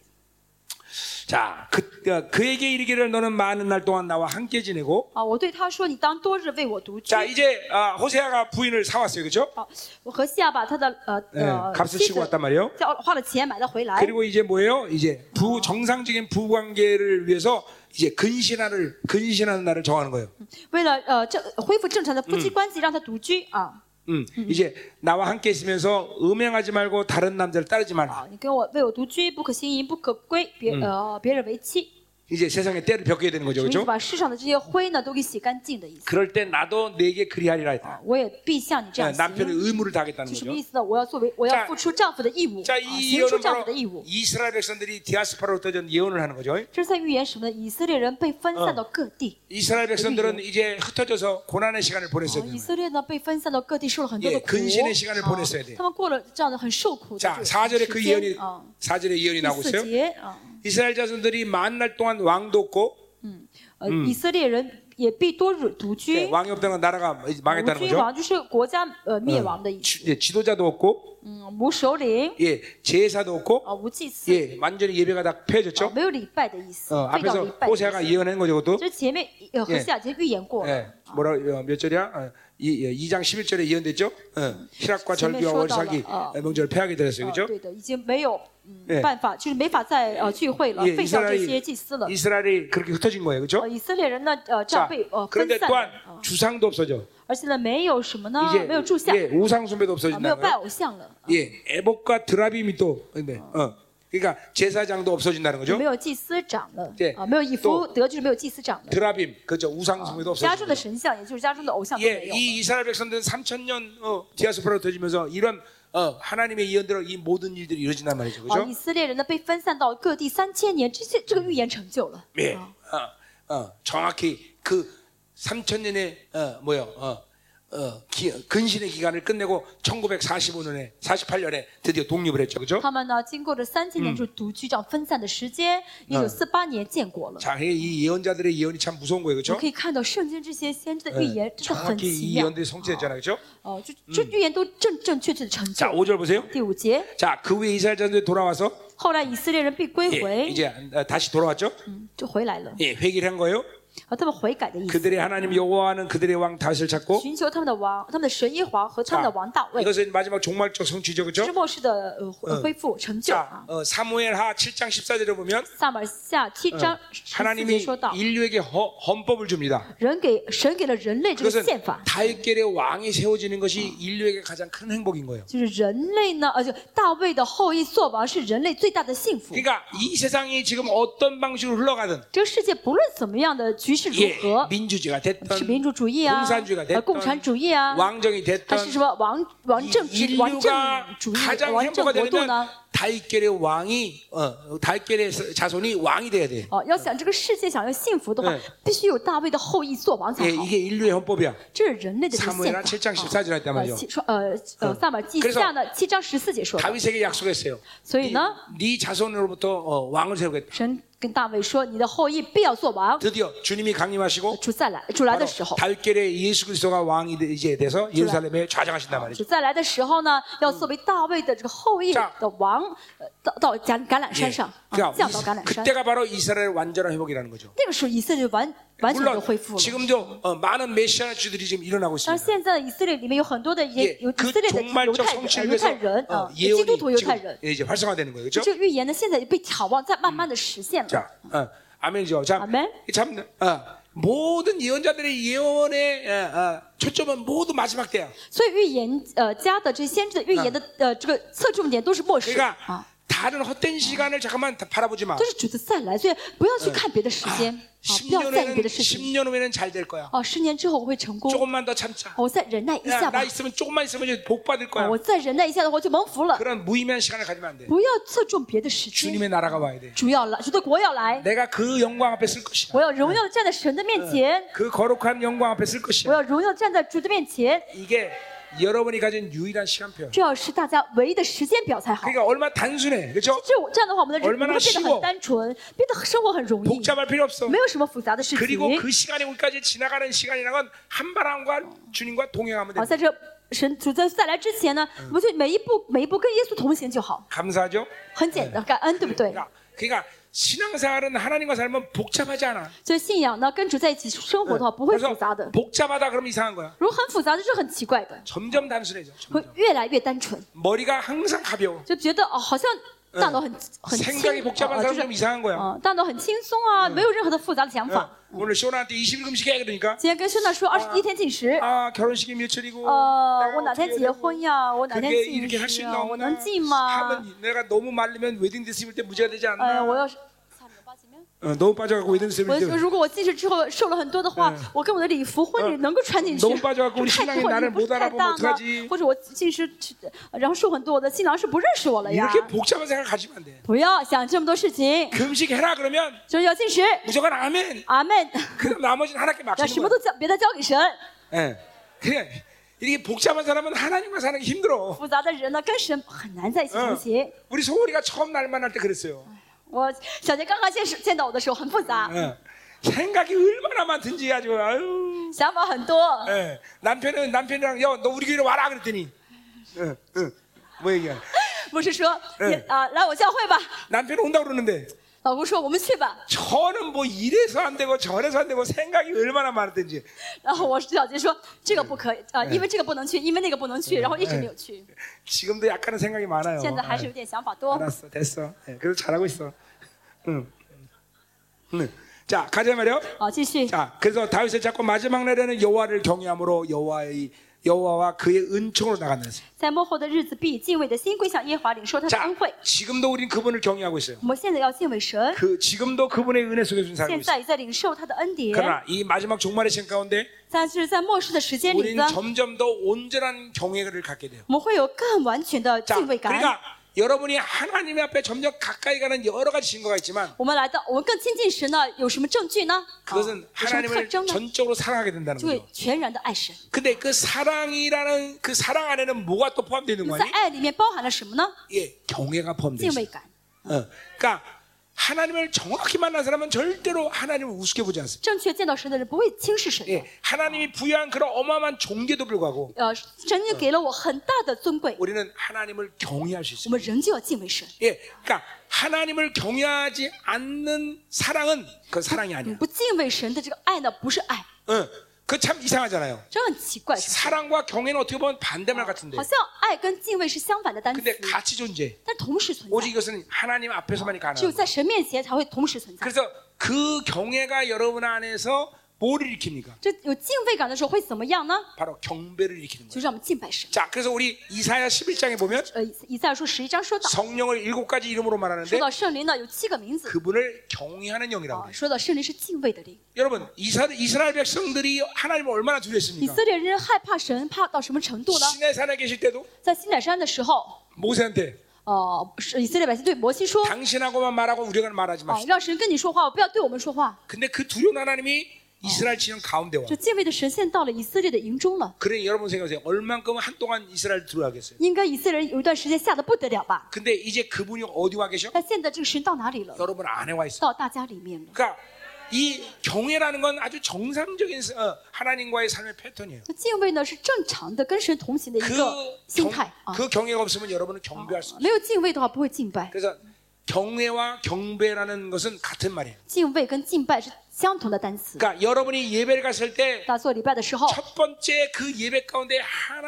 Speaker 1: 자, 그, 어, 그에게 이르기를 너는 많은 날 동안 나와 함께 지내고.
Speaker 2: 啊，我对他说：“你当多日为我独居。”
Speaker 1: 자, 이제, 아, 호세아가 부인을 사왔어요. 그죠?
Speaker 2: 好，我和西亚把他的呃
Speaker 1: 예,
Speaker 2: 呃
Speaker 1: 값을
Speaker 2: 妻子
Speaker 1: 치고 왔단 말이에요.
Speaker 2: 交花了钱买了回来，
Speaker 1: 그리고 이제 뭐예요? 이제 부, 정상적인 부관계를 위해서 이제 근신하를, 근신하는 날을 정하는 거예요.
Speaker 2: 为了呃正恢复正常的夫
Speaker 1: 嗯
Speaker 2: 妻关系，让他独居啊
Speaker 1: 음, 이제 나와 함께 있으면서 음행하지 말고 다른 남자를 따르지 말라.
Speaker 2: 啊！你跟我为我独居，不可行淫，不可归别、呃别人为妻，
Speaker 1: 이제 세상에 때를 벗겨야 되는 거죠.
Speaker 2: 什么意思
Speaker 1: 그죠?
Speaker 2: 把世上的这些灰呢都给洗干净的意思。
Speaker 1: 그럴 때 나도 내게 그리하리라 했다.
Speaker 2: 我也必像你哎这
Speaker 1: 자,
Speaker 2: 样
Speaker 1: 남편의
Speaker 2: 行，
Speaker 1: 의무를 다하겠다는
Speaker 2: 是什么
Speaker 1: 거죠.
Speaker 2: 意思呢？我要作为我
Speaker 1: 자
Speaker 2: 要付出丈夫的义务，啊
Speaker 1: 아, 자,
Speaker 2: 行
Speaker 1: 이
Speaker 2: 出
Speaker 1: 예언은
Speaker 2: 丈夫的
Speaker 1: 바로
Speaker 2: 义务。
Speaker 1: 이스라엘 백성들이 디아스파로 흩어진 예언을 하는 거죠.
Speaker 2: 这是在预言什么呢？以色列人被分散到各地，
Speaker 1: 이스라엘 백성들은 이제 흩어져서 고난의 시간을
Speaker 2: 啊
Speaker 1: 보냈어요.
Speaker 2: 以色列呢被分散到各地，受了很多的
Speaker 1: 예
Speaker 2: 苦，
Speaker 1: 근신의시간을보냈어야돼
Speaker 2: 啊他们过了这样的很受苦的
Speaker 1: 자,
Speaker 2: 这
Speaker 1: 4절에
Speaker 2: 种
Speaker 1: 그
Speaker 2: 时间
Speaker 1: 예언이
Speaker 2: 啊。
Speaker 1: 4절에 예언이
Speaker 2: 第
Speaker 1: 나오고
Speaker 2: 四
Speaker 1: 있어요.
Speaker 2: 节啊，
Speaker 1: 이스라엘 자손들이 만날 동안 왕도 없고
Speaker 2: 嗯，呃，以色列人也必多辱独
Speaker 1: 예,
Speaker 2: 居，
Speaker 1: 왕이 없다는 건 나라가 망했다는
Speaker 2: 独居
Speaker 1: 거죠.
Speaker 2: 王就是国家呃灭亡的意思，
Speaker 1: 지, 예, 지도자도 없고,
Speaker 2: 嗯，无首领
Speaker 1: 예, 제사도 없고,
Speaker 2: 啊，无祭司，
Speaker 1: 예, 완전히 예배가 다 아, 네.
Speaker 2: 어
Speaker 1: 폐해졌죠.
Speaker 2: 没有礼拜的意思
Speaker 1: 어, ，
Speaker 2: 废掉礼
Speaker 1: 앞에서
Speaker 2: 拜的意
Speaker 1: 호세아가
Speaker 2: 思。
Speaker 1: 예언한 거죠, 그것도.
Speaker 2: 这前面呃何西亚前预言过了，
Speaker 1: 예, 뭐라 어, 몇 절이야? 어, 이, 예, 2장 11절에 예언됐죠. 어, 희락과
Speaker 2: 지금의
Speaker 1: 절규와
Speaker 2: 쇼다가,
Speaker 1: 월삭이
Speaker 2: 어.
Speaker 1: 명절을 패하게 되었어요, 그렇죠. 그죠?
Speaker 2: 呃对的，已经没有嗯
Speaker 1: 예
Speaker 2: 办法，就是没法再呃聚会了，
Speaker 1: 예,
Speaker 2: 废掉这些
Speaker 1: 이스라엘이,
Speaker 2: 祭司了。
Speaker 1: 이스라엘이 그렇게 흩어진 거예요,
Speaker 2: 呃，
Speaker 1: 그죠?
Speaker 2: 以色列人呢，呃，这样
Speaker 1: 자,
Speaker 2: 被呃分
Speaker 1: 그런데
Speaker 2: 散
Speaker 1: 또한
Speaker 2: 了，啊
Speaker 1: 주상도 없어져.
Speaker 2: 而且呢，没有什么呢，没有柱
Speaker 1: 이제
Speaker 2: 像，
Speaker 1: 예, 우상 숭배도
Speaker 2: 啊没有
Speaker 1: 없어진다는
Speaker 2: 拜
Speaker 1: 거예요.
Speaker 2: 偶像了，
Speaker 1: 예, 에복과 드라빔이 또 근데 어. 그러니까 제사장도 없어진다는
Speaker 2: 就
Speaker 1: 거죠.
Speaker 2: 没有祭司长了
Speaker 1: 예 ，
Speaker 2: 啊，没有以弗德就是没有祭司长了，
Speaker 1: 드라빔 그죠 우상 숭배도
Speaker 2: 家中
Speaker 1: 없어진다.
Speaker 2: 的神像，也就是家中的偶像都
Speaker 1: 예,
Speaker 2: 没有。
Speaker 1: 이 이스라엘 백성들은 3천 년 어, 디아스포라로 터지면서 이런 어, 하나님의 예언대로 이 모든 일들이 이루어진단 아, 말이죠,
Speaker 2: 啊，
Speaker 1: 그죠?
Speaker 2: 以色列人呢被分散到各地三千年，这些这个预言成就了。
Speaker 1: 예, 어, 어, 정확히 그 3천 년의 어, 뭐요, 어, 어, 기, 근신의 기간을 끝내고 1945년에 48년에 드디어 독립을 했죠, 그죠?
Speaker 2: 他们呢，经过这三千年就是独居这样分散的时间，一九四八年建国了。
Speaker 1: 자, 아. 이 예언자들의 예언이 참 무서운 거예요,
Speaker 2: 我
Speaker 1: 그죠? 네.
Speaker 2: 可以看到圣经这些先知的哎预言真的很
Speaker 1: 정확히
Speaker 2: 奇
Speaker 1: 이
Speaker 2: 妙，
Speaker 1: 예언들이 성취됐잖아요, 그죠?
Speaker 2: 哦，就这预言都正正确确的成就
Speaker 1: 자, 。 5절 보세요.
Speaker 2: 第五节，
Speaker 1: 자, 그 후에 이스라엘 자들이 돌아와서
Speaker 2: 后来以色列人被归
Speaker 1: 예,
Speaker 2: 回，
Speaker 1: 이제 어, 다시 돌아왔죠.
Speaker 2: 嗯，就回来了，
Speaker 1: 예, 회개를 한 거예요.
Speaker 2: 啊，他们悔改的意思，
Speaker 1: 그들의 하나님 여호와는 그들의 왕 다윗을 찾고
Speaker 2: 寻求他们的王，他们的神耶和华和
Speaker 1: 자,
Speaker 2: 他们的王大卫，
Speaker 1: 이것은 마지막 종말적 성취죠,
Speaker 2: 这
Speaker 1: 그죠?
Speaker 2: 是末世的呃恢恢复成就
Speaker 1: 자,
Speaker 2: 啊。
Speaker 1: 어, 사무엘하 7장 14절에 보면 어,
Speaker 2: 萨马尔下七章十四节
Speaker 1: 하나님이
Speaker 2: 说到，
Speaker 1: 인류에게 허- 헌법을 줍니다.
Speaker 2: 人给神给了人类这个
Speaker 1: 그것은
Speaker 2: 宪法，
Speaker 1: 다윗계의 왕이 세워지는 것이 인류에게 가장 큰 행복인 거예요.
Speaker 2: 就是人类呢，呃，就大卫的后裔做王是人类最大的幸福。
Speaker 1: 그러니까 이 세상이 지금 어떤 방식으로 흘러가든
Speaker 2: 这个世界不论怎么样的局势如
Speaker 1: 예,
Speaker 2: 何，
Speaker 1: 민주주의가
Speaker 2: 是民
Speaker 1: 됐던
Speaker 2: 主主义啊
Speaker 1: 공산주의가，됐던
Speaker 2: 呃，共产主义啊，
Speaker 1: 왕정이
Speaker 2: 还
Speaker 1: 됐던
Speaker 2: 是什么王王政
Speaker 1: 이
Speaker 2: 治、王政
Speaker 1: 인류가
Speaker 2: 主义、
Speaker 1: 가장
Speaker 2: 王政
Speaker 1: 행복가
Speaker 2: 国度
Speaker 1: 되려면
Speaker 2: 呢？
Speaker 1: 다윗계의 왕이 어, 다윗계의 자손이 왕이 돼야 돼.
Speaker 2: 哦，要想这个世界想要幸福的话
Speaker 1: 嗯，
Speaker 2: 必须有大卫的后裔做王才
Speaker 1: 예,
Speaker 2: 好。
Speaker 1: 이게 인류의 헌법이야.
Speaker 2: 这是人类的这个
Speaker 1: 사무엘하 7장
Speaker 2: 宪法。
Speaker 1: 14절에 했단
Speaker 2: 呃，
Speaker 1: 말이죠.
Speaker 2: 七说呃呃，萨马尔记
Speaker 1: 그래서
Speaker 2: 下呢七章十四节说的，
Speaker 1: 다윗에게 약속했어요.
Speaker 2: 所以
Speaker 1: 네,
Speaker 2: 呢，
Speaker 1: 네 자손으로부터 어, 왕을 세우겠다.
Speaker 2: 神跟大卫说：“你的后裔必要做王。
Speaker 1: 드디어 주님이 강림하시고
Speaker 2: 主再来，主来的时候，
Speaker 1: 다윗계의 예수 그리스도가 왕이 되- 이제 돼서 예루살렘에 좌정하신단 말이죠.
Speaker 2: 主再来的时候呢，要作为大卫的这个后裔
Speaker 1: 자
Speaker 2: 的王，呃到到橄橄榄
Speaker 1: 예.
Speaker 2: 山上，啊，
Speaker 1: 그러니까
Speaker 2: 降到橄
Speaker 1: 이-
Speaker 2: 榄山。
Speaker 1: 그때가 바로 이스라엘 완전한 회복이라는 거죠.
Speaker 2: 那个时候，以色列完完全就
Speaker 1: 물론
Speaker 2: 恢复了。
Speaker 1: 지금도 어, 많은 메시아 주들이 지금 일어나고
Speaker 2: 但
Speaker 1: 있습니다.
Speaker 2: 是现在以色列里面有很多的也
Speaker 1: 예,
Speaker 2: 有以
Speaker 1: 그
Speaker 2: 色列的犹
Speaker 1: 종말적
Speaker 2: 太人、
Speaker 1: 성취를
Speaker 2: 犹太人
Speaker 1: 위해서
Speaker 2: 啊
Speaker 1: 어, ，
Speaker 2: 基
Speaker 1: 예언이
Speaker 2: 督徒犹太
Speaker 1: 지금
Speaker 2: 人，
Speaker 1: 예, 이제 활성화되는 거예요, 그렇죠?
Speaker 2: 这嗯个预言呢，现在也被眺望，在慢慢的实现了。
Speaker 1: 자, 어, 아멘이죠. 자,
Speaker 2: 아멘.
Speaker 1: 참, 어, 모든 예언자들의 예언의 어, 어, 초점은 모두 마지막 때야.
Speaker 2: 所以预言呃家的这先知的预言的呃这个侧重点都是末世
Speaker 1: 그러니까
Speaker 2: 啊，
Speaker 1: 다른 헛된 시간을 잠깐만 다 바라보지 아, 마.
Speaker 2: 都是主的再来，所以不要去看别的时间嗯啊，不要
Speaker 1: 10년
Speaker 2: 在意别
Speaker 1: 후에는
Speaker 2: 的事情
Speaker 1: 10년 후에는 잘 될 거야.
Speaker 2: 啊。十年之后我会成功，
Speaker 1: 조금만 더 참자.
Speaker 2: 我再忍耐一
Speaker 1: 야,
Speaker 2: 下吧
Speaker 1: 나 ， 어, 있으면 조금만 있으면 이제 복 받을
Speaker 2: 啊
Speaker 1: 거야.
Speaker 2: 我再忍耐一下的话就蒙福了。
Speaker 1: 그런 무의미한 시간을 가지면 안 돼.
Speaker 2: 不要侧重别的时间，
Speaker 1: 주님의 나라가 와야 돼.
Speaker 2: 主要来，主的国要来，
Speaker 1: 내가 그 영광 앞에 쓸 것이야.
Speaker 2: 我要荣耀地站在神的面前。
Speaker 1: 그 거룩한 영광 앞에 쓸
Speaker 2: 我
Speaker 1: 것이야.
Speaker 2: 要荣耀站在主的面前，
Speaker 1: 이게 여러분이 가진 유일한 시간표야.
Speaker 2: 这要是大家唯一的时间表才好。
Speaker 1: 그러니까 얼마나 단순해. 그렇죠?
Speaker 2: 这这样的话，我们的
Speaker 1: 얼
Speaker 2: 人
Speaker 1: 마나
Speaker 2: 会变
Speaker 1: 쉬
Speaker 2: 得
Speaker 1: 워
Speaker 2: 很单纯，变得生活很容易，
Speaker 1: 복잡할 필요 없어.
Speaker 2: 没有什么复杂的事
Speaker 1: 그리고
Speaker 2: 情。
Speaker 1: 그 시간이 우리까지 지나가는 시간이라는 건 한 발한과 주님과 동행하면
Speaker 2: 好，
Speaker 1: 됩니다.
Speaker 2: 在这神主在再来之前呢，我们就每一步每一步跟耶稣同行就好，
Speaker 1: 감사하죠?
Speaker 2: 很简单，感恩，对不对？
Speaker 1: 그러니까, 그러니까 신앙생활은 하나님과 살면 복잡하지 않아.
Speaker 2: 所以信仰呢，跟主在一起生活的话，不会复
Speaker 1: 그래서
Speaker 2: 杂的。
Speaker 1: 복잡하다 그러면 이상한 거야.
Speaker 2: 如果很复杂的，就是很奇怪的，
Speaker 1: 점점 단순해져.
Speaker 2: 会
Speaker 1: 점점.
Speaker 2: 越来越单纯，
Speaker 1: 머리가 항상 가벼워.
Speaker 2: 就觉得哦，好像大脑很很嗯轻，
Speaker 1: 생각이 복잡한
Speaker 2: 哦就
Speaker 1: 사람
Speaker 2: 是
Speaker 1: 좀 이상한 거야.
Speaker 2: 嗯，大脑很轻松啊，没有任何的复杂的想
Speaker 1: 어,
Speaker 2: 法。
Speaker 1: 오늘 쇼나한테 20일 금식해 그러니까
Speaker 2: 今天跟孙娜说二十一天禁食，
Speaker 1: 아 결혼식이 며칠이고
Speaker 2: 呃
Speaker 1: 내가 ，
Speaker 2: 我哪天
Speaker 1: 어떻게
Speaker 2: 结
Speaker 1: 해야 되고,
Speaker 2: 婚呀？我哪天
Speaker 1: 그게
Speaker 2: 进
Speaker 1: 이렇게 할 수
Speaker 2: 食啊？
Speaker 1: 있나
Speaker 2: 我
Speaker 1: 없나
Speaker 2: 能进吗？
Speaker 1: 하면 내가 너무 말리면 웨딩드레스 입을 때 무죄가 되지
Speaker 2: 哎呀，
Speaker 1: 않나
Speaker 2: 我要是
Speaker 1: 어, 너무 빠져갖고 웨딩드레스
Speaker 2: 我
Speaker 1: 입을 때
Speaker 2: 如果我进食之后瘦了很多的话，我跟我的礼服婚礼能够穿进去，
Speaker 1: 너무빠져갖고우리신랑이
Speaker 2: 太多
Speaker 1: 나를
Speaker 2: 了，不是
Speaker 1: 못
Speaker 2: 太
Speaker 1: 알아보면
Speaker 2: 大
Speaker 1: 어떡하
Speaker 2: 呢
Speaker 1: 지 ？
Speaker 2: 或者我进食，然后瘦很多，我的新郎是不认识我了呀？
Speaker 1: 이렇게 복잡한 생각 가지면 안 돼.
Speaker 2: 不要想这么多事情，
Speaker 1: 금식해라 그러면
Speaker 2: 就是要进食，
Speaker 1: 무조건 아멘.
Speaker 2: 阿门。
Speaker 1: 그럼 나머지는 하나님께
Speaker 2: 要
Speaker 1: 맡기는
Speaker 2: 什么
Speaker 1: 거야.
Speaker 2: 都交，别的交给神。
Speaker 1: 예. 그냥 이렇게 복잡한 사람은 하나님과 사는 게 힘들어. 어.
Speaker 2: 复杂的人呢，跟神很难在一起同行。
Speaker 1: 우리 소울이가 처음 날 만날 때 그랬어요.
Speaker 2: 我小杰刚刚见识见到我的时候很复杂，
Speaker 1: 예. 생각이 얼마나 많든지 아주 아유.
Speaker 2: 想法很多。
Speaker 1: 예, 남편은 남편이랑 야 너 우리 교회로 와라 그랬더니 응, 응. 뭐 얘기야?
Speaker 2: 牧师说：“
Speaker 1: 嗯
Speaker 2: 你啊，来我教会吧。
Speaker 1: 남편은 온다 고 그러는데
Speaker 2: 老公说：“我们去吧。
Speaker 1: 저는 뭐 이래서 안 되고 저래서 안 되고 생각이 얼마나 많았든지
Speaker 2: 然后我小杰说：“这个不可以啊、因为这个不能去，因为那个不能去。”然后一直没有去，
Speaker 1: 지금도 약간은 생각이 많아요.
Speaker 2: 现在还是有点想法
Speaker 1: 아,
Speaker 2: 多。
Speaker 1: 알았어, 됐어. 예, 그래도 잘하고 있어. 응. 응. 자 가자 말이요.
Speaker 2: 好，继续。
Speaker 1: 자 그래서 다윗의 자꾸 마지막 날에는 여호와를 경외함으로 여호와의 여호와와 그의 은총으로 나간다 했어요.
Speaker 2: 在幕后的日子必敬畏的心归向耶和华，领受他的
Speaker 1: 자
Speaker 2: 恩惠。
Speaker 1: 지금도 우린 그분을 경외하고 있어요.
Speaker 2: 我们现在要敬畏神，
Speaker 1: 그 지금도 그분의 은혜 속에 서 살고
Speaker 2: 现
Speaker 1: 있어요.
Speaker 2: 在也在领受他的恩典。
Speaker 1: 그러나 이 마지막 종말의 시간 가운데
Speaker 2: 但是在末世的时间里
Speaker 1: 우리는
Speaker 2: 呢，
Speaker 1: 점점 더 온전한 경외를 갖게 돼요.
Speaker 2: 我们会有更完全的
Speaker 1: 자,
Speaker 2: 敬畏感。
Speaker 1: 그러니까 여러분이 하나님 앞에 점점 가까이 가는 여러 가지 증거가 있지만
Speaker 2: 我们来到，我们更亲近时呢，有什么证据呢？啊有什
Speaker 1: 그것은
Speaker 2: 么特
Speaker 1: 하나님을
Speaker 2: 征呢？
Speaker 1: 전적으로 사랑하게 된다는
Speaker 2: 就会
Speaker 1: 거죠.
Speaker 2: 全然的爱神。
Speaker 1: 근데 그 사랑이라는 그 사랑 안에는 뭐가 또 포함되어 있는
Speaker 2: 那
Speaker 1: 거니?
Speaker 2: 在爱里面包含了什么呢？
Speaker 1: 예, 경외가 포함되어
Speaker 2: 敬
Speaker 1: 있어요.
Speaker 2: 畏感。
Speaker 1: 어. 그러니까 하나님을 정확히 만난 사람은 절대로 하나님을 우습게 보지 않습니다.
Speaker 2: 正确见到神的人不会轻视神的。
Speaker 1: 예, 하나님이 부여한 그런 어마어마한 종교도 불구하고
Speaker 2: 呃，神就给了我很大的尊贵，
Speaker 1: 우리는 하나님을 경외할 수
Speaker 2: 我
Speaker 1: 있어요.
Speaker 2: 们仍旧要敬畏神。
Speaker 1: 예, 그러니까 하나님을 경외하지 않는 사랑은 그 사랑이
Speaker 2: 你
Speaker 1: 아니야.
Speaker 2: 不敬畏神的这个爱呢，不是爱，
Speaker 1: 응, 그 참 이상하잖아요.
Speaker 2: 这很奇怪，是
Speaker 1: 사랑과 경애는 어떻게 보면 반대말
Speaker 2: 不是
Speaker 1: 같은데.
Speaker 2: 好像爱跟敬畏是相反的单词，
Speaker 1: 근데 같이 존재.
Speaker 2: 但同时存
Speaker 1: 오직
Speaker 2: 在，
Speaker 1: 이것은 하나님 앞에서만이
Speaker 2: 只有
Speaker 1: 가능한 거예요.
Speaker 2: 在神面前才会同时存在。
Speaker 1: 그래서 그 경애가 여러분 안에서 뭘 일으킵니까?
Speaker 2: 这有敬畏感的时候会怎么样呢？
Speaker 1: 바로 경배를 일으키는 거예요.
Speaker 2: 就让我们敬拜神。
Speaker 1: 자, 그래서 우리 이사야 11장에 보면
Speaker 2: 呃，以以赛亚书十一章说到，
Speaker 1: 성령을 일곱 가지 이름으로
Speaker 2: 说
Speaker 1: 말하는데
Speaker 2: 到圣灵呢有七个名字
Speaker 1: 그분을 경외하는 영이라고
Speaker 2: 啊，
Speaker 1: 해요.
Speaker 2: 说到圣灵是敬畏的灵。
Speaker 1: 여러분, 이사, 이스라엘 백성들이 하나님을 얼마나
Speaker 2: 以
Speaker 1: 두려웠습니까?
Speaker 2: 色列人害怕神怕到什么程度呢？
Speaker 1: 신의 산에 계실 때도
Speaker 2: 在西乃山的时候，
Speaker 1: 모세한테
Speaker 2: 呃，是以色列百姓对摩西说，
Speaker 1: 당신하고만 말하고 우리에게는 말하지
Speaker 2: 啊，
Speaker 1: 마시오.
Speaker 2: 让神跟你说话，不要对我们说话。
Speaker 1: 근데 그 두려운 하나님이 이스라엘 지형 가운데 와.
Speaker 2: 这敬畏的神现到了以色列的营中了，
Speaker 1: 그러니 여러분 생각하세요. 얼만큼 한동안 이스라엘 들어가겠어요.
Speaker 2: 应该以色列人有一段时间吓得不得了吧？
Speaker 1: 근데 이제 그분이 어디 와 계셔?
Speaker 2: 但现在这个神到哪里了？
Speaker 1: 여러분 안에 와 있어.
Speaker 2: 到大家里面了。
Speaker 1: 그러니까 이 경외라는 건 아주 정상적인 어, 하나님과의 삶의 패턴이에요.
Speaker 2: 那敬畏呢是正常的跟神同行的一
Speaker 1: 그
Speaker 2: 个心态
Speaker 1: 경,
Speaker 2: 啊，
Speaker 1: 그 경외가 없으면 여러분은 경배할 수 없어요.
Speaker 2: 没有敬畏的话不会敬拜。
Speaker 1: 그래서 경외와 경배라는 것은 같은 말이에요.
Speaker 2: 敬畏跟敬拜是相同的单词。
Speaker 1: 그러니까 여러분이 예배를 갔을 때 첫
Speaker 2: 大做礼拜的时候，
Speaker 1: 번째 그 예배 가운데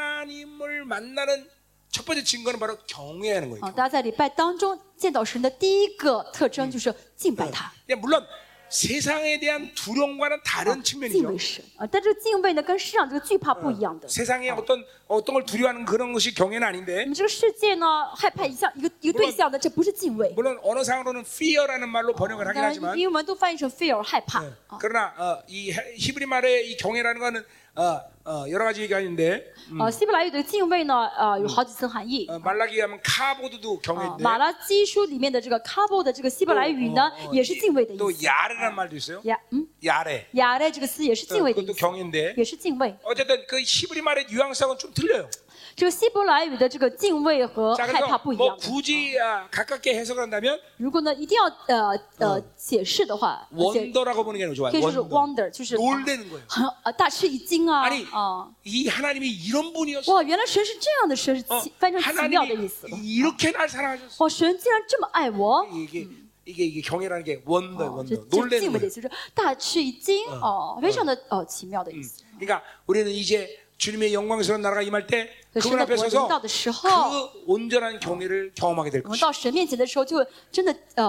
Speaker 1: 하나님을 만나는 첫 번째 증거는 바로 경외하는 거예요.
Speaker 2: 啊，大家在礼拜当中见到神的第一个特征就是敬拜他，
Speaker 1: 예, 물론 세상에 대한 두려움과는 다른
Speaker 2: 敬
Speaker 1: 측면이죠.
Speaker 2: 畏神啊。但这个敬畏呢跟世上这个惧怕不一样的。
Speaker 1: 세상에 어떤 어떤 걸 두려워하는 그런 것이 경외는
Speaker 2: 我
Speaker 1: 아닌데
Speaker 2: 们这个世界呢害怕一项一个一个对象的，这不是敬畏。
Speaker 1: 물론 언어상으로는 fear라는 말로 번역을
Speaker 2: 当
Speaker 1: 하긴
Speaker 2: 然，
Speaker 1: 하지만
Speaker 2: 英文都翻译成 fear 害怕
Speaker 1: 예,
Speaker 2: 啊。
Speaker 1: 그러나 아, 네. 어, 이 해- 히브리 말의 이 경외라는 거는 어, 어, 여러 가지 얘기가 있는데
Speaker 2: 呃，希伯来语的敬畏呢，呃，有好几层含义。
Speaker 1: 어, 말라기 하면 카보드도
Speaker 2: 啊，
Speaker 1: 경외인데
Speaker 2: 马拉基书里面的这个 kabo 的这个希伯来语呢，也是敬畏的
Speaker 1: 어, 또
Speaker 2: 意思。
Speaker 1: 야레라는 말도 예, 있어요.
Speaker 2: 雅嗯，
Speaker 1: 야레
Speaker 2: 雅嘞这个词也是
Speaker 1: 어,
Speaker 2: 敬畏的意
Speaker 1: 그것도 예.
Speaker 2: 思，
Speaker 1: 경외인데
Speaker 2: 也是敬畏。
Speaker 1: 어쨌든 그 히브리 말의 뉘앙스하고는 좀 틀려요.
Speaker 2: 这个希伯来语的这个敬畏和
Speaker 1: 자,
Speaker 2: 害怕
Speaker 1: 그래서
Speaker 2: 不一
Speaker 1: 뭐
Speaker 2: 样的。
Speaker 1: 굳이 아, 가깝게 해석한다면
Speaker 2: 如果呢，一定要呃呃
Speaker 1: 嗯
Speaker 2: 解释的话，解
Speaker 1: 원더라고 보는 게 좋아요.
Speaker 2: 可以说是
Speaker 1: 원더.
Speaker 2: wonder，就是啊
Speaker 1: 놀라는 거예요.
Speaker 2: 很呃大吃一惊啊
Speaker 1: 아니 어.
Speaker 2: 啊！
Speaker 1: 이 하나님이 이런 분이었어.
Speaker 2: 哇，原来神是这样的神，是
Speaker 1: 어,
Speaker 2: 奇非常奇妙的意
Speaker 1: 哦 하나님이
Speaker 2: 思了。
Speaker 1: 이렇게 날 사랑하셨어.
Speaker 2: 哇，神竟然这么爱我！
Speaker 1: 이게 이게 이게 경애라는 게 원더
Speaker 2: 哦这
Speaker 1: 원더
Speaker 2: 这
Speaker 1: 놀라는
Speaker 2: 敬畏的
Speaker 1: 거예요. 嗯
Speaker 2: 就是大吃一惊哦，非常的哦奇妙的意思。
Speaker 1: 그러니까 우리는 이제 주님의 영광스러운 나라가 임할 때
Speaker 2: 可是
Speaker 1: 그분
Speaker 2: 呢，
Speaker 1: 앞에
Speaker 2: 我临到
Speaker 1: 서서
Speaker 2: 的时候，
Speaker 1: 그 온전한 경애를 경험하게 될
Speaker 2: 我们
Speaker 1: 것이죠.
Speaker 2: 到神面前的时候，就真的呃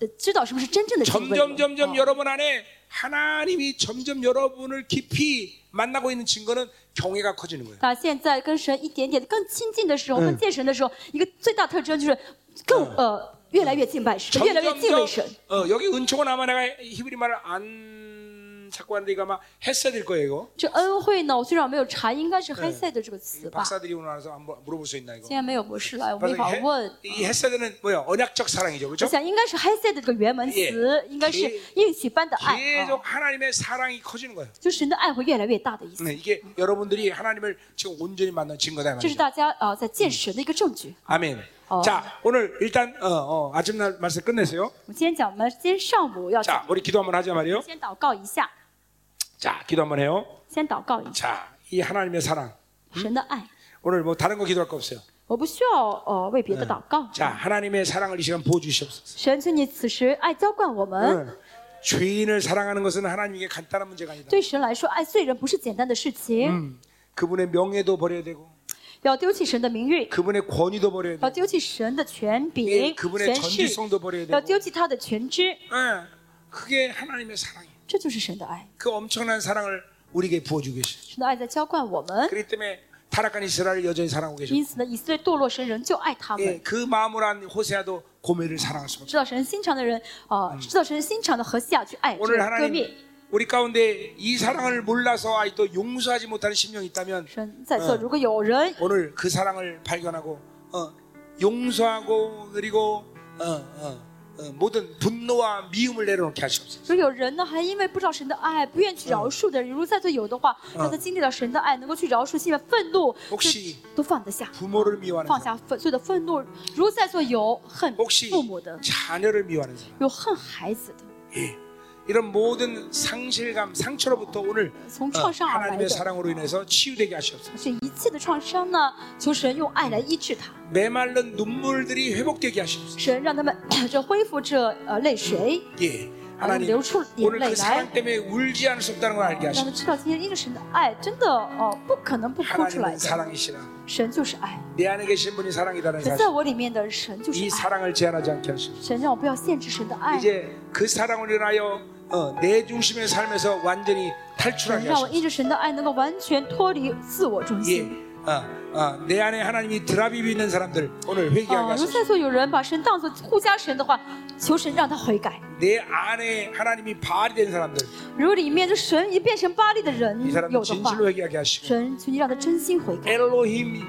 Speaker 1: 嗯
Speaker 2: 知道什么是真正的敬畏了。
Speaker 1: 점점 점점
Speaker 2: 哦
Speaker 1: 여러분 안에 하나님이 점점 여러분을 깊이 만나고 있는 증거는 경애가 커지는 거예요.
Speaker 2: 那现在跟神一点点地更亲近的时候，更见神的时候，一个最大特征就是更呃越来越敬拜神，越来越
Speaker 1: 점점
Speaker 2: 敬畏神。
Speaker 1: 더, 어, 여기 은총은 아마 내가 히브리 말을 안 찾고 하는데 이거 아마 했어야 될 거예요. 이거.
Speaker 2: 这恩惠呢，我虽然没有查，应该是 h e s e d 这个词吧？
Speaker 1: 박사들이 오늘 와서 한번 물어볼 수 있나 이거.
Speaker 2: 今天没有博士来，我
Speaker 1: 바로
Speaker 2: 没法问。
Speaker 1: 이, 해, 이 헤세드는 뭐야? 언약적 사랑이죠,
Speaker 2: 我
Speaker 1: 그렇죠?
Speaker 2: 想应该是 h e s e d 这个原文词，应该是
Speaker 1: 계
Speaker 2: 应许般
Speaker 1: 아,
Speaker 2: 的爱，哦
Speaker 1: 계속 하나님의 사랑이 커지는 거예요.
Speaker 2: 就神的爱会越来越大的意思。
Speaker 1: 네, 이게 여러분들이 하나님을 지금 온전히 만난 증거다 이
Speaker 2: 这是
Speaker 1: 말이죠.
Speaker 2: 大家呃在见神的一个证据。
Speaker 1: 아멘.
Speaker 2: 어.
Speaker 1: 자, 오늘 일단 어, 어, 아침 날 말씀 끝내세요.
Speaker 2: 我们今天讲，我们今天上午要讲
Speaker 1: 자, ， 우리 기도 한번 하자 말이에요.
Speaker 2: 先祷告一下，
Speaker 1: 자, 기도 한번 해요.
Speaker 2: 先祷告一下
Speaker 1: 자, 이 하나님의 사랑.
Speaker 2: 神的爱。
Speaker 1: 오늘 뭐 다른 거 기도할 거 없어요.
Speaker 2: 我不需要呃为别的祷告，
Speaker 1: 자, 하나님의 사랑을 이 시간 보여주시옵소서.
Speaker 2: 神，求你此时爱浇灌我们。
Speaker 1: 응. 예. 죄인을 사랑하는 것은 하나님에게 간단한 문제가 아니다.
Speaker 2: 对神来说，爱罪人不是简单的事情，
Speaker 1: 음, 그분의 명예도 버려야 되고,
Speaker 2: 要丢弃神的名誉，
Speaker 1: 그분의 권위도 버려야 되고,
Speaker 2: 要丢弃神的权
Speaker 1: 예,
Speaker 2: 柄、
Speaker 1: 그분의
Speaker 2: 权势，
Speaker 1: 전지성도 버려야
Speaker 2: 要
Speaker 1: 되고,
Speaker 2: 丢弃他的全知。
Speaker 1: 예, 그게 하나님의 사랑이에요.
Speaker 2: 这就是神的爱，
Speaker 1: 그 엄청난 사랑을 우리에게 부어주고 계십니다.
Speaker 2: 神的爱在浇灌我们。
Speaker 1: 그렇기 때문에 타락한 이스라엘을 여전히 사랑하고 계십니다.
Speaker 2: 因此呢，以色列堕落，神仍旧爱他
Speaker 1: 예,
Speaker 2: 们。
Speaker 1: 그 마음으로 한 호세아도 고메를 사랑할 수 없어요.
Speaker 2: 知道神心肠的人，啊、
Speaker 1: 嗯
Speaker 2: 知道神心肠的和西亚去爱这
Speaker 1: 오늘
Speaker 2: 个割
Speaker 1: 하나님
Speaker 2: 灭。
Speaker 1: 우리 가운데 이 사랑을 몰라서 아직도 용서하지 못하는 심령이 있다면
Speaker 2: 神在
Speaker 1: 嗯
Speaker 2: 座，如果有人
Speaker 1: 오늘 그 사랑을 발견하고 어, 용서하고 그리고 어, 어, 어, 모든 분노와 미움을 내려놓게 하시옵소서.
Speaker 2: 如果有人呢，还因为不知道神的爱，不愿去饶恕的
Speaker 1: 嗯
Speaker 2: 人，如果在座有的话，让他经历到神的爱，能够去饶恕，现在愤怒
Speaker 1: 혹시
Speaker 2: 就都放得下，
Speaker 1: 부모를 미워하는
Speaker 2: 放
Speaker 1: 사람,
Speaker 2: 下愤所有的愤怒。如果在座有恨
Speaker 1: 혹시
Speaker 2: 父母的，
Speaker 1: 자녀를 미워하는 사람,
Speaker 2: 有恨孩子的，
Speaker 1: 예. 이런 모든 상실감, 상처로부터 오늘
Speaker 2: 从
Speaker 1: 어,
Speaker 2: 创伤而来
Speaker 1: 하나님의
Speaker 2: 的，
Speaker 1: 사랑으로 인해서 치유되게 하시옵소서.
Speaker 2: 这一切的创伤呢，求神用爱来医治他，
Speaker 1: 메말른 눈물들이 회복되게 하시옵소서.
Speaker 2: 神让他们 这恢复这呃泪水，
Speaker 1: 예,
Speaker 2: 让他们
Speaker 1: 하나님
Speaker 2: 流出眼
Speaker 1: 오늘
Speaker 2: 泪
Speaker 1: 그
Speaker 2: 来
Speaker 1: 사랑 ， 때문에 울지 않을 수 없다는 걸 알게
Speaker 2: 让他
Speaker 1: 하시옵소서.
Speaker 2: 们知道今天因着神的爱，真的哦、呃不可能不哭出
Speaker 1: 하나님은
Speaker 2: 来的，
Speaker 1: 사랑이시라.
Speaker 2: 神就是爱，
Speaker 1: 내 안에 계신 분이 사랑이라는
Speaker 2: 神在
Speaker 1: 사실.
Speaker 2: 我里面的神就是
Speaker 1: 이
Speaker 2: 爱。
Speaker 1: 사랑을 제한하지 않게 하시옵소서.
Speaker 2: 神让我不要限制神的爱，
Speaker 1: 이제 그 사랑을 인하여 어, 내 중심의 삶에서 완전히
Speaker 2: 神
Speaker 1: 탈출하게
Speaker 2: 让我依
Speaker 1: 하시옵소서.
Speaker 2: 着神的爱能够完全脱离自我中
Speaker 1: 예,
Speaker 2: 心。
Speaker 1: 어, 어, 내 안에 하나님이 드라비비 있는 사람들 오늘 회개하게
Speaker 2: 啊，如果
Speaker 1: 하소서.
Speaker 2: 在座有人把神当作护家神的话，求神让他悔改。
Speaker 1: 내 안에 하나님이 바알이 된 사람들
Speaker 2: 如果里面这神已变成巴利的人
Speaker 1: 이 사람들
Speaker 2: 有的话，
Speaker 1: 진실로 회개하게 하시고
Speaker 2: 神求你让他真心悔改，
Speaker 1: 엘로힘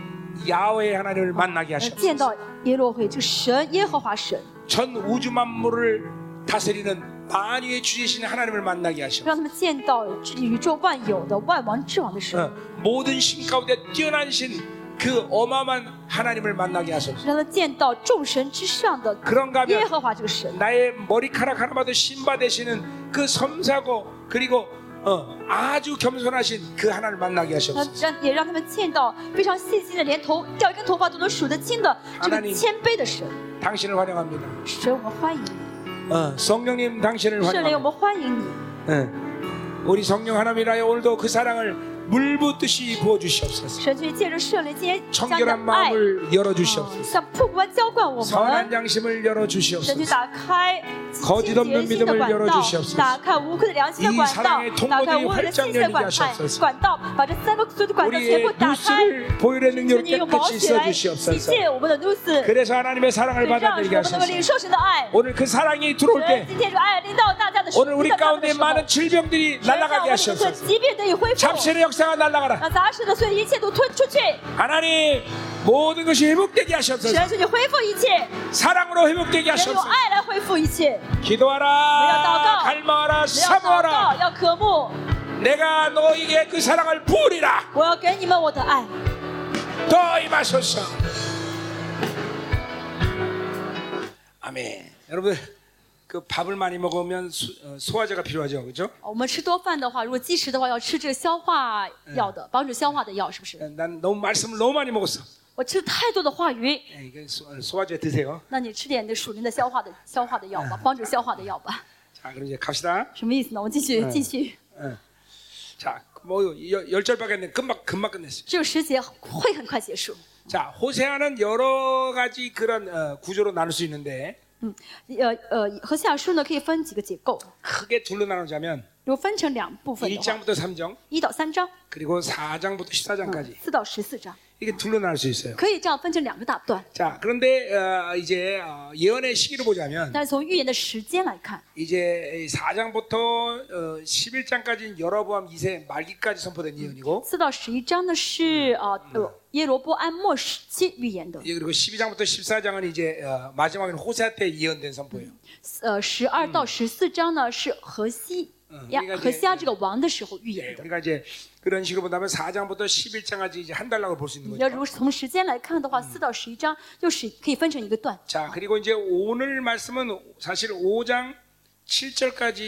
Speaker 1: 야외 하나님을 만나게
Speaker 2: 而见
Speaker 1: 하시옵소서.
Speaker 2: 到耶洛会这个神耶和华神，
Speaker 1: 전 우주 만물을 다스리는 만유의 주이신 하나님을 만나게 하시옵소서.
Speaker 2: 让他们见到宇宙万有的万王之王的神，
Speaker 1: 어, 모든 신 가운데 뛰어난 신 그 어마어마한 하나님을 만나게 하소서.
Speaker 2: 让他见到众神之上的
Speaker 1: 그런가
Speaker 2: 耶
Speaker 1: 하면
Speaker 2: 和华这个神，
Speaker 1: 나의 머리카락 하나마도 신바 되시는 그 섬사고 그리고 어, 아주 겸손하신 그 하나님을 만나게
Speaker 2: 让
Speaker 1: 하소서.
Speaker 2: 让也让他们见到非常细心的，连头掉一根头发都能数得清的这
Speaker 1: 하나님
Speaker 2: 个谦卑的神。
Speaker 1: 당신을 환영합니다.
Speaker 2: 神，我们欢迎你，
Speaker 1: 어, 성령님 당신을
Speaker 2: 圣
Speaker 1: 환영합니다.
Speaker 2: 灵，我们欢迎你。
Speaker 1: 뭐- 예. 우리 성령 하나님이라여 오늘도 그 사랑을 물 붓듯이 부어주시옵소서.
Speaker 2: 神，去借着圣灵，今天将你
Speaker 1: 청결한
Speaker 2: 的爱，
Speaker 1: 마음을
Speaker 2: 呃
Speaker 1: 열어주시옵소서. 뭐?
Speaker 2: 像瀑布般浇灌我
Speaker 1: 선한
Speaker 2: 们。
Speaker 1: 양심을
Speaker 2: 神，去
Speaker 1: 열어주시옵소서.
Speaker 2: 打开
Speaker 1: 거짓
Speaker 2: 清
Speaker 1: 없는
Speaker 2: 洁心的
Speaker 1: 믿음을
Speaker 2: 管
Speaker 1: 열어주시옵
Speaker 2: 道
Speaker 1: 소서，
Speaker 2: 打开无愧的良心的
Speaker 1: 이
Speaker 2: 管道
Speaker 1: 사랑의통로들이，
Speaker 2: 打开无愧的
Speaker 1: 활짝
Speaker 2: 信心的管
Speaker 1: 열리게하소서
Speaker 2: 道，管道，把这三个所有的管道全
Speaker 1: 우리의
Speaker 2: 部打开。
Speaker 1: 뉴스를 보혈의
Speaker 2: 求
Speaker 1: 능력으로
Speaker 2: 你用宝
Speaker 1: 깨끗이
Speaker 2: 血来洗
Speaker 1: 써주시옵소서
Speaker 2: 净我们的 news，
Speaker 1: 그래서 하나님의 사랑을
Speaker 2: 让我们
Speaker 1: 받아들이게
Speaker 2: 能够
Speaker 1: 하소서
Speaker 2: 领受神的爱。
Speaker 1: 오늘 그 사랑이 들어올
Speaker 2: 神，
Speaker 1: 때
Speaker 2: 今天这个爱临到大家的时候，
Speaker 1: 오늘
Speaker 2: 临
Speaker 1: 우리
Speaker 2: 到大家的
Speaker 1: 가운데
Speaker 2: 时候
Speaker 1: 많은 ， 질병들이
Speaker 2: 神让我
Speaker 1: 날아가게
Speaker 2: 们这个
Speaker 1: 하시옵소서
Speaker 2: 疾病得以恢复，
Speaker 1: 잡신의 역사가 날아가라
Speaker 2: 让杂食的所有一切都吞出去。
Speaker 1: 하나님 모든 것이 회복되게 하시옵소서
Speaker 2: 神，求你恢复一切，
Speaker 1: 사랑으로 회복되게
Speaker 2: 神用
Speaker 1: 하시옵소서
Speaker 2: 爱来恢复一切。
Speaker 1: 기도하라
Speaker 2: 내가
Speaker 1: 갈망하라
Speaker 2: 只要祷告
Speaker 1: 사모하라 ，
Speaker 2: 要渴慕，
Speaker 1: 내가 너에게 그 사랑을 부으리라
Speaker 2: 我要给你们我的爱。
Speaker 1: 더 임하소서 아멘 여러분 그 밥을 많이 먹으면 소, 어, 소화제가 필요하죠 그렇죠?
Speaker 2: 哦我们吃多饭的话，如果忌食的话，要吃这个消化药的，防止消化的药，是不是？
Speaker 1: 난 너무 말씀을 너무 많이 먹었어.
Speaker 2: 我吃太多的话语，
Speaker 1: 예, 이게 소- 소화제 드세요.
Speaker 2: 那你吃点这属灵的消化的消化的药吧，防止消化的药吧。
Speaker 1: 자, 그럼 이제 갑시다.
Speaker 2: 什么意思呢？我们继续继续，
Speaker 1: 예. 자, 뭐 열- 열절밖에 안 돼. 금방 금방 끝냈어요.
Speaker 2: 只有十节会很快结束。
Speaker 1: 자, 호세아는 여러 가지 그런 어, 구조로 나눌 수 있는데
Speaker 2: 嗯，呃呃，和下书呢可以分几个结构，
Speaker 1: 크게 둘로 나누자면
Speaker 2: 如果分成两部分的话，
Speaker 1: 1장부터 3장
Speaker 2: 一到三章，
Speaker 1: 그리고 4장부터 14장까지
Speaker 2: 四到十四章，
Speaker 1: 이게 둘로 나눌 수 있어요.
Speaker 2: 可以这样分成两个大段。
Speaker 1: 자, 그런데 어, 이제 어, 예언의 시기로 보자면
Speaker 2: 但是从预言的时间来看，
Speaker 1: 이제 4장부터 어, 11장까지는 여로보암 2세 말기까지 선포된 예언이고
Speaker 2: 四到十一章呢是啊呃耶罗波安末时期预言的，
Speaker 1: 예, 그리고 12장부터 14장은 이제 어, 마지막에는 호세아 때 예언된 선포예요.
Speaker 2: 嗯呃十二到十四章呢是河西呀
Speaker 1: 그러니까
Speaker 2: 和
Speaker 1: 이제-
Speaker 2: 西亚这个王的时候预
Speaker 1: 예,
Speaker 2: 言的。
Speaker 1: 우리가 이제 그런 식으로 본다면 4장부터 11장까지 이제 한 달락을 볼 수 있는
Speaker 2: 要
Speaker 1: 거죠.
Speaker 2: 如果从时间来看的话，四到十一章就是可以分成一个段。
Speaker 1: 자, 그리고 이제 오늘 말씀은 사실 5장 7절까지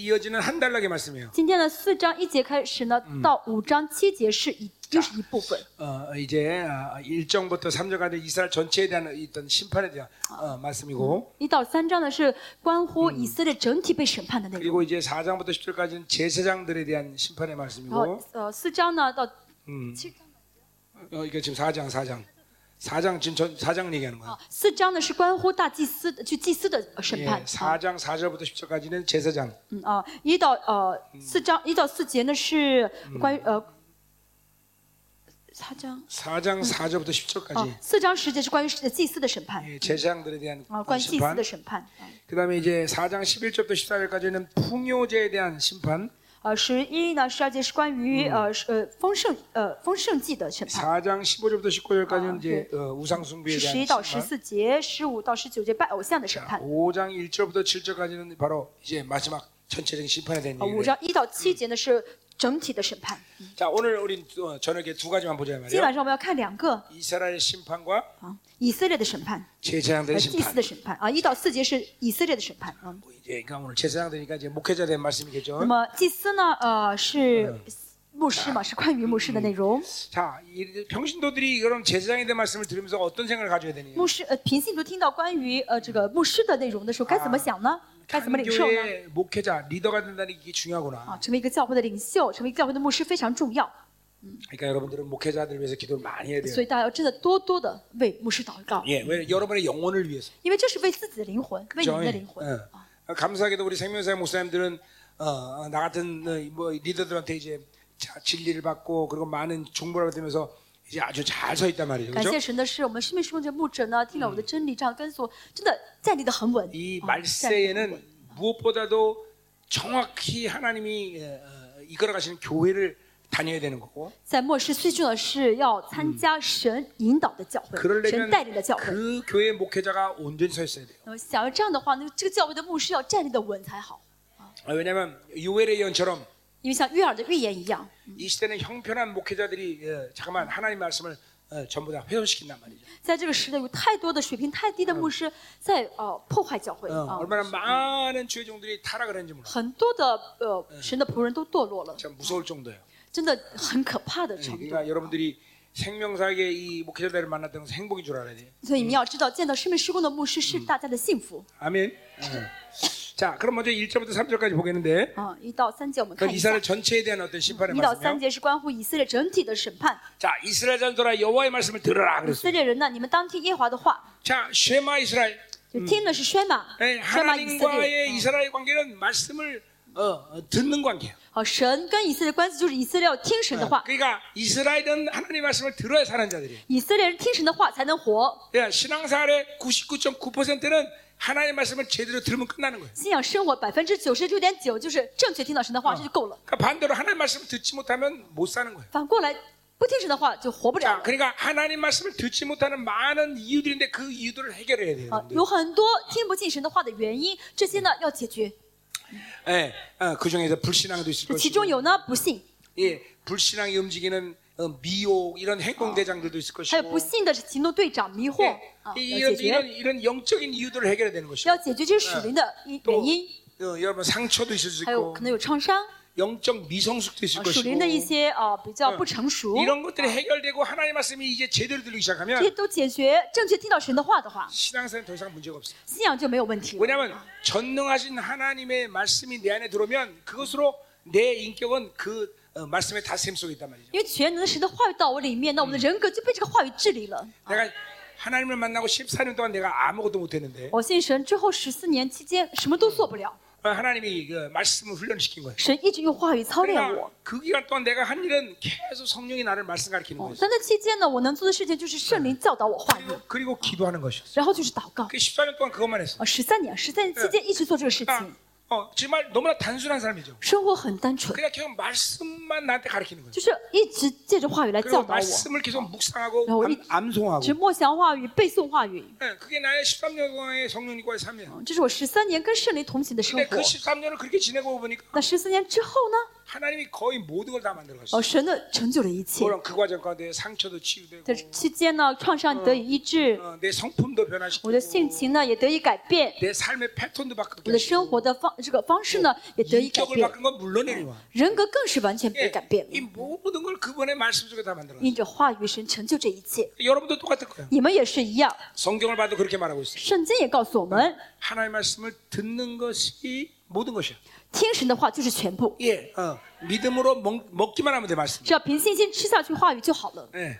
Speaker 1: 이어지는 한 달락의 말씀이에요.
Speaker 2: 今天的四章一节开始呢，到五章七节是一又嗯是一部分。
Speaker 1: 어, 이제 1정부터 3절까지 이스라엘 전체에 대한 어떤 심판에 대한 어, 말씀이고
Speaker 2: 一到三章呢是关乎以色列整体被审判的内容，
Speaker 1: 그리고 이제 4장부터 10절까지는 제사장들에 대한 심판의
Speaker 2: 然后
Speaker 1: 말씀이고
Speaker 2: 呃四章呢到
Speaker 1: 음.
Speaker 2: 七章
Speaker 1: 어, 이게 지금 4장, 4장. 4장 지금 전 4장 얘기하는 거야.
Speaker 2: 啊，四章呢是关乎大祭司的去祭司的呃审
Speaker 1: 예,
Speaker 2: 判。啊
Speaker 1: 4장 4절부터 10절까지는 제사장.
Speaker 2: 嗯啊，一到呃四章一到四节呢是关于呃三章
Speaker 1: 4장 4절부터
Speaker 2: 啊
Speaker 1: 10절까지
Speaker 2: 四章十节是关于祭司的审判
Speaker 1: 예, 제사장들에 대한
Speaker 2: 啊，关于祭司
Speaker 1: 심판.
Speaker 2: 的审判啊。
Speaker 1: 그다음에 이제 4장 11절부터 14절까지는 풍요제에 대한 심판.
Speaker 2: 呃，十一呢，十二节是关于、呃是呃丰盛呃丰盛季的审判，
Speaker 1: 4장 15절부터 19절까지는
Speaker 2: 아,
Speaker 1: 이제 어, 우상 숭배에 대한
Speaker 2: 是十一
Speaker 1: 심판.
Speaker 2: 到十四节，十五到十九节拜偶像的审判，
Speaker 1: 5장 1절부터 7절까지는 바로 이제 마지막 전체적인 심판에 대한
Speaker 2: 呃，
Speaker 1: 얘기예요.
Speaker 2: 五章一到七节呢是整体的审判。
Speaker 1: 자, 오늘 우린 어, 저녁에 두 가지만 보자 이
Speaker 2: 今天
Speaker 1: 말이에요.
Speaker 2: 晚上我们要看两个
Speaker 1: 이스라엘 심판과
Speaker 2: 啊，以色列的审判，呃，
Speaker 1: 제사장들의
Speaker 2: 祭司
Speaker 1: 심판.
Speaker 2: 的审判啊，一到四节是以色列的审判啊。
Speaker 1: 뭐 이제 그러니까 오늘 제사장들이니까 이제 목회자 된
Speaker 2: 那
Speaker 1: 말씀이겠죠.
Speaker 2: 么祭司呢，呃，是牧师嘛，是关于牧师的内容。
Speaker 1: 자, 이 평신도들이 그럼 제사장에 대한 말씀을 들으면서 어떤 생각을 가져야 되느냐?
Speaker 2: 牧师呃，平信徒听到关于呃这个牧师的内容的时候，该怎么想呢？该怎么领受呢？
Speaker 1: 교회 목회자 리더가 된다는 게 중요하구나.
Speaker 2: 啊，成为一个教会的领袖，成为一个教会的牧师非常重要。
Speaker 1: 그러니까 여러분들은 목회자들 위해서 기도를 많이 해야 돼요.
Speaker 2: 所以大家要真的多多的为牧师祷告，
Speaker 1: 예, 왜 여러분의 영혼을 위해서.
Speaker 2: 因为这是为自己的灵魂，为你们的灵魂。
Speaker 1: 예. 어, 감사하게도 우리 생명사 목사님들은 어, 어, 나 같은 어, 뭐 리더들한테 이제 자, 진리를 받고 그리고 많은 정보를 받으면서 이제 아주 잘 서 있단 말이죠.
Speaker 2: 感
Speaker 1: 그렇죠?
Speaker 2: 谢神的是，我们生命中的牧者呢，听了我的真理，这样跟随我，真的站立的很稳。
Speaker 1: 이
Speaker 2: 啊站立得很稳
Speaker 1: 말세에는 무엇보다도 정확히 하나님이 어, 어, 이끌어 가시는 교회를 다녀야 되는 거고
Speaker 2: 在末世最重要的是要参加神引导的教会，
Speaker 1: 그러려면
Speaker 2: 神带领的教会。
Speaker 1: 그 교회 목회자가 온전히 서 있어야 돼요.
Speaker 2: 那么想要这样的话，那这个教会的牧师要站立的稳才好，
Speaker 1: 왜냐하면 유엘의 예언처럼
Speaker 2: 因为像约尔的预言一样，
Speaker 1: 이 시대는 형편한 목회자들이 어, 잠깐만 하나님 말씀을 어, 전부 다 훼손시킨단 말이죠.
Speaker 2: 在这个时代有太多的水平太低的牧师在呃破坏教会
Speaker 1: 어,
Speaker 2: 啊，
Speaker 1: 얼마나 많은 주의 종들이 타락을 했는지 몰라.
Speaker 2: 很多的呃神的仆人都堕落了。
Speaker 1: 참 무서울 정도예요.
Speaker 2: 真的很可怕的
Speaker 1: 예,
Speaker 2: 程度。
Speaker 1: 그러니까 여러분들이 생명사에게 이 목회자들을 만났던 것은 행복인 줄 알아야 돼요.
Speaker 2: 所以你们要知道，见到生命施工的牧师是大家的幸福
Speaker 1: 아멘. 예. 자, 그럼 먼저 1절부터 3절까지 보겠는데
Speaker 2: 啊！一到三节我们看
Speaker 1: 그
Speaker 2: 一下
Speaker 1: 이스라엘 ， 전체에 대한 어떤 심판의
Speaker 2: 一到三
Speaker 1: 말씀이요.
Speaker 2: 节是关乎以色列整体的审判。
Speaker 1: 자, 이스라엘 전도라 여호와의 말씀을 들으라
Speaker 2: 以色
Speaker 1: 그랬어요.
Speaker 2: 列人呢，你们当听耶和华的话，
Speaker 1: 자, 쉐마 이스라엘.
Speaker 2: 就听的是宣玛
Speaker 1: 예, ，
Speaker 2: 宣玛以色列。
Speaker 1: 하나님과의 이스라엘 관계는 말씀을 어, 어, 듣는 관계예요.
Speaker 2: 好，神跟以色列关系就是以色列要听神的话，
Speaker 1: 그러니까 이스라엘은 하나님의 말씀을 들어야 사는 자들이에요.
Speaker 2: 以色列人听神的话才能活。
Speaker 1: 예, 신앙생활의 99.9%는 하나님의 말씀을 제대로 들으면 끝나는 거예요.
Speaker 2: 信仰生活百分之九十六点九就是正确听到神的话，这就够了。
Speaker 1: 그러니까 반대로 하나님 말씀을 듣지 못하면 못 사는 거예요.
Speaker 2: 反过来，不听神的话就活不了
Speaker 1: 자,
Speaker 2: 了。
Speaker 1: 그러니까 하나님 말씀을 듣지 못하는 많은 이유들인데 그 이유들을 해결해야 돼요.
Speaker 2: 啊，
Speaker 1: 여러분들.
Speaker 2: 有很多听不进神的话的原因，这些呢要解决。
Speaker 1: 예, 어, 그 중에서 불신앙도 있을
Speaker 2: 就其
Speaker 1: 것이고,
Speaker 2: 中有呢不信，
Speaker 1: 예, 불신앙이 움직이는 어, 미혹 이런 행동 대장들도 있을
Speaker 2: 还有不
Speaker 1: 것이고,
Speaker 2: 信的行动队长迷惑
Speaker 1: 예,
Speaker 2: 啊，
Speaker 1: 이-
Speaker 2: 要解
Speaker 1: 이런, 이런
Speaker 2: 决
Speaker 1: 이런 영적인 이유들을 해결해야 되는 것이고,
Speaker 2: 要解决这是属灵的一
Speaker 1: 또
Speaker 2: 原因，
Speaker 1: 어, 여러분 상처도 있을 수
Speaker 2: 还有
Speaker 1: 있고,
Speaker 2: 可能有创伤，
Speaker 1: 영적 미성숙도 있을
Speaker 2: 啊属
Speaker 1: 아,
Speaker 2: 灵
Speaker 1: 것이고,
Speaker 2: 的一些啊比较不成熟，
Speaker 1: 이런 것들이 해결되고 하나님 말씀이 이제 아. 제대로 들리기
Speaker 2: 这些
Speaker 1: 시작하면
Speaker 2: 都解决，正确听到神的话的话，
Speaker 1: 신앙생활 더 이상 문제가 없어요.
Speaker 2: 信仰就没有问题了。
Speaker 1: 왜냐하면 전능하신 하나님의 말씀이 내 안에 들어오면 그것으로 내 인격은 그 어, 말씀의 다스림 속에 있단 말이죠.
Speaker 2: 因为全能的神的话语到我里面，那我们的人格就被这个话语治理了。
Speaker 1: 내가 하나님을 만나고 14년 동안 내가 아무것도 못했는데
Speaker 2: 我信神之后十四年期间什么都做不了，
Speaker 1: 어, 하나님이 그 말씀을 훈련시킨 거예요.
Speaker 2: 神一直用话语操练我
Speaker 1: 그러니까 。그 기간 동안 내가 한 일은 계속 성령이 나를 말씀 가르치는
Speaker 2: 哦
Speaker 1: 거예요.
Speaker 2: 但那期间呢，我能做的事情就是圣灵教导我话语，
Speaker 1: 그리고, 그리고 기도하는 것이었어요.
Speaker 2: 然后就是祷告。哦
Speaker 1: 그 14년 동안 그것만 했어요.
Speaker 2: 啊，十三年，十三年期间一直做这个事情
Speaker 1: 그러니까 。 어, 정말 너무나 단순한 삶이죠.
Speaker 2: 生活很单纯，
Speaker 1: 그냥 계속 말씀만 나한테 가르치는 거예요.
Speaker 2: 就是一直借着话语来
Speaker 1: 그리고
Speaker 2: 教导我，
Speaker 1: 말씀을 계속 묵상하고
Speaker 2: 어,
Speaker 1: 암,
Speaker 2: 이-
Speaker 1: 암송하고.
Speaker 2: 只默想话语、背诵话语。
Speaker 1: 예, 그게 나의 13년 동안의 성령님과의 삶이에요.
Speaker 2: 嗯这是我十三年跟圣灵同行的生
Speaker 1: 근데
Speaker 2: 活
Speaker 1: 그 。 13년을 그렇게 지내고 보니까
Speaker 2: 那十四年之后呢？
Speaker 1: 하나님이 거의 모든 걸 다
Speaker 2: 哦，
Speaker 1: 만들어갔어요.
Speaker 2: 神的成就了一切。
Speaker 1: 물론 그 과정 가운데 상처도
Speaker 2: 的
Speaker 1: 치유되고
Speaker 2: 期间呢，创伤得以医治，
Speaker 1: 어, 내 성품도
Speaker 2: 我
Speaker 1: 변화시키고
Speaker 2: 的性情呢也得以改变，
Speaker 1: 내 삶의 패턴도
Speaker 2: 我
Speaker 1: 바뀌고
Speaker 2: 的生活的方这个方式呢也得以改
Speaker 1: 인격을
Speaker 2: 变，
Speaker 1: 바꾼 건 물론이에요.
Speaker 2: 人格更是完全被改变
Speaker 1: 예, 。이 모든 걸 그분의 말씀 속에 다 만들어놨어요.
Speaker 2: 因着话语神成就这一切，
Speaker 1: 여러분도 똑같을 거예요.
Speaker 2: 你们也是一样。
Speaker 1: 성경을 봐도 그렇게 말하고 있어요.
Speaker 2: 圣经也告诉我们，
Speaker 1: 하나님의 말씀을 듣는 것이 모든 것이야.
Speaker 2: 听神的话就是全部，
Speaker 1: 예, 어, 믿음으로 먹, 먹기만 하면 돼 말씀.
Speaker 2: 只要凭信心吃下去话语就好了。
Speaker 1: 예.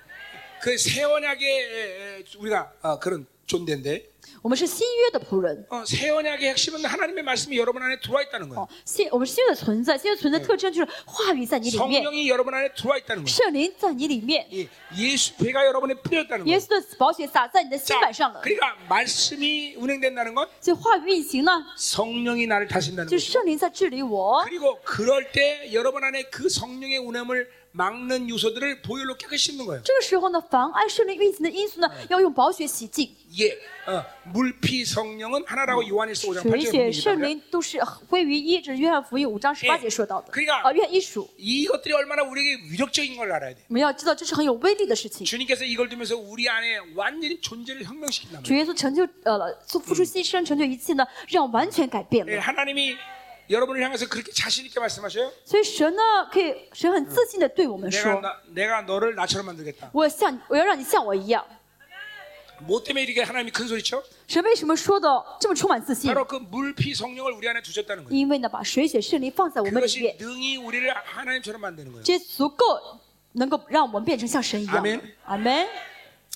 Speaker 1: 그새 언약의 에, 에, 우리가 어, 그런 존재인데
Speaker 2: 我们是新约的仆人
Speaker 1: 어, 새 언약의 핵심은 하나님의 말씀이 여러분 안에 들어와 있다는 거예요.
Speaker 2: 哦，新我们新约的存在，新约存在特征就是话语在你里面，
Speaker 1: 성령이 여러분 안에 들어와 있다는 거예요.
Speaker 2: 圣灵在你里面，
Speaker 1: 예, 예수 배가 여러분에 뿌렸다는 거예요.
Speaker 2: 耶稣的宝血洒在你的心
Speaker 1: 자,
Speaker 2: 板上了。
Speaker 1: 그러니까 말씀이 운행된다는 건
Speaker 2: 所以话语运行呢，
Speaker 1: 성령이 나를 다신다는
Speaker 2: 就
Speaker 1: 거예요.
Speaker 2: 是圣灵在治理我。
Speaker 1: 그리고 그럴 때 여러분 안에 그 성령의 운행을 막는 요소들을 보혈로 깨끗이 씻는 거예요.
Speaker 2: 这个时候呢，妨碍圣灵运行的因素呢，要用宝血洗净。
Speaker 1: 예, 어, 물피 성령은 하나라고 요한일서 5장
Speaker 2: 水
Speaker 1: 8절에
Speaker 2: 血
Speaker 1: 분명히
Speaker 2: 圣
Speaker 1: 말해요.
Speaker 2: 灵都是归于一，这是约翰福音五章十八节说到的
Speaker 1: 그러니까 。
Speaker 2: 啊，约翰一书，
Speaker 1: 이것들이 얼마나 우리에게 위력적인 걸 알아야 돼.
Speaker 2: 我们要知道这是很有威力的事情。
Speaker 1: 주님께서 이걸 두면서 우리 안에 완전히 존재를 혁명시킨단
Speaker 2: 主
Speaker 1: 말이에요.
Speaker 2: 耶稣成就呃，做付出牺牲，成就一切呢，让完全改变
Speaker 1: 예,
Speaker 2: 了。
Speaker 1: 하나님이 여러분을 향해서 그렇게 자신 있게 말씀하셔요.
Speaker 2: 所以神呢，可以神很自信的对我们
Speaker 1: 내가
Speaker 2: 说
Speaker 1: 나 내가 너를 나처럼 만들겠다. ：“
Speaker 2: 我像我要让你像我一样。
Speaker 1: 뭐 때문에 이렇게 하나님이 큰 소리쳐? ”
Speaker 2: 神为什么说的这么充满自信？
Speaker 1: 바로 그 물피 성령을 우리 안에 두셨다는 거예요.
Speaker 2: 因为呢，把水血圣灵放在我们里
Speaker 1: 그것이
Speaker 2: 面，
Speaker 1: 능히 우리를 하나님처럼 만드는 거예요.
Speaker 2: 这足够能够让我们变成像神一样
Speaker 1: 아멘 。
Speaker 2: 阿门。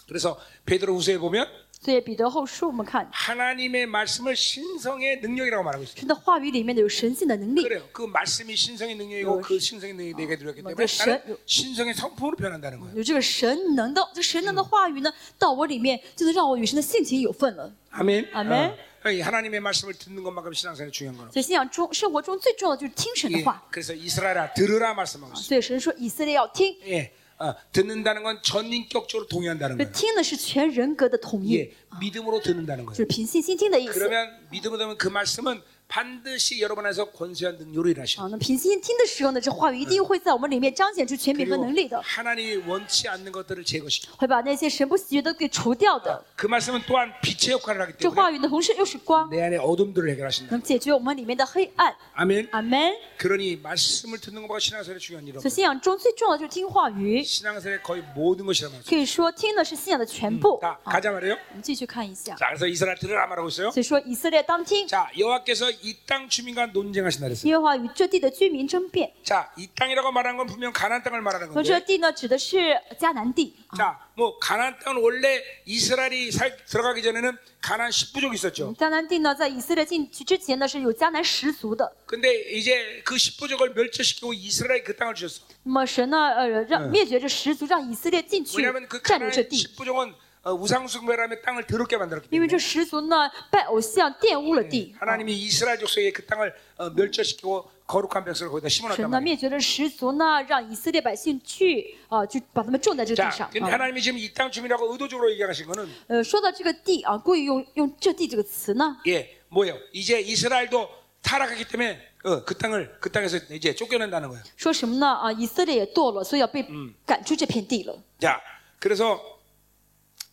Speaker 1: 그래서 베드로후서에 보면
Speaker 2: 所以彼得后书我们看
Speaker 1: 하나님의 말씀을 신성의 능력이라고 말하고 있어요.
Speaker 2: 神的话语里面的有神性的能力，
Speaker 1: 그래요. 그 말씀이 신성의 능력이고 그 신성의 능력이 내게 들었기 때문에
Speaker 2: 맞아.
Speaker 1: 나는 신성의 성품으로 변한다는 거예요.
Speaker 2: 有这个神能的，这神能的话语呢，到我里面就能让我与神的性情有份了。
Speaker 1: 아멘.
Speaker 2: 아멘.
Speaker 1: 어. 그러니까 하나님의 말씀을 듣는 것만큼 신앙생활이 중요한 거예요.
Speaker 2: 所以信仰中生活中最重要的就是听神的
Speaker 1: 예,
Speaker 2: 话。
Speaker 1: 그래서 이스라엘아 들으라 말씀하고 있어요.
Speaker 2: 所以神说以色列要听，
Speaker 1: 예, 어, 듣는다는 건 전인격적으로 동의한다는
Speaker 2: 这
Speaker 1: 거예요.
Speaker 2: 听呢是全人格的统一，
Speaker 1: 예, 아. 믿음으로 듣는다는
Speaker 2: 就
Speaker 1: 거예요.
Speaker 2: 是凭信心听的意思。
Speaker 1: 그러면 믿음으로 되면 그 말씀은 반드시 여러분 안에서 권세한 능력으로 일하셔.
Speaker 2: 啊，那凭信心听的时候呢，这话语一定会在我们里面彰显出权柄和
Speaker 1: 그리고
Speaker 2: 能力的，
Speaker 1: 하나님이 원치 않는 것들을 제거시켜.
Speaker 2: 会把那些神不喜悦的给除掉的。
Speaker 1: 그 말씀은 또한 빛의 역할을 하기
Speaker 2: 这
Speaker 1: 때문에
Speaker 2: 话语呢，同时又是光，
Speaker 1: 내 안에 어둠들을 해결하신다.
Speaker 2: 能解决我们里面的黑暗。
Speaker 1: 아멘.
Speaker 2: 阿门。
Speaker 1: 그러니 말씀을 듣는 것보다 신앙생활이 중요한 일은
Speaker 2: 所以
Speaker 1: 없어요.
Speaker 2: 信仰中最重要的就是听话语。
Speaker 1: 신앙생활의 거의 모든 것이란 말이죠.
Speaker 2: 可以说听的是信仰的全部。
Speaker 1: 자
Speaker 2: 啊，
Speaker 1: 가자 말이에요.
Speaker 2: 我们继续看一下。
Speaker 1: 자 아. 그래서 이스라엘 들으라 말하고 있어요.
Speaker 2: 所以说以色列当听，
Speaker 1: 자 여호와께서 이 땅 주민과 논쟁하신다 그랬어요.
Speaker 2: 耶和华与这地的居民争辩。
Speaker 1: 자이 땅이라고 말한 건 분명 가나안 땅을 말하는
Speaker 2: 那这
Speaker 1: 건데.
Speaker 2: 地呢，指的是迦南地啊。
Speaker 1: 자뭐 가나안 땅은 원래 이스라엘이 살, 들어가기 전에는 가나안 십부족이 있었죠.
Speaker 2: 迦南地呢，在以色列进去之前呢，是有迦南十族的。
Speaker 1: 근데 이제 그 십부족을 멸절시키고 이스라엘 그 땅을 주셨어.
Speaker 2: 那么神呢，呃，让灭绝这十族，让以色列进去
Speaker 1: 왜냐하면 그
Speaker 2: 占领
Speaker 1: 가나안
Speaker 2: 这地，
Speaker 1: 십부족은 어, 우상숭배라며 땅을 더럽게 만들었기
Speaker 2: 因为
Speaker 1: 때문에
Speaker 2: 这十族呢拜偶像玷污了地。
Speaker 1: 하나님이 이스라엘 족속에 그 땅을 어, 멸절시키고 거룩한 백성을 거기다
Speaker 2: 神
Speaker 1: 심어놨단
Speaker 2: 呢
Speaker 1: 말이에요.
Speaker 2: 灭绝了十族呢，让以色列百姓去啊，就把他们种在这个地
Speaker 1: 자,
Speaker 2: 上。
Speaker 1: 근데
Speaker 2: 啊
Speaker 1: 하나님이 지금 이 땅 주민이라고 의도적으로 얘기하신 거는
Speaker 2: 呃，说到这个地啊，故意用用这地这个词呢，
Speaker 1: 예, 뭐예요? 이제 이스라엘도 타락하기 때문에 어, 그 땅을 그 땅에서 이제 쫓겨낸다는 거예요.
Speaker 2: 说什么呢？啊，以色列也堕落，所以要被赶出这片地了。
Speaker 1: 자, 그래서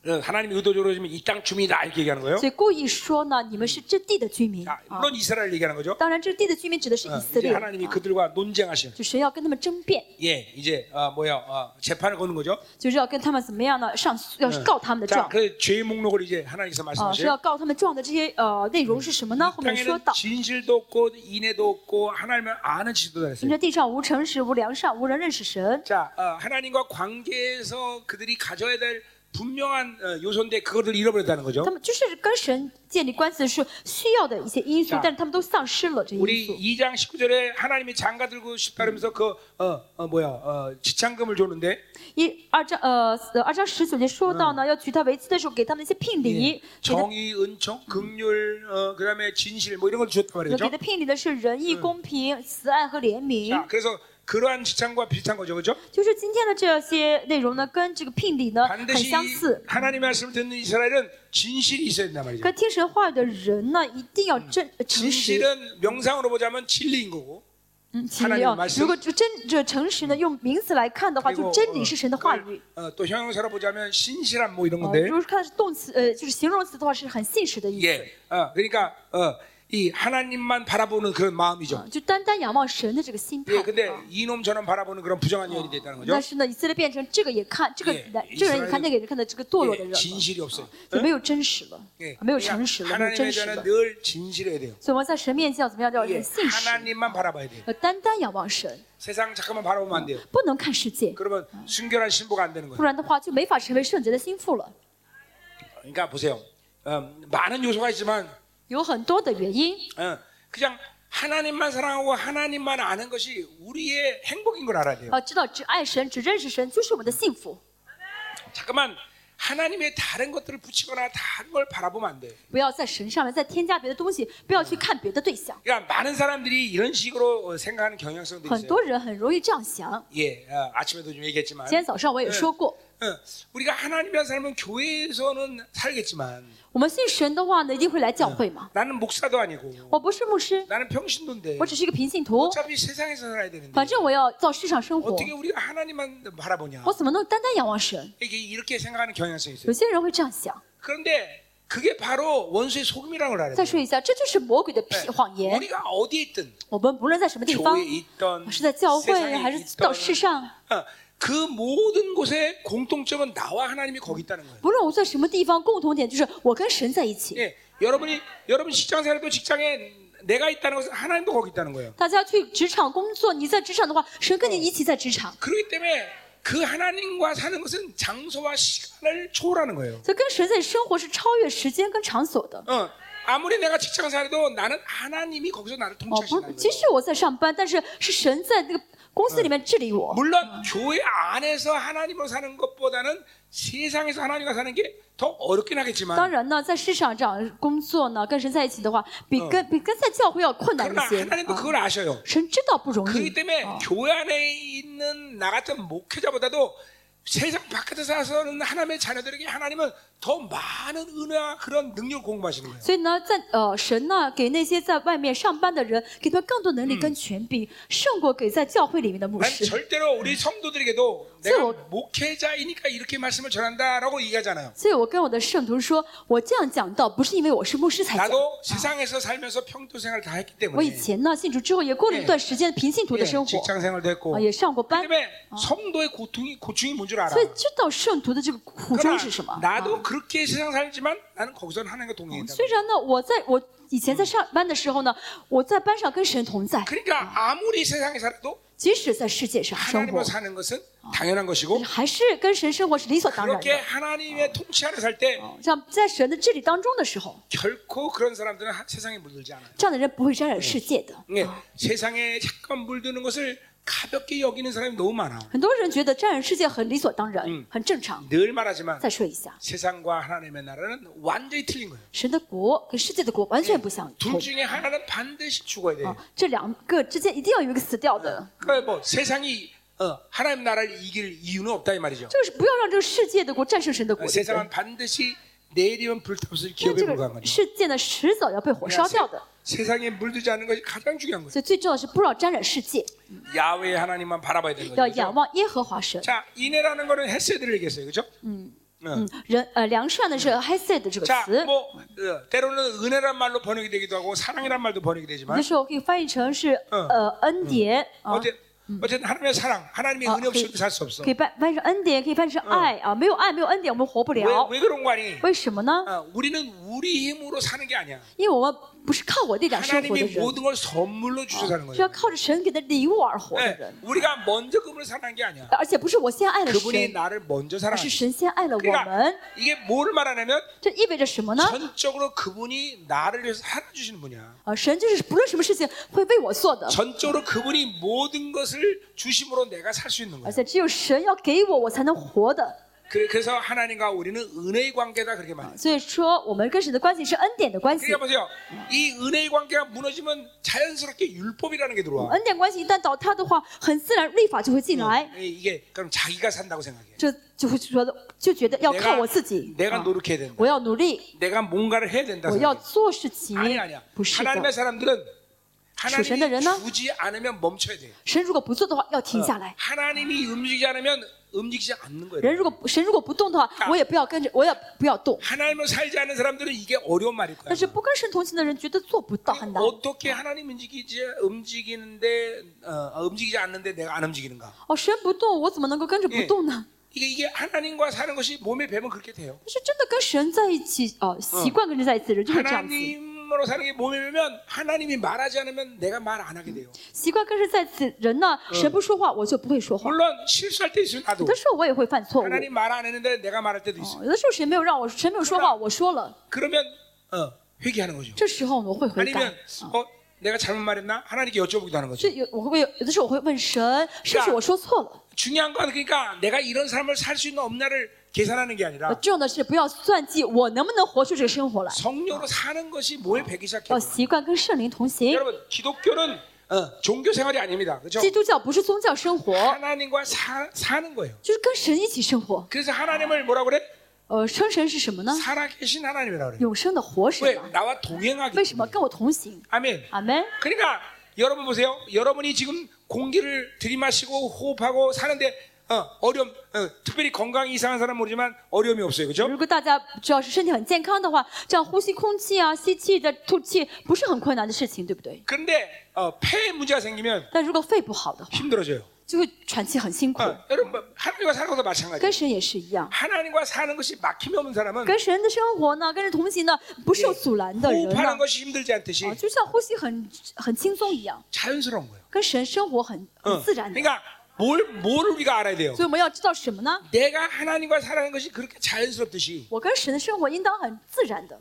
Speaker 1: 어, 하나님이 의도적으로 지금 이 땅 주민이다 이렇게 얘기하는 거예요.
Speaker 2: 所以故意说呢，你们是这地的居民
Speaker 1: 자,
Speaker 2: 啊。
Speaker 1: 물론 이스라엘 얘기하는 거죠.
Speaker 2: 当然，这地的居民指的是
Speaker 1: 어,
Speaker 2: 以色
Speaker 1: 아. 이제
Speaker 2: 列，啊
Speaker 1: 하나님이 그들과 논쟁하시는
Speaker 2: 就神要跟他们争辩，
Speaker 1: 예, 이제 어, 뭐야 어, 재판을 거는 거죠.
Speaker 2: 就是要跟他们怎么样呢？上诉，要告他们的
Speaker 1: 자,
Speaker 2: 状
Speaker 1: 그 죄의 목록을 이제 하나님께서
Speaker 2: 啊，是要
Speaker 1: 말씀하세요.
Speaker 2: 告他们状的这些呃内容是什么呢？后面说
Speaker 1: 땅에는
Speaker 2: 到，
Speaker 1: 진실도 없고 인애도 없고 하나님을 아는 지도다 했어요.
Speaker 2: 因这地上无诚实、无良善、无人认识神，
Speaker 1: 자, 어, 하나님과 관계에서 그들이 가져야 될 분명한 어, 요소인데 그거를 잃어버렸다는 거죠.
Speaker 2: 他们就是跟神建立关系的是需要的一些因素
Speaker 1: 자 ，
Speaker 2: 但是他们啊都丧失了这些
Speaker 1: 우리
Speaker 2: 因素。
Speaker 1: 2장 19절에 하나님이 장가 들고 싶다면서 그 어, 어, 뭐야 어, 지참금을 줬는데
Speaker 2: 一二章呃呃二章十九节说到呢，要娶她为妻的时候，给他们一些聘礼，给他
Speaker 1: 정의, 은총, 긍휼, 어, 그다음에 진실 뭐 이런 걸 주셨단
Speaker 2: 有嗯给
Speaker 1: 말이죠.
Speaker 2: 的聘礼的是仁义、公平、慈爱和怜悯
Speaker 1: 자, 。 그래서 그러한 지참과 비슷한 거죠, 그렇죠?
Speaker 2: 就是今天的这些内容呢，跟这个聘礼呢很
Speaker 1: 반드시
Speaker 2: 相似。
Speaker 1: 하나님의 말씀을 듣는 이스라엘은 진실이 있어야 된단 말이죠.
Speaker 2: 可听神话语的人呢，一定要真呃诚实。
Speaker 1: 그 진실은 명상으로 보자면 진리인 거고
Speaker 2: 嗯，请
Speaker 1: 하나님의
Speaker 2: 要
Speaker 1: 말씀
Speaker 2: 如果这真这诚实呢，用名词来看的话，
Speaker 1: 그리고
Speaker 2: 就
Speaker 1: 어,
Speaker 2: 真理是神的话语
Speaker 1: 그걸, 。 어, 또 형용사로 보자면 신실함 뭐 이런
Speaker 2: 呃
Speaker 1: 건데
Speaker 2: 如果是看是动词，呃，就是形容词的话，是很信实的意思。
Speaker 1: 예, 어, 그러니까 어, 이 하나님만 바라보는 그런 마음이죠.
Speaker 2: 就单单仰望神的这个心态
Speaker 1: 예, 。 근데 이놈 저놈 바라보는 그런 부정한 여인이 됐다는
Speaker 2: 但
Speaker 1: 거죠.
Speaker 2: 是呢，以色列变成这个也看，这个
Speaker 1: 예
Speaker 2: 男这个
Speaker 1: 以色列
Speaker 2: 人也看，那个人也看的这个堕落的
Speaker 1: 예,
Speaker 2: 人了，
Speaker 1: 진실이 없어요.
Speaker 2: 就没有真实了哦
Speaker 1: 예, ，
Speaker 2: 没有
Speaker 1: 그러니까
Speaker 2: 诚实了，没有
Speaker 1: 하나님에
Speaker 2: 真实
Speaker 1: 대한
Speaker 2: 了。
Speaker 1: 늘 진실해야 돼요.
Speaker 2: 所以我们在神面前要怎么样？要
Speaker 1: 예,
Speaker 2: 很信实，
Speaker 1: 하나님만 바라봐야 돼요.
Speaker 2: 要单单仰望神，
Speaker 1: 세상 잠깐만 바라보면 안 돼요.
Speaker 2: 不能看世界，
Speaker 1: 그러면 순결한 신부가 안 되는 거예요.
Speaker 2: 不然的话就没法成为圣洁的心腹了。
Speaker 1: 그러니까 보세요. 어, 많은 요소가 있지만
Speaker 2: 有很多的原因，
Speaker 1: 어, 그냥 하나님만 사랑하고 하나님만 아는 것이 우리의 행복인 걸 알아야 돼요.
Speaker 2: 要知道只爱神、只认识神就是我们的幸福，
Speaker 1: 잠깐만 하나님의 다른 것들을 붙이거나 다른 걸 바라보면 안 돼요.
Speaker 2: 不要在神上面再添加别的东西，不要去看别的对象。
Speaker 1: 그러니까 많은 사람들이 이런 식으로 어, 생각하는 경향성도
Speaker 2: 很
Speaker 1: 있어요.
Speaker 2: 多人很容易这样想。
Speaker 1: 예, 어, 아침에도 좀 얘기했지만
Speaker 2: 今天早上我也说过，
Speaker 1: 어, 우리가 하나님이란 사람은 교회에서는 살겠지만
Speaker 2: 我们信神的话呢，一定会来教会嘛。
Speaker 1: 나는 목사도 아니고
Speaker 2: 我不是牧师，
Speaker 1: 나는 평신도인데
Speaker 2: 嗯我只是一个平信徒，
Speaker 1: 어차피 세상에서 살아야 되는데
Speaker 2: 反正我要到世上生活，
Speaker 1: 어떻게 우리가 하나님만 바라보냐
Speaker 2: 我怎么能单单仰望神？
Speaker 1: 이게 이렇게 생각하는 경향성이 있어요.
Speaker 2: 有些人会这样想。
Speaker 1: 그런데 그게 바로 원수의 속임이라는 걸 알아야
Speaker 2: 再
Speaker 1: 돼요.
Speaker 2: 说一下，这就是魔鬼的屁谎言。
Speaker 1: 우리가 어디에 있든
Speaker 2: 我们无论在什么地方
Speaker 1: 교회에 ， 있던
Speaker 2: 是在教会
Speaker 1: 세상에
Speaker 2: 还是到
Speaker 1: 있던
Speaker 2: 世上，
Speaker 1: 어, 그 모든 곳의 공통점은 나와 하나님이 거기 있다는 거예요.
Speaker 2: 不论我在什么地方，共同点就是我跟神在一起。
Speaker 1: 예, 여러분이 여러분 직장 생활도 직장에 내가 있다는 것은 하나님도 거기 있다는 거예요.
Speaker 2: 大家去职场工作，你在职场的话，神跟你一起在职场，
Speaker 1: 그렇기 때문에 그 하나님과 사는 것은 장소와 시간을 초월하는 거예요.
Speaker 2: 所以跟神在生活是超越时间跟场所的。
Speaker 1: 어, 아무리 내가 직장 생활해도 나는 하나님이 거기서 나를
Speaker 2: 哦，不
Speaker 1: 통치하신다는
Speaker 2: 是，
Speaker 1: 거예요.
Speaker 2: 即使我在上班，但是是神在那个公司里面治理我。
Speaker 1: 물론 교회 안에서 하나님으로 사는 것보다는 세상에서 하나님과 사는 게 더 어렵긴
Speaker 2: 当
Speaker 1: 하겠지만
Speaker 2: 然呢，在市场这样工作呢，跟神在一起的话，比跟、比跟在教会要困难
Speaker 1: 그러나
Speaker 2: 一些。
Speaker 1: 하나님도
Speaker 2: 啊
Speaker 1: 그걸 아셔요. 음. 아.
Speaker 2: 神知道不容
Speaker 1: 그렇기
Speaker 2: 易，
Speaker 1: 때문에 교회 안에 있는 나 같은 목회자보다도 세상 밖에서 사서는 하나님의 자녀들에게 하나님은 더 많은 은혜와 그런 능력을 공급하시는 거예요.
Speaker 2: 所以呢，在呃神呢给那些在外面上班的人，给他们更多能力跟权柄，胜过给在教会里面的牧
Speaker 1: 난
Speaker 2: 师。
Speaker 1: 절대로 우리 성도들에게도 내가
Speaker 2: 세월-
Speaker 1: 목회자이니까 이렇게 말씀을 전한다라고 얘기하잖아요.
Speaker 2: 所以我跟我的圣徒说，我这样讲道不是因为我是牧师才讲。
Speaker 1: 나도 세상에서 살면서 평도 생활 다 했기
Speaker 2: 我以
Speaker 1: 때문에
Speaker 2: 前呢信主之后，也过了一段时间的平信徒
Speaker 1: 예,
Speaker 2: 的生活，
Speaker 1: 직장 생활도 했고
Speaker 2: 嗯啊，也上过
Speaker 1: 그렇기
Speaker 2: 班，
Speaker 1: 때문에 성도의 고통이 고충이 뭔 줄 알아.
Speaker 2: 所以知道圣徒的这个苦
Speaker 1: 뭐
Speaker 2: 衷嗯是什么
Speaker 1: 그러나 。
Speaker 2: 啊
Speaker 1: 나도 그렇게 세상 살지만 나는 거기서는 하나님과 동행했다.
Speaker 2: 虽然呢，我在我以前在上班的时候呢，我在班上跟神同在，
Speaker 1: 그러니까 아무리 아, 세상에 살아도
Speaker 2: 即使在世界上生活
Speaker 1: 하나님과 ， 사는 것은 당연한 아. 것이고
Speaker 2: 还是跟神生活是理所当然
Speaker 1: 그렇게
Speaker 2: 的。哦
Speaker 1: 하나님의 통치 안에 살 때
Speaker 2: 像在神的治理当中的时候，
Speaker 1: 결코 그런 사람들은 하- 세상에 물들지 않아요.
Speaker 2: 这样的人不会沾染世界的。
Speaker 1: 예, 세상에 잠깐 물드는 것을 가볍게 여기는 사람이 너무 많아.
Speaker 2: 很多人觉得沾染世界很理所当然，很正常。
Speaker 1: 늘 말하지만
Speaker 2: 再说一下，
Speaker 1: 세상과 하나님의 나라는 완전히 틀린 거예요.
Speaker 2: 神的国跟世界的国完全不相
Speaker 1: 둘
Speaker 2: 嗯同
Speaker 1: 중에 하나는 반드시 죽어야 돼요.
Speaker 2: 啊，这两个之间一定要有一个死掉的，
Speaker 1: 그러니까 뭐 세상이 어, 하나님 나라를 이길 이유는 없다 이 말이죠.
Speaker 2: 就是不要让这个世界的国战胜神的国。
Speaker 1: 어,
Speaker 2: 对不对
Speaker 1: 세상은 반드시 내리면 불타버릴
Speaker 2: 因为
Speaker 1: 기업에
Speaker 2: 这
Speaker 1: 불과한
Speaker 2: 个
Speaker 1: 거죠.
Speaker 2: 世界呢，迟早要被火烧掉的，
Speaker 1: 세상에 물들지 않는 것이 가장 중요한 거예요.
Speaker 2: 所以最重要的是不要沾染世界，
Speaker 1: 야외 하나님만 바라봐야 되는
Speaker 2: 要
Speaker 1: 거죠.
Speaker 2: 仰
Speaker 1: 그죠?
Speaker 2: 望耶和华神。
Speaker 1: 자, 인해라는 거는 헤세드를 얘기했어요, 그렇죠? 음.
Speaker 2: 嗯，人呃，良善呢是 hesed 这个嗯
Speaker 1: 자,
Speaker 2: 词，
Speaker 1: 뭐 어, 때로는 은혜란 말로 번역이 되기도 하고 사랑이란 말도 번역이
Speaker 2: 有的
Speaker 1: 되지만
Speaker 2: 时候可以翻译成是
Speaker 1: 嗯
Speaker 2: 呃恩典啊。
Speaker 1: 어제 어쨌든 하나님의 사랑, 하나님의
Speaker 2: 아,
Speaker 1: 은혜 없이
Speaker 2: 그-
Speaker 1: 우리 살 수 없어.
Speaker 2: 可以办办上恩典，可以办上爱啊！没有爱，没有恩典，我们活不
Speaker 1: 왜,
Speaker 2: 了。
Speaker 1: 왜 그런 거 아니?
Speaker 2: 为什么呢？
Speaker 1: 아, 우리는 우리 힘으로 사는 게 아니야.
Speaker 2: 因为我们不是靠我
Speaker 1: 아,
Speaker 2: 力量生活的
Speaker 1: 하나님이
Speaker 2: 人，
Speaker 1: 모든 걸 선물로 주셔서 사는
Speaker 2: 是要
Speaker 1: 거야.
Speaker 2: 靠着神给的礼物而活的
Speaker 1: 네,
Speaker 2: 人。
Speaker 1: 우리가 먼저 그분을 사랑한 게 아니야. 아,
Speaker 2: 而哎且不是我先爱了
Speaker 1: 그분이
Speaker 2: 神，
Speaker 1: 나를 먼저
Speaker 2: 而
Speaker 1: 사랑한
Speaker 2: 是
Speaker 1: 거야.
Speaker 2: 神先爱了我
Speaker 1: 그러니까
Speaker 2: 们。
Speaker 1: 이게 뭘 말하냐면
Speaker 2: 这意味着什么呢？
Speaker 1: 전적으로 그분이 나를 위해서 살아주시는 분이야.
Speaker 2: 啊，神就是不论什么事情会为我做
Speaker 1: 어.
Speaker 2: 的，
Speaker 1: 전적으로 그분이 모든 것을 주심으로 내가 살 수 있는 거야.
Speaker 2: 而且只有神要给我，我才能活的。
Speaker 1: 그래- 그래서 하나님과 우리는 은혜의 관계다 그렇게 말해.
Speaker 2: 所以说，我们跟神的关系是恩典的关系
Speaker 1: 그러니까 。 보세요. 이 은혜의 관계가 무너지면 자연스럽게 율법이라는 게 들어와.
Speaker 2: 恩典关系一旦倒塌的话，很自然律法就会进来，
Speaker 1: 예, 이게 그럼 자기가 산다고 생각해.
Speaker 2: 这就会觉得就觉得要靠
Speaker 1: 내가
Speaker 2: 我自己，
Speaker 1: 내가
Speaker 2: 啊
Speaker 1: 노력해야 된다.
Speaker 2: 我要努力，
Speaker 1: 내가 뭔가를 해야 된다.
Speaker 2: 我要哎
Speaker 1: 생각해.
Speaker 2: 做事情
Speaker 1: 아니 아니야. ，
Speaker 2: 不是的。
Speaker 1: 하나님의 사람들은 하나님이
Speaker 2: 주신다면은?
Speaker 1: 주지 않으면 멈춰야 돼.
Speaker 2: 神如果不做的话，要停下来。
Speaker 1: 하나님이 움직이지 않으면 움직이지 않는 거예요.
Speaker 2: 人如果神如果不动的话，我也不要跟着，我也不要动。
Speaker 1: 하나님을 살지 않은 사람들은 이게 어려운 말일 거야.
Speaker 2: 但是不跟神同行的人，觉得做不到很难。
Speaker 1: 어떻게 하나님 움직이지 움직이는데 어, 움직이지 않는데 내가 안 움직이는가?
Speaker 2: 哦，神不动，我怎么能够跟着不动呢？
Speaker 1: 이게 이게 하나님과 사는 것이 몸에 배면 그렇게 돼요.
Speaker 2: 但是真的跟神在一起，哦，习惯跟神在一起的人就会这样子。
Speaker 1: 하나님으로 사는 게 몸에 배면 하나님이 말하지 않으면 내가 말 안 하게 돼요.
Speaker 2: 习惯跟神在一起人呢，神不说话，我就不会说话。
Speaker 1: 물론 실수할 때 있으면
Speaker 2: 有
Speaker 1: 나도
Speaker 2: 的时候我也会犯错误，
Speaker 1: 하나님 말 안 했는데 내가 말할 때도 있어.
Speaker 2: 哦有的时候神没有让我，神没有说话，我说了，
Speaker 1: 그러면 어, 회개하는 거죠.
Speaker 2: 这时候我会悔
Speaker 1: 아니면
Speaker 2: 改。
Speaker 1: 어, 내가 잘못 말했나 하나님께 여쭤보기도 하는
Speaker 2: 所
Speaker 1: 거죠.
Speaker 2: 以有我会有有的时候我会问神，是不啊是我说错了？
Speaker 1: 중요한 건 그러니까 내가 이런 삶을 살 수 있는 없나를 계산하는 게
Speaker 2: 呃
Speaker 1: 아니라
Speaker 2: 重要的是不要算计我能不能活出这个生活来，
Speaker 1: 성령으로 사는 것이 몸에 배기 시작해요.
Speaker 2: 要习惯跟圣灵同行。
Speaker 1: 여러분 기독교는 어, 종교 생활이 아닙니다. 그렇죠?
Speaker 2: 基督教不是宗教生活，
Speaker 1: 하나님과 사, 사는 거예요.
Speaker 2: 就是跟神一起生活。
Speaker 1: 그래서 하나님을 뭐라 그래?
Speaker 2: 呃，称神是什
Speaker 1: 어?
Speaker 2: 么呢？
Speaker 1: 살아계신 하나님이라고 그래.
Speaker 2: 永生的活
Speaker 1: 왜
Speaker 2: 神啊！
Speaker 1: 나와 동행하기?
Speaker 2: 为什么跟我同行？
Speaker 1: 아멘.
Speaker 2: 阿门。
Speaker 1: 그러니까 여러분 보세요. 여러분이 지금 공기를 들이마시고 호흡하고 사는데 어, 어려움, 어, 특별히 건강이 이상한 사람 은 모르지만 어려움이 없어요. 그렇죠?
Speaker 2: 如果大家只要是身体很健康的话，这样呼吸空气啊、吸气的吐气不是很困难的事情，对不对？
Speaker 1: 근데 어, 폐에 문제가 생기면
Speaker 2: 但如果肺不好的话，
Speaker 1: 힘들어져요.
Speaker 2: 就会喘气很辛苦。
Speaker 1: 어, 여러분 뭐, 하나님과 사는 것도 마찬가지예요.
Speaker 2: 跟神也是一样，
Speaker 1: 하나님과 사는 것이 막힘이 없는 사람은
Speaker 2: 跟神的生活呢，跟着同行呢，不受阻拦的人呢
Speaker 1: 호흡하는 ， 것이 힘들지 않듯이
Speaker 2: 啊，就像呼吸很很轻松一样，
Speaker 1: 자연스러운 거예요.
Speaker 2: 跟神生活很
Speaker 1: 어,
Speaker 2: 很自然的。
Speaker 1: 그러니까 뭘, 뭘 우리가 알아야 돼요.
Speaker 2: 所以我们要知道什么呢？
Speaker 1: 내가 하나님과 살아가는 것이 그렇게 자연스럽듯이
Speaker 2: 我跟神的生活应当很自然的，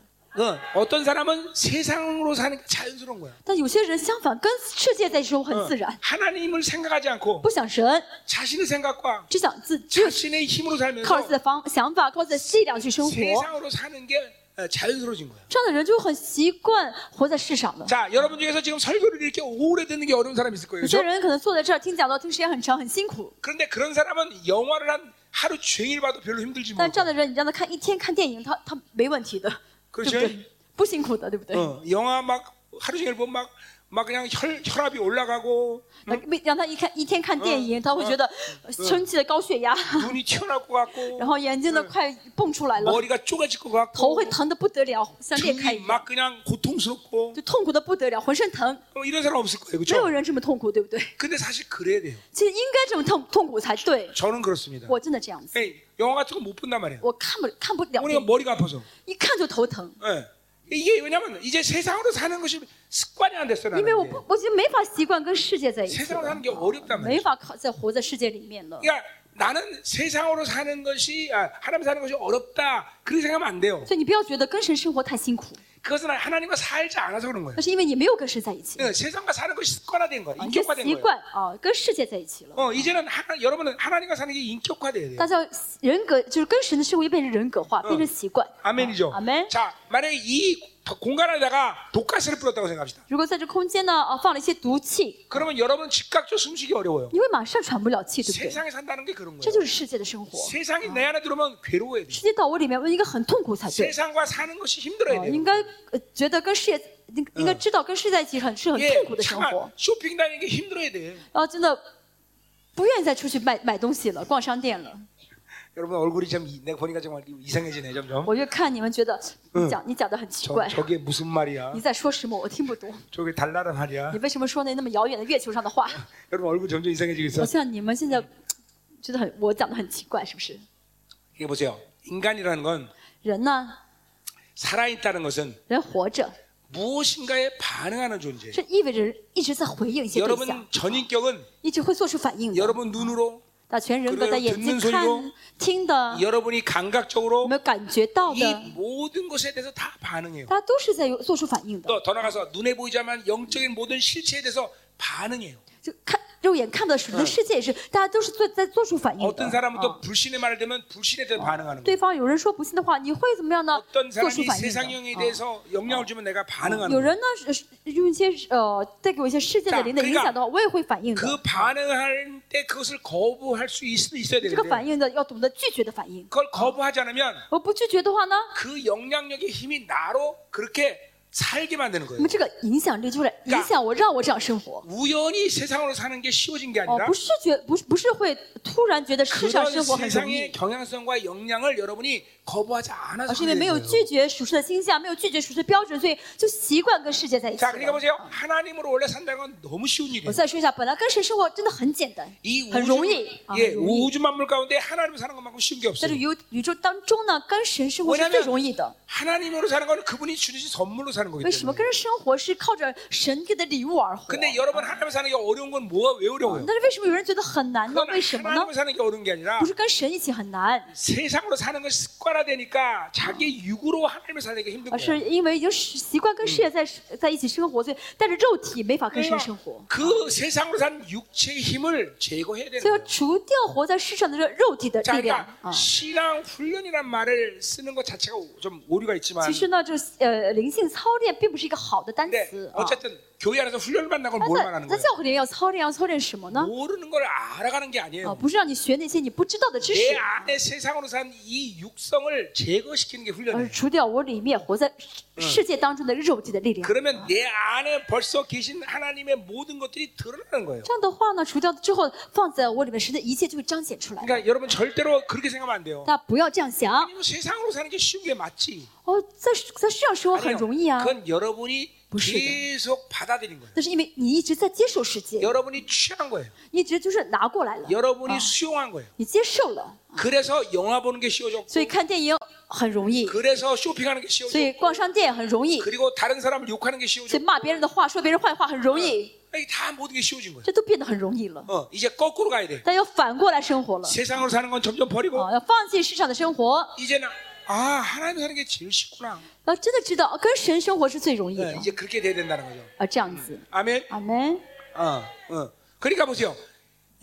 Speaker 1: 어, 떤 사람은 세상으로 사는 게 자연스러운 거야.
Speaker 2: 但有些人相反，跟世界在一起生活
Speaker 1: 어,
Speaker 2: 很自然，
Speaker 1: 하나님을 생각하지 않고
Speaker 2: 不想神，
Speaker 1: 자신의 생각과
Speaker 2: 只想自只有
Speaker 1: 자신의 힘으로
Speaker 2: 靠自
Speaker 1: 살면서
Speaker 2: 己的方想法，靠自己的力量去生活。
Speaker 1: 세상으로 사는 게 어, 자연스러워진 거야.
Speaker 2: 这样的人就很习惯活在世上的。
Speaker 1: 자 여러분 중에서 지금 설교를 이렇게 오래 듣는 게 어려운 사람이 있을 거예요. 그
Speaker 2: 有些
Speaker 1: 죠
Speaker 2: 人可能坐在这儿听讲座，听时间很长，很辛苦。
Speaker 1: 그런데 그런 사람은 영화를 한 하루 종일 봐도 별로 힘들지
Speaker 2: 但这样
Speaker 1: 모르고
Speaker 2: 的人，你让他看一天看电影，他他没问 题的，
Speaker 1: 可
Speaker 2: 对
Speaker 1: 是
Speaker 2: 不嗯对？不辛苦的，对不对？
Speaker 1: 그렇죠? 어, 영화 막 하루 종일 보면 막, 막 그냥 혈, 혈압이 올라가고
Speaker 2: 那没让他一看一天看电影，他会觉得呃生气的高血压，
Speaker 1: 눈이 튀어나올 것
Speaker 2: 然
Speaker 1: 같고
Speaker 2: 后眼睛都快蹦出来了，
Speaker 1: 머리가 쪼개질 것
Speaker 2: 头
Speaker 1: 같고
Speaker 2: 会疼的不得了，像裂开
Speaker 1: 등이
Speaker 2: 一样
Speaker 1: 막 ， 그냥 고통스럽고
Speaker 2: 就痛苦的不得了，浑身疼。
Speaker 1: 어, 이런 사람 없을 거예요,
Speaker 2: 没有
Speaker 1: 그렇죠?
Speaker 2: 人这么痛苦，对不对？
Speaker 1: 근데 사실 그래야 돼요.
Speaker 2: 其实应该这么痛痛苦才对。
Speaker 1: 저는 그렇습니다.
Speaker 2: 我真的这样子，
Speaker 1: 예, 영화 같은 거 못 본단 말이에요.
Speaker 2: 我看不看不了，
Speaker 1: 우리가 머리가 아파서.
Speaker 2: 一看就头疼。
Speaker 1: 예. 이게 왜냐면 이제 세상으로 사는 것이 습관이 안 됐어
Speaker 2: 因
Speaker 1: 나는.
Speaker 2: 为我
Speaker 1: 이제.
Speaker 2: 不，我就没法习惯跟世界在一起
Speaker 1: 세상으로
Speaker 2: 了
Speaker 1: 사는 게 어렵단
Speaker 2: 没
Speaker 1: 말이에요.
Speaker 2: 法靠在活在世界里面了。
Speaker 1: 그러니까 나는 세상으로 사는 것이 아, 하나님 사는 것이 어렵다. 그렇게 생각하면 안 돼요.
Speaker 2: 所以你不要觉得跟神生活太辛苦，
Speaker 1: 그것은 하나님과 살지 않아서 그런 거예요.
Speaker 2: 那是因为你没有跟神在一起，
Speaker 1: 예, 세상과 사는 것이 습관화된 거예요.
Speaker 2: 啊你的
Speaker 1: 인격화된
Speaker 2: 习
Speaker 1: 거예요.
Speaker 2: 惯啊跟世界在一起了。
Speaker 1: 어, 이제는 하나, 여러분은 하나님과 사는 게 인격화돼야 돼요.
Speaker 2: 大家人格就是跟神的生活就变成人格化，变成习惯。啊
Speaker 1: 아멘이죠.
Speaker 2: 嗯阿门。
Speaker 1: 자, 만약에 이 공간에다가 독가스를 뿌렸다고 생각합시다.
Speaker 2: 如果在这空间呢啊放了一些毒气，
Speaker 1: 그러면 여러분은 즉각적으로 숨쉬기 어려워요.
Speaker 2: 你会马上喘不了气，对不对？
Speaker 1: 세상에 산다는 게 그런
Speaker 2: 这
Speaker 1: 거예요.
Speaker 2: 就是世界的生活，
Speaker 1: 세상이 내 안에 들어오면 괴로워야 돼요.
Speaker 2: 世界到我里面，我应该很痛苦
Speaker 1: 네.
Speaker 2: 才对。
Speaker 1: 세상과 사는 것이 힘들어야
Speaker 2: 啊
Speaker 1: 돼요.
Speaker 2: 应该呃觉得跟世界应应该知道跟世界在一起很是很
Speaker 1: 예,
Speaker 2: 痛苦的生活
Speaker 1: 잠깐 。 쇼핑 다니는 게 힘들어야 돼.
Speaker 2: 然后真的不愿意再出去买买东西了，逛商店了。
Speaker 1: 여러분 얼굴이 참 이- 내가 보니까 정말 이상해지네 점점.
Speaker 2: 我越看你们觉得你讲你讲的很奇
Speaker 1: 저,
Speaker 2: 怪，
Speaker 1: 저게 무슨 말이야?
Speaker 2: 你在说什么我听不懂，
Speaker 1: 저게 달나라 말이야.
Speaker 2: 你为什么说那那么遥远的月球上的 话？
Speaker 1: 여러분 얼굴 점점 이상해지고
Speaker 2: 好
Speaker 1: 있어.
Speaker 2: 像你们现在觉得很我讲的很奇怪，是不是？
Speaker 1: 이게 보세요. 인간이라는 건
Speaker 2: 人呢，
Speaker 1: 살아있다는 것은
Speaker 2: 人活着
Speaker 1: 무엇인가에 반응하는 존재.
Speaker 2: 这意味着一直在回应一些对象，
Speaker 1: 여러분 전인격은
Speaker 2: 一直会做出反应的。
Speaker 1: 여러분 눈으로
Speaker 2: 把全人格的眼睛
Speaker 1: 그래요듣는소리
Speaker 2: 看
Speaker 1: 로 、
Speaker 2: 听的，
Speaker 1: 여러분이
Speaker 2: 有
Speaker 1: 감각적으로
Speaker 2: 没有感觉到
Speaker 1: 이
Speaker 2: 的，
Speaker 1: 모든 것에 대해서 다 반응해요.
Speaker 2: 大家都是在有做出反应的。
Speaker 1: 또 더 나가서 눈에 보이자만 영적인 모든 실체에 대해서 반응해요.
Speaker 2: 就看肉眼看不到属灵世界也是，大家都是做在做出反应的。
Speaker 1: 어떤 사람은
Speaker 2: 啊
Speaker 1: 또 불신의 말을 들으면 불신에 대해서 반응하는 거예요.
Speaker 2: 对方有人说不信的话，你会怎么样呢？
Speaker 1: 어떤
Speaker 2: 做出
Speaker 1: 사람이
Speaker 2: 反应
Speaker 1: 세상형에
Speaker 2: 的。啊
Speaker 1: 대해서 영향을 주면 내가 반응하는
Speaker 2: 有
Speaker 1: 거예요.
Speaker 2: 人呢是用一些呃带给我一些世界的灵的
Speaker 1: 자
Speaker 2: 影
Speaker 1: 그러니까
Speaker 2: 响的话，我也会反应
Speaker 1: 그
Speaker 2: 的。
Speaker 1: 반응할 때 그것을 거부할 수 있, 있어야
Speaker 2: 这个反
Speaker 1: 되는데
Speaker 2: 应的要懂得拒绝的反应，
Speaker 1: 그걸 거부하지 않으면
Speaker 2: 而不拒绝的话呢，
Speaker 1: 그 영향력의 힘이 나로 그렇게 살게 만드는
Speaker 2: 我
Speaker 1: 거예요.
Speaker 2: 们这个影响力就是影响我，让我这样生活。
Speaker 1: 우연히 세상으로 사는 게 쉬워진 게
Speaker 2: 哦，
Speaker 1: 아니라
Speaker 2: 不是觉不是不是会突然觉得世上
Speaker 1: 그런
Speaker 2: 生活很容易
Speaker 1: 세상의 。 경향성과 영향을 여러분이 거부하지 않아서
Speaker 2: 而是因为没有
Speaker 1: 그래요.
Speaker 2: 拒绝属实的倾向，没有拒绝属实的标准，所以就习惯跟世界在一起
Speaker 1: 자, 그러니까
Speaker 2: 了。
Speaker 1: 보세요. 하나님으로 원래 산다는 건 너무 쉬운
Speaker 2: 我
Speaker 1: 일이에요.
Speaker 2: 再说一下，本来跟神生活真的很简单，
Speaker 1: 이
Speaker 2: 很
Speaker 1: 우주,
Speaker 2: 容易啊，
Speaker 1: 예,
Speaker 2: 很容易。
Speaker 1: 우주 만물 가운데 하나님으로 사는 것만큼 쉬운 게
Speaker 2: 在
Speaker 1: 없어요.
Speaker 2: 这宇宇宙当中呢，跟神生活是最容易的。
Speaker 1: 하나님으로 사는 건 그분이 주신 선물로 사는 거기
Speaker 2: 为什么
Speaker 1: 때문에.
Speaker 2: 跟人生活是靠着神给的礼物而活？
Speaker 1: 근데 여러분 하나님으로 사는 게 어려운 건 뭐가 왜 어려워요?
Speaker 2: 但是为什么有人觉得很难呢
Speaker 1: 그건 ？
Speaker 2: 为什么呢
Speaker 1: 하나님으로 ？ 사는 게 어려운 게 아니라
Speaker 2: 不是跟神一起很难，
Speaker 1: 세상으로 사는 건 습관화되니까 자기 육으로 하나님을 사는 게 힘든
Speaker 2: 而啊是
Speaker 1: 거예요.
Speaker 2: 因为已经习惯跟世界在在一起生活，所以带着肉体没法跟神生活，
Speaker 1: 그 세상으로 사는 육체의 힘을 제거해야 되는
Speaker 2: 所以要
Speaker 1: 거예요.
Speaker 2: 除掉活在世上的这肉体的
Speaker 1: 자,
Speaker 2: 力量啊
Speaker 1: 그러니까 。 신앙 훈련이란 말을 쓰는 것 자체가 좀 오류가 있지만
Speaker 2: 其实呢，就是呃，灵性操练并不是一个好的单
Speaker 1: 근데
Speaker 2: 词啊。
Speaker 1: 어쨌든 교회 안에서 훈련을 받는 건
Speaker 2: 那
Speaker 1: 뭘
Speaker 2: 在
Speaker 1: 말하는
Speaker 2: 在
Speaker 1: 거예요?
Speaker 2: 教会里面要操练，要操练什么呢？
Speaker 1: 모르는 걸 알아가는 게
Speaker 2: 啊，
Speaker 1: 아니에요.
Speaker 2: 不是让你学那些你不知道的知识
Speaker 1: 내 ， 안에 세상으로 산 이 육성을 제거시키는 게
Speaker 2: 而是
Speaker 1: 훈련이에요.
Speaker 2: 除掉我里面活在世界当中的肉体的力量。
Speaker 1: 그러면 내 안에 벌써 계신 하나님의 모든 것들이 드러나는 거예요.
Speaker 2: 这样的话呢，除掉之后，放在我里面神的一切就会彰显出来。
Speaker 1: 그러니까 여러분 절대로 그렇게 생각하면 안 돼요.
Speaker 2: 大家不要这样想，
Speaker 1: 아니면 세상으로 사는 게 쉬운 게 맞지.
Speaker 2: 哦，在在世上生活很
Speaker 1: 아니요.
Speaker 2: 容易啊，
Speaker 1: 어, 그건 여러분이
Speaker 2: 무시해요.
Speaker 1: 계속 받아들인 거예요.
Speaker 2: 但是因为你一直在接受世界，
Speaker 1: 여러분이 취한 거예요.
Speaker 2: 一直就是拿过来了，
Speaker 1: 여러분이
Speaker 2: 아.
Speaker 1: 수용한 거예요.
Speaker 2: 你接受了，
Speaker 1: 그래서 영화 보는 게 쉬워졌고,
Speaker 2: 所以看电影很容易，
Speaker 1: 그래서 쇼핑하는 게
Speaker 2: 所
Speaker 1: 쉬워졌고,
Speaker 2: 以逛商店很容易，
Speaker 1: 그리고 다른 사람을 욕하는 게
Speaker 2: 所以
Speaker 1: 쉬워졌고,
Speaker 2: 骂别人的话、说别人坏话很容易，
Speaker 1: 이게 다 모든 게 쉬워진 거예요.
Speaker 2: 这都变得很容易了。
Speaker 1: 어, 이제 거꾸로 가야 돼.
Speaker 2: 但要反过来生活了，
Speaker 1: 세상으로 사는 건 점점 버리고
Speaker 2: 啊，要放弃世上的生活，
Speaker 1: 이제는 아 하나님 사는 게 제일 쉽구나.
Speaker 2: 要真的知道啊跟神生活是最容易
Speaker 1: 네,
Speaker 2: 的
Speaker 1: 이제 그렇게 돼야 된다는 거죠.
Speaker 2: 啊，这样子，
Speaker 1: 아멘.
Speaker 2: 阿门。
Speaker 1: 어, 어. 그러니까 보세요.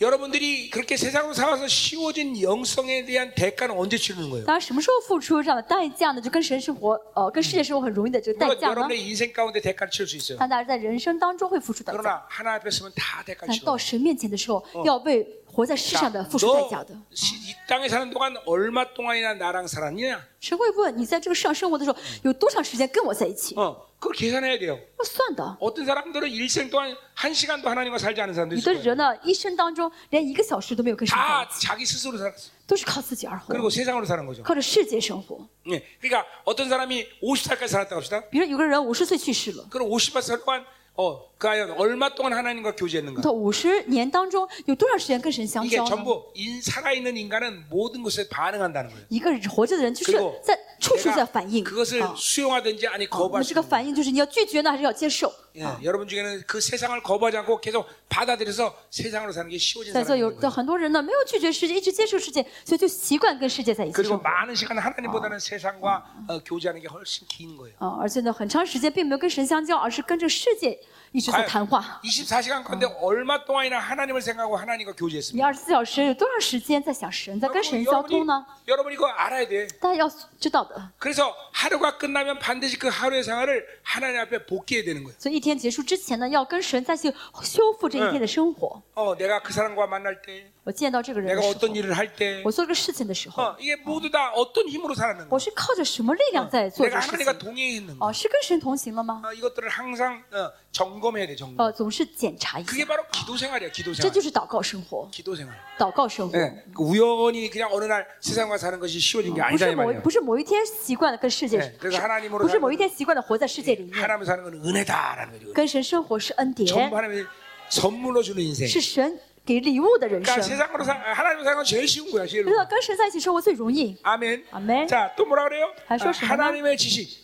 Speaker 1: 여러분들이 그렇게 세상으로 살아서 쉬워진 영성에 대한 대가는 언제 치르는 거예요?
Speaker 2: 当然，什么时候付出这样的代价呢？就跟神生活，呃，跟世界生活很容易的这个代
Speaker 1: 물론
Speaker 2: 价呢？
Speaker 1: 여러분의 인생 가운데 대가를 치를 수 있어요.
Speaker 2: 但大家在人生当中会付出代价，
Speaker 1: 그러나 하나 앞에 서면 다 대가를
Speaker 2: 但
Speaker 1: 치러.
Speaker 2: 到神面前的时候，要为活在世上的付出代价
Speaker 1: 嗯
Speaker 2: 的。
Speaker 1: 이 땅에 사는 동안 얼마 동안이나 나랑 살았냐?
Speaker 2: 神会问你在这个世上生活的时候，有多长时间跟我在一起？
Speaker 1: 어, 그걸 계산해야 돼요.
Speaker 2: 要算的。
Speaker 1: 어떤 사람들은 일생 동안 한 시간도 하나님과 살지 않은 사람도
Speaker 2: 有的
Speaker 1: 있을 거예요.
Speaker 2: 人呢，一生当中连一个小时都没有跟神在
Speaker 1: 다 어.
Speaker 2: 一起，
Speaker 1: 자기 스스로 살았어.
Speaker 2: 都是靠自己而活，
Speaker 1: 그리고 세상으로 사는 거죠.
Speaker 2: 靠着世界生活。
Speaker 1: 예, 그러니까 어떤 사람이 50살까지 살았다고 합시다.
Speaker 2: 比如有个人五十岁去世了，
Speaker 1: 그럼 50살 동안 어, 과연 얼마 동안 하나님과 교제했는가?
Speaker 2: 他五十年当中有多少时间跟神相
Speaker 1: 이게
Speaker 2: 交呢？
Speaker 1: 전부 인 살아있는 인간은 모든 것에 반응한다는 거예요.
Speaker 2: 一个人活着的人，就是
Speaker 1: 그리고
Speaker 2: 在处处在
Speaker 1: 내가
Speaker 2: 反应。
Speaker 1: 그것을
Speaker 2: 啊
Speaker 1: 수용하든지 아니
Speaker 2: 我们
Speaker 1: 거부할
Speaker 2: 这
Speaker 1: 수
Speaker 2: 个
Speaker 1: 있는
Speaker 2: 反应就是你要拒绝呢，还是要接受？
Speaker 1: 예, 여러분 중에는 그 세상을 거부하지 않고 계속 받아들여서 세상으로 사는 게 쉬워진
Speaker 2: 在座
Speaker 1: 사람이
Speaker 2: 有
Speaker 1: 있는
Speaker 2: 的
Speaker 1: 거예요.
Speaker 2: 很多人呢，没有拒绝世界，一直接受世界，所以就习惯跟世界在一起
Speaker 1: 그리고
Speaker 2: 生活。
Speaker 1: 많은 시간 하나님보다는 세상과 어, 교제하는 게 훨씬 긴 거예요.
Speaker 2: 啊，而且呢，很长时间并没有跟神相交，而是跟这个世界一直在
Speaker 1: 과연
Speaker 2: 谈话。
Speaker 1: 24시간 가운데 얼마 동안이나 하나님을 생각하고 하나님과
Speaker 2: 你
Speaker 1: 교제했습니다.
Speaker 2: 二十四小时有多长时间在想神，
Speaker 1: 啊
Speaker 2: 在跟神交通呢？
Speaker 1: 여러분 이거 알아야 돼.
Speaker 2: 大家要知道的。
Speaker 1: 그래서 하루가 끝나면 반드시 그 하루의 생활을 하나님 앞에 복귀해야 되는 거예요.
Speaker 2: 所以一天结束之前呢，要跟神再去修复这一天的生活。
Speaker 1: 어, 내가 그 사람과 만날 때,
Speaker 2: 我见到这个人
Speaker 1: 내가
Speaker 2: 的时
Speaker 1: 어떤
Speaker 2: 候，
Speaker 1: 일을 할 때,
Speaker 2: 我做这个事情的时候，
Speaker 1: 어, 이게 모두 다 어떤 힘으로 살았는가?
Speaker 2: 我是靠着什么力量在做这
Speaker 1: 내가
Speaker 2: 个事情
Speaker 1: 하나님과 ？ 동행했는가?
Speaker 2: 哦，是跟神同行了吗？
Speaker 1: 어, 이것들을 항상 어, 점검해야 돼, 점검.
Speaker 2: 呃，总是检查一
Speaker 1: 그게
Speaker 2: 下，
Speaker 1: 바로 기도 생활이야, 기도
Speaker 2: 这
Speaker 1: 생활.
Speaker 2: 就是祷告生活，
Speaker 1: 기도 생활.
Speaker 2: 祷告生活。
Speaker 1: 예, 그 우연히 그냥 어느 날 세상과 사는 것이 쉬워진 게
Speaker 2: 不
Speaker 1: 아니다
Speaker 2: 是
Speaker 1: 이
Speaker 2: 某
Speaker 1: 말이야.
Speaker 2: 不是某一天习惯的跟世界
Speaker 1: 哎这个哈纳尼摩，罗嗯
Speaker 2: 不是某一天习惯的活在世界里面，
Speaker 1: 하나님 사는 건 은혜다라는 거죠.
Speaker 2: 跟神生活是恩典
Speaker 1: 전부 ， 하나님이 선물로 주는 인생.
Speaker 2: 是神给礼物的人
Speaker 1: 그러니까
Speaker 2: 生。
Speaker 1: 세상으로 사, 하나님 사는 건 제일 쉬운 거야, 제일.
Speaker 2: 知道跟神在一起生活最容易。
Speaker 1: 아멘.
Speaker 2: 아멘.
Speaker 1: 자, 또 뭐라 그래요?
Speaker 2: 아,
Speaker 1: 아,
Speaker 2: 쇼스구나.
Speaker 1: 하나님의 지식.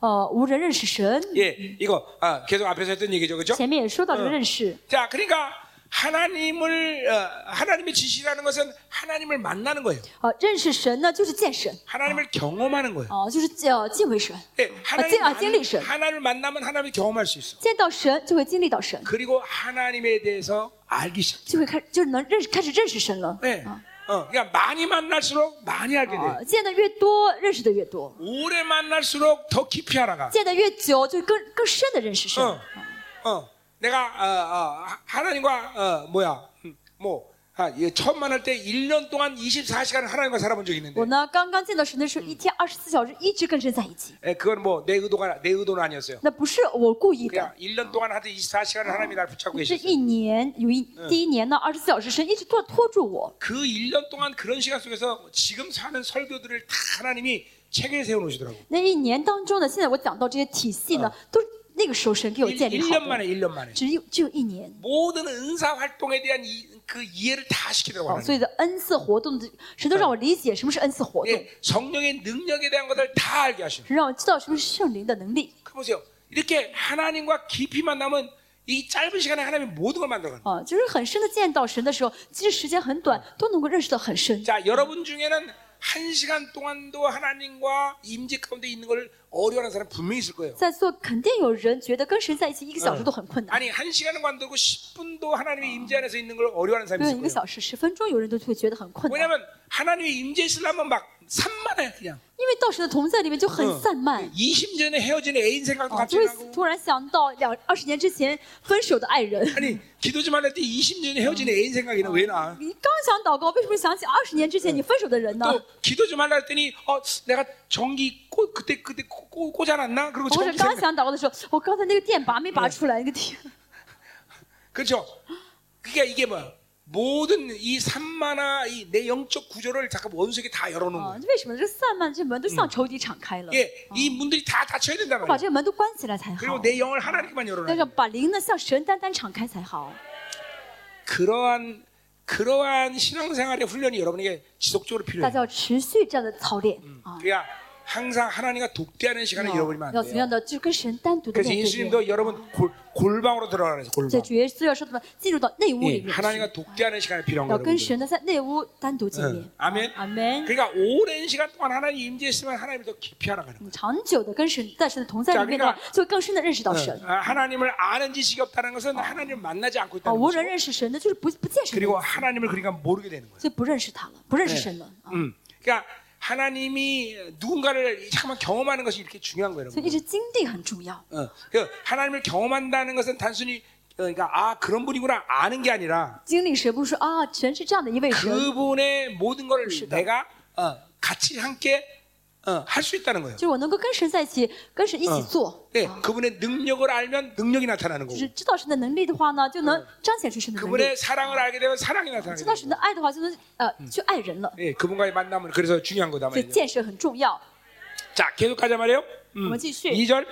Speaker 2: 呃，无人认识神，
Speaker 1: 예, 이거 아, 계속 앞에서 했던 얘기죠, 그렇죠?
Speaker 2: 前面也说到这个
Speaker 1: 嗯
Speaker 2: 认识。
Speaker 1: 자, 그러니까 하나님을 어, 하나님의 지식이라는 것은 하나님을 만나는 거예요.
Speaker 2: 呃，认识神呢，就是见神，
Speaker 1: 하나님을 경험하는 거예요.
Speaker 2: 哦、就是呃敬畏神，
Speaker 1: 예,
Speaker 2: 啊敬啊
Speaker 1: 하나님
Speaker 2: 经历神，
Speaker 1: 하나님을 만나면 하나님을 경험할 수 있어.
Speaker 2: 见到神就会经历到神，
Speaker 1: 그리고 하나님에 대해서 알기 시작.
Speaker 2: 就会开就是能认识开始认识神了。
Speaker 1: 예. 어, 그러니까 많이 만날수록 많이 알게 돼.
Speaker 2: 呃，见的越多，认识的越多；
Speaker 1: 오래 만날수록 더 깊이 알아가.
Speaker 2: 见的越久，就更更深的认识神。
Speaker 1: 어, 어, 내가 어, 어, 하- 하나님과 어, 뭐야, 음, 뭐 아, 예, 처음 만날 때 1년 동안 24시간 하나님과 살아본 적이 있는데,
Speaker 2: 我呢，刚刚见到神的时候，一天二十四小时一直跟神在一起，
Speaker 1: 예, 그건 뭐 내 의도가 내 의도는 아니었어요.
Speaker 2: 那不是我故意的。
Speaker 1: 그냥 1년 동안 하여튼 24시간 하나님이 날 붙잡고
Speaker 2: 这
Speaker 1: 계셨어요.
Speaker 2: 一年有一第一年呢，二十四小时神一直拖拖住我。
Speaker 1: 그 1년 동안 그런 시간 속에서 지금 사는 설교들을 다 하나님이 책에 세워 놓으시더라고.
Speaker 2: 那一年当中呢，现在我讲到这些体系呢，都是那个时候神给我建立
Speaker 1: 1년
Speaker 2: 好的，
Speaker 1: 만에 1년 만에
Speaker 2: 只有只有一年。
Speaker 1: 모든 은사 활동에 대한 이, 그 이해를 다 시키더라고.
Speaker 2: 哦，
Speaker 1: 하나님.
Speaker 2: 所以的 N 次活动的，神都让我理解什么是 N 次活动，
Speaker 1: 예, 성령의 능력에 대한 것을 다 알게 하시는.
Speaker 2: 神让我知道什么是圣灵的能力。
Speaker 1: 그 보세요. 이렇게 하나님과 깊이 만나면 이 짧은 시간에 하나님이 모든 걸 만들어가는.
Speaker 2: 啊，就是很深的见到神的时候，其实时间很短，都能够认识到很深
Speaker 1: 거예요. 。 자, 여러분 중에는 한 시간 동안도 하나님과 임재 가운데 있는 걸 어려워하는 사람 분명히 있을 거예요.
Speaker 2: 在座肯定有人觉得跟神在一起一个小时都很困难，
Speaker 1: 아니 한 시간은 관두고 10분도 하나님의 임재 안에서 있는 걸 어려워하는 사람이
Speaker 2: 对，
Speaker 1: 있을
Speaker 2: 一个
Speaker 1: 거예요.
Speaker 2: 小时十分钟，有人都会觉得很困难，
Speaker 1: 왜냐하면 하나님의 임재 있으려면 막 산만해 그냥.
Speaker 2: 因为到神的同在里面就很散漫
Speaker 1: 20년 전에 헤어진 애인 생각도
Speaker 2: 啊，
Speaker 1: 갑자기
Speaker 2: 就会
Speaker 1: 나고.
Speaker 2: 突然想到两二十年之前分手的爱人。
Speaker 1: 아니 기도 좀 할때 20년 전에 헤어진 애인 생각이 나왜 나?
Speaker 2: 你刚想祷告，为什么想起二十年之前你分手的人呢？
Speaker 1: 또 기도 좀 하려 했더니 어 내가 전기 꽂 그때 그때 꽂- 꽂- 꽂아놨나? 그리고
Speaker 2: 或者
Speaker 1: 전기
Speaker 2: 刚
Speaker 1: 생각.
Speaker 2: 想祷告的时候，我刚才那个电拔没拔出来，那个电。
Speaker 1: 그렇죠. 그러니까 이게 뭐야? 모든 이 산마나 이 내 영적 구조를 잠깐 원수에게 다 열어놓은
Speaker 2: 啊
Speaker 1: 거예요. ，
Speaker 2: 为什么这散漫这门都向仇敌敞开了？
Speaker 1: 예, 이 문들이 다 닫혀야 된단
Speaker 2: 把
Speaker 1: 말이에요.
Speaker 2: 这个门都关起来才
Speaker 1: 그리고
Speaker 2: 好。
Speaker 1: 내 영을 하나님만
Speaker 2: 但是
Speaker 1: 열어놔.
Speaker 2: 把灵呢向神单单敞开才好。
Speaker 1: 그러한 그러한 신앙생활의 훈련이 여러분에게 지속적으로
Speaker 2: 大家
Speaker 1: 필요해요.
Speaker 2: 要持续这样的操练啊，
Speaker 1: 그러니까 항상 하나님과 독대하는 시간을
Speaker 2: 要
Speaker 1: 잃어버리면
Speaker 2: 要
Speaker 1: 안
Speaker 2: 怎么样
Speaker 1: 돼요.
Speaker 2: 的，就是跟神单独的
Speaker 1: 네, 그래서
Speaker 2: 面对面。
Speaker 1: 예수님도 여러분 골, 골방으로 들어가라 그래서 골방.
Speaker 2: 所以主耶稣要说什么？进入到内屋
Speaker 1: 예,
Speaker 2: 里面去，
Speaker 1: 하나님과 독대하는 시간이 필요한
Speaker 2: 要跟
Speaker 1: 거예요.
Speaker 2: 神呢在内屋单独见面
Speaker 1: 응. 。 아멘.
Speaker 2: 阿门。
Speaker 1: 그러니까 오랜 시간 동안 하나님 임재했으면 하나님을 더 깊이 알아가는 거예요.
Speaker 2: 你长久的跟神在神的同在里面呢
Speaker 1: 자그러니까 ，
Speaker 2: 就会更深的认识到神。
Speaker 1: 아, 하나님을 아는 지식이 없다는 것은 하나님을 만나지 않고
Speaker 2: 啊，
Speaker 1: 있다는
Speaker 2: 无人
Speaker 1: 거죠.
Speaker 2: 认识神的，就是不不见神的意
Speaker 1: 그리고
Speaker 2: 思，
Speaker 1: 하나님을 그러니까 모르게 되는 거예요.
Speaker 2: 所以不认识他了，不认识神了。啊，
Speaker 1: 음. 그러니까 하나님이 누군가를 잠깐만 경험하는 것이 이렇게 중요한 거예요.
Speaker 2: 所以一
Speaker 1: 여러분.
Speaker 2: 直经历很重要。
Speaker 1: 어. 그 하나님을 경험한다는 것은 단순히 어, 그러니까 아 그런 분이구나 아는 게 아니라
Speaker 2: 经历神不是说啊，神是这样的一位神，
Speaker 1: 그분의 모든 걸
Speaker 2: 그러시다.
Speaker 1: 내가 어, 같이 함께 어, 할 수 있다는 거예요.
Speaker 2: 就是我能够跟神在一起，跟神一起做。
Speaker 1: 네, 그분의 능력을 알면 능력이 나타나는
Speaker 2: 就
Speaker 1: 거고.
Speaker 2: 是知道神的能力的话呢，就能彰显出神的能力；
Speaker 1: 그분의 사랑을 알게 되면 사랑이 나타나는
Speaker 2: 知道
Speaker 1: 거고.
Speaker 2: 神的爱的话，就能呃去爱人了。
Speaker 1: 예, 그분과의 만남은 그래서 중요한 거다
Speaker 2: 所以
Speaker 1: 말이죠.
Speaker 2: 建设很重要。
Speaker 1: 자, 계속 가자 말이에요.
Speaker 2: 我们继续
Speaker 1: 2절.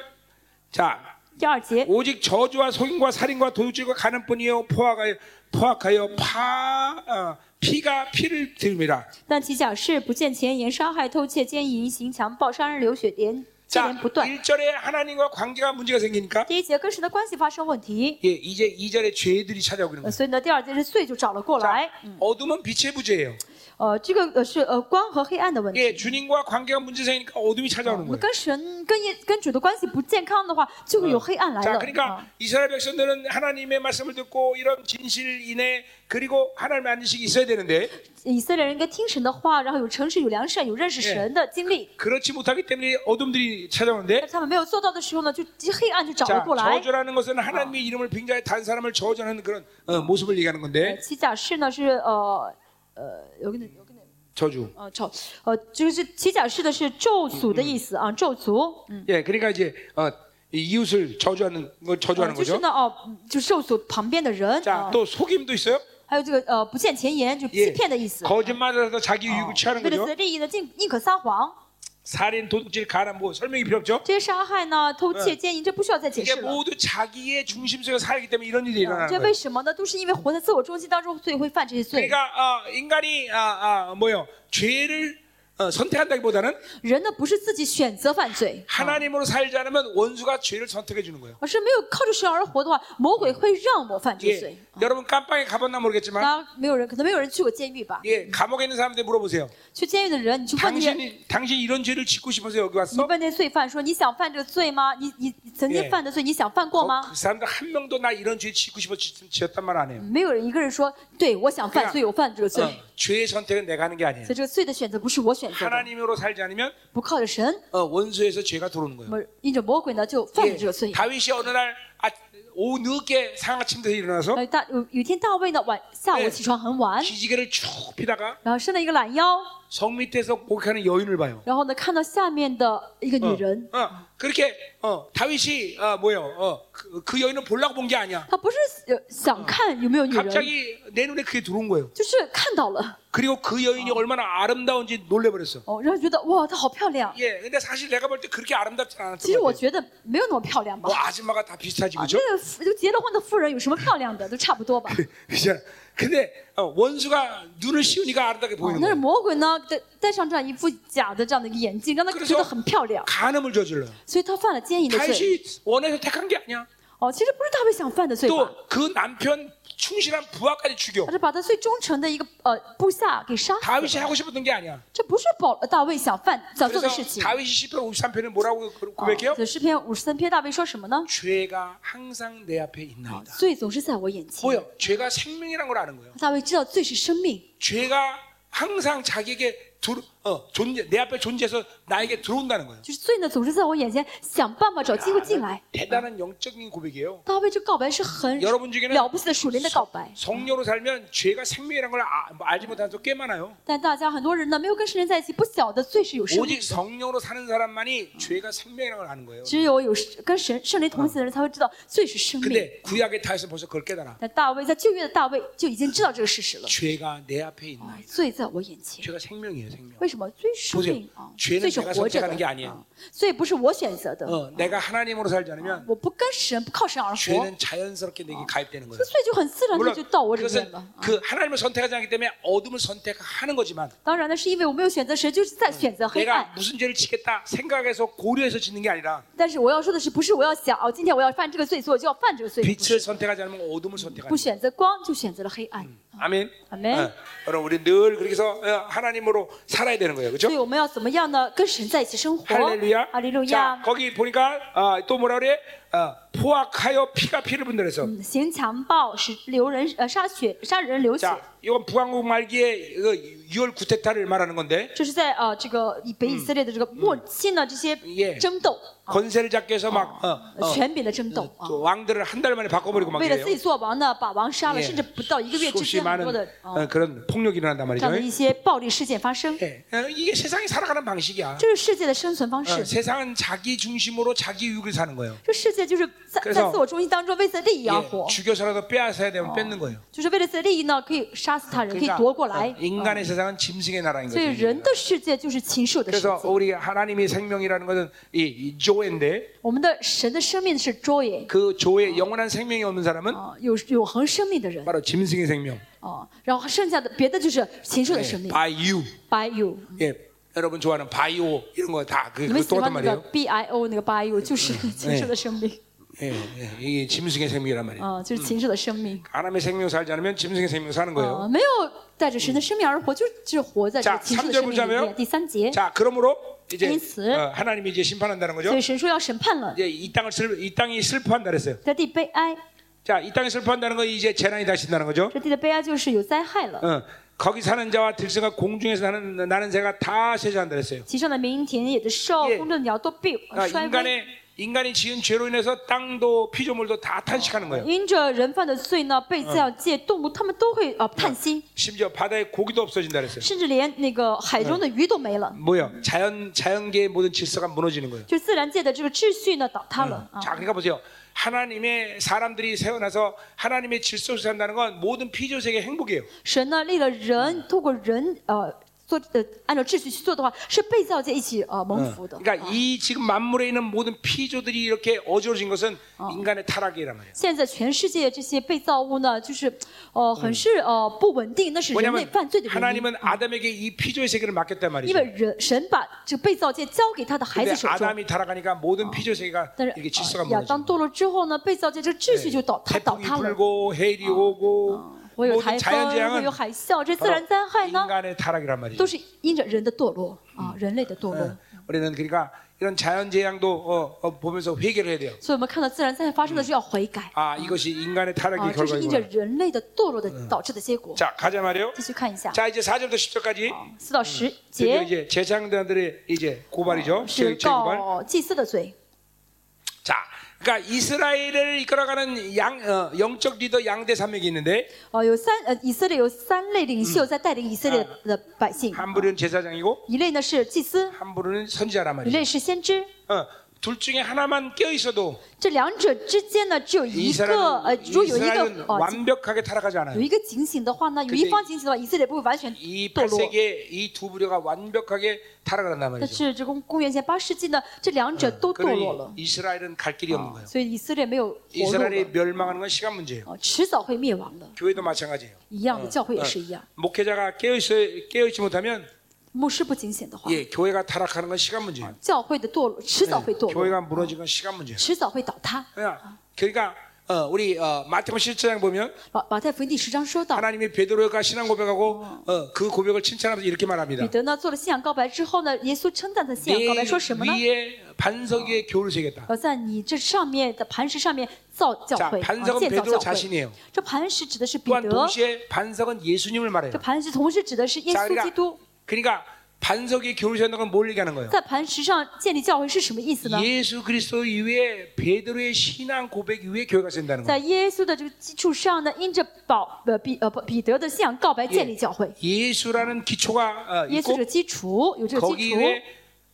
Speaker 1: 자,
Speaker 2: 第二节，
Speaker 1: 오직 저주와 속임과 살인과 도둑질과 가는뿐이요 포악하여 포악하여 파 어, 피가 피를 들입니다.
Speaker 2: 但其假是不见前言、杀害、偷窃、奸淫、行强暴、杀人、流血，连接
Speaker 1: 자,
Speaker 2: 连不断。
Speaker 1: 1절에 하나님과 관계가 문제가 생기니까
Speaker 2: 第一节跟神的关系发生问题，
Speaker 1: 예, 이제 2절에 죄들이 찾아오기는
Speaker 2: 呃
Speaker 1: 거예요.
Speaker 2: 所以呢，第二节是罪就找了过
Speaker 1: 자,
Speaker 2: 来。
Speaker 1: 어둠은 빛의 부재예요.
Speaker 2: 呃，这个呃是呃光和黑暗的问题。
Speaker 1: 예, 주님과 관계가 문제 생기니까 어둠이
Speaker 2: 我
Speaker 1: 찾아오는
Speaker 2: 们
Speaker 1: 거예요.
Speaker 2: 跟神、跟耶、跟主的关系不健康的话，就会有黑暗来
Speaker 1: 자,
Speaker 2: 了。啊
Speaker 1: 그러니까 이스라엘 백성들은 하나님의 말씀을 듣고 이런 진실인의 그리고 하나님의 안식이 있어야 되는데
Speaker 2: 以色列人应该听神的话，然后有诚实、有良善、有认识神的经历。
Speaker 1: 그렇지 못하기 때문에 어둠들이 찾아오는데
Speaker 2: 但是他们没有做到的时候呢，就黑暗就找了
Speaker 1: 자
Speaker 2: 过来。
Speaker 1: 저주라는 것은 하나님의 이름을 빙자해 단 사람을 저주하는 그런 어, 모습을 얘기하는
Speaker 2: 呃
Speaker 1: 건데
Speaker 2: 七甲士呢是呃呃有个人有个人
Speaker 1: 저주
Speaker 2: 呃咒呃就是七甲士的是咒诅的意思啊，咒诅，嗯，
Speaker 1: 예 그러니까 이제 어, 이 이웃을 저주하는 걸
Speaker 2: 呃
Speaker 1: 어, 저주하는
Speaker 2: 就是
Speaker 1: 거죠
Speaker 2: 呢哦，嗯就咒诅旁边的人
Speaker 1: 자
Speaker 2: 啊，
Speaker 1: 또 속임도 있어요 예.
Speaker 2: 还有这个呃不见前言，就欺骗的意思。啊
Speaker 1: 거짓말을 해서 자기 유익을 취하는
Speaker 2: 为了
Speaker 1: 거죠
Speaker 2: 自己的利益呢，尽宁可撒谎。
Speaker 1: 살인 도둑질 가난 뭐 설명이 필요 없죠
Speaker 2: 这些杀害呢、偷窃、
Speaker 1: 嗯
Speaker 2: 奸淫，这不需要再解
Speaker 1: 이게
Speaker 2: 释了。
Speaker 1: 모두 자기의 중심 속에 살기 때문에 이런 일이 음.
Speaker 2: 啊
Speaker 1: 일어나는
Speaker 2: 这
Speaker 1: 거예요
Speaker 2: 为什么呢？都是因为活在自我中心当中，所以会犯这些罪。
Speaker 1: 그러니까 어, 인간이 아, 아, 뭐요 죄를 어, 선택한다기보다는
Speaker 2: 人呢，不是自己选择犯罪，
Speaker 1: 하나님으로 살지 않으면 원수가 죄를 선택해 주는 거예요.
Speaker 2: 而是没有靠着神而活的话，魔鬼会让我犯这
Speaker 1: 예.
Speaker 2: 罪。
Speaker 1: 여러분 깜빵에 가봤나 모르겠지만
Speaker 2: 当然，没有人，可能没有人去过监狱吧？
Speaker 1: 예, 감옥에 있는 사람들 물어보세요.
Speaker 2: 去监狱的人，你去问那些，你
Speaker 1: 당신이 당신 이런 죄를 짓고 싶어서 여기 왔어?
Speaker 2: 问那些罪犯说：“你想犯这个罪吗？你你你曾经
Speaker 1: 耶
Speaker 2: 犯的罪，你想犯过
Speaker 1: 어,
Speaker 2: 吗
Speaker 1: 그 사람들 한 명도 나 이런 죄 짓고 싶어 지- 지었단 말 안 해요. ？”
Speaker 2: 没有人一个人说：“对，嗯我想犯
Speaker 1: 对啊
Speaker 2: 罪，我犯这个罪。
Speaker 1: 어, 죄의 선택은 내가 하는 게 아니에요.
Speaker 2: 所以这个罪的选择不是我选择的，
Speaker 1: 하나님으로 살지 않으면
Speaker 2: 不靠着神，
Speaker 1: 어, 원수에서 죄가 들어오는 거예요.
Speaker 2: 那么因着魔鬼呢，就犯
Speaker 1: 예,
Speaker 2: 了这个罪。
Speaker 1: 다윗이 어느 날 아, 오후 늦게 상하 침대에 일어나서
Speaker 2: 呃，大有有一天大卫呢晚下午
Speaker 1: 哎
Speaker 2: 起床很晚，
Speaker 1: 기지개를 쭉 피다가
Speaker 2: 然后伸了一个懒腰，
Speaker 1: 성 밑에서 목욕하는 여인을 봐요.
Speaker 2: 然后呢看到下面的一个
Speaker 1: 어,
Speaker 2: 女人，
Speaker 1: 어, 그렇게 어, 다윗이 어, 뭐요? 어, 그, 그 여인을 보려고 본 게 아니야.
Speaker 2: 她不是呃想看有没有女人，
Speaker 1: 嗯 갑자기 내 눈에 그게 들어온 거예요.
Speaker 2: 就是看到了
Speaker 1: 그리고 그 여인이 얼마나 아름다운지 놀래버렸어.
Speaker 2: 哦，然后觉得哇她好漂亮。
Speaker 1: 예, 근데 사실 내가 볼 때 그렇게 아름답지
Speaker 2: 其实
Speaker 1: 않았던
Speaker 2: 我
Speaker 1: 것 같아.
Speaker 2: 觉得没有那么漂亮吧
Speaker 1: 뭐 ， 아줌마가 다 비슷하지
Speaker 2: 啊
Speaker 1: 그죠?
Speaker 2: 那个妇就结了婚的妇人有什么漂亮的，都差不多
Speaker 1: 네.
Speaker 2: 吧。
Speaker 1: 그죠? 근데 어, 원수가 눈을 씌우니까 아름답게 네, 뭐.
Speaker 2: 哦
Speaker 1: 보이는
Speaker 2: 但
Speaker 1: 거예요.
Speaker 2: 是魔鬼呢，戴戴上这样一副假的这样的一个眼镜，让她
Speaker 1: 그래서
Speaker 2: 觉得很漂亮，
Speaker 1: 간음을 저질러요.
Speaker 2: 所以她犯了奸淫的罪。
Speaker 1: 다윗이 원해서 택한 게 아니야.
Speaker 2: 哦，其实不是大卫想犯的罪吧
Speaker 1: 또？그 남편 충실한 부하까지 죽여.
Speaker 2: 而是把他最忠诚的一个呃部下给杀死了
Speaker 1: 다윗이 하고 싶었던 게 아니야.
Speaker 2: 这不是保呃大卫想犯想做
Speaker 1: 그래서
Speaker 2: 的事情。哦
Speaker 1: 다윗이 시편 53편에 뭐라고 그 고- 고백해요?
Speaker 2: 这诗篇五十三篇大卫说什么呢？
Speaker 1: 죄가 항상 내 앞에 있나이다.
Speaker 2: 罪总是在我眼前。
Speaker 1: 보여. 죄가 생명이란 걸 아는 거예요.
Speaker 2: 大卫知道罪是生命，
Speaker 1: 죄가 항상 자기에게 들- 어, 존재, 내 앞에 존재해서 나에게 들어온다는 거예요.
Speaker 2: 就是罪呢总是在我眼前，想办法找机会进来。
Speaker 1: 대단한 영적인 고백이에요.
Speaker 2: 大卫这告白是很
Speaker 1: 여러분중에는
Speaker 2: 了不起的属灵的告白，
Speaker 1: 성녀로 살면 죄가 생명이란 걸 아, 뭐 알지 못하는 사람 꽤 많아요.
Speaker 2: 但大家很多人呢没有跟圣人在一起，不晓得罪是有生命
Speaker 1: 오직
Speaker 2: 的。
Speaker 1: 성녀로 사는 사람만이 죄가 생명이란 걸 아는 거예요.
Speaker 2: 只有有跟神圣灵同行的人才会知道罪是生命。
Speaker 1: 근데 구약의 다윗은 벌써 그걸 깨달아.
Speaker 2: 但大卫在旧约的大卫就已经知道这个事实了，哎
Speaker 1: 죄가 내 앞에 있나이다.
Speaker 2: 罪在我眼前。
Speaker 1: 죄가 생명이에요, 생명.
Speaker 2: 为什么罪是生命
Speaker 1: 不
Speaker 2: 啊？
Speaker 1: 是죄는
Speaker 2: 罪是
Speaker 1: 내가
Speaker 2: 活着
Speaker 1: 선택하는게아니
Speaker 2: 的
Speaker 1: 야
Speaker 2: 啊，罪不是我选择的。
Speaker 1: 어, 내가 하나님으로 살지 않으면
Speaker 2: 我不跟神，不靠神而活，这
Speaker 1: 죄는 자연스럽게 내게 가입되는 거예요.
Speaker 2: 罪就很自然的
Speaker 1: 물론
Speaker 2: 就到我里面
Speaker 1: 그것은
Speaker 2: 了。啊
Speaker 1: 그 하나님을 선택하지 않기 때문에 어둠을 선택하는 거지만
Speaker 2: 当然呢，是因为我没有选择神，就是在选择黑
Speaker 1: 내가
Speaker 2: 暗。
Speaker 1: 무슨 죄를 짓겠다 생각해서 고려해서 짓는 게 아니라
Speaker 2: 但是我要说的是，不是我要想哦，今天我要犯这个罪，所以我就要犯这个罪，不
Speaker 1: 빛을
Speaker 2: 是
Speaker 1: 선택하지 않으면 어둠을
Speaker 2: 不
Speaker 1: 선택하는 거예요.
Speaker 2: 选择光，就选择了黑暗。
Speaker 1: 아멘.
Speaker 2: 아멘.
Speaker 1: 어, 여러분 우리 늘 그렇게 해서 어, 하나님으로 살아야 되는 거예요. 그렇죠?
Speaker 2: 所以我们要怎么样呢？跟神在一起生活。
Speaker 1: 할렐루야.
Speaker 2: 哈利路
Speaker 1: 자,
Speaker 2: 亚。
Speaker 1: 거기 보니까 아, 또 뭐라 그래? 아, 포악하여 피가 피를 분들해서.
Speaker 2: 嗯行强暴，使流人呃杀血，杀人流血。
Speaker 1: 자, 이건 부왕국 말기에 이거 6월 구테타를 말하는 건데
Speaker 2: 这是在呃这个以北以色列的这个末期呢，这些
Speaker 1: Yeah
Speaker 2: 争斗啊，
Speaker 1: 권세를 잡기 위해서 막 어, 어,
Speaker 2: 权柄的争斗啊
Speaker 1: 저 ， 왕들을 한 달 만에 바꿔버리고 막
Speaker 2: 为了自
Speaker 1: 이래요.
Speaker 2: 己嗯做王呢，把王杀了，
Speaker 1: 예.
Speaker 2: 甚至不到一个月之
Speaker 1: 수없이
Speaker 2: 间，很
Speaker 1: 많은
Speaker 2: 多的啊
Speaker 1: 어, 그런 폭력이 일어난단
Speaker 2: 这
Speaker 1: 말이죠.
Speaker 2: 样的一些暴力事件发生，
Speaker 1: 예. 어, 이게 세상이 살아가는 방식이야.
Speaker 2: 这是世界的生存方
Speaker 1: 어,
Speaker 2: 式。
Speaker 1: 세상은 자기 중심으로 자기 유익을 사는 거예요.
Speaker 2: 这世界就是在
Speaker 1: 그래서
Speaker 2: 在自我中心当中为自己的利益而
Speaker 1: 예,
Speaker 2: 活，
Speaker 1: 죽여서라도 빼앗아야 되면 뺏는 거예요.
Speaker 2: 就是为了自己的利益呢，可以杀死他人，可以嗯
Speaker 1: 그러니까
Speaker 2: 夺过来
Speaker 1: 어, 。 인간의 세상은 짐승의 나라인
Speaker 2: 所以
Speaker 1: 거죠.
Speaker 2: 人的世界就是禽兽的世
Speaker 1: 그래서
Speaker 2: 界。
Speaker 1: 우리 하나님의 생명이라는 것은 이, 이 조인데
Speaker 2: 我们的神的生命是 joy
Speaker 1: 그 조에 영원한 생명이 없는 사람은
Speaker 2: 啊，有永恒生命的人
Speaker 1: 바로 짐승의 생명.
Speaker 2: 啊，然后剩下的别的就是禽兽的生
Speaker 1: 예,
Speaker 2: 命。
Speaker 1: 바이오.
Speaker 2: by you，
Speaker 1: 예, 여러분 좋아하는 바이오 이런 거 다 그,
Speaker 2: 你们
Speaker 1: 그
Speaker 2: 喜欢
Speaker 1: 똑같단
Speaker 2: 那个
Speaker 1: 말이에요.
Speaker 2: b i o 那个 by you 就是禽兽的生命
Speaker 1: 예, 예, 이게 짐승의 생명이란 말이에요.
Speaker 2: 啊，就是禽兽的生命。
Speaker 1: 하나님의 생명 살지 않으면 짐승의 생명 사는 거예요.
Speaker 2: 啊，没有带着神的生命而活，就只活在这个
Speaker 1: 자
Speaker 2: 禽兽的生命
Speaker 1: 삼
Speaker 2: 里
Speaker 1: 절보자면
Speaker 2: 面。第三节，
Speaker 1: 자, 예. 그러므로 이제
Speaker 2: 인스.
Speaker 1: 어, 하나님이 이제 심판한다는 거죠.
Speaker 2: 所以神说要审判了，
Speaker 1: 이제 이 땅을 슬, 이 땅이 슬퍼한다 그랬어요.
Speaker 2: 在地悲哀，
Speaker 1: 자, 이 땅에 슬퍼한다는 건 이제 재난이 다신다는 거죠.
Speaker 2: 这地的悲哀就是有灾害了。
Speaker 1: 어, 거기 사는 자와 들새가 공중에서 나는 나는 새가 다 쇠잔다 그랬어요.
Speaker 2: 其上的民田野的兽
Speaker 1: 예 ，
Speaker 2: 空中的鸟都必呃
Speaker 1: 그러니까
Speaker 2: 衰微。
Speaker 1: 인간의 인간이 지은 죄로 인해서 땅도 피조물도 다 탄식하는 어, 거예요.
Speaker 2: 因着人犯的罪呢，被这样界动物他们都会呃叹息，
Speaker 1: 심지어 바다에 고기도 없어진다 그랬어요.
Speaker 2: 甚至连那个海中的鱼都没了，
Speaker 1: 뭐야? 자연 자연계의 모든 질서가 무너지는 거예요.
Speaker 2: 就自然界的这个秩序呢倒塌了啊。
Speaker 1: 자, 그러니까 보세요. 하나님의 사람들이 세어나서 하나님의 질서 속에 산다는 건 모든 피조 세계의 행복이에요.
Speaker 2: 神呢立了人，透过人呃做呃按照秩序去做的话，是被造界一起呃蒙福的。
Speaker 1: 그러니까 이 지금 만물에 있는 모든 피조들이 이렇게 어지러진 것은 인간의 타락이란 말이에요.
Speaker 2: 现在全世界这些被造物呢，就是呃很是呃不稳定，那是人类
Speaker 1: 뭐냐면
Speaker 2: 犯罪的原因。
Speaker 1: 하나님은 아담에게 이 피조의 세계를 맡겼단
Speaker 2: 因
Speaker 1: 어. 말이죠.
Speaker 2: 为人神把这个被造界交给他的孩
Speaker 1: 근데
Speaker 2: 子手中，
Speaker 1: 아담이 타락하니까 모든 피조 세계가
Speaker 2: 但
Speaker 1: 이렇게
Speaker 2: 是
Speaker 1: 질서가
Speaker 2: 呃亚当
Speaker 1: 무너지고
Speaker 2: 堕落之后呢，被造界这个秩序就倒塌倒
Speaker 1: 태풍이
Speaker 2: 塌了。
Speaker 1: 불고 해일이 어. 오고
Speaker 2: 会有
Speaker 1: 모든
Speaker 2: 台风，会
Speaker 1: 자연재앙은
Speaker 2: 有海啸，这自
Speaker 1: 바로
Speaker 2: 然灾害呢，
Speaker 1: 인간의 타락이란 말이죠.
Speaker 2: 都是因着人的堕落啊，人类的堕
Speaker 1: 嗯
Speaker 2: 落。
Speaker 1: 우리는 그러니까 이런 자연재앙도 어, 어, 보면서 회개를 해야 돼요.
Speaker 2: 所以我们看到自然灾害发生的时候要悔改
Speaker 1: 아 이것이 인간의
Speaker 2: 啊，
Speaker 1: 타락의
Speaker 2: 这是因着
Speaker 1: 결과이구나.
Speaker 2: 人类的堕落的导致的结果。
Speaker 1: 자 가자 말이요.
Speaker 2: 继续看一下啊
Speaker 1: 자 이제 4절부터 10절까지
Speaker 2: 四到十
Speaker 1: 드디어
Speaker 2: 节
Speaker 1: 어, 이제 어, 재창자들의 이제 고발이죠. 제-
Speaker 2: 是
Speaker 1: 재고발.
Speaker 2: 告祭司的罪，
Speaker 1: 자 그러니까 이스라엘을 이끌어가는 양 어, 영적 리더 양대 산맥이 있는데
Speaker 2: 哦，有三呃，以色列有三类领袖在带领以色列的百姓，
Speaker 1: 한 분은 제사장이고
Speaker 2: 一类呢是祭司，
Speaker 1: 한 분은 선지자란
Speaker 2: 一
Speaker 1: 말이죠.
Speaker 2: 类是先知。
Speaker 1: 어, 둘 중에 하나만 껴 있어도
Speaker 2: 这两者之间呢，只有
Speaker 1: 이
Speaker 2: 一个
Speaker 1: 사람은
Speaker 2: 呃，
Speaker 1: 이
Speaker 2: 如果有一个
Speaker 1: 사람은
Speaker 2: 哦，警
Speaker 1: 완벽하게 타락하지
Speaker 2: 有
Speaker 1: 않아요.
Speaker 2: 一个警醒的话呢，有一方警醒的话，以色列不会完全
Speaker 1: 이
Speaker 2: 堕落。
Speaker 1: 8세기에 이 두 부류가 완벽하게 타락을 한단
Speaker 2: 但
Speaker 1: 말이죠.
Speaker 2: 是这公公元前八世纪呢，这两者都堕落
Speaker 1: 그러니
Speaker 2: 了，啊
Speaker 1: 이스라엘은 갈 길이 없는 거예요.
Speaker 2: 所以以色列没嗯有活路
Speaker 1: 이스라엘이
Speaker 2: 了，
Speaker 1: 멸망하는 건 시간 문제예요.
Speaker 2: 哦，迟早会灭亡的。
Speaker 1: 교회도 마찬가지예요. 어,
Speaker 2: 一样的，教会也是一样。
Speaker 1: 목회자가 깨어 있어 깨어 있지 못하면
Speaker 2: 牧师不警醒的话，
Speaker 1: 예, 교회가 타락하는 건 시간 문제예요. 예,
Speaker 2: 教会的堕落迟早会堕落，
Speaker 1: 교회가 무너지는 건 시간 문제예요.
Speaker 2: 迟早会倒塌。
Speaker 1: 그러니까 그러니까 어, 우리 어, 마태복음 17장 보면
Speaker 2: 马马太福音第十章说到，
Speaker 1: 하나님이 베드로가 신앙 고백하고 아. 어, 그 고백을 칭찬하면서 이렇게
Speaker 2: 彼
Speaker 1: 말합니다.
Speaker 2: 得呢做了信仰告白之后呢，耶稣称赞他信仰告白说什么呢
Speaker 1: 내 ？ 위에 반석 위에 교를 세겠다.
Speaker 2: 要在你这上面的磐石上面造教
Speaker 1: 자 아,
Speaker 2: 会，啊
Speaker 1: 반석은
Speaker 2: 建造
Speaker 1: 베드로
Speaker 2: 教会。
Speaker 1: 자신이에요.
Speaker 2: 这磐石指的是彼
Speaker 1: 또한
Speaker 2: 得，
Speaker 1: 동시에 반석은 예수님을 말해요.
Speaker 2: 这磐石同时指的是耶
Speaker 1: 자
Speaker 2: 稣基
Speaker 1: 그러니까
Speaker 2: 督。
Speaker 1: 그러니까 반석에 교를 세우는 건 뭘 얘기하는 거예요?
Speaker 2: 在磐石上建立教会是什么意思呢？
Speaker 1: 예수 그리스도 이외에 베드로의 신앙 고백 이외에 교회가 센다는
Speaker 2: 在
Speaker 1: 거예요.
Speaker 2: 耶稣的这个基础上呢，因着保呃彼呃不彼得的信仰告白建立教会。
Speaker 1: 예수라는 기초가 어,
Speaker 2: 耶稣这
Speaker 1: 있고
Speaker 2: 个基础有这个基
Speaker 1: 거기
Speaker 2: 础，
Speaker 1: 위에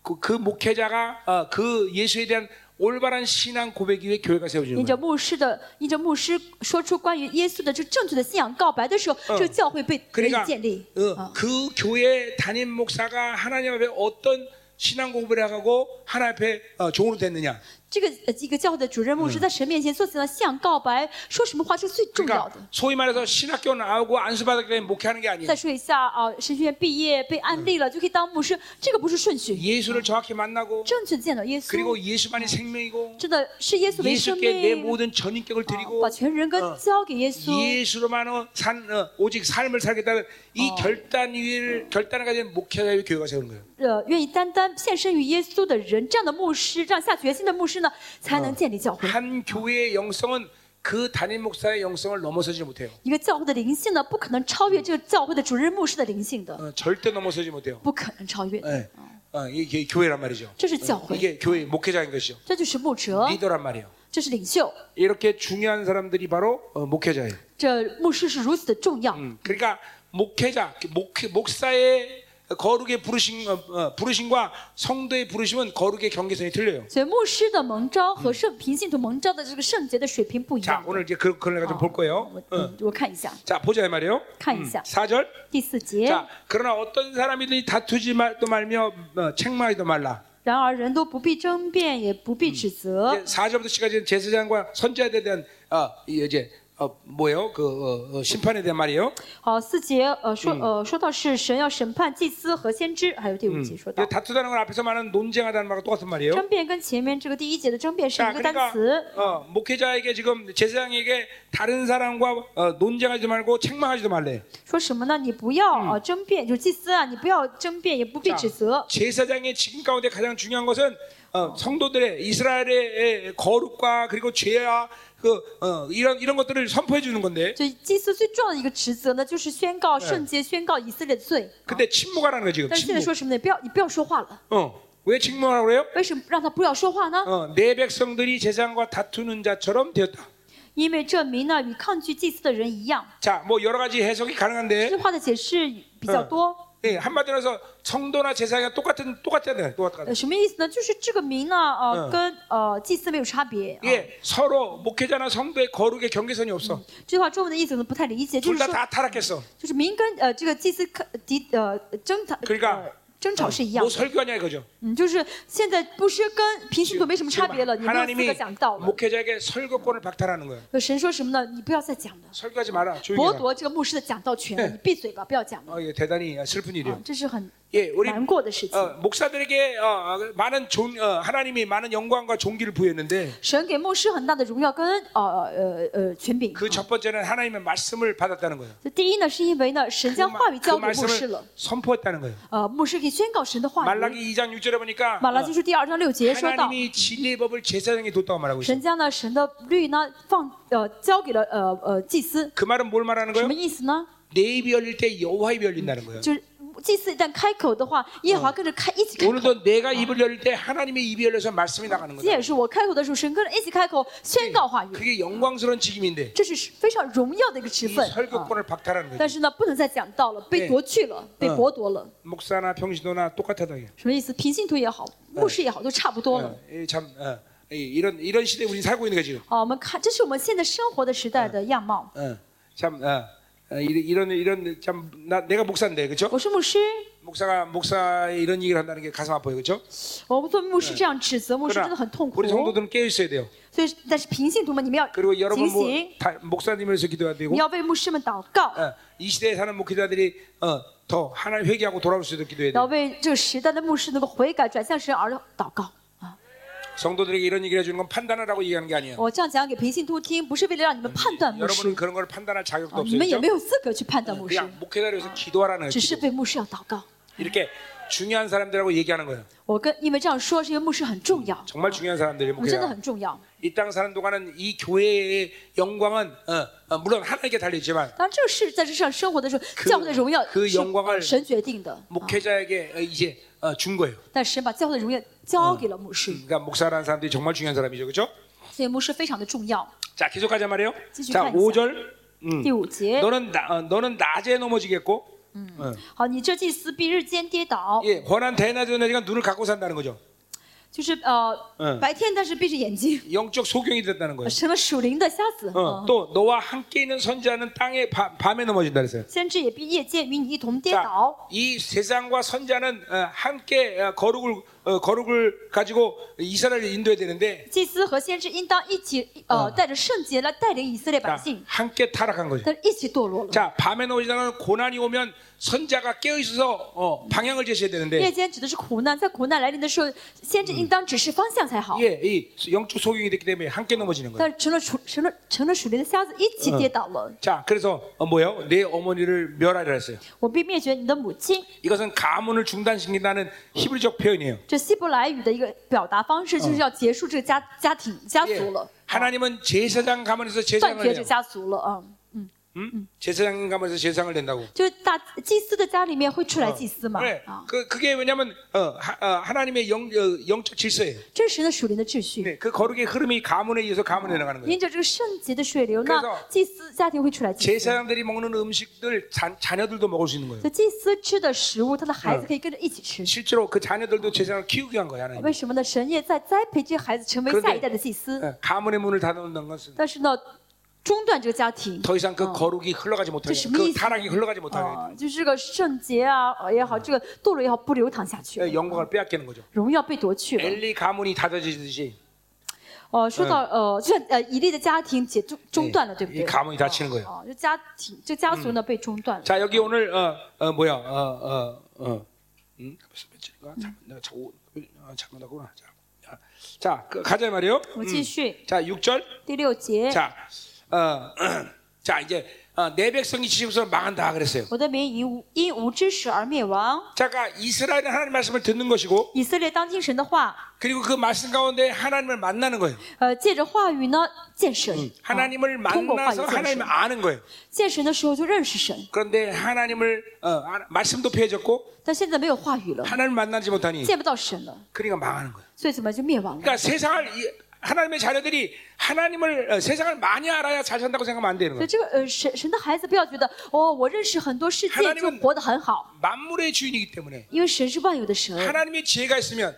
Speaker 1: 그, 그 목회자가 어, 그 예수에 대한 올바른 신앙 고백 이외에 교회가 세워지는
Speaker 2: 因着
Speaker 1: 거예요.
Speaker 2: 牧师的因着牧师说出关于耶稣的这正确的信仰告白的时候，这个教会被得以
Speaker 1: 그러니까
Speaker 2: 建立。
Speaker 1: 어,
Speaker 2: 啊，
Speaker 1: 그 교회 담임 목사가 하나님 앞에 어떤 신앙 공부를 하고 하나님 앞에 어, 종으로 됐느냐.
Speaker 2: 这个呃一个教会的主任牧师在神面前做怎样的信仰告白，说什么话是最重要
Speaker 1: 그러니까
Speaker 2: 的。
Speaker 1: 소위 말해서 신학교 나오고 안수받았기 때문에 목회하는 게
Speaker 2: 再
Speaker 1: 아니에요.
Speaker 2: 说一下啊，神学院毕业被安利了就可以当牧师，这个不是顺序，
Speaker 1: 예수를 정확히 만나고
Speaker 2: 正确的见到耶稣，
Speaker 1: 그리고 예수만이 생명이고
Speaker 2: 真的是耶稣为生
Speaker 1: 예수께 내
Speaker 2: 命。
Speaker 1: 모든 전인격을
Speaker 2: 啊
Speaker 1: 드리고
Speaker 2: 把全人格交给耶稣，
Speaker 1: 예수로만 산 어, 오직 삶을 살겠다는 이 결단 위를 결단을 가진 목회자의 교회가 세우는 거예요.
Speaker 2: 呃，愿意单单献身于耶稣的人，这样的牧师，这样下决心的牧师呢，才能建立教会。
Speaker 1: 한 교회의 영성은 그 단임 목사의 영성을 넘어서지 못해요.
Speaker 2: 一个教会的灵性呢，不可能超越这个教会的主任牧师的灵性的，
Speaker 1: 어, 절대 넘어서지 못해요.
Speaker 2: 不可能超越的。
Speaker 1: 예. 어, 이게 교회란 말이죠.
Speaker 2: 这是教会，
Speaker 1: 이게 교회 목회자인 것이죠.
Speaker 2: 这就是牧者，
Speaker 1: 리더란 말이에요.
Speaker 2: 这是领袖，
Speaker 1: 이렇게 중요한 사람들이 바로 어, 목회자예요.
Speaker 2: 这牧师是如此的重要。
Speaker 1: 음, 그러니까 목회자, 목, 목사의 거룩의 부르심, 어, 어, 부르심과 성도의 부르심은 거룩의 경계선이 틀려요.
Speaker 2: 所以牧师的蒙召和圣平信徒蒙召的这个圣洁的水平不一
Speaker 1: 자,
Speaker 2: 样。
Speaker 1: 오늘 이제 그, 그걸 내가 좀 볼
Speaker 2: 我
Speaker 1: 거예요.
Speaker 2: 嗯，我看一下，
Speaker 1: 자, 보자 예. 이 말이에요.
Speaker 2: 看一下
Speaker 1: 4절.
Speaker 2: 第四节。
Speaker 1: 嗯 자, 그러나 어떤 사람이든지 다투지 말도 말며 어, 책망하지도 말라.
Speaker 2: 然而人都不必争辩，也不必指责。
Speaker 1: 이제 4절부터 10까지는 제사장과 선지자에 대한 어, 이 이제 어, 뭐예요? 그 어, 어, 심판에 대한 말이에요.
Speaker 2: 好，四节呃说呃说到是神要审判祭司和先知，嗯还有第五节说到、
Speaker 1: 이제 다투다는 건 앞에서 말하는 논쟁하다는 말과 똑같은 말이에요.
Speaker 2: 争辩，跟前面这个第一节的争辩是
Speaker 1: 자,
Speaker 2: 一个单
Speaker 1: 그러니까
Speaker 2: 词。
Speaker 1: 어, 목회자에게 지금 제사장에게 다른 사람과 어, 논쟁하지 말고 책망하지도 말래.
Speaker 2: 说什么呢？你不要啊、呃争辩，就是祭司啊，你不要争辩，也不必指责。
Speaker 1: 제사장의 직임 가운데 가장 중요한 것은 어, 어, 성도들의 이스라엘의 거룩과 그리고 죄와 그 어, 이런 이런 것들을 선포해 주는 건데
Speaker 2: 就祭司最重要的一个职责呢，就是宣告圣洁，宣告以色列的罪。
Speaker 1: 근데 침묵하라는 거야 지금
Speaker 2: 但是现在
Speaker 1: 침묵.
Speaker 2: 说什么呢？不要，你不要说话了。
Speaker 1: 어, 왜 침묵하라고 그래요?
Speaker 2: 为什么让他不要说话呢？
Speaker 1: 어, 내 백성들이 제사장과 다투는 자처럼 되었다.
Speaker 2: 因为证明呢，与抗拒祭司的人一样。
Speaker 1: 자, 뭐 여러 가지 해석이
Speaker 2: 这
Speaker 1: 가능한데
Speaker 2: 话的解释比较多。
Speaker 1: 예, 한마디로 해서 성도나 제사장이 똑같은 똑같아야 돼. 똑같아.
Speaker 2: 呃，什么意思呢？就是这个名呢，呃，
Speaker 1: 嗯
Speaker 2: 跟呃祭司没有差别。啊
Speaker 1: 예, 서로 목회자나 성도의 거룩의 경계선이 없어.
Speaker 2: 这句话中文的意思呢不太理解，就
Speaker 1: 둘
Speaker 2: 是
Speaker 1: 다
Speaker 2: 说，
Speaker 1: 다 타락했어.
Speaker 2: 就是名跟呃这个祭司克敌呃争吵
Speaker 1: 그러니까
Speaker 2: 呃争吵是一样
Speaker 1: 뭐
Speaker 2: 的。
Speaker 1: 설교하냐 이거죠.
Speaker 2: 嗯，就是现在不是跟平时都没什么差别了，你没有资
Speaker 1: 하나님이
Speaker 2: 格讲道了。
Speaker 1: 목회자에게 설교권을 박탈하는 거야.
Speaker 2: 呃神说什么呢？你不要再讲了，
Speaker 1: 설교하지 마라.
Speaker 2: 剥
Speaker 1: 조용히 해라.
Speaker 2: 夺这个牧师的讲道权了，
Speaker 1: 啊嗯
Speaker 2: 你闭嘴吧，不要讲了。
Speaker 1: 어, 예, 대단히 슬픈
Speaker 2: 啊
Speaker 1: 일이에요. ，
Speaker 2: 这是很
Speaker 1: 예, 우리
Speaker 2: 难过的事
Speaker 1: 어,
Speaker 2: 情。
Speaker 1: 목사들에게 어, 어, 많은 존, 어, 하나님이 많은 영광과 존귀를 부여했는데
Speaker 2: 神给牧师很大的荣耀跟呃呃呃权柄。
Speaker 1: 그 첫 번째는 하나님의 말씀을 받았다는 거예요.
Speaker 2: 这第一呢，是因为呢，神
Speaker 1: 그
Speaker 2: 将
Speaker 1: 마-
Speaker 2: 话语
Speaker 1: 그
Speaker 2: 交给牧师
Speaker 1: 말씀을
Speaker 2: 了，
Speaker 1: 선포했다는 거예요.
Speaker 2: 呃，牧师可以宣告神的话语。
Speaker 1: 말라기 2장 6절에 보니까 어,
Speaker 2: 马拉基书第二章六节说到，
Speaker 1: 하나님이 진리의 법을 제사장에 뒀다고 말하고 있어요.
Speaker 2: 神将呢神的律呢放呃交给了呃呃祭司，
Speaker 1: 그 말은 뭘 말하는
Speaker 2: 什
Speaker 1: 거예요?
Speaker 2: 么意思呢？
Speaker 1: 내 입이 열릴 때 여호와의 입이 열린다는 거예요.
Speaker 2: 就是祭司一旦开口的话，耶和华跟着开一起开口。
Speaker 1: 오늘도 내가 입을 열릴 때 하나님의 입이 열려서 말씀이 나가는
Speaker 2: 这
Speaker 1: 거예요.
Speaker 2: 也是我开口的时候，神跟着一起开口宣告话语，
Speaker 1: 그게 영광스러운 직임인데
Speaker 2: 这是非常荣耀的一个职
Speaker 1: 이
Speaker 2: 分。啊
Speaker 1: 설교권을 박탈하는
Speaker 2: 但
Speaker 1: 거예요.
Speaker 2: 是呢，不能再讲到了，被夺去了，被
Speaker 1: 嗯
Speaker 2: 剥夺了，
Speaker 1: 목사나 평신도나 똑같아다. 이게.
Speaker 2: 什么意思？平信徒也好，牧师也好，都差不多了。
Speaker 1: 어, 이참 어, 이- 이런 이런 시대 에 우리 살고 있는 거지. 지금.
Speaker 2: 啊，我们看，这是我们现在生活的时代的样貌。
Speaker 1: 어, 참 어, 어, 이런 이런 이런 참 나, 내가 목사인데 그렇죠?
Speaker 2: 我是牧师，
Speaker 1: 목사가 목사의 이런 얘기를 한다는 게 가슴 아파요, 그렇죠?
Speaker 2: 我做牧师这样指责牧师真的很痛苦
Speaker 1: 우리 。 성도들은 깨어 있어야 돼요.
Speaker 2: 所以，但是平信徒们，你们要
Speaker 1: 그리고
Speaker 2: 警
Speaker 1: 여러분 뭐,
Speaker 2: 醒，
Speaker 1: 다- 목사님에서 기도해야
Speaker 2: 你
Speaker 1: 되고
Speaker 2: 们要为牧师们祷告，
Speaker 1: 어, 이 시대에 사는 목회자들이 어, 더 하나님 회개하고 돌아올 수 있도록 기도해야
Speaker 2: 要
Speaker 1: 돼요.
Speaker 2: 为这个时代的牧师能够悔改转向神而祷告。
Speaker 1: 성도들에게 이런 얘기를 해주는 건 판단하라고 얘기하는 게 아니에요.
Speaker 2: 我这样讲给平信徒听，不是为了让你们判断牧师
Speaker 1: 여러분은 ， 그런 걸 판단할 자격도
Speaker 2: 啊你们也
Speaker 1: 없어요.
Speaker 2: 没有资格去判断牧师，
Speaker 1: 그냥 목회자로서 기도하라는
Speaker 2: 只是
Speaker 1: 거예요.
Speaker 2: 为牧师要祷告。
Speaker 1: 이렇게 중요한 사람들하고 얘기하는 거예요.
Speaker 2: 我跟因为这样说，是因为牧师很嗯重要，
Speaker 1: 정말 중요한 어, 사람들이
Speaker 2: 我们真的
Speaker 1: 목회자.
Speaker 2: 很重要。
Speaker 1: 이 땅 사는 동안은 이 교회의 영광은 어, 어, 물론 하나님께 달리지만
Speaker 2: 当然，这个是在这上生活的时候，教会的荣耀
Speaker 1: 그영광을
Speaker 2: 是神决定的。啊
Speaker 1: 목회자에게 어, 이제 어, 준 거예요.
Speaker 2: 但神把教会的荣耀交给了牧师，
Speaker 1: 그러니까 목사라는 사람들이 정말 중요한 사람이죠, 그렇죠?
Speaker 2: 所以牧师非常的重要。
Speaker 1: 자, 계속하자 말이에요.
Speaker 2: 계속
Speaker 1: 자,
Speaker 2: 하겠어.
Speaker 1: 5 절.
Speaker 2: 第五节，
Speaker 1: 너는 나, 어, 너는 낮에 넘어지겠고, 어.
Speaker 2: 好，你这祭司必日间跌倒，
Speaker 1: 예, 권한 대낮에 내리가 눈을 갖고 산다는 거죠.
Speaker 2: 就是呃、
Speaker 1: 嗯
Speaker 2: 白天但是闭着眼睛，
Speaker 1: 영적 소경이 됐다는 거예요.
Speaker 2: 成了属灵的瞎子。
Speaker 1: 어,
Speaker 2: 嗯
Speaker 1: 또 너와 함께 있는 선지자는 땅에 밤- 밤에 넘어진다 그랬어요.
Speaker 2: 先知也必夜间与你一同跌
Speaker 1: 자,
Speaker 2: 倒。
Speaker 1: 이 세상과 선자는 어, 함께 어, 거룩을 어, 거룩을 가지고 이스라엘을 인도해야 되는데
Speaker 2: 祭司和先知应当一起，呃，带着圣洁来带领以色列
Speaker 1: 자,
Speaker 2: 百姓，
Speaker 1: 함께 타락한 거죠.
Speaker 2: 但是一起堕落了。
Speaker 1: 자, 밤에 넘어지다는 고난이 오면 선자가 깨어 있어서 어, 방향을 제시해야
Speaker 2: 夜
Speaker 1: 되는데
Speaker 2: 间指的是苦难，在苦难来临的时候，先知应当指示方向才好。
Speaker 1: 예, 이 영적 소경이 됐기 때문에 함께 넘어지는 거예요.
Speaker 2: 但是成了属成了成了属灵的瞎子，一起跌倒了。
Speaker 1: 자, 그래서 어, 뭐예요? 내 어머니를 멸하라 했어요.
Speaker 2: 我必灭绝你的母亲。
Speaker 1: 이것은 가문을 중단시킨다는 히브리적 표현이에요.
Speaker 2: 这希伯来语的一个表达方式，就是要结束这个家家庭家
Speaker 1: 예,
Speaker 2: 族了，
Speaker 1: 하나님은 제사장 가문에서
Speaker 2: 断
Speaker 1: 제사장을
Speaker 2: 绝这
Speaker 1: 내요.
Speaker 2: 家族了啊。
Speaker 1: 음? 제사장 가문에서 제사장을 낸다고.
Speaker 2: 就是大祭司的家里面会
Speaker 1: 嗯
Speaker 2: 出来祭司嘛
Speaker 1: 그래.
Speaker 2: 啊，
Speaker 1: 어. 그 그게 왜냐면 어, 하, 어, 하나님의 영 어, 영적 질서예요.
Speaker 2: 真实的属灵的秩序。
Speaker 1: 네, 그 거룩의 흐름이 가문에 의해서 가문에 나가는 거예요.
Speaker 2: 因着这个圣洁的水流呢
Speaker 1: 그래서 ，
Speaker 2: 祭司家庭会出来祭司。
Speaker 1: 제사장들이 먹는 음식들 자, 자녀들도 먹을 수 있는 거예요.
Speaker 2: 所以祭司吃的食物，他的孩子可以跟着一起吃。
Speaker 1: 실제로 그 자녀들도 제사장을 키우게 한 거예요, 하나님.
Speaker 2: 为什么呢？神也在栽培这些孩子成
Speaker 1: 그
Speaker 2: 为
Speaker 1: 런데
Speaker 2: 下一代的祭
Speaker 1: 嗯
Speaker 2: 司，
Speaker 1: 가문의 문을 닫아놓는 것은
Speaker 2: 但是呢，中断这个家庭，
Speaker 1: 더 이상 그 거룩이 흘러가지 못하게, 그
Speaker 2: 그 심리-
Speaker 1: 타락이 흘러가지 못하게, 예,
Speaker 2: 啊，就是这个圣洁啊呃也好，这个堕落也好，不流淌下去
Speaker 1: 예,
Speaker 2: 了，
Speaker 1: 영광을 빼앗기는 거죠.
Speaker 2: 荣耀被夺去了。
Speaker 1: 엘리 가문이 닫아지듯이
Speaker 2: 哦，说到呃，就像呃，以利的家庭解中中断了，对不
Speaker 1: 예, 이
Speaker 2: 对？
Speaker 1: 가문이 닫히는 거예요. 어.
Speaker 2: 哦，这家庭这家族呢被中断了。
Speaker 1: 자 여기 오늘 어, 어 뭐야 어어어 음? 무슨 며칠인가? 잠깐 내가 자고 아, 잠깐 나구나. 자, 자,
Speaker 2: 어,
Speaker 1: 자 그, 가자 말이요.
Speaker 2: 我们继续 네.
Speaker 1: 자 6절.
Speaker 2: 第六节，
Speaker 1: 자 어, 자 이제 어, 내 백성이 지식으로 망한다 그랬어요.
Speaker 2: 我的民因无因无知识而灭亡。
Speaker 1: 자가 이스라엘은 하나님 말씀을 듣는 것이고
Speaker 2: 以色列当听神的话，
Speaker 1: 그리고 그 말씀 가운데 하나님을 만나는 거예요.
Speaker 2: 呃，借着话语呢见神，啊
Speaker 1: 嗯 하나님을
Speaker 2: 通过话语
Speaker 1: 만나서
Speaker 2: 见
Speaker 1: 하나님을
Speaker 2: 神。
Speaker 1: 아는 거예요.
Speaker 2: 见神的时候就认识神，
Speaker 1: 그런데 하나님을 어, 아- 말씀도 피해졌고
Speaker 2: 但现在没有话语了，
Speaker 1: 하나님을 만나지 못하니
Speaker 2: 见不到神了，
Speaker 1: 그러니까 망하는 거예요.
Speaker 2: 所以怎么就灭亡了？
Speaker 1: 그러니까 세상을 이- 하나님의 자녀들이 하나님을 어, 세상을 많이 알아야 잘 산다고 생각하면 안 되는
Speaker 2: 所
Speaker 1: 거예요.
Speaker 2: 以这个呃，神神的孩子不要觉得哦，我认识很多世界
Speaker 1: 하나님은
Speaker 2: 就活得很好，
Speaker 1: 그렇죠. 만물의 주인이기 때문에
Speaker 2: 因为神是万有的神，
Speaker 1: 하나님의 지혜가 있으면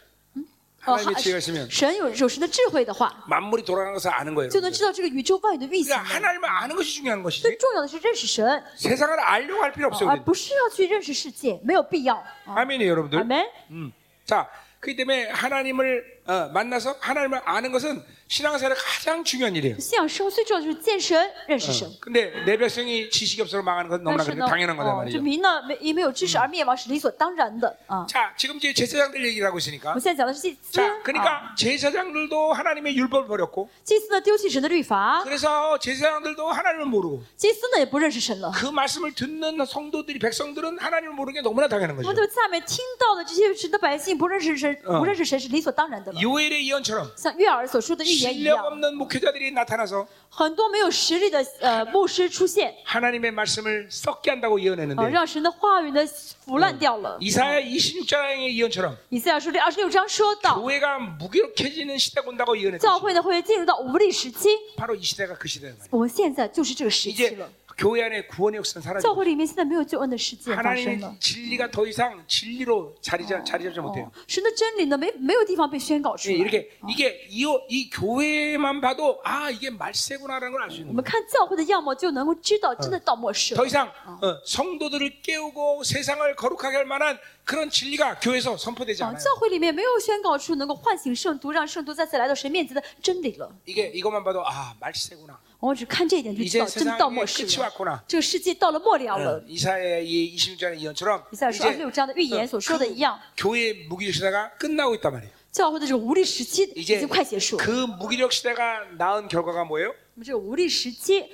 Speaker 2: 哦，
Speaker 1: 하나님의 지혜가
Speaker 2: 神
Speaker 1: 있으면
Speaker 2: 神有有神的智慧的话，
Speaker 1: 만물이 돌아가는 것을 아는 거예요.
Speaker 2: 就能
Speaker 1: 여러분들.
Speaker 2: 知道这个宇宙万有的运行
Speaker 1: 그러니까 。 하나님을 아는 것이 중요한
Speaker 2: 最
Speaker 1: 것이지
Speaker 2: 重要的是认识神，
Speaker 1: 세상을 알려고 할 필요
Speaker 2: 啊
Speaker 1: 없어요.
Speaker 2: 而
Speaker 1: 우리는.
Speaker 2: 不是要去认识世界，没有必要。啊
Speaker 1: 아, 아멘이에요,
Speaker 2: 阿
Speaker 1: 여러분들.
Speaker 2: 门。
Speaker 1: 음. 자, 그렇기 때문에 하나님을 어, 만나서 하나님을 아는 것은 신앙생활의 가장 중요한 일이에요. 어.
Speaker 2: 信仰生活最重要的就是见神、认识神。
Speaker 1: 근데 내 백성이 지식이 없어서 망하는 건
Speaker 2: 但
Speaker 1: 너무나
Speaker 2: 是
Speaker 1: 그렇죠. 그래,
Speaker 2: 呢，
Speaker 1: 당연한 거다
Speaker 2: 哦，这
Speaker 1: 그렇죠. 어, 말이죠. 嗯
Speaker 2: 民呢没因没有知识而灭亡是理所当然的啊。
Speaker 1: 자, 지금 이제 제사장들 얘기를 하고 있으니까.
Speaker 2: 我现在讲的是祭司
Speaker 1: 자,
Speaker 2: 啊，
Speaker 1: 그러니까 제사장들도 하나님의 율법을 버렸고,
Speaker 2: 祭司呢丢弃神的律法，
Speaker 1: 그래서 제사장들도 하나님을 모르고,
Speaker 2: 祭司呢也不认识神了。
Speaker 1: 그 말씀을 듣는 성도들이 백성들은 하나님을 모르는 게 너무나 당연한
Speaker 2: 我们
Speaker 1: 거죠.
Speaker 2: 对下面听到的这些神的百姓不认识神，
Speaker 1: 嗯
Speaker 2: 不认识神是理所当然的了。
Speaker 1: 요엘의 예언처럼
Speaker 2: 像月儿所说的预言一
Speaker 1: 실력
Speaker 2: 样，
Speaker 1: 없는 목회자들이 나타나서
Speaker 2: 很多没有实力的呃
Speaker 1: 嗯
Speaker 2: 牧师出现，
Speaker 1: 하나님의 말씀을 썩게 한다고
Speaker 2: 啊，
Speaker 1: 예언했는데
Speaker 2: 让神的话语呢腐烂掉了。
Speaker 1: 이사야 26장의 예언처럼
Speaker 2: 以赛亚书第二十六章说
Speaker 1: 어.
Speaker 2: 到，
Speaker 1: 교회가 무기력해지는 시대가 온다고 예언했듯이
Speaker 2: 教会呢会进入到无力时期，
Speaker 1: 바로 이 시대가 그 시대란 말이에요.
Speaker 2: 我们现在就是这个时期
Speaker 1: 이제
Speaker 2: 了。
Speaker 1: 교회 안에 구원의 역사는
Speaker 2: 教
Speaker 1: 사라지고
Speaker 2: 会里面现在没有救恩的世界发生了
Speaker 1: 하나님의 。 진리가 더 이상 진리로 자리 잡- 자리 잡지 못해요.
Speaker 2: 哦神的真理呢，没没有地方被宣告出
Speaker 1: 예,
Speaker 2: 来。
Speaker 1: 이렇게 이게 이, 이 교회만 봐도 아 이게 말세구나라는 걸 알 수
Speaker 2: 我
Speaker 1: 있는
Speaker 2: 们
Speaker 1: 거예요.
Speaker 2: 看教会的样貌，就能够知道真的到末世了
Speaker 1: 더 。 이상 어, 성도들을 깨우고 세상을 거룩하게 할 만한 그런 어, 진리가 교회에서 선포되지
Speaker 2: 啊，
Speaker 1: 않아요.
Speaker 2: 教会里面没有宣告出能够唤醒圣徒，让圣徒再次来到神面前的真理了。
Speaker 1: 이게 이것만 봐도 아 말세구나.
Speaker 2: 我只看这一点就知道，
Speaker 1: 이제
Speaker 2: 真的
Speaker 1: 세상이
Speaker 2: 到末世
Speaker 1: 끝이
Speaker 2: 了。嗯
Speaker 1: 왔구나.
Speaker 2: 这个世界到了末了了。
Speaker 1: 예, 이사야의 26장의 예언처럼
Speaker 2: 以赛亚书
Speaker 1: 아, 뭐. 이제
Speaker 2: 26章的
Speaker 1: 어,
Speaker 2: 预言所说的一样。
Speaker 1: 그 교회의 무기력 시대가 끝나고 있단 말이에요.
Speaker 2: 教会的这种无力时期已
Speaker 1: 이제
Speaker 2: 经快结束了。
Speaker 1: 그 무기력 시대가 낳은 결과가 뭐예요?
Speaker 2: 那么这个无力时期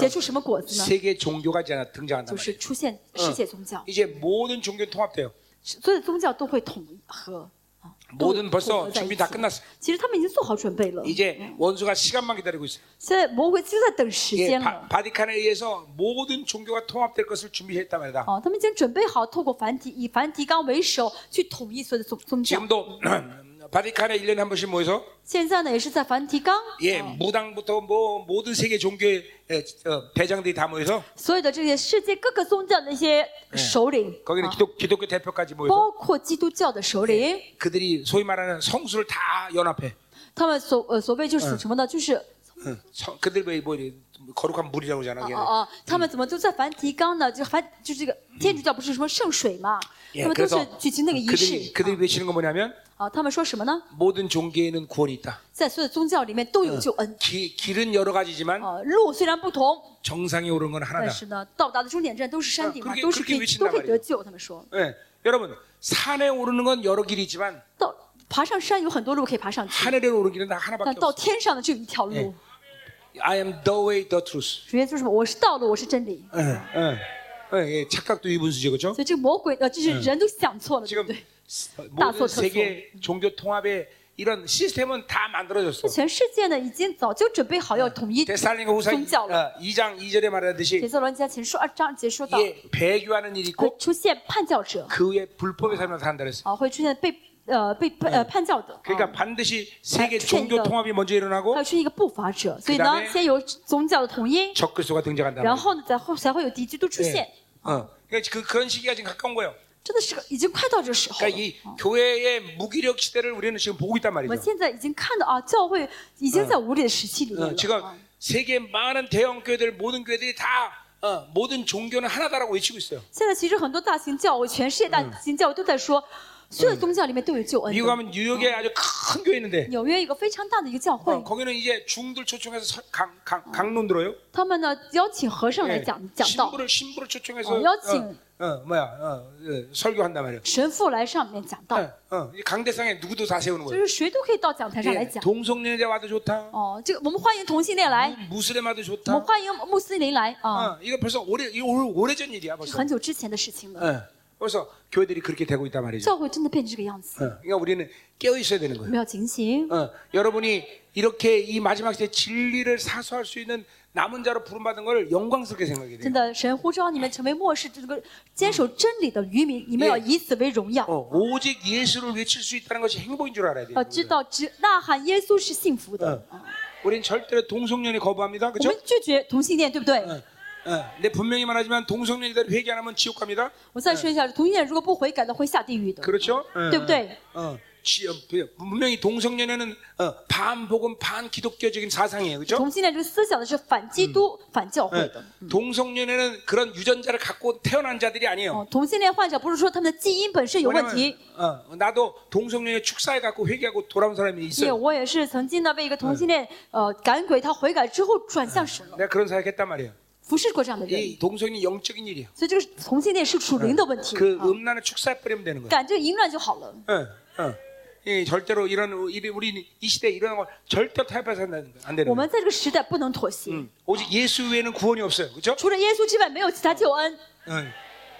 Speaker 2: 结出什么果子呢？
Speaker 1: 세계 종교가 이제 등장한단
Speaker 2: 就
Speaker 1: 말이에요.
Speaker 2: 是出现世界宗教，
Speaker 1: 이제 모든 종교 통합돼요.
Speaker 2: 所有的宗教都会统合啊，都
Speaker 1: 모든 벌써
Speaker 2: 统合在一
Speaker 1: 준비
Speaker 2: 起
Speaker 1: 다 。 끝났어요.
Speaker 2: 其实他们已经做好准备了，
Speaker 1: 이제 원수가 시간만 기다리고 있어요.
Speaker 2: 现在魔鬼就在等时
Speaker 1: 예,
Speaker 2: 间
Speaker 1: 바,
Speaker 2: 了。
Speaker 1: 바티칸에 의해서 모든 종교가 통합될 것을 준비했단 말이다.
Speaker 2: 哦，他们已经准备好透过梵蒂以梵蒂冈为首去统一所有的宗宗教。
Speaker 1: 지금도 바티칸에 1년에 한 번씩 모여서
Speaker 2: 现在呢，也是在梵蒂冈，啊
Speaker 1: 예, 무당부터 뭐 모든 세계 종교의 예, 어, 대장들이 다 모여서
Speaker 2: 所有的这些世界各个宗教的一些首领，
Speaker 1: 거기는
Speaker 2: 啊
Speaker 1: 기독, 기독교 대표까지 모여서
Speaker 2: 包括基督教的首领，
Speaker 1: 그들이 소위 말하는 성수를 다 연합해.
Speaker 2: 他们所呃所谓就是什么呢？就是
Speaker 1: 응. 성- 그들 뭐, 뭐 이래, 거룩한 물이라고 하잖아.
Speaker 2: 哦
Speaker 1: 걔네.
Speaker 2: 哦，他们怎么都在梵蒂冈呢？就梵就这个天主教不是什么圣水嘛？
Speaker 1: 예,
Speaker 2: 他们都是
Speaker 1: 그래서
Speaker 2: 举行那个仪
Speaker 1: 그들이
Speaker 2: 式
Speaker 1: 그들이 외치는 건 뭐냐면
Speaker 2: 啊。他们说什么呢？
Speaker 1: 모든 종교에는 구원이 있다.
Speaker 2: 在所有宗教里面都有救恩
Speaker 1: 기- 길은 여러 가지지만
Speaker 2: 啊。路虽然不同，
Speaker 1: 정상에 오른 건
Speaker 2: 但
Speaker 1: 하나다.
Speaker 2: 是呢，到达的终点站都是山顶嘛
Speaker 1: 그렇，게
Speaker 2: 都是
Speaker 1: 그렇
Speaker 2: 可
Speaker 1: 게
Speaker 2: 以
Speaker 1: 외친단
Speaker 2: 都可
Speaker 1: 말이에 요
Speaker 2: 以得救。他们说
Speaker 1: 예, 여러분 산에 오르는 건 여러 길이 있지만
Speaker 2: 到爬上山有很多路可以爬上去，
Speaker 1: 하늘에 오르는 길은 다
Speaker 2: 但
Speaker 1: 하나밖에
Speaker 2: 到
Speaker 1: 없어.
Speaker 2: 天上的只有一条路
Speaker 1: 예 。 I am the way, the truth.
Speaker 2: 主耶稣说什么？我是道路，我是真理。
Speaker 1: 예, 예, 예, 예, 착각도 이분수죠, 그렇죠?
Speaker 2: 所以这个魔鬼呃，就是人都想错了，对
Speaker 1: 지금
Speaker 2: 不对？
Speaker 1: 모든
Speaker 2: 네. 따소, 쳤소.
Speaker 1: 세계 종교 통합의 이런 시스템은 다 만들어졌어.
Speaker 2: 全世界呢，已经早就准备好要统一。
Speaker 1: 데살링가 후사
Speaker 2: 宗教了。
Speaker 1: 2장 2절에
Speaker 2: 铁
Speaker 1: 말하듯이
Speaker 2: 色罗尼迦前书二章节说到，
Speaker 1: 이게 배교하는 일이
Speaker 2: 会
Speaker 1: 있고
Speaker 2: 出现叛教者。
Speaker 1: 그 후에 불법의 삶을 산다 그랬어.
Speaker 2: 啊，会出现被呃被叛呃叛教的，
Speaker 1: 그러니까
Speaker 2: 啊
Speaker 1: 반드시 세계
Speaker 2: 아,
Speaker 1: 종교
Speaker 2: 그러니까.
Speaker 1: 통합이 먼저
Speaker 2: 还
Speaker 1: 일어나고
Speaker 2: 有出现一个不法者，所以
Speaker 1: 그다음에
Speaker 2: 呢，先有宗教的统一，
Speaker 1: 적그리스도가 등장한다.
Speaker 2: 然后呢，再后才会有敌基督出
Speaker 1: 예.
Speaker 2: 现，
Speaker 1: 어. 그러니까 그 그런 시기가 지금 가까운 거예요.
Speaker 2: 真的是个已经快到这个时候了
Speaker 1: 그러니까 。이 교회의 무기력 시대를 우리는 지금 보고 있단
Speaker 2: 我们
Speaker 1: 말이죠.
Speaker 2: 现在已经看到啊，教会已经在无力的时期里
Speaker 1: 어,
Speaker 2: 面
Speaker 1: 지금
Speaker 2: 了。啊
Speaker 1: 세계 많은 대형 교회들 모든 교회들이 다 어, 모든 종교는 하나다라고 외치고 있어요.
Speaker 2: 现在其实很多大型教会，全世界大型教会都在说，所有宗教里面都有救恩
Speaker 1: 미국
Speaker 2: 的。
Speaker 1: 가면 뉴욕에 아주 큰 교회 있는데
Speaker 2: 纽约一个非常大的一个教
Speaker 1: 어,
Speaker 2: 会，
Speaker 1: 거기는 이제 중들 초청해서 설- 강, 강, 강론 들어요.
Speaker 2: 他们呢邀请和尚来
Speaker 1: 예.
Speaker 2: 讲讲道，
Speaker 1: 신부를 신부를 초청해서
Speaker 2: 어, 여친.
Speaker 1: 어, 어, 뭐야 어, 예, 설교한단 말이에요.
Speaker 2: 神父来上面讲道，
Speaker 1: 어, 어, 이 강대상에 누구도 다 세우는
Speaker 2: 就
Speaker 1: 거예요.
Speaker 2: 是谁都可以到讲台上来
Speaker 1: 예,
Speaker 2: 讲。
Speaker 1: 동성애자 와도 좋다.
Speaker 2: 哦，这个我们欢迎同性恋
Speaker 1: 嗯
Speaker 2: 来，
Speaker 1: 무슬림 와도
Speaker 2: 我
Speaker 1: 좋다.
Speaker 2: 们欢迎穆斯林来啊，
Speaker 1: 어, 이거 벌써 오래 이거 오래 전 일이야
Speaker 2: 这
Speaker 1: 벌써.
Speaker 2: 很久之前的事情了。
Speaker 1: 예, 벌써 교회들이 그렇게 되고 있단 말이죠.
Speaker 2: 教会真的变成这个样子，
Speaker 1: 어, 그러니까 우리는 깨어 있어야 되는
Speaker 2: 我
Speaker 1: 거예요.
Speaker 2: 们要警醒。
Speaker 1: 어, 여러분이 이렇게 이 마지막 시대 진리를 사수할 수 있는 남은 자로 부름받은 걸 영광스럽게 생각해야
Speaker 2: 真
Speaker 1: 돼요.
Speaker 2: 的，神呼召你们成为末世这个坚守真理的渔民，你们要以此为荣耀。
Speaker 1: 어, 오직 예수를 외칠 수 있다는 것이 행복인 줄 알아야 돼요.
Speaker 2: 要知道，只呐喊耶稣是幸福的。
Speaker 1: 어. 우린 절대로 동성연이 거부합니다.
Speaker 2: 我
Speaker 1: 그죠?
Speaker 2: 们拒绝同性恋，对不对？
Speaker 1: 어, 어, 근데 분명히 말하지만 동성연이들 회개 안 하면 지옥 갑니다.
Speaker 2: 我再说一下，同性恋如果不悔改的会下地狱的，
Speaker 1: 그렇죠?
Speaker 2: 对不对？
Speaker 1: 어, 지- 어, 분명히 동성연애는 어, 반복음 반기독교적인 사상이에요. 그죠? 예.
Speaker 2: 同性恋这个思想呢是反基督、反教会
Speaker 1: 嗯
Speaker 2: 的。
Speaker 1: 음. 동성연애는 그런 유전자를 갖고 태어난 자들이 아니에요.
Speaker 2: 哦，同性恋患者不是说他们的基因本身有问
Speaker 1: 왜냐면,
Speaker 2: 题，
Speaker 1: 어, 나도 동성연애 축사해 갖고 회개하고 돌아온 사람이
Speaker 2: 因为
Speaker 1: 있어요.
Speaker 2: 我也是曾经呢为一个同性恋呃赶鬼，他悔改之后转向神了，
Speaker 1: 내가 그런 사역했단 말이에요.
Speaker 2: 服侍过这样的人，
Speaker 1: 이 동성이 영적인 일이에요.
Speaker 2: 所以这个同性恋是属灵的问题
Speaker 1: 그
Speaker 2: 啊，
Speaker 1: 음란을 축사해 버리면 되는 거예요.
Speaker 2: 赶这个淫乱就好了。
Speaker 1: 예, 예. 이 절대로 이런 우리 우리 이 시대에 이런 걸 절대로 타협해서 안 되는 안 되는 거예요.
Speaker 2: 我们在这个时代不能妥协，
Speaker 1: 음, 오직 예수 외에는 구원이 없어요. 그렇죠?
Speaker 2: 除了耶稣之外没有其他救恩，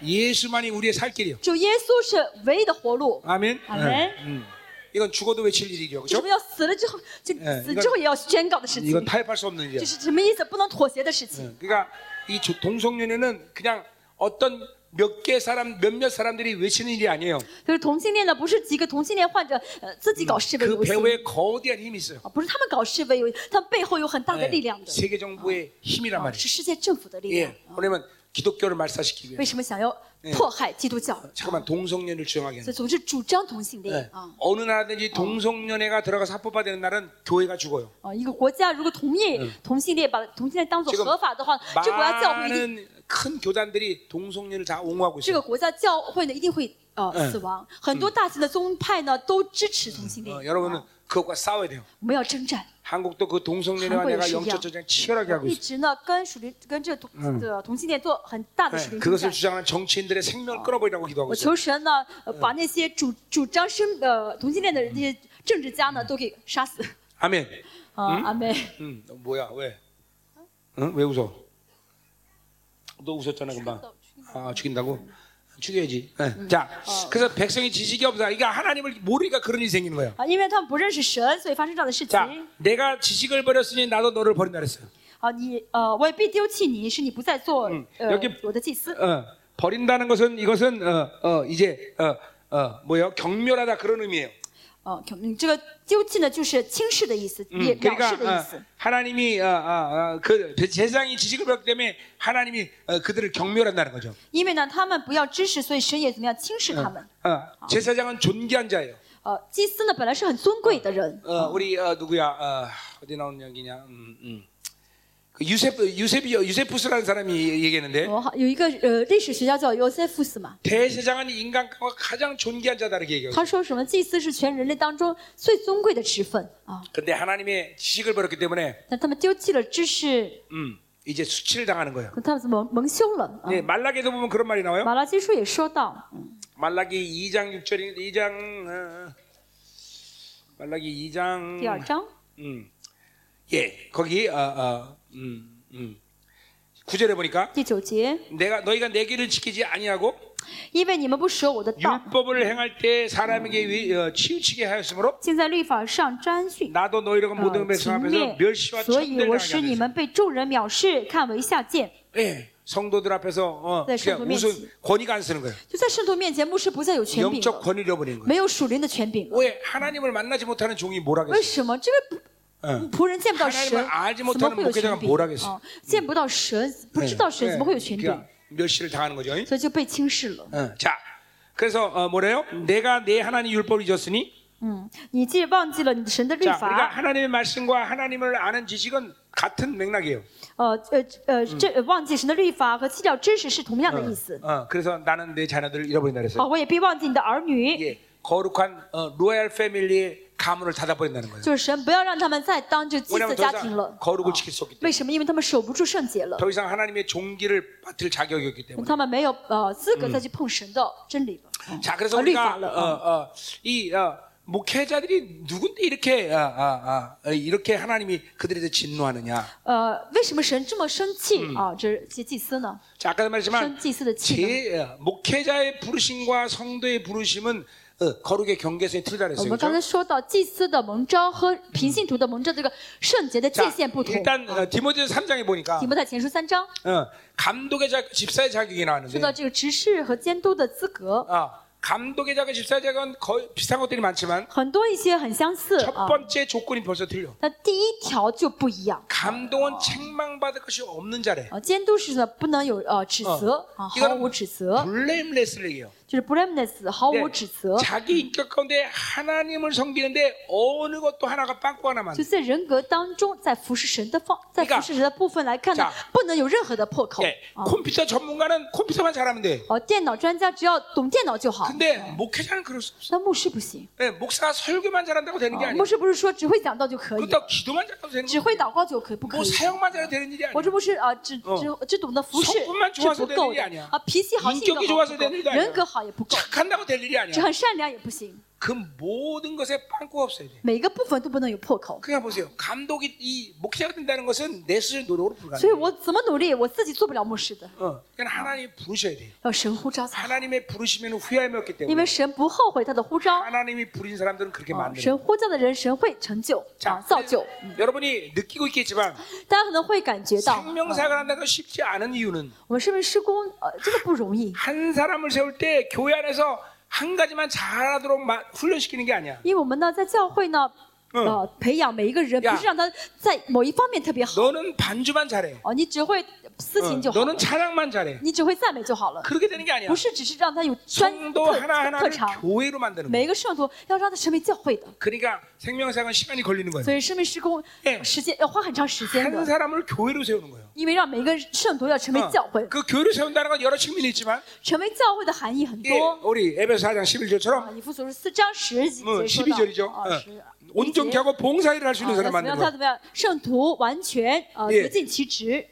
Speaker 1: 예수만이 우리의 살 길이요.
Speaker 2: 只有耶稣是唯一的活路。
Speaker 1: 아멘.
Speaker 2: 아멘.
Speaker 1: 예, 음. 이건 죽어도 외칠 일이죠.
Speaker 2: 这是
Speaker 1: 그렇죠?
Speaker 2: 我们要死了之后，这
Speaker 1: 嗯
Speaker 2: 死之后也要宣告的事情，
Speaker 1: 이건 타협할 수 없는
Speaker 2: 这
Speaker 1: 일이야.
Speaker 2: 是什么意思？不能妥协的事情。
Speaker 1: 그러니까 이 조- 동성연애는 그냥 어떤 몇 개 사람 몇몇 사람들이 외치는 일이 아니에요.
Speaker 2: 就是同性恋呢，不是几个同性恋患者呃自己搞示威
Speaker 1: 그
Speaker 2: 游行，
Speaker 1: 배우의 거대한 힘이 있어요.
Speaker 2: 啊，不是他们搞示威游行，他们背后有很大的
Speaker 1: 예,
Speaker 2: 力量的，
Speaker 1: 세계 정부의 힘이란
Speaker 2: 啊
Speaker 1: 말이에요.
Speaker 2: 是世界政府的力量啊
Speaker 1: 예, 。 왜냐면 기독교를 말살시키기
Speaker 2: 为
Speaker 1: 위해.
Speaker 2: 什么想要
Speaker 1: 哎
Speaker 2: 迫害基督教？
Speaker 1: 잠깐만 동성연을 주장하게 하는.
Speaker 2: 所以总是主张同性恋
Speaker 1: 네.
Speaker 2: 啊
Speaker 1: 어느 나라든지
Speaker 2: 아.
Speaker 1: 동성연애가 들어가서 합법화되는 날은 교회가 죽어요.
Speaker 2: 啊！一个国家如果同意同性恋，把同性恋当做
Speaker 1: 嗯这个
Speaker 2: 合法的话，这国家教会一定，
Speaker 1: 많은 큰 교단들이 동성연을 다 옹호하고
Speaker 2: 这个
Speaker 1: 있어요.
Speaker 2: 国家教会呢一定会呃
Speaker 1: 嗯
Speaker 2: 死亡。很多大型的宗派呢都支持同性恋
Speaker 1: 어, 。 여러분은
Speaker 2: 啊
Speaker 1: 그것과 싸워야 돼요.
Speaker 2: 我们要征战，
Speaker 1: 한국도 그 동성연애와
Speaker 2: 한국의
Speaker 1: 내가
Speaker 2: 시기야.
Speaker 1: 영적 전쟁 치열하게 하고
Speaker 2: 一
Speaker 1: 있어요.
Speaker 2: 直呢跟属灵跟这同的同性恋做很大的
Speaker 1: 네,
Speaker 2: 属灵征
Speaker 1: 그것을
Speaker 2: 战。
Speaker 1: 주장하는 정치인들의 생명을 끊어버리라고 기도하고
Speaker 2: 我
Speaker 1: 있어요.
Speaker 2: 求神呢，呃把那些主主张生呃同性恋的那些政治家呢都给杀死。
Speaker 1: 아멘.
Speaker 2: 啊，阿妹，
Speaker 1: 음, 너 뭐야 왜? 응? 왜 웃어? 너 웃었잖아 금방. 아 죽인다고? 죽여야지. 네. 자, 그래서 백성이 지식이 없다. 이게 하나님을 모르니까 그런 일이 생기는 거예요.
Speaker 2: 啊，因为他们不认识神，所以发生这样的事
Speaker 1: 자,
Speaker 2: 情。
Speaker 1: 내가 지식을 버렸으니 나도 너를 버린다 그랬어요.
Speaker 2: 啊，你呃，我也必丢弃你，是你不再做、呃
Speaker 1: 여기
Speaker 2: 我的祭司。
Speaker 1: 어, 버린다는 것은 이것은 어, 어, 이제 어, 어, 뭐요? 경멸하다 그런 의미예요.
Speaker 2: 哦、嗯这个丢弃呢，就是轻视的意思，也
Speaker 1: 음,
Speaker 2: 藐视
Speaker 1: 그러니까
Speaker 2: 的意
Speaker 1: 어,
Speaker 2: 思。
Speaker 1: 하나님이 어, 어, 어, 그 제사장이 지식을 버렸기 때문에 하나님이 어, 그들을 경멸한다는 거죠.
Speaker 2: 因为呢，他们不要知识，所以神也怎么样轻视他们。
Speaker 1: 어, 제사장은 존귀한 자예요.
Speaker 2: 呃，祭司呢本来是很尊贵的人，
Speaker 1: 어, 우리 어, 누구야? 어, 어디 나온 얘기냐? 음, 음. 그 유세프 유세비 유세푸스라는 사람이 얘기했는데
Speaker 2: 我好有一个呃历史学家叫 Josephus 嘛，
Speaker 1: 대제사장은 인간과 가장 존귀한 자다 이렇게 얘기해요.
Speaker 2: 他说什么祭司是全人类当中最尊贵的职分啊，
Speaker 1: 근데 하나님의 지식을 버렸기 때문에
Speaker 2: 但他们丢弃了知识，
Speaker 1: 음, 이제 수치를 당하는 거예요.
Speaker 2: 他们蒙蒙羞了啊。
Speaker 1: 네, 말라기도 보면 그런 말이 나와요.
Speaker 2: 马拉基书也说到，嗯
Speaker 1: 말라기 2장 6절인 2장 어, 말라기 2장
Speaker 2: 第二章
Speaker 1: 음. 예, 거기 어, 어, 음, 음. 9절에 보니까
Speaker 2: 第九节，
Speaker 1: 내가 너희가 내 길을 지키지 아니하고
Speaker 2: 因为你们不舍我的道，
Speaker 1: 율법을 행할 때 사람에게 위- 어, 치우치게 하였으므로
Speaker 2: 竟在律法上沾训。
Speaker 1: 나도 너희로
Speaker 2: 呃
Speaker 1: 모든 백성
Speaker 2: 轻
Speaker 1: 앞에서
Speaker 2: 蔑，
Speaker 1: 멸시와
Speaker 2: 所以
Speaker 1: 천대를
Speaker 2: 我使
Speaker 1: 당하게
Speaker 2: 你
Speaker 1: 하였
Speaker 2: 们被众人藐视，看为下贱。
Speaker 1: 예, 성도들 앞에서 어,
Speaker 2: 네,
Speaker 1: 그냥
Speaker 2: 성도
Speaker 1: 무슨
Speaker 2: 면치.
Speaker 1: 권위가 안 쓰는 거예요.
Speaker 2: 就在圣徒面前，牧师不再有权柄
Speaker 1: 영적
Speaker 2: 了，
Speaker 1: 권위를 잃어버린 거예요. 네.
Speaker 2: 没有属灵的权柄了。
Speaker 1: 왜 하나님을 만나지 못하는 종이 뭘
Speaker 2: 为
Speaker 1: 하겠어요?
Speaker 2: 什么这个
Speaker 1: 嗯
Speaker 2: 仆人见不到神，
Speaker 1: 하나님을알지못하는
Speaker 2: 怎么会有权
Speaker 1: 목회자가뭘
Speaker 2: 柄
Speaker 1: 하겠어嗯
Speaker 2: 啊？见不到神，不知道神，
Speaker 1: 예,
Speaker 2: 怎么会有权柄
Speaker 1: 그러니까 ？ 멸시를 당하는 거죠.
Speaker 2: 所以就被轻视了。
Speaker 1: 어, 자, 그래서 어, 뭐래요? 내가 내 하나님 율법을 잊었으니
Speaker 2: 嗯，你既忘记了你的神的律
Speaker 1: 자, 우리가
Speaker 2: 法，
Speaker 1: 하나님의 말씀과 하나님을 아는 지식은 같은 맥락이에요.
Speaker 2: 呃呃呃，
Speaker 1: 嗯
Speaker 2: 这呃忘记神的律法和弃掉知识是同样的意思。
Speaker 1: 어, 그래서 나는 내 자녀들을 잃어버린다 그랬어요.
Speaker 2: 아，我也必忘记你的儿女。
Speaker 1: 예, 거룩한 어, 로얄 패밀리의 가문을 닫아버린다는 거예요.
Speaker 2: 就是神不要让他们再当这祭
Speaker 1: 왜냐면
Speaker 2: 祀
Speaker 1: 더
Speaker 2: 家庭
Speaker 1: 이상
Speaker 2: 了。嗯
Speaker 1: 거룩을 지킬 수 없기
Speaker 2: 为
Speaker 1: 때문에
Speaker 2: 什么？因为他们守不住圣洁了，
Speaker 1: 더 이상 하나님의 종기를 받을 자격이 없기 때문에
Speaker 2: 他们没有呃资格再去碰神的真理了。
Speaker 1: 자 그래서
Speaker 2: 呃律
Speaker 1: 우리가
Speaker 2: 法
Speaker 1: 어,
Speaker 2: 了。啊
Speaker 1: 어, 이 어, 목회자들이 누군데 이렇게 아, 아, 아, 이렇게 하나님이 그들에 대해 진노하느냐
Speaker 2: 呃，为什么神这么生
Speaker 1: 嗯
Speaker 2: 气啊？这些祭司呢？
Speaker 1: 자 아까도
Speaker 2: 生
Speaker 1: 말했지만
Speaker 2: 祭司的气呢？
Speaker 1: 제 어, 목회자의 부르심과 성도의 부르심은 어, 거룩의 경계선이 틀리다
Speaker 2: 我
Speaker 1: 그랬어요
Speaker 2: 们刚
Speaker 1: 그렇죠?
Speaker 2: 才说到祭司的蒙召和平信徒的蒙召这个圣洁的界
Speaker 1: 자
Speaker 2: 限不同。
Speaker 1: 일단 어, 디모데서 3장에 보니까
Speaker 2: 提摩太前书三章
Speaker 1: 어, 감독의 자, 집사의 자격이
Speaker 2: 说
Speaker 1: 나왔는데
Speaker 2: 到这个执事和监督的资格，
Speaker 1: 아, 감독의 자격, 집사의 자격은 거의 비슷한 것들이 많지만
Speaker 2: 很多一些很相似
Speaker 1: 첫
Speaker 2: 啊。
Speaker 1: 번째 조건이 벌써 틀려.
Speaker 2: 那第一条就不一样
Speaker 1: 감동은 책망받을 것이 없는 자래.
Speaker 2: 啊，监督是呢不能有呃指责啊，
Speaker 1: 이거는
Speaker 2: 毫无指
Speaker 1: 어?
Speaker 2: 责，
Speaker 1: 嗯 블레임레스예요.
Speaker 2: 就是 blameless，毫无指责。
Speaker 1: 예, 자기 인격 가운데 하나님을 섬기는데 어느 것도 하나가 빵꾸 하나만.
Speaker 2: 就在人格当中，在服侍神的方，在
Speaker 1: 그러니까
Speaker 2: 服侍神的部分来看呢
Speaker 1: 자 ，
Speaker 2: 不能有任何的破口
Speaker 1: 예,
Speaker 2: 啊。
Speaker 1: 컴퓨터 전문가는 컴퓨터만 잘하면 돼.
Speaker 2: 哦，电脑专家只要懂电脑就好，
Speaker 1: 근데 목회자는 그럴 수 없어.
Speaker 2: 那牧师不行。
Speaker 1: 예, 목사가 설교만 잘한다고 되는 게
Speaker 2: 啊
Speaker 1: 아니야.
Speaker 2: 牧师不是说只会讲道就可以，
Speaker 1: 그렇다고 기도만 잘한다고 되는 거.
Speaker 2: 只会祷告就可以，不可
Speaker 1: 뭐
Speaker 2: 以。
Speaker 1: 사역만 잘해도 되는 일이
Speaker 2: 我
Speaker 1: 아니야.
Speaker 2: 这不是啊，只只只懂得服侍
Speaker 1: 성품만좋
Speaker 2: 是
Speaker 1: 아서
Speaker 2: 不
Speaker 1: 되는
Speaker 2: 够
Speaker 1: 게
Speaker 2: 的
Speaker 1: 아니야
Speaker 2: 啊，脾气好
Speaker 1: 인격이
Speaker 2: 性格
Speaker 1: 좋아서
Speaker 2: 好不
Speaker 1: 되는게아니
Speaker 2: 够，
Speaker 1: 야
Speaker 2: 人格好也不够，
Speaker 1: 착한다고 될 일이 아니야.
Speaker 2: 只很善良也不行，
Speaker 1: 그 모든 것에 빵꾸가 없어야 돼.
Speaker 2: 每个部分都不能有破口。
Speaker 1: 그냥 보세요. 감독이 이 목회자가 된다는 것은 내 스스로 노력으로
Speaker 2: 所以
Speaker 1: 불가능해.
Speaker 2: 我怎么努力，我自己做不了牧师的，
Speaker 1: 어, 그냥 하나님이 부르셔야 돼요.
Speaker 2: 要神呼召才好，
Speaker 1: 하나님의 부르시면 어, 후회함이 없기
Speaker 2: 因为
Speaker 1: 때문에
Speaker 2: 神不后悔他的呼召，
Speaker 1: 하나님이 부린 사람들은 그렇게
Speaker 2: 啊
Speaker 1: 만드는
Speaker 2: 神呼召的人，神会成就啊，
Speaker 1: 자,
Speaker 2: 造就。
Speaker 1: 음. 여러분이 느끼고 있겠지만
Speaker 2: 大家可能会感觉到，啊
Speaker 1: 생명사역을 한다는 건 쉽지 않은 이유는
Speaker 2: 我们身为施工，呃，真的不容易，
Speaker 1: 한 사람을 세울 때 교회 안에서 한 가지만 잘하도록 마- 훈련시키는 게 아니야.
Speaker 2: 因为我们呢在教会呢，
Speaker 1: 嗯
Speaker 2: 呃，培养每一个人，不是让他在某一方面特别好，
Speaker 1: 너는 반주만 잘해.
Speaker 2: 哦，你只会私
Speaker 1: 어,
Speaker 2: 情就好了
Speaker 1: 너는 ， 찬양만 잘해.
Speaker 2: 你只会赞美就好了，
Speaker 1: 그렇게 되는 게 아니야.
Speaker 2: 不是只是让他有专
Speaker 1: 성도
Speaker 2: 特特
Speaker 1: 하나하나를
Speaker 2: 长，
Speaker 1: 교회로 만드는 거야.
Speaker 2: 每一个圣徒要让他成为教会的，
Speaker 1: 그러니까 생명사역은 시간이 걸리는 거예요.
Speaker 2: 所以生命施工
Speaker 1: 예
Speaker 2: 时间要花嗯很长嗯时间
Speaker 1: 한
Speaker 2: 的，
Speaker 1: 사람을 교회로 세우는 거예요.
Speaker 2: 因为让每一个圣徒要成为
Speaker 1: 어,
Speaker 2: 教会，
Speaker 1: 그 교회로 세운다는 건 여러 측면이 있지만
Speaker 2: 成为教会的含义很
Speaker 1: 예,
Speaker 2: 多。
Speaker 1: 우리 에베소 4장 11절처럼
Speaker 2: 啊，以弗所是四章嗯十几节说到，
Speaker 1: 12절이죠.
Speaker 2: 啊，十一节
Speaker 1: 온전케 하고 봉사일을 할 수
Speaker 2: 啊
Speaker 1: 있는 사람
Speaker 2: 那怎么样？
Speaker 1: 만드는 거예요.
Speaker 2: 他怎么样？圣徒完全呃
Speaker 1: 예
Speaker 2: 竭尽其职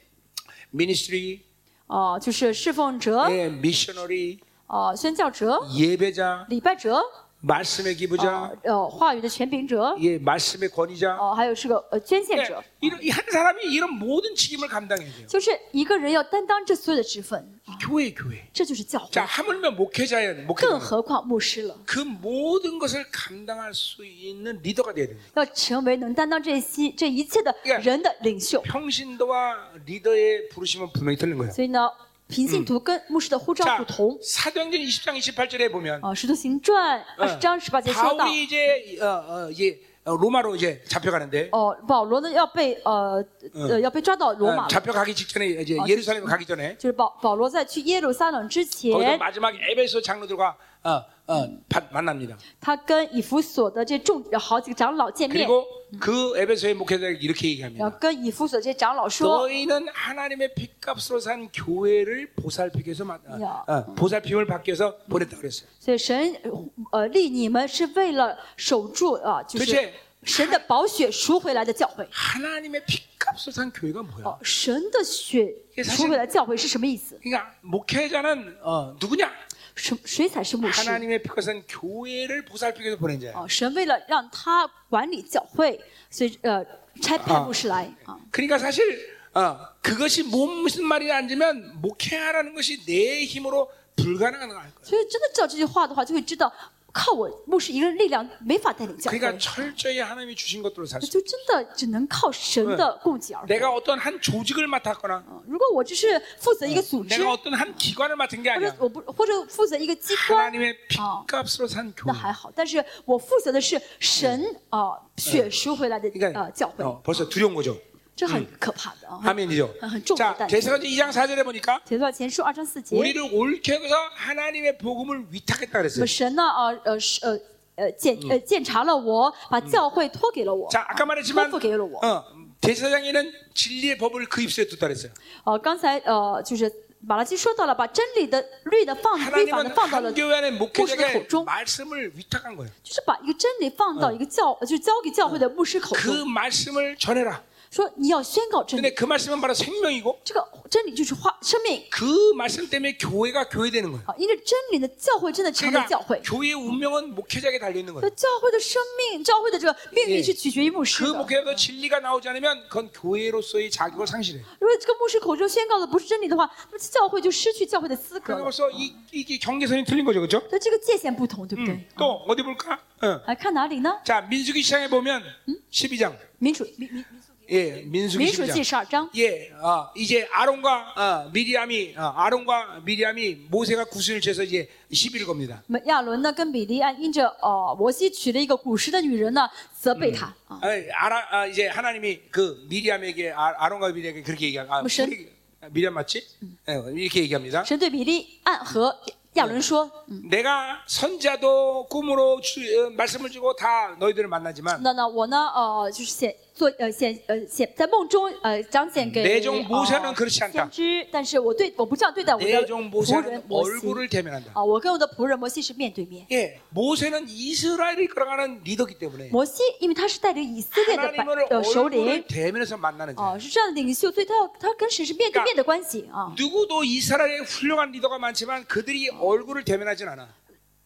Speaker 1: 미니스트리,
Speaker 2: 哦、就是侍奉者
Speaker 1: 예, 미셔너리,
Speaker 2: 哦、宣教者、
Speaker 1: 예배자,
Speaker 2: 礼拜者
Speaker 1: 말씀의
Speaker 2: 哦
Speaker 1: 기부자,
Speaker 2: 呃话语的权柄者
Speaker 1: 예, 말씀의 권위자.
Speaker 2: 哦、还有是个呃捐献
Speaker 1: 예,
Speaker 2: 者，
Speaker 1: 이런 이한 사람이 이런 모든 책임을 감당해야 돼요.
Speaker 2: 就是一个人要担当这所有的职分，
Speaker 1: 교회, 교회.
Speaker 2: 这就是教会
Speaker 1: 자, ， 하물며 목회자예요.
Speaker 2: 更
Speaker 1: 목회자.
Speaker 2: 何况牧师了。
Speaker 1: 그 모든 것을 감당할 수 있는 리더가 돼야 됩니다.
Speaker 2: 要成为能担当这些这一切的
Speaker 1: Yeah
Speaker 2: 人的领袖，
Speaker 1: 평신도와 리더의 부르심은 분명히 틀린 거예요.
Speaker 2: 所以呢，平信徒跟牧师的呼召
Speaker 1: 자,
Speaker 2: 不同。
Speaker 1: 사도행전 20장 28절에 보면 어,
Speaker 2: 啊，《使徒行传》二十章十八节说到，
Speaker 1: 바울이 이제 어, 어, 이제 어, 로마로 이제 잡혀가는데
Speaker 2: 哦，保罗呢要被呃呃要被抓到罗
Speaker 1: 어,
Speaker 2: 马了，
Speaker 1: 잡혀가기 직전에 이제 예루살렘 가기 전에
Speaker 2: 就是保保罗在去耶路撒冷之
Speaker 1: 거기서
Speaker 2: 前，
Speaker 1: 마지막 에베소 장로들과 어, 어, 바- 만납니다.
Speaker 2: 他跟以弗所的这众好几个长老见面，
Speaker 1: 그리고 그 에베소의 목회자에게 이렇게
Speaker 2: 然
Speaker 1: 얘기합니다.
Speaker 2: 后跟以弗所这些长老说，
Speaker 1: 너희는 하나님의 핏값으로 산 교회를 보살피기 위해서 마- 어,
Speaker 2: 야.
Speaker 1: 어, 보살핌을 받기 위해서 보냈다 그랬어요.
Speaker 2: 所以神呃立你们是为了守住啊，就
Speaker 1: 对
Speaker 2: 是神的宝血赎回来的教会。
Speaker 1: 하나님의 핏값으로 산 교회가 뭐야?
Speaker 2: 哦，神的血
Speaker 1: 也才是
Speaker 2: 赎回来教会是什么意思？
Speaker 1: 그러니까 목회자는 어, 누구냐?
Speaker 2: 什谁才是牧师？
Speaker 1: 하나님의 핏값으로 산 교회를 보살피기 위해서 보낸 자야.
Speaker 2: 哦，神为了让他管理教会，所以呃差派牧师来啊。
Speaker 1: 그러니까 사실 어, 그것이 뭔 무슨 말이냐 앉으면 목회하라는 것이 내 힘으로 불가능한 걸 알 거야.
Speaker 2: 所以真的知道这句话的话，就会知道靠我牧师一个人力量没法带领教会，
Speaker 1: 그러니까 철저히 하나님이 주신 것들로 살 수. 있어.
Speaker 2: 就真的只能靠神的供给而活。
Speaker 1: 내가 어떤 한 조직을 맡았거나
Speaker 2: 如果我只是负嗯责一个组织，
Speaker 1: 내가 어떤 한 기관을 맡은 게
Speaker 2: 或者
Speaker 1: 아니야.
Speaker 2: 我不或者负责一个机关，
Speaker 1: 하나님의 핏값으로 산 교회.
Speaker 2: 那还好。但是我负责的是神啊、血赎回来的呃
Speaker 1: 그러니까
Speaker 2: 教会，
Speaker 1: 어, 벌써 두려운 거죠.
Speaker 2: 这很可怕的啊。
Speaker 1: 아멘이죠.
Speaker 2: 한 쪽으로
Speaker 1: 자,
Speaker 2: 따지죠.
Speaker 1: 대사관제 2장 4절에 보니까
Speaker 2: 铁道前书二章四节，
Speaker 1: 우리를 옳게 해서 하나님의 복음을 위탁했다
Speaker 2: 我
Speaker 1: 그랬어요.
Speaker 2: 们神呢啊呃是呃呃检呃检查了我，把教会托给了我，
Speaker 1: 자, 아까
Speaker 2: 托
Speaker 1: 말했지만
Speaker 2: 付给了
Speaker 1: 뭐.
Speaker 2: 我。
Speaker 1: 어, 대사장에는 진리의 법을 그 입술에 뒀다 그랬어요.
Speaker 2: 呃，刚才呃就是马拉基说到了，把真理的呃律的放律法
Speaker 1: 하나님은 그
Speaker 2: 呢放到了
Speaker 1: 한 교회 안에
Speaker 2: 牧师的口
Speaker 1: 목회자에게
Speaker 2: 中，
Speaker 1: 말씀을 위탁한 거예요.
Speaker 2: 就是把一个真理放到一个教，就是交给教会的牧师口
Speaker 1: 그
Speaker 2: 中，
Speaker 1: 말씀을 전해라.
Speaker 2: 说你要宣告嗯真
Speaker 1: 근데
Speaker 2: 理。
Speaker 1: 그 말씀은 바로 생명이고
Speaker 2: 这个真理就是化生命
Speaker 1: 그 말씀 때문에 교회가 교회 되는 거예요.
Speaker 2: 啊，因为真理呢，教会真的成了
Speaker 1: 그러니까
Speaker 2: 教会。
Speaker 1: 교회의 운명은 목회자에게 달려 있는
Speaker 2: 那
Speaker 1: 거예요.
Speaker 2: 教会的生命，教会的这个命
Speaker 1: 예
Speaker 2: 运是取决于牧
Speaker 1: 그
Speaker 2: 师的。
Speaker 1: 목회자도 진리가 나오지 않으면 그건 교회로서의 자격을 상실해요.
Speaker 2: 如果这个牧师口中宣告的不是真理的话，那么教会就失去教会的资格
Speaker 1: 그러니까
Speaker 2: 了。
Speaker 1: 벌써 이, 이 경계선이 틀린 거죠, 그렇죠?
Speaker 2: 所以这个界限不同，对不对？
Speaker 1: 또 어디 볼까? 어.
Speaker 2: 来看哪里呢？
Speaker 1: 자, 민수기 시장에 보면 12장.
Speaker 2: 民主民民
Speaker 1: 예, 음? 민수기
Speaker 2: 民主记
Speaker 1: 12장.
Speaker 2: 十二章，
Speaker 1: 예, 아, 이제 아론과 아, 미리암이 아, 아론과 미리암이 모세가 구슬을 채서 이제 시비를 겁니다.
Speaker 2: 我们亚伦呢跟比利安因着呃摩西娶了一个古时的女人呢责备他啊。
Speaker 1: 아, 아라, 아, 이제 하나님이 그 미리암에게 아, 아론과 미리암에게 그렇게 얘기한 아,
Speaker 2: 무슨?
Speaker 1: 우리- 아, 미리암 맞지? 예, 이렇게 얘기합니다.
Speaker 2: 神对比利安和亚伦说：“
Speaker 1: 嗯 내가 선자도 꿈으로 주, 어, 말씀을 주고 다 너희들을 만나지만
Speaker 2: 那呢我呢呃就是显做呃显呃显在梦中呃彰显给
Speaker 1: 내종모세는
Speaker 2: 呃
Speaker 1: 그렇지
Speaker 2: 先
Speaker 1: 않다
Speaker 2: 知，但是我对我不这样对待我的
Speaker 1: 내종
Speaker 2: 仆人
Speaker 1: 모세는
Speaker 2: 摩西
Speaker 1: 얼굴을 대면한다.
Speaker 2: 啊，我跟我的仆人摩西是面对面。
Speaker 1: 예, 모세는 이스라엘을 끌어가는 리더기 때문에
Speaker 2: 摩西因为他是带着以色列的百
Speaker 1: 하나님을
Speaker 2: 呃首领
Speaker 1: 얼굴을 。 대면해서 만나는 자.
Speaker 2: 哦，是这样的领袖，所以他要他跟谁是面对面的关系啊？
Speaker 1: 누구도 이스라엘에 훌륭한 리더가 많지만 그들이 얼굴을 대면하진 않아.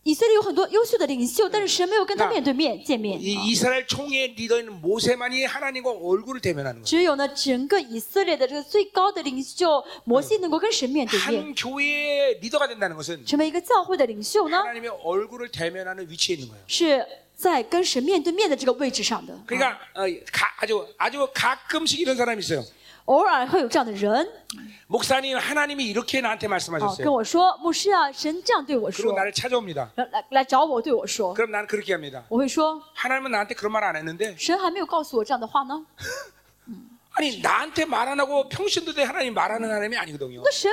Speaker 2: 以色列有很多优秀的领袖，但是神没有跟他
Speaker 1: 那
Speaker 2: 面对面见面。啊
Speaker 1: 이 이스라엘 총회의 리더인 모세만이 하나님과 얼굴을 대면하는 거야.
Speaker 2: 只有呢，整个以色列的这个最高的领袖摩西能够跟神面对面，
Speaker 1: 한 교회의 리더가 된다는 것은
Speaker 2: 成为一个教会的领袖呢，
Speaker 1: 하나님의 얼굴을 대면하는 위치에 있는 거예요.
Speaker 2: 是在跟神面对面的这个位置上的。啊
Speaker 1: 그러니까 어, 가- 아주 아주 가끔씩 이런 사람이 있어요.
Speaker 2: 偶尔会有这样的人
Speaker 1: 목사님 하나님이 이렇게 나한테
Speaker 2: 哦、跟
Speaker 1: 말씀하셨어요.
Speaker 2: 我说：“牧师啊，神这样对我
Speaker 1: 아, 그리고
Speaker 2: 说，
Speaker 1: 나를 찾아옵니다.
Speaker 2: 来来来找我，对我说。
Speaker 1: 그럼 나는 그렇게 합니다. ”
Speaker 2: 我会说
Speaker 1: 하나님은 나한테 그런 말 안 했는데 ：“
Speaker 2: 神还没有告诉我这样的话呢。
Speaker 1: 아니 나한테 말 안 하고 평신도대 하나님 말하는 하나님이 아니거든요.
Speaker 2: 那神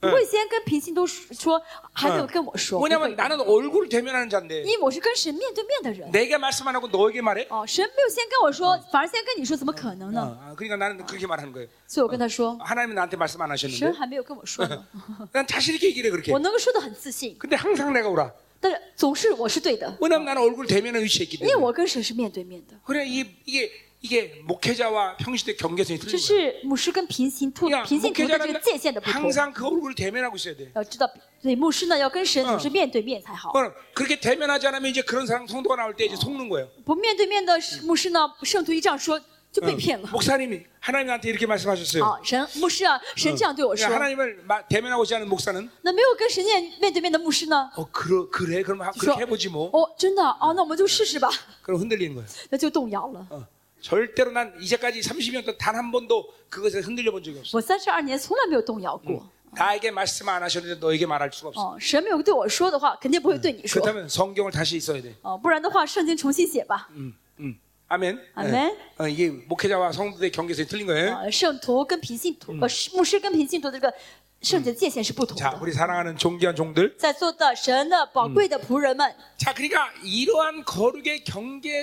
Speaker 2: 不会先跟平信都说说，还没有跟我说。不会
Speaker 1: 왜냐면
Speaker 2: 的
Speaker 1: 나는 얼굴을 대면하는 자인데
Speaker 2: 因为我是跟神面对面的人。
Speaker 1: 내게 말씀 안 하고 너에게 말해?
Speaker 2: 哦，神没有先跟我说，反而先跟你说，怎么可能
Speaker 1: 어,
Speaker 2: 呢？
Speaker 1: 아, 그러니까 나는 그렇게 말하는 거예요.
Speaker 2: 所以我跟他说，
Speaker 1: 하나님은 나한테 말씀 안
Speaker 2: 神
Speaker 1: 하셨는데
Speaker 2: 还没有跟我说呢。
Speaker 1: 난 자신 있게 얘기를 해 그렇게.
Speaker 2: 我能够说的很自信，
Speaker 1: 근데 항상 내가 오라.
Speaker 2: 但是总是我是对的，
Speaker 1: 왜냐면 나는 얼굴 대면에 위치해 있기
Speaker 2: 因为
Speaker 1: 때문에.
Speaker 2: 我跟神是面对面的。
Speaker 1: 그래 이, 이게 이게 목회자와 평시대 경계선이
Speaker 2: 这
Speaker 1: 틀린 거야.
Speaker 2: 是牧师跟平行徒
Speaker 1: 그러니까
Speaker 2: 平行徒的这
Speaker 1: 목회자는
Speaker 2: 个界限的不同。
Speaker 1: 항상 그 얼굴을 대면하고 있어야 돼.
Speaker 2: 要知道，对牧师呢要跟神总是面对面才好，
Speaker 1: 그럼 그렇게 대면하지 않으면 이제 그런 사람 성도가 나올 때 이제 속는 거예요.
Speaker 2: 不面对面的牧师呢，圣徒一这样说就被
Speaker 1: 응.
Speaker 2: 骗了。
Speaker 1: 목사님이 하나님 나한테 이렇게 말씀하셨어요.
Speaker 2: 啊，神牧师啊，
Speaker 1: 嗯
Speaker 2: 神这样对我
Speaker 1: 그러니까
Speaker 2: 说，
Speaker 1: 하나님을 마- 대면하고 있지 않은 목사는
Speaker 2: 那没有跟神面面对面的牧师呢，
Speaker 1: 어 그러, 그래 그럼 하-
Speaker 2: 就说
Speaker 1: 그렇게 해보지 뭐.
Speaker 2: 哦，真的哦，那我们就试试吧，
Speaker 1: 그럼 흔들리는 거예요.
Speaker 2: 那就动摇了。
Speaker 1: 어, 절대로 난 이제까지 30년 동안 단 한 번도 그것에 흔들려 본 적이 없어.
Speaker 2: 我三十二年从来没有动摇
Speaker 1: 嗯
Speaker 2: 过。
Speaker 1: 나에게 말씀 안 하셨는데 너에게 말할 수가 없어.
Speaker 2: 哦，神没有对我说的话，肯定不会对你说。
Speaker 1: 그렇다면 성경을 다시 써야 돼.
Speaker 2: 哦，不然的话，圣经重新写吧。
Speaker 1: 음, 음. 아멘. 아,
Speaker 2: 아멘.
Speaker 1: 예. 어, 이게 목회자와 성도의 경계선이 틀린 거예요.
Speaker 2: 啊，圣徒跟平信徒，呃，牧师跟平信徒的这个圣洁界限是不同
Speaker 1: 자,
Speaker 2: 的。
Speaker 1: 우리 사랑하는 존귀한 종들.
Speaker 2: 在座的神的宝贵的仆人们，
Speaker 1: 자, 그러니까 이러한 거룩의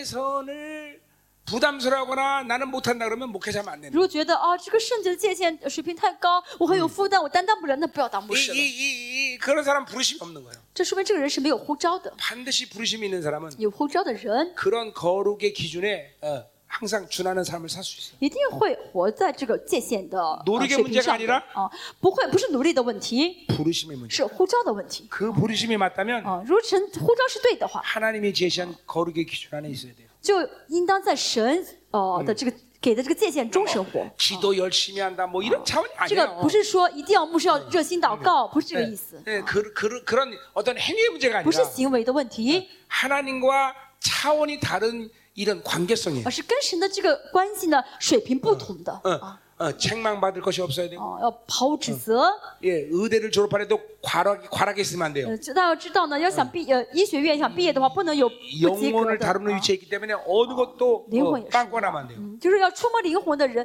Speaker 1: 경계선을 부담스러워하거나 나는 못한다 그러면 목회자면 안 된다.
Speaker 2: 如果觉得啊这个圣洁的界限水平太高，我很有负担，我担当不了，那不要当牧
Speaker 1: 이,
Speaker 2: 师
Speaker 1: 이,
Speaker 2: 了。
Speaker 1: 이, 이, 그런 사람 부르심이 없는 거예요.
Speaker 2: 这说明这个人是没有呼召的。
Speaker 1: 반드시 부르심이 있는 사람은
Speaker 2: 有呼召的人
Speaker 1: 그런 거룩의 기준에 어, 항상 준하는 삶을 살 수 있어요.
Speaker 2: 一定会活在这个界限的呃
Speaker 1: 努力跟
Speaker 2: 水平上
Speaker 1: 문제가아니
Speaker 2: 的
Speaker 1: 라
Speaker 2: 啊，不会不是努力的问题，
Speaker 1: 부르심의 문제.
Speaker 2: 是呼召的问题
Speaker 1: 그 부르심이 맞다면
Speaker 2: 啊。如果神呼召是对的话，
Speaker 1: 하나님이 제시한 거룩의 기준 안에 있어야 돼요.
Speaker 2: 就应当在神
Speaker 1: 嗯
Speaker 2: 呃的这个给的这个界限中生活。
Speaker 1: 기도 열심히 한다 뭐 이런 차원이
Speaker 2: 这个
Speaker 1: 아니에요.
Speaker 2: 不是说一定要牧师要热心祷
Speaker 1: 哎
Speaker 2: 告，不是这个意思，
Speaker 1: 예, 그, 그, 그런 어떤 행위의 문제가
Speaker 2: 不是
Speaker 1: 아니라
Speaker 2: 行为的问
Speaker 1: 哎
Speaker 2: 题，
Speaker 1: 하나님과 차원이 다른 이런 관계성이에요.
Speaker 2: 而是跟神的这个关系呢水平不同的
Speaker 1: 어,
Speaker 2: 啊
Speaker 1: 어, 책망받을 것이 없어야 되고
Speaker 2: 啊，要毫无指责。
Speaker 1: 예, 의대를 졸업하려도 과락, 과락에 있으면 안 돼요.
Speaker 2: 呃，知道要知道呢，要想毕呃医学院想毕业的话，不能有不及格
Speaker 1: 嗯 영혼을
Speaker 2: 的。
Speaker 1: 다루는 아.
Speaker 2: 啊
Speaker 1: 위치에 있기 때문에 어느 것도 어,
Speaker 2: 영혼이
Speaker 1: 빵꾸나면 안 돼요.
Speaker 2: 嗯就是要触摸灵魂的人，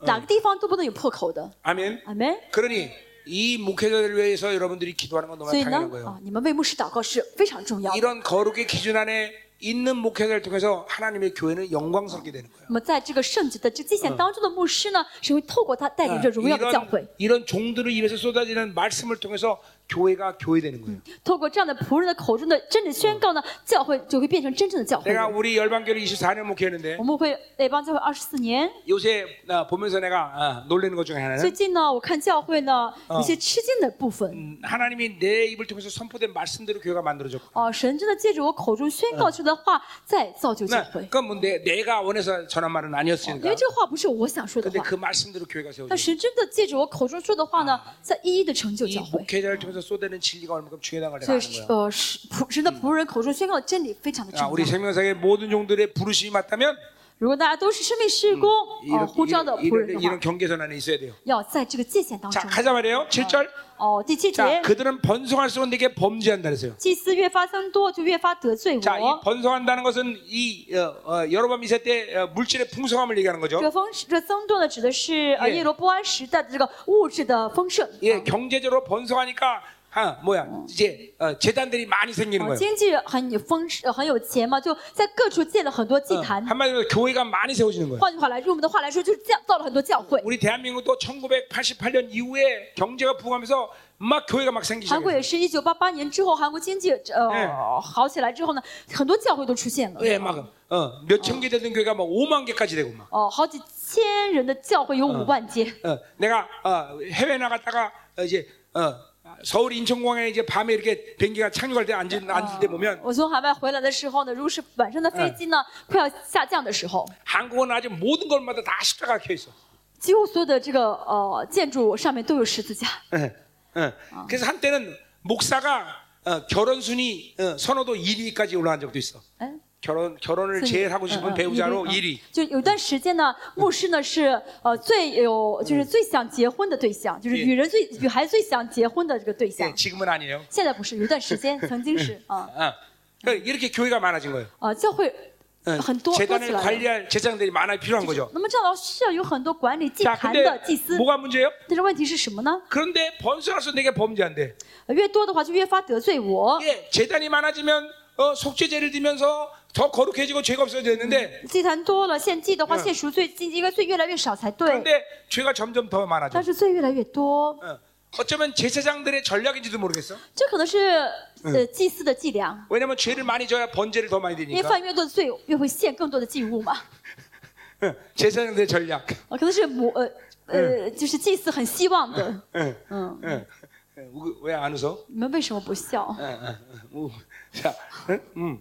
Speaker 2: 哪个地方都不能有破口的。
Speaker 1: 아멘.
Speaker 2: 阿门。
Speaker 1: 그러니 이 목회자들 위해서 여러분들이 기도하는 건 너무나
Speaker 2: 所以呢
Speaker 1: 당연한 ， 거예요. 어.
Speaker 2: 啊，你们为牧师祷告是非常重要的。
Speaker 1: 이런 거룩의 기준 안에 있는 목회자를 통해서 하나님의 교회는 영광스럽게 되는 거예요.
Speaker 2: 那么在这个圣洁的这界限当中的牧师呢，神会透过他带领
Speaker 1: 아,
Speaker 2: 着荣耀的教会
Speaker 1: 이런, ， 이런 종들을 입에서 쏟아지는 말씀을 통해서 교회가 교회 되는 거예요.
Speaker 2: 透过这样的仆人的口中的真理宣告呢，教会就会变成真正的教会。
Speaker 1: 내가 우리 열방교를 24년 목회했는데
Speaker 2: 我们会那帮教会二十四年，
Speaker 1: 嗯 요새 나 보면서 내가 아, 놀라는 것 중에
Speaker 2: 最
Speaker 1: 하나는
Speaker 2: 近呢，我看教会呢一些吃惊的部分。
Speaker 1: 음, 하나님이 내 입을 통해서 선포된 말씀대로 교회가 만들어졌고
Speaker 2: 哦，神真的借着我口中宣告出的话，再造就教
Speaker 1: 나-
Speaker 2: 会。
Speaker 1: 그건 뭐 내, 내가 원해서 전한 말은
Speaker 2: 因
Speaker 1: 아니었으니까
Speaker 2: 为这话不是我想说的
Speaker 1: 근데
Speaker 2: 话，
Speaker 1: 어, 그 말씀대로 교회가 세워졌고
Speaker 2: 但神真的借着我口中说的话呢，在一一的成就
Speaker 1: 이
Speaker 2: 教会。
Speaker 1: 목회자를 통해서 쏟아내는 진리가 얼마큼 중요한 걸 내가
Speaker 2: 所以
Speaker 1: 아는 ，거야
Speaker 2: 呃，是仆神的仆人口中宣告的真理非常的
Speaker 1: 아,
Speaker 2: 重
Speaker 1: 우리
Speaker 2: 要。
Speaker 1: 생명상의 모든 종들의 부르심이 맞다면
Speaker 2: 如果大家都是生命事工，哦，
Speaker 1: 이런,
Speaker 2: 呼召的
Speaker 1: 이런,
Speaker 2: 仆人的
Speaker 1: 이런,
Speaker 2: 话
Speaker 1: 이런 ， 경계선 안에 있어야 돼요
Speaker 2: 要在这个界限当中
Speaker 1: 자 。 가자 말이에요 어, 네. 7절
Speaker 2: 哦，第七
Speaker 1: 자
Speaker 2: 节，
Speaker 1: 그들은 번성할수록 내게 범죄한다 그랬어요
Speaker 2: 祭司越发增多，就越发得罪
Speaker 1: 자, 이
Speaker 2: 我。
Speaker 1: 번성한다는 것은 이 어, 어, 여로밤 이세 때 어, 물질의 풍성함을 얘기하는
Speaker 2: 这
Speaker 1: 거죠.
Speaker 2: 丰这增多呢，指的是呃
Speaker 1: 耶
Speaker 2: 耶罗波安时代的这个物质的丰盛。
Speaker 1: 예, 경제적으로 번성하니까 아, 뭐야 이제 어, 재단들이 많이 생기는
Speaker 2: 哦，
Speaker 1: 거예요.
Speaker 2: 经济很有丰盛，呃很有钱嘛，就在各处建了很多祭
Speaker 1: 어,
Speaker 2: 坛。
Speaker 1: 한마디로 교회가 많이 세워지는 거예요.
Speaker 2: 换句话来，用我们的话来说，就是建造了很多教会。
Speaker 1: 우리 대한민국도 1988년 이후에 경제가 부흥하면서 막 교회가 막 생기기
Speaker 2: 韩国
Speaker 1: 시작해요.
Speaker 2: 也是一九八八年之后，韩国经济
Speaker 1: 哎
Speaker 2: 呃好起来之后呢，很多教会都出现了。
Speaker 1: 예, 막 어, 몇천 개 되던 교회가 막 5만 개까지 되고 막.
Speaker 2: 哦，好几千人的教会有五万间。
Speaker 1: 어, 내가 어, 해외 나갔다가 어, 이제 어, 서울 인천공항에 이제 밤에 이렇게 비행기가 착륙할 때 앉을 앉을 때 보면
Speaker 2: 我从海外回来的时候呢，如果是晚上的飞机呢，快要下降的时候，
Speaker 1: 한국은 아직 모든 것마다 다 십자가 켜 있어.
Speaker 2: 几乎所有的这个呃建筑上面都有十字架。
Speaker 1: 예, 예. 그래서 한때는 목사가 어, 결혼 순위 어, 선호도 1위까지 올라간 적도 있어.
Speaker 2: 哎，
Speaker 1: 결혼 결혼을
Speaker 2: 所以
Speaker 1: 어, 제일 하고
Speaker 2: 嗯
Speaker 1: 싶은
Speaker 2: 嗯
Speaker 1: 배우자로
Speaker 2: 嗯
Speaker 1: 1위.
Speaker 2: 就有段时间呢，牧师呢是呃最有就是最想结婚的对象，就是
Speaker 1: 嗯
Speaker 2: 女人最女孩最想结婚的这个对
Speaker 1: 예,
Speaker 2: 象。
Speaker 1: 지금은 아니에요.
Speaker 2: 现在不是，有一段时 间曾经是啊
Speaker 1: 어. 그러니까 이렇게 교회가 많아진 거예요.
Speaker 2: 啊教会
Speaker 1: 예,
Speaker 2: 很多多起
Speaker 1: 재단을
Speaker 2: 来了。
Speaker 1: 관리할 재장들이 많아 필요한 거죠.
Speaker 2: 那么这样的是要有很多管理祭
Speaker 1: 자,
Speaker 2: 坛的
Speaker 1: 근데
Speaker 2: 祭司，
Speaker 1: 뭐가 문제예요?
Speaker 2: 但是问题是什么呢？
Speaker 1: 그런데 번수라서 내게 범죄한데.
Speaker 2: 呃越多的话就越发得罪我。
Speaker 1: 예, 재단이 많아지면 어, 속죄제를 드면서 더 거룩해지고 죄가 없어졌는데
Speaker 2: 祭坛多了，献祭的话，献赎罪祭应该罪越来越少才嗯对，嗯
Speaker 1: 그런데 죄가 점점 더 많아져.
Speaker 2: 但是罪越来越多，
Speaker 1: 어. 어쩌면 제사장들의 전략인지도 모르겠어.
Speaker 2: 这可能是呃祭司的伎俩，
Speaker 1: 왜냐면 죄를 많이 져야 번제를 더 많이
Speaker 2: 因为
Speaker 1: 드니까.
Speaker 2: 犯越多的罪，越会献更多的祭物嘛。
Speaker 1: 응, 제사장들의 예, 전략.
Speaker 2: 啊，可能是魔呃呃，就是祭司很希望 的。
Speaker 1: 응,
Speaker 2: 嗯，
Speaker 1: 응. 예. 왜 안 웃어?
Speaker 2: 你们为什么不笑？
Speaker 1: 응, 응, 응. 우. 자, 응? 음.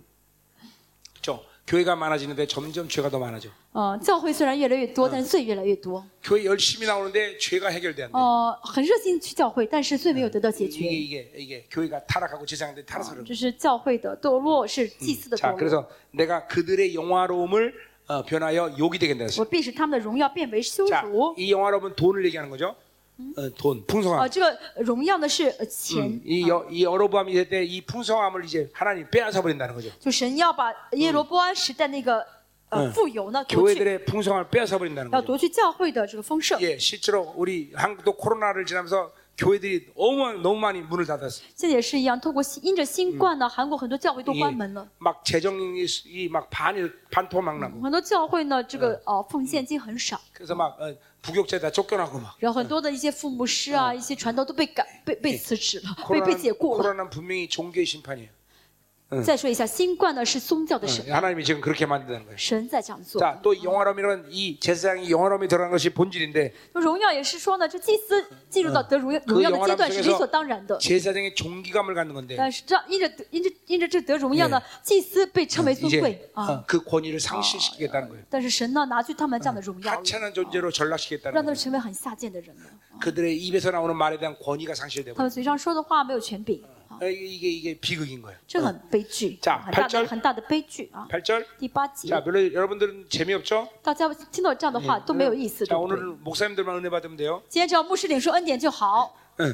Speaker 1: 저 교회가 많아지는데 점점 죄가 더 많아져.
Speaker 2: 嗯，教会虽然越来越多，但是罪越来越多。
Speaker 1: 교회 열심히 나오는데 죄가 해결돼 안 돼.
Speaker 2: 哦，很热心去教会，但是罪没有得到解
Speaker 1: 어, 이게 아,
Speaker 2: 决，
Speaker 1: 이게 이게 교회가 타락하고 제사장들이 타락스러운
Speaker 2: 这是教会的堕落，是祭司的
Speaker 1: 자,
Speaker 2: 堕落。
Speaker 1: 그래서 내가 그들의 영화로움을 어, 변하여 욕이 되겠다 했어. 어?
Speaker 2: 我必使他们的荣耀变为羞
Speaker 1: 자,
Speaker 2: 辱。
Speaker 1: 이 영화로움은 돈을 얘기하는 거죠. 어, 돈,
Speaker 2: 啊，
Speaker 1: 풍성함.
Speaker 2: 这个荣耀呢是呃钱
Speaker 1: 음, ，이 여, 이 여로보암이 때이 풍성함을 이제 하나님 빼앗아 버린다는 거죠.
Speaker 2: 就神要把耶罗波安时代那个呃
Speaker 1: 嗯
Speaker 2: 富有呢夺去，
Speaker 1: 교회들의 풍성함을 빼앗아 버린다는
Speaker 2: 要
Speaker 1: 거죠.
Speaker 2: 夺去教会的这个丰盛。
Speaker 1: 예, 실제로 우리 한국도 코로나를 지나면서 교회들이 너무 너무 많이 문을 닫았어요.
Speaker 2: 现在也是一样，透过新因着新冠呢，韩国很多教会都
Speaker 1: 예,
Speaker 2: 关门了。
Speaker 1: 막 재정이 이 막 반이 반토막 막 나고
Speaker 2: 很多教会呢，这个呃奉献金很少，
Speaker 1: 그래서 막 어, 부격자에다 쫓겨나고 막
Speaker 2: 然后很多的一些父牧师啊，一些传道都被赶被被辞职了，被被
Speaker 1: 아, 코로나
Speaker 2: 解雇了。
Speaker 1: 코로나는 분명히 종교의 심판이에요.
Speaker 2: 再说一下，新冠呢是宗教的
Speaker 1: 예,
Speaker 2: 神，
Speaker 1: 하나님이 지금 그렇게 만든다는 거예요.
Speaker 2: 神在这样做。
Speaker 1: 자, 또 영화로움이란 이 제사장이 영화로움이 들어간 것이 본질인데
Speaker 2: 就荣耀也是说呢，这祭司进入到得荣耀荣
Speaker 1: 그
Speaker 2: 耀的阶
Speaker 1: 영화로움
Speaker 2: 段是理所
Speaker 1: 속에서
Speaker 2: 当然的。
Speaker 1: 제사장의 종기감을 갖는 건데
Speaker 2: 但是这样因着得因着因着这得荣耀呢，祭司被称为尊
Speaker 1: 이제
Speaker 2: 贵
Speaker 1: 어,
Speaker 2: 啊。
Speaker 1: 그 권위를 상실시키겠다는 거예요.
Speaker 2: 但是神呢，拿去嗯他们这样的荣耀了，
Speaker 1: 하찮은 존재로
Speaker 2: 让
Speaker 1: 전락시키겠다는
Speaker 2: 他们
Speaker 1: 거예요.
Speaker 2: 成为很下贱的人了。
Speaker 1: 그들의 입에서 나오는 말에 대한 권위가 상실되고
Speaker 2: 他们嘴上说的话没有权柄啊，
Speaker 1: 어, 이게 이게 비극인 거예요.
Speaker 2: 这很悲剧，啊
Speaker 1: 자
Speaker 2: 很大
Speaker 1: 팔
Speaker 2: 的
Speaker 1: 절
Speaker 2: 很大的悲剧啊。
Speaker 1: 8절.
Speaker 2: 第八节
Speaker 1: 자 ， 별로 여러분들은 재미없죠?
Speaker 2: 大家听到这样的话都没有意思，
Speaker 1: 자
Speaker 2: 对不对？
Speaker 1: 오늘은 목사님들만 은혜 받으면 돼요.
Speaker 2: 今天只要牧师领受恩典就好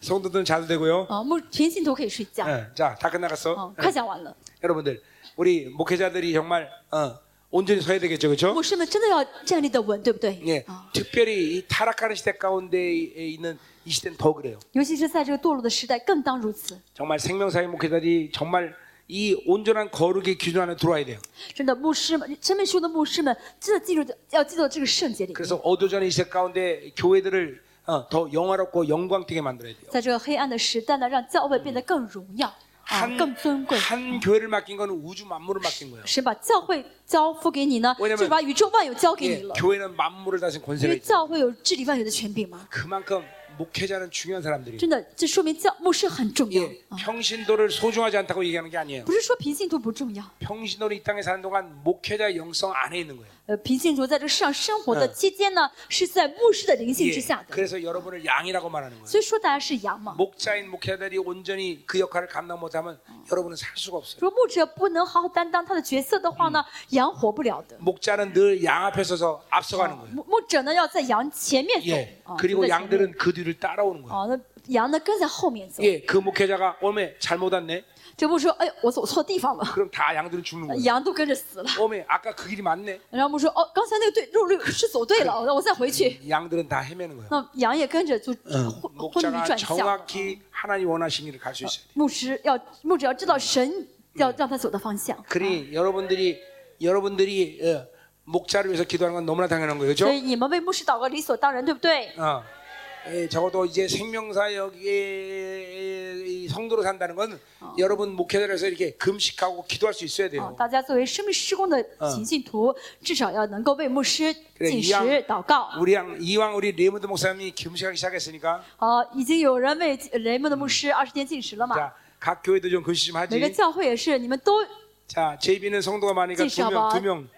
Speaker 1: 성도들은 자도 되고요.
Speaker 2: 啊，牧全信徒可以睡觉
Speaker 1: 예, 자다 끝나갔어. 예,
Speaker 2: 啊，快讲完了。
Speaker 1: 여러분들 우리 목회자들이 정말 어, 온전히 서야 되겠죠, 그렇죠?
Speaker 2: 牧师们真的要站立的稳，对不对？
Speaker 1: 예,
Speaker 2: 啊，
Speaker 1: 특별히 이 타락하는 시대 가운데 있는 이 시대는 더 그래요.
Speaker 2: 尤其是在这个堕落的时代，更当如此。
Speaker 1: 정말 생명사의 목회자들이 정말 이 온전한 거룩의 기준 안에 들어와야 돼요.
Speaker 2: 真的，牧师们，真命书的牧师们，真的进入的要进入到这个圣洁里面，
Speaker 1: 그래서 어두워지는 이 시대 가운데 교회들을 어, 더 영화롭고 영광되게 만들어야 돼요.
Speaker 2: 在这个黑暗的时代呢，让教会变得更荣耀啊，更尊贵。
Speaker 1: 한 교회를 맡긴 건 우주 만물을 맡긴 거예요.
Speaker 2: 神把教会交付给你呢，
Speaker 1: 왜냐면
Speaker 2: 就是把宇宙万有交给
Speaker 1: 예,
Speaker 2: 你了，
Speaker 1: 교회는 만물을 다스린
Speaker 2: 因
Speaker 1: 권세가
Speaker 2: 为
Speaker 1: 있죠.
Speaker 2: 教会有治理万有的权柄嘛。
Speaker 1: 그만큼 목회자는 중요한 사람들이에요.
Speaker 2: 真的，这说明教牧师很重要
Speaker 1: 예,
Speaker 2: 啊，
Speaker 1: 평신도를 소중하지 않다고 얘기하는 게 아니에요.
Speaker 2: 不是说平信徒不重要，
Speaker 1: 평신도는 이 땅에 사는 동안 목회자 영성 안에 있는 거예요.
Speaker 2: 呃，平信徒在这个世上生活的
Speaker 1: 嗯
Speaker 2: 期间呢，是在牧师的灵性
Speaker 1: 예,
Speaker 2: 之下的，
Speaker 1: 그래서 여러분을 양이라고 말하는 거예요.
Speaker 2: 所以说大家是羊嘛。
Speaker 1: 목자인 목회자들이 온전히 그 역할을 감당 못하면 여러분은 살 수가 없어요.
Speaker 2: 如果牧者不能好好担当他的角色的话呢，
Speaker 1: 嗯
Speaker 2: 羊活不了的。
Speaker 1: 목자는 늘 양 앞에 서서 앞서가는 거예요.
Speaker 2: 牧牧者呢要在羊前面走
Speaker 1: 예, ，
Speaker 2: 啊，走
Speaker 1: 그리고
Speaker 2: 在前面
Speaker 1: 양들은 그 뒤를 따라오는 거예요.
Speaker 2: 哦，那羊呢跟在后面走。
Speaker 1: 예, 그 목회자가 어메 잘못 왔네.
Speaker 2: 这牧说，哎，我走错地方了，
Speaker 1: 그럼 다 양들은 죽는 거예요.
Speaker 2: 羊都跟着死了。
Speaker 1: 어메 아까 그 길이 맞네.
Speaker 2: 然后牧说，哦，刚才那个对路路是走对
Speaker 1: 嗯
Speaker 2: 了，那我再回去。
Speaker 1: 양들은 다 헤매는 거예요.
Speaker 2: 那羊也跟着就
Speaker 1: 어. 嗯
Speaker 2: 昏昏迷
Speaker 1: 목자가
Speaker 2: 转向了。
Speaker 1: 정확히 하나님 원하시는 길을 갈 수 있어요.
Speaker 2: 牧师要牧者要知道神
Speaker 1: 嗯
Speaker 2: 要让他走的方向。
Speaker 1: 그러니 여러분들이 여러분들이 어, 목자를 위해서 기도하는 건 너무나 당연한 거예요,
Speaker 2: 所
Speaker 1: 그렇죠?
Speaker 2: 以你们为牧师祷告理所当然，对不对？
Speaker 1: 어. 예, 적어도 이제 생명사역의 성도로 산다는 건 여러분 목회자로서 이렇게 금식하고 기도할 수 어. 있어야
Speaker 2: 啊
Speaker 1: 돼요. ，
Speaker 2: 大家作为生命施工的行信徒，至少要能够为牧师
Speaker 1: 그래
Speaker 2: 进
Speaker 1: 이
Speaker 2: 食
Speaker 1: 양
Speaker 2: 祷告。
Speaker 1: 우리 양 이왕 우리 레몬드 목사님이 금식하기 시작했으니까
Speaker 2: 好，已经有人为雷蒙的牧师二十天进食了嘛？
Speaker 1: 자, 각 교회도 좀 금식 좀
Speaker 2: 每个
Speaker 1: 하지.
Speaker 2: 教会也是，你们都
Speaker 1: 자, 제이비는 성도가 많으니까
Speaker 2: 진짜
Speaker 1: 두 명,
Speaker 2: 봐.
Speaker 1: 두 명.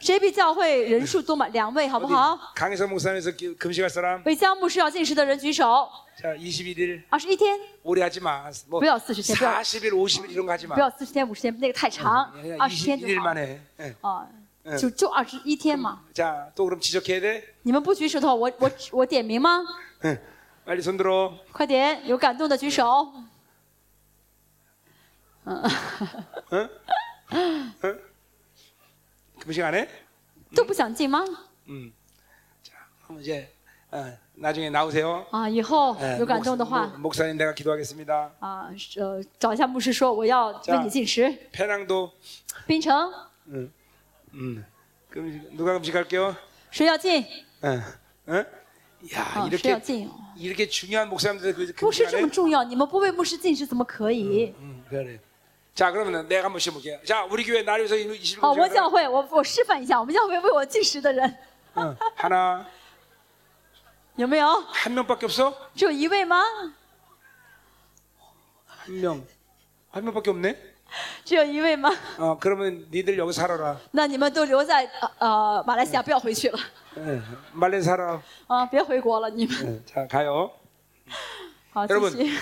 Speaker 2: 谁比教会人数多嘛？两位好不
Speaker 1: 어디
Speaker 2: 好？
Speaker 1: 강혜선 목사님에서 기- 금식할 사람.
Speaker 2: 为江牧师要进食的人举手。
Speaker 1: 자, 21일
Speaker 2: 二十一天，
Speaker 1: 오래 하지 마. 뭐
Speaker 2: 不要40일, 不要-
Speaker 1: 40일, 50일 이런 거 하지 마.
Speaker 2: 不要四十天、五十天，那个太长，
Speaker 1: 嗯 아,
Speaker 2: 二十天就好
Speaker 1: 21일만 해. 예.
Speaker 2: 啊
Speaker 1: 嗯，
Speaker 2: 就就二十一天嘛。
Speaker 1: 자, 또 그럼 지적해야 돼?
Speaker 2: 你们不举手的话，我我我点名吗？
Speaker 1: 예. 빨리 손 들어.
Speaker 2: 快点，有感动的举手。
Speaker 1: 금식 안 해?
Speaker 2: 都不想进吗？
Speaker 1: 음. 자, 그럼 이제 어, 나중에 나오세요.
Speaker 2: 啊，以后
Speaker 1: 예,
Speaker 2: 有感动的
Speaker 1: 목사,
Speaker 2: 话
Speaker 1: 목, 사님 내가 기도하겠습니다.
Speaker 2: 啊，是呃，找一下牧师说我要为你进食。
Speaker 1: 페낭도
Speaker 2: 槟城，
Speaker 1: 음. 금식, 누가 금식할게요?
Speaker 2: 谁要进？
Speaker 1: 예. 예? 야,
Speaker 2: 啊，谁要
Speaker 1: 이렇게
Speaker 2: 进？
Speaker 1: 이렇게 중요한 목사님들 그
Speaker 2: 牧师
Speaker 1: 금식
Speaker 2: 这
Speaker 1: 안 해?
Speaker 2: 么重要，你嗯们不为牧师进食怎么可以？
Speaker 1: 음, 그래. 자, 그러면 내가 한번 시험볼게요. 자, 우리 교회 나를 위해서 20일
Speaker 2: 好，我
Speaker 1: 금식하는
Speaker 2: 教会，我我示范一下，我们教会为我进食的人
Speaker 1: 사람. 어, 하나,
Speaker 2: 有没有？
Speaker 1: 한 명밖에 없어?
Speaker 2: 只有一位吗？
Speaker 1: 한 명. 한 명밖에 없네?
Speaker 2: 只有一位吗？
Speaker 1: 어, 그러면 니들 여기 살아라.
Speaker 2: 那你们都留在呃呃马来西亚，不要回去了
Speaker 1: 예, 말린 살아.
Speaker 2: 啊，别回国了，你们
Speaker 1: 예, 자, 가요.
Speaker 2: 好继
Speaker 1: 여러분,
Speaker 2: 续。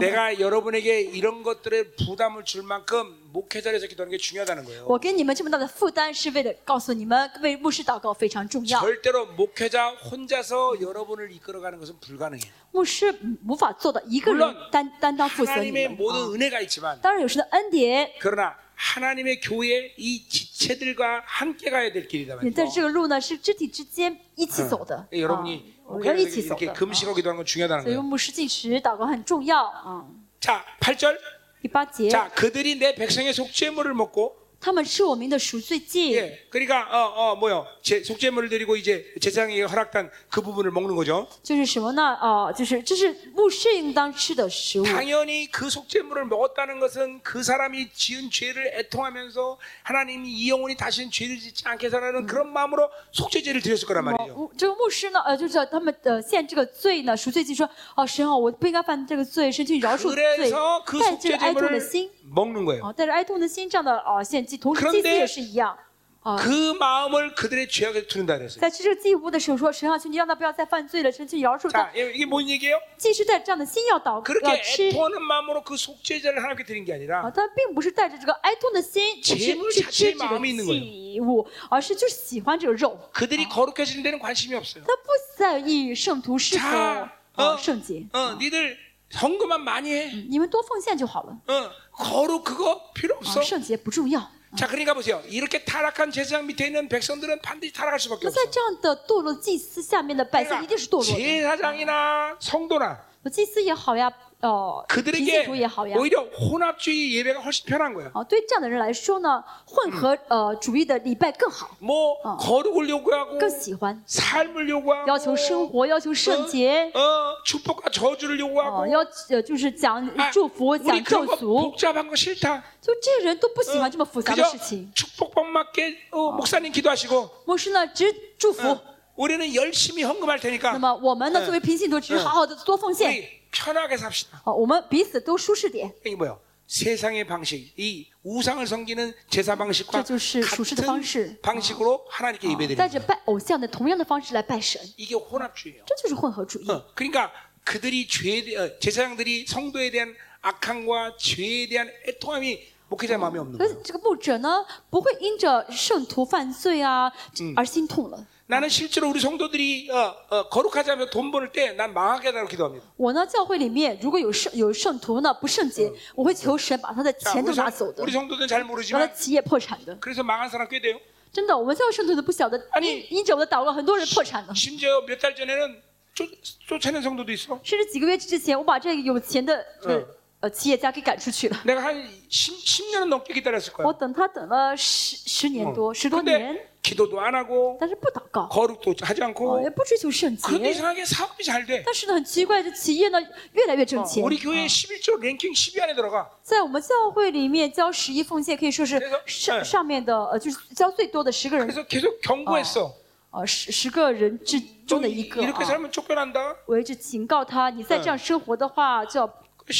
Speaker 1: 내가 여러분에게 이런 것들에 부담을 줄 만큼 목회자에서 기도하는 게 중요하다는 거예요.
Speaker 2: 我给你们这么大的负担，是为了告诉你们，为牧师祷告非常重要。
Speaker 1: 절대로 목회자 혼자서 여러분을 이끌어가는 것은 불가능해요.
Speaker 2: 牧师嗯无法做到一个
Speaker 1: 물론
Speaker 2: 人担担当负责你
Speaker 1: 하나님의
Speaker 2: 们。啊
Speaker 1: 모든 은혜가 있지만
Speaker 2: 当然有神的恩典，
Speaker 1: 그러나 하나님의 교회 이 지체들과 함께 가야 될 길이다 말이죠.
Speaker 2: 你
Speaker 1: 예,
Speaker 2: 在这个路呢是肢体之间一起走的，
Speaker 1: 여러분이
Speaker 2: 啊我们要
Speaker 1: 목회자에서
Speaker 2: 一起走的。
Speaker 1: 이렇게
Speaker 2: 啊
Speaker 1: 금식하고 기도하는 건 중요하다는
Speaker 2: 所以
Speaker 1: 거예요.
Speaker 2: 牧师进食祷告很重要啊。
Speaker 1: 자, 8절.
Speaker 2: 第八节，
Speaker 1: 자, 그들이 내 백성의 속죄물을 먹고
Speaker 2: 他们吃我们的赎罪祭，
Speaker 1: 예, 그러니까 어, 어, 뭐요? 제, 속죄물을 드리고 이제 제사장이 허락한 그 부분을 먹는 거죠.
Speaker 2: 就是什么呢？哦、就是这是牧师应当吃的食物。哦
Speaker 1: 당연히 그 속죄물을 먹었다는 것은 그 사람이 지은 죄를 애통하면서 하나님이 이 영혼이 다시는 죄를 짓지 않게 살라는 그런 마음으로 뭐, 속죄제를 드렸을 거란
Speaker 2: 哦
Speaker 1: 말이죠.
Speaker 2: 牧这个牧师呢，呃，就是他们呃，现这个罪呢，赎罪记说，哦，神啊，我不应该犯这个罪，神去饶恕罪
Speaker 1: 그래서 ，그
Speaker 2: 带着哀痛的
Speaker 1: 속죄제물을
Speaker 2: 心，
Speaker 1: 먹는 거예요.
Speaker 2: 哦，带着哀痛的心这样的哦，献祭，同时
Speaker 1: 그런데
Speaker 2: 祭司也是一样，哦，
Speaker 1: 그 마음을 그들의 죄악에 두는다 그랬어요.
Speaker 2: 在吃这个祭物的时候说，神啊，求你让他不要再犯罪了，神去饶恕他
Speaker 1: 자, ， 이게 뭔 얘기예요?
Speaker 2: 祭司带着这样的心要祷，要
Speaker 1: 그렇게
Speaker 2: 吃，
Speaker 1: 애통하는 마음으로 그 속죄제를 하나님께 드린 게
Speaker 2: 啊，
Speaker 1: 아니라
Speaker 2: 但并不是带着这个哀痛的心去
Speaker 1: 재물
Speaker 2: 去
Speaker 1: 자체에
Speaker 2: 吃这
Speaker 1: 마음이있는
Speaker 2: 个
Speaker 1: 거예요
Speaker 2: 祭物，而是就是喜欢这个肉，
Speaker 1: 그들이 거룩해지는 데는 관심이 없어요.
Speaker 2: 他不在意圣徒是否
Speaker 1: 자
Speaker 2: 呃
Speaker 1: 어
Speaker 2: 圣洁，
Speaker 1: 어, 니들 헌금만 많이 해.
Speaker 2: 你们多奉献就好了，
Speaker 1: 어, 거룩 그거 필요
Speaker 2: 啊，
Speaker 1: 없어.
Speaker 2: 圣洁不重要。
Speaker 1: 자, 그러니까 보세요. 이렇게 타락한 제사장 밑에 있는 백성들은 반드시 타락할 수밖에
Speaker 2: 那
Speaker 1: 없어.
Speaker 2: 在这样的堕落祭司下面的百姓一定是堕
Speaker 1: 그러니까
Speaker 2: 落的，
Speaker 1: 제사장이나 성도나
Speaker 2: 祭司也好呀，哦、呃、脾信
Speaker 1: 그들에게
Speaker 2: 徒也好呀，
Speaker 1: 오히려 혼합주의 예배가 훨씬 편한 거야.
Speaker 2: 哦，对这样的人来说呢，混合呃主义的礼拜更好，
Speaker 1: 뭐
Speaker 2: 어.
Speaker 1: 거룩을 요구하고
Speaker 2: 更喜欢，
Speaker 1: 삶을
Speaker 2: 要
Speaker 1: 요구하고
Speaker 2: 求生活，要求圣洁， 어,
Speaker 1: 어, 축복과 저주를
Speaker 2: 哦、
Speaker 1: 요구하고
Speaker 2: 要呃就是讲
Speaker 1: 아,
Speaker 2: 祝福，
Speaker 1: 우리
Speaker 2: 讲咒
Speaker 1: 그런 거
Speaker 2: 诅，
Speaker 1: 복잡한 거 싫다.
Speaker 2: 就这些人都不喜欢这么复杂的
Speaker 1: 그죠?
Speaker 2: 事情。
Speaker 1: 축복만 맞게 어, 목사님 기도하시고
Speaker 2: 牧师呢，只祝福。
Speaker 1: 嗯 우리는 열심히 헌금할
Speaker 2: 那
Speaker 1: 테니까
Speaker 2: 么我们呢，作为平信徒，只好好的多奉献。
Speaker 1: 우리 편하게 삽시다.
Speaker 2: 哦，我们彼此都舒适点，
Speaker 1: 이게 뭐요? 세상의 방식, 이 우상을 섬기는 제사 방식과
Speaker 2: 这就是属世的
Speaker 1: 같은
Speaker 2: 方式。 어.
Speaker 1: 방식으로 하나님께 예배드리는
Speaker 2: 带
Speaker 1: 거예요.
Speaker 2: 着拜偶像的同样的方式来拜神，
Speaker 1: 이게 혼합주의예요.
Speaker 2: 这就是混合主义。
Speaker 1: 어, 그러니까 그들이 죄에 대- 어, 제사장들이 성도에 대한 악함과 죄에 대한 애통함이 목회자 마음에 없는
Speaker 2: 所以
Speaker 1: 거예요.
Speaker 2: 这个牧者呢，不会因着圣徒犯罪啊而心痛了。
Speaker 1: 나는 실제로 우리 성도들이 어, 어, 거룩하지 않으면 돈 벌을 때 난 망하게 하라고 기도합니다.
Speaker 2: 我呢，教会里面如果有圣有圣徒呢不圣洁，我会求神把他的
Speaker 1: 자,
Speaker 2: 钱都
Speaker 1: 우리,
Speaker 2: 拿走
Speaker 1: 성,
Speaker 2: 的，
Speaker 1: 우리 성도들은 잘
Speaker 2: 把他
Speaker 1: 모르지만
Speaker 2: 企业破产的。
Speaker 1: 그래서 망한 사람 꽤 돼요.
Speaker 2: 真的，我们教会圣徒都不晓得
Speaker 1: 아니 ，
Speaker 2: 因因着我的祷告，很多人破产了。
Speaker 1: 심지어 몇 달 전에는 쫓, 쫓아낸 성도도 있어.
Speaker 2: 甚至几个月之前，我把这个有钱的
Speaker 1: 嗯
Speaker 2: 呃企业家给赶出去了。
Speaker 1: 내가 한 10, 년은 넘게 기다렸을
Speaker 2: 我
Speaker 1: 거야.
Speaker 2: 等他等了十十年多，十多
Speaker 1: 근데
Speaker 2: 年，
Speaker 1: 기도도 안 하고
Speaker 2: 但是不祷告，
Speaker 1: 거룩도 하지
Speaker 2: 哦，也
Speaker 1: 않고
Speaker 2: 不追求圣
Speaker 1: 그런데
Speaker 2: 洁。
Speaker 1: 이상하게 사업이 잘 돼.
Speaker 2: 但是呢，很奇怪，这企业呢越来越挣钱。
Speaker 1: 우리 교회 11조 랭킹 10위 안에 들어가.
Speaker 2: 在我们教会里面交十一奉献，可以说是
Speaker 1: 그래서
Speaker 2: 上
Speaker 1: 네
Speaker 2: 上面的呃，就是交最多的十个人，
Speaker 1: 그래서 계속 경고했어.
Speaker 2: 呃，十十个人之中
Speaker 1: 너
Speaker 2: 的一个
Speaker 1: 아, 이렇게
Speaker 2: 啊。
Speaker 1: 살면 쫓겨난다.
Speaker 2: 我一直警告他，你再这样生活的话，就要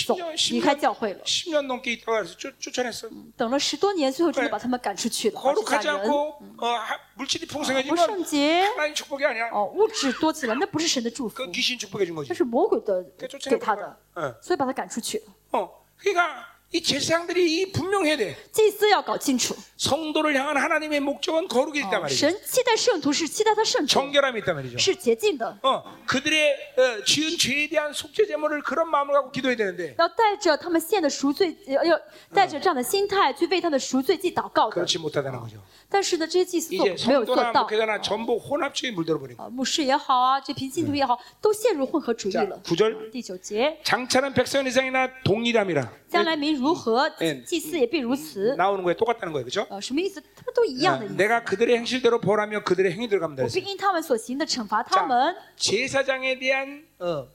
Speaker 2: 走
Speaker 1: 10년,
Speaker 2: 离开
Speaker 1: 10년,
Speaker 2: 教会了。
Speaker 1: 10년 넘게 있다가 그래서 쫓, 쫓아냈어.
Speaker 2: 等了十多年，最后真的
Speaker 1: 네
Speaker 2: 把他们赶出去了。这
Speaker 1: 거룩하지
Speaker 2: 家人
Speaker 1: 않고 어, 하- 물질이
Speaker 2: 不
Speaker 1: 풍성해지면
Speaker 2: 圣洁，
Speaker 1: 하나님 축복이 아니야.
Speaker 2: 哦，物质多起来，那不是神的祝福
Speaker 1: 그 ， 귀신 축복해 준 거지.
Speaker 2: 那是魔鬼的
Speaker 1: 그게 쫓아낸
Speaker 2: 给他的
Speaker 1: 거야. ， 어.
Speaker 2: 所以把他赶出去了。
Speaker 1: 어. 그러니까 이 제사장들이 이 분명해야 돼.
Speaker 2: 祭司要搞清楚，
Speaker 1: 성도를 향한 하나님의 목적은 거룩이
Speaker 2: 어,
Speaker 1: 있단 말이지.
Speaker 2: 神期待圣徒是期待他圣徒
Speaker 1: 정결함이 있단 말이죠.
Speaker 2: 是洁净的，
Speaker 1: 어, 그들의 어, 지은 죄에 대한 속죄 제물을 그런 마음을 갖고 기도해야 되는데
Speaker 2: 要带着他们献的赎罪，呃要带着这样的心态去为他的赎罪祭祷告的。
Speaker 1: 그렇지 못하다는 거죠.
Speaker 2: 但是呢，这些祭司做
Speaker 1: 이제
Speaker 2: 没有做
Speaker 1: 성도나
Speaker 2: 到，
Speaker 1: 목회자나 전부 혼합주의 물들어 버린 거.
Speaker 2: 啊，牧师也好啊，这平信徒也好，都陷入混合主义
Speaker 1: 자
Speaker 2: 了。
Speaker 1: 9절
Speaker 2: 第九节，
Speaker 1: 장차는 백선 이상이나 동일함이라
Speaker 2: 将来民如何
Speaker 1: 嗯，嗯
Speaker 2: 祭司也必如此。
Speaker 1: 나오는 거예요. 똑같다는 거예요, 그렇죠? 아,
Speaker 2: 呃，什么意思？他们都一样的意思。
Speaker 1: 내가 그들의 행실대로 벌하며 그들의 행위대로 갑니다.
Speaker 2: 我
Speaker 1: 그랬어요.
Speaker 2: 必因他们所行的惩罚他
Speaker 1: 자,
Speaker 2: 们。
Speaker 1: 제사장에 대한 어,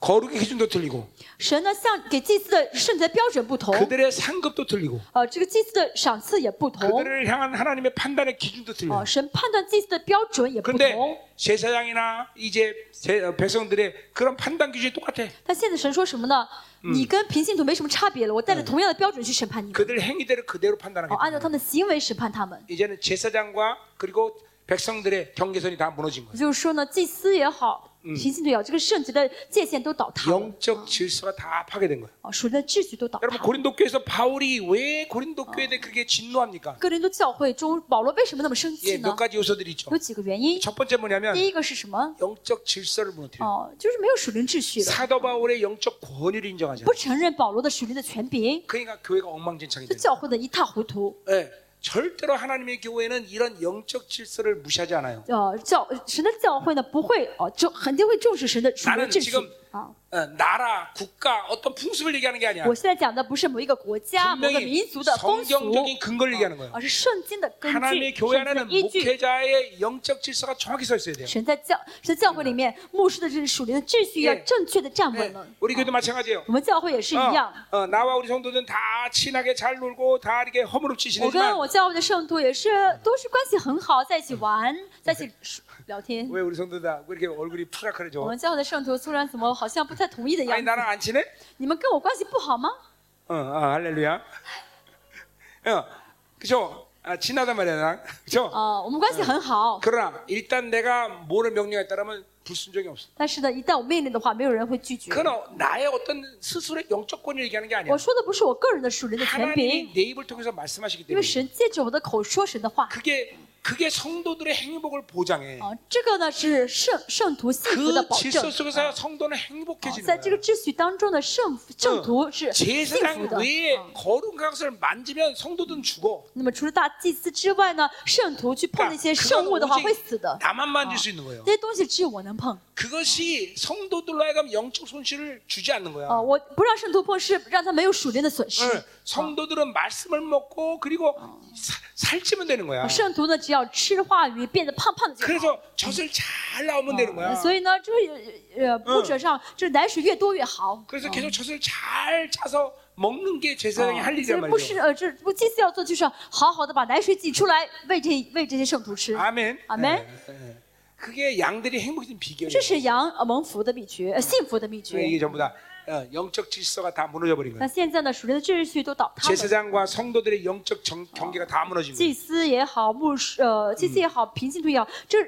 Speaker 1: 거룩의 기준도 틀리고
Speaker 2: 神呢，像给祭司的圣洁标准不同，
Speaker 1: 그들의 상급도 틀리고
Speaker 2: 呃，这个祭司的赏赐也不同，
Speaker 1: 그들을 향한 하나님의 판단의 기준도 틀려요.
Speaker 2: 呃，神判断祭司的标准也不同。
Speaker 1: 그런데 제사장이나 이제 제- 어, 백성들의 그런 판단 기준이 똑같아.
Speaker 2: 但现在神说什么呢？你跟平信徒没什么差别了，我带着同样的标准去审判你们，
Speaker 1: 그들 행위대로 그대로 판단하게.
Speaker 2: 哦，按照他们的行为审判他们。
Speaker 1: 이제는 제사장과 그리고 백성들의 경계선이 다 무너진
Speaker 2: 也
Speaker 1: 거예요.
Speaker 2: 就是说呢，祭司也好，平信徒也好，这个圣洁的界限都倒
Speaker 1: 아.
Speaker 2: 塌了，
Speaker 1: 영적 질서가 다 파괴된 거예요.
Speaker 2: 哦，属灵的秩序都倒
Speaker 1: 여러분
Speaker 2: 塌了。
Speaker 1: 고린도 교회에서 바울이 왜 고린도 교회에 대해 그렇게 진노합니까?
Speaker 2: 个人的教会中，保罗为什么那么生
Speaker 1: 예,
Speaker 2: 气
Speaker 1: 몇
Speaker 2: 呢？
Speaker 1: 가지 요소들이 있죠.
Speaker 2: 有几个原因。
Speaker 1: 첫 번째 뭐냐면
Speaker 2: 第一个是什么？
Speaker 1: 영적 질서를 무너뜨려요.
Speaker 2: 哦，就是没有属灵秩序了，
Speaker 1: 사도 바울의 영적 권위를 인정하지 않아요.
Speaker 2: 不承认保罗的属灵的权柄，
Speaker 1: 그러니까 교회가 엉망진창이
Speaker 2: 这
Speaker 1: 되는
Speaker 2: 教会的一塌糊涂。
Speaker 1: 거예요. 예, 절대로 하나님의 교회는 이런 영적 질서를 무시하지 않아요.
Speaker 2: 呃，教神的教会呢，不会哦，就肯定会重视神的属灵
Speaker 1: 나는
Speaker 2: 秩序
Speaker 1: 지금
Speaker 2: 啊。
Speaker 1: 어, 나라, 국가, 어떤 풍습을 얘기하는 게 아니야.
Speaker 2: 我现在讲的不是某一个国家、某个
Speaker 1: 분명히
Speaker 2: 民族的风俗，
Speaker 1: 성경적인 근거를 얘기하는 거예요.
Speaker 2: 而是圣经的根据、
Speaker 1: 하나님의
Speaker 2: 神
Speaker 1: 교회
Speaker 2: 的
Speaker 1: 안에는
Speaker 2: 依据。
Speaker 1: 목회자의 영적 질서가 정확히 서 있어야 돼요.
Speaker 2: 神在教神在教会里面，牧师的这属灵的秩序要
Speaker 1: 예
Speaker 2: 正确的站
Speaker 1: 네,
Speaker 2: 稳了。
Speaker 1: 우리 교회도 마찬가지예요.
Speaker 2: 我们教会也是一样，
Speaker 1: 어, 어, 나와 우리 성도들은 다 친하게 잘 놀고 다 이렇게 허물없이
Speaker 2: 我跟
Speaker 1: 지내지만
Speaker 2: 我教会的圣徒也是都是关系很好，在一起玩，在一起聊天。
Speaker 1: 왜 우리 성도들 다 이렇게 얼굴이
Speaker 2: 我
Speaker 1: 푸락하죠?
Speaker 2: 们教会的圣徒虽然怎么好像不太同意的
Speaker 1: 아니
Speaker 2: 样子，
Speaker 1: 나랑 안 친해?
Speaker 2: 你们跟我关系不好吗？
Speaker 1: 어, 어, 할렐루야. 어, 그죠? 아, 친하단 말이야, 나랑. 그죠?
Speaker 2: 呃，我们关系很好，
Speaker 1: 그러나 일단 내가 뭐를 명령했다라면 불순종이 없어.
Speaker 2: 但是呢，一旦我命令的话，没有人会拒绝。
Speaker 1: 그건 나의 어떤 스스로의 영적권을 얘기하는 게 아니야.
Speaker 2: 我说的不是我个人的属灵的权柄
Speaker 1: 하나님이 ，내 입을 통해서 말씀하시기
Speaker 2: 因为
Speaker 1: 때문에
Speaker 2: 神借着我的口说神的话，
Speaker 1: 그게 그게 성도들의 행복을 보장해.
Speaker 2: 啊，这个呢是圣圣徒幸福的
Speaker 1: 어, 그
Speaker 2: 保
Speaker 1: 질서
Speaker 2: 证。
Speaker 1: 속에서 성도는
Speaker 2: 啊
Speaker 1: 행복해지는
Speaker 2: 在这个嗯
Speaker 1: 거야.
Speaker 2: 秩序当中的圣圣徒是幸福
Speaker 1: 제사장
Speaker 2: 的。
Speaker 1: 외에
Speaker 2: 啊
Speaker 1: 거룩한 것을 만지면 성도들은 죽어.
Speaker 2: 那么除了大祭司之外呢，圣徒去碰那些
Speaker 1: 그러니까
Speaker 2: 圣物的
Speaker 1: 그건
Speaker 2: 话会死
Speaker 1: 오직
Speaker 2: 的。
Speaker 1: 나만 만질 수 있는 거예요.
Speaker 2: 这些东西只有我能碰。
Speaker 1: 그것이 성도들로 하여금 영적 손실을 주지 않는 거야.
Speaker 2: 啊，我不让圣徒碰是让他没有属灵的损失。
Speaker 1: 응, 성도들은 말씀을 먹고 그리고 사- 살찌면 되는 거야.
Speaker 2: 啊圣徒呢，只要吃话语变得胖胖的就好。
Speaker 1: 그래서 젖을 잘 나오면 되는
Speaker 2: 啊
Speaker 1: 거야.
Speaker 2: 所以呢，这呃牧者上这奶水越多越好。
Speaker 1: 그래서 계속 젖을 잘 차서 먹는 게
Speaker 2: 啊
Speaker 1: 제사장이 할
Speaker 2: 所
Speaker 1: 일이란
Speaker 2: 以不是
Speaker 1: 말이죠.
Speaker 2: 呃，这不祭司要做就是好好的把奶水挤出来喂这喂这些圣徒吃。
Speaker 1: 아멘.
Speaker 2: 아멘.
Speaker 1: 예, 예. 그게 양들이 행복해진 비결이에요.
Speaker 2: 这是羊呃蒙福的秘诀，呃幸福的秘
Speaker 1: 그러니까 이게
Speaker 2: 诀。
Speaker 1: 전부 다 어, 영적 질서가 다 무너져 버린
Speaker 2: 那
Speaker 1: 거예요.
Speaker 2: 现在呢，属灵的秩序都倒塌了。
Speaker 1: 제사장과 성도들의 영적 정- 경계가 다 무너진 거예요.
Speaker 2: 祭司也好，牧师呃，祭司也好，平信徒也好，这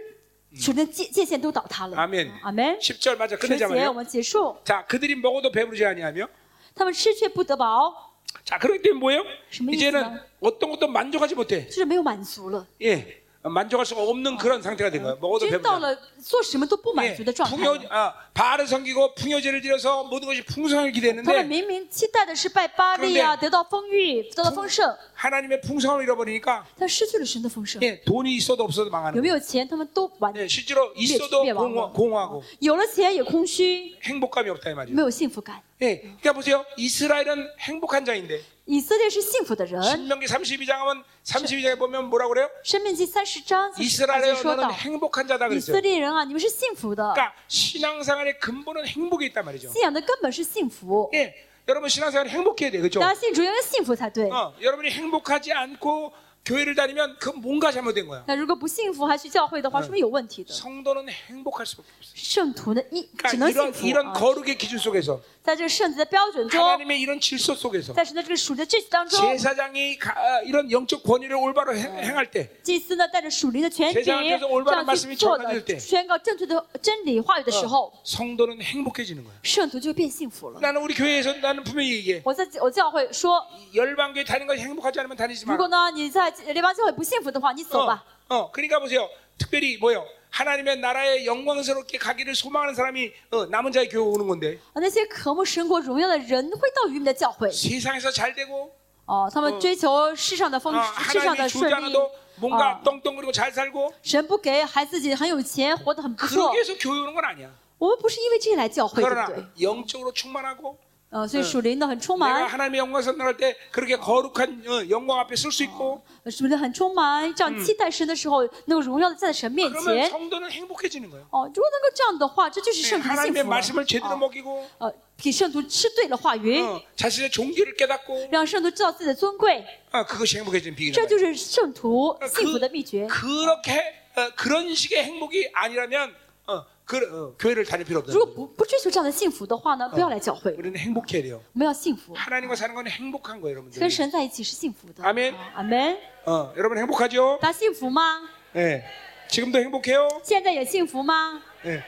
Speaker 2: 属灵的界界限都倒塌了。
Speaker 1: 阿门
Speaker 2: 阿门。
Speaker 1: 10절 맞아
Speaker 2: 十节我
Speaker 1: 끝내자마자
Speaker 2: 们结束，
Speaker 1: 자, 그들이 먹어도 배부르지 아니하며
Speaker 2: 他们吃却不得饱，
Speaker 1: 자, 그렇기 때문에 뭐예요?
Speaker 2: 무슨
Speaker 1: 이제는
Speaker 2: 말씀이야?
Speaker 1: 어떤 것도 만족하지 못해.
Speaker 2: 就是没有满足了，
Speaker 1: 예. 만족할 수가 없는 그런 상태가 된 거예요. 먹어도
Speaker 2: 已经到
Speaker 1: 배부르지
Speaker 2: 了做什么都不
Speaker 1: 예,
Speaker 2: 满足的状态
Speaker 1: 풍요,
Speaker 2: 了。
Speaker 1: 아, 바알을 섬기고 풍요제를 드려서 모든 것이 풍성하게
Speaker 2: 他们
Speaker 1: 기대했는데
Speaker 2: 明明期待的是拜巴利啊，
Speaker 1: 그런데
Speaker 2: 得到丰裕，得到丰盛，
Speaker 1: 하나님의 풍성함을 잃어버리니까
Speaker 2: 但失去了神的丰盛。
Speaker 1: 예, 돈이 있어도 없어도 망하는
Speaker 2: 有没
Speaker 1: 거예요.
Speaker 2: 有钱，他们都完，
Speaker 1: 예, 실제로 있어도
Speaker 2: 灭-
Speaker 1: 공허,
Speaker 2: 멸망.
Speaker 1: 공허하고
Speaker 2: 有了钱也空虚，
Speaker 1: 행복감이 없다 이 말이에요.
Speaker 2: 没有幸福感。
Speaker 1: 예, 그러니까 보세요. 이스라엘은 행복한 자인데
Speaker 2: 以色列是幸福的人，
Speaker 1: 신명기 32장 하면 32장에 보면 뭐라 그래요?
Speaker 2: 生命记三十章三十八节
Speaker 1: 이스라엘은
Speaker 2: 说到
Speaker 1: 너는 。 행복한 자다
Speaker 2: 以
Speaker 1: 그랬어요.
Speaker 2: 色列人啊，你们是幸福的，
Speaker 1: 그러니까 신앙생활의 근본은 행복이 있단 말이죠.
Speaker 2: 信仰的根本是幸福。
Speaker 1: 예, 여러분 신앙생활 행복해야 돼요. 그렇죠?
Speaker 2: 大家信主应该幸福才对。
Speaker 1: 어, 여러분이 행복하지 않고 교회를 다니면 그 뭔가 잘못된 거야.
Speaker 2: 那如果不幸福还去教会的话，说明有问题的。
Speaker 1: 성도는 행복할 수밖에 없어.
Speaker 2: 圣徒呢，一只
Speaker 1: 그러니까
Speaker 2: 能幸
Speaker 1: 이런
Speaker 2: 福
Speaker 1: 이런
Speaker 2: 啊，
Speaker 1: 거룩의 기준 속에서
Speaker 2: 在这个圣洁的标准中，
Speaker 1: 하나님의 이런 질서 속에서
Speaker 2: 在神的这个属灵的秩序当中，
Speaker 1: 제사장이 가- 아, 이런 영적 권위를 올바로 행- 행할 때
Speaker 2: 祭司呢带着属灵的权柄，
Speaker 1: 제사장앞에서올바른
Speaker 2: 这样嗯
Speaker 1: 말씀이
Speaker 2: 去做
Speaker 1: 전해질때
Speaker 2: 的，宣告正确的真理话语的时候，
Speaker 1: 성도는 행복해지는 거야.
Speaker 2: 圣徒就变幸福了。
Speaker 1: 나는 우리 교회에서 나는 분명히 얘기해.
Speaker 2: 我在我教会说，
Speaker 1: 열방교회 다니는 거 행복하지 않으면 다니지
Speaker 2: 如
Speaker 1: 마.
Speaker 2: 果呢你在联邦教会不幸福的话，你走
Speaker 1: 어,
Speaker 2: 吧。
Speaker 1: 어, 그러니까 보세요. 특별히 뭐요? 하나님의 나라에 영광스럽게 가기를 소망하는 사람이 어, 남은 자의 교회 오는 건데
Speaker 2: 啊那些渴慕神国荣耀的人会到渔民的教会，
Speaker 1: 세상에서 잘 되고
Speaker 2: 哦，他们追求世上的丰
Speaker 1: 어, ，
Speaker 2: 世上的
Speaker 1: 하나님이 주지
Speaker 2: 顺利
Speaker 1: 않아도 ， 뭔가
Speaker 2: 啊，
Speaker 1: 떵떵거리고 잘 살고
Speaker 2: 神不给，还自己很有钱，活得很不错
Speaker 1: 그러기 。 위해서 교회 오는 건 아니야.
Speaker 2: 我们不是因为这些来教会，对不对
Speaker 1: 그러나 ？ 영적으로 충만하고
Speaker 2: 呃，所以属灵的啊很充
Speaker 1: 내가
Speaker 2: 满，
Speaker 1: 하나님의 영광 선언할 때 그렇게 거룩한 어, 영광 앞에 설 수 있고
Speaker 2: 属灵的很充满。这
Speaker 1: 嗯
Speaker 2: 样期待神的时候，能够荣耀的站在神面
Speaker 1: 그러면
Speaker 2: 前。
Speaker 1: 성도는 행복해지는 거예요. 네,
Speaker 2: 哦，如果能够这样的话，这就是圣徒的幸
Speaker 1: 하나님의
Speaker 2: 福了
Speaker 1: 말씀을 제대로
Speaker 2: 哦
Speaker 1: 먹이고
Speaker 2: 呃，给圣徒吃对了话语，
Speaker 1: 어, 자신의 종기를 깨닫고
Speaker 2: 让圣徒知道自己的尊贵，
Speaker 1: 어, 그것이 행복해지는
Speaker 2: 这
Speaker 1: 비결이에요.
Speaker 2: 就是圣徒幸福的秘诀。
Speaker 1: 그렇게 어, 그런 식의 행복이 아니라면 어, 그, 어, 교회를 다닐 필요 없다.
Speaker 2: 如果不不追求这样的幸福的话呢，
Speaker 1: 嗯
Speaker 2: 不要来教会。
Speaker 1: 우리는 행복해야 돼요.
Speaker 2: 我们要幸福，
Speaker 1: 하나님과 사는 건 행복한 거예요, 여러분들.
Speaker 2: 跟神在一起是幸福的。
Speaker 1: 嗯阿门
Speaker 2: 啊阿门。
Speaker 1: 어, 여러분 행복하죠?
Speaker 2: 大家幸福吗？
Speaker 1: 예. 지금도 행복해요?
Speaker 2: 现在也幸福吗？
Speaker 1: 예.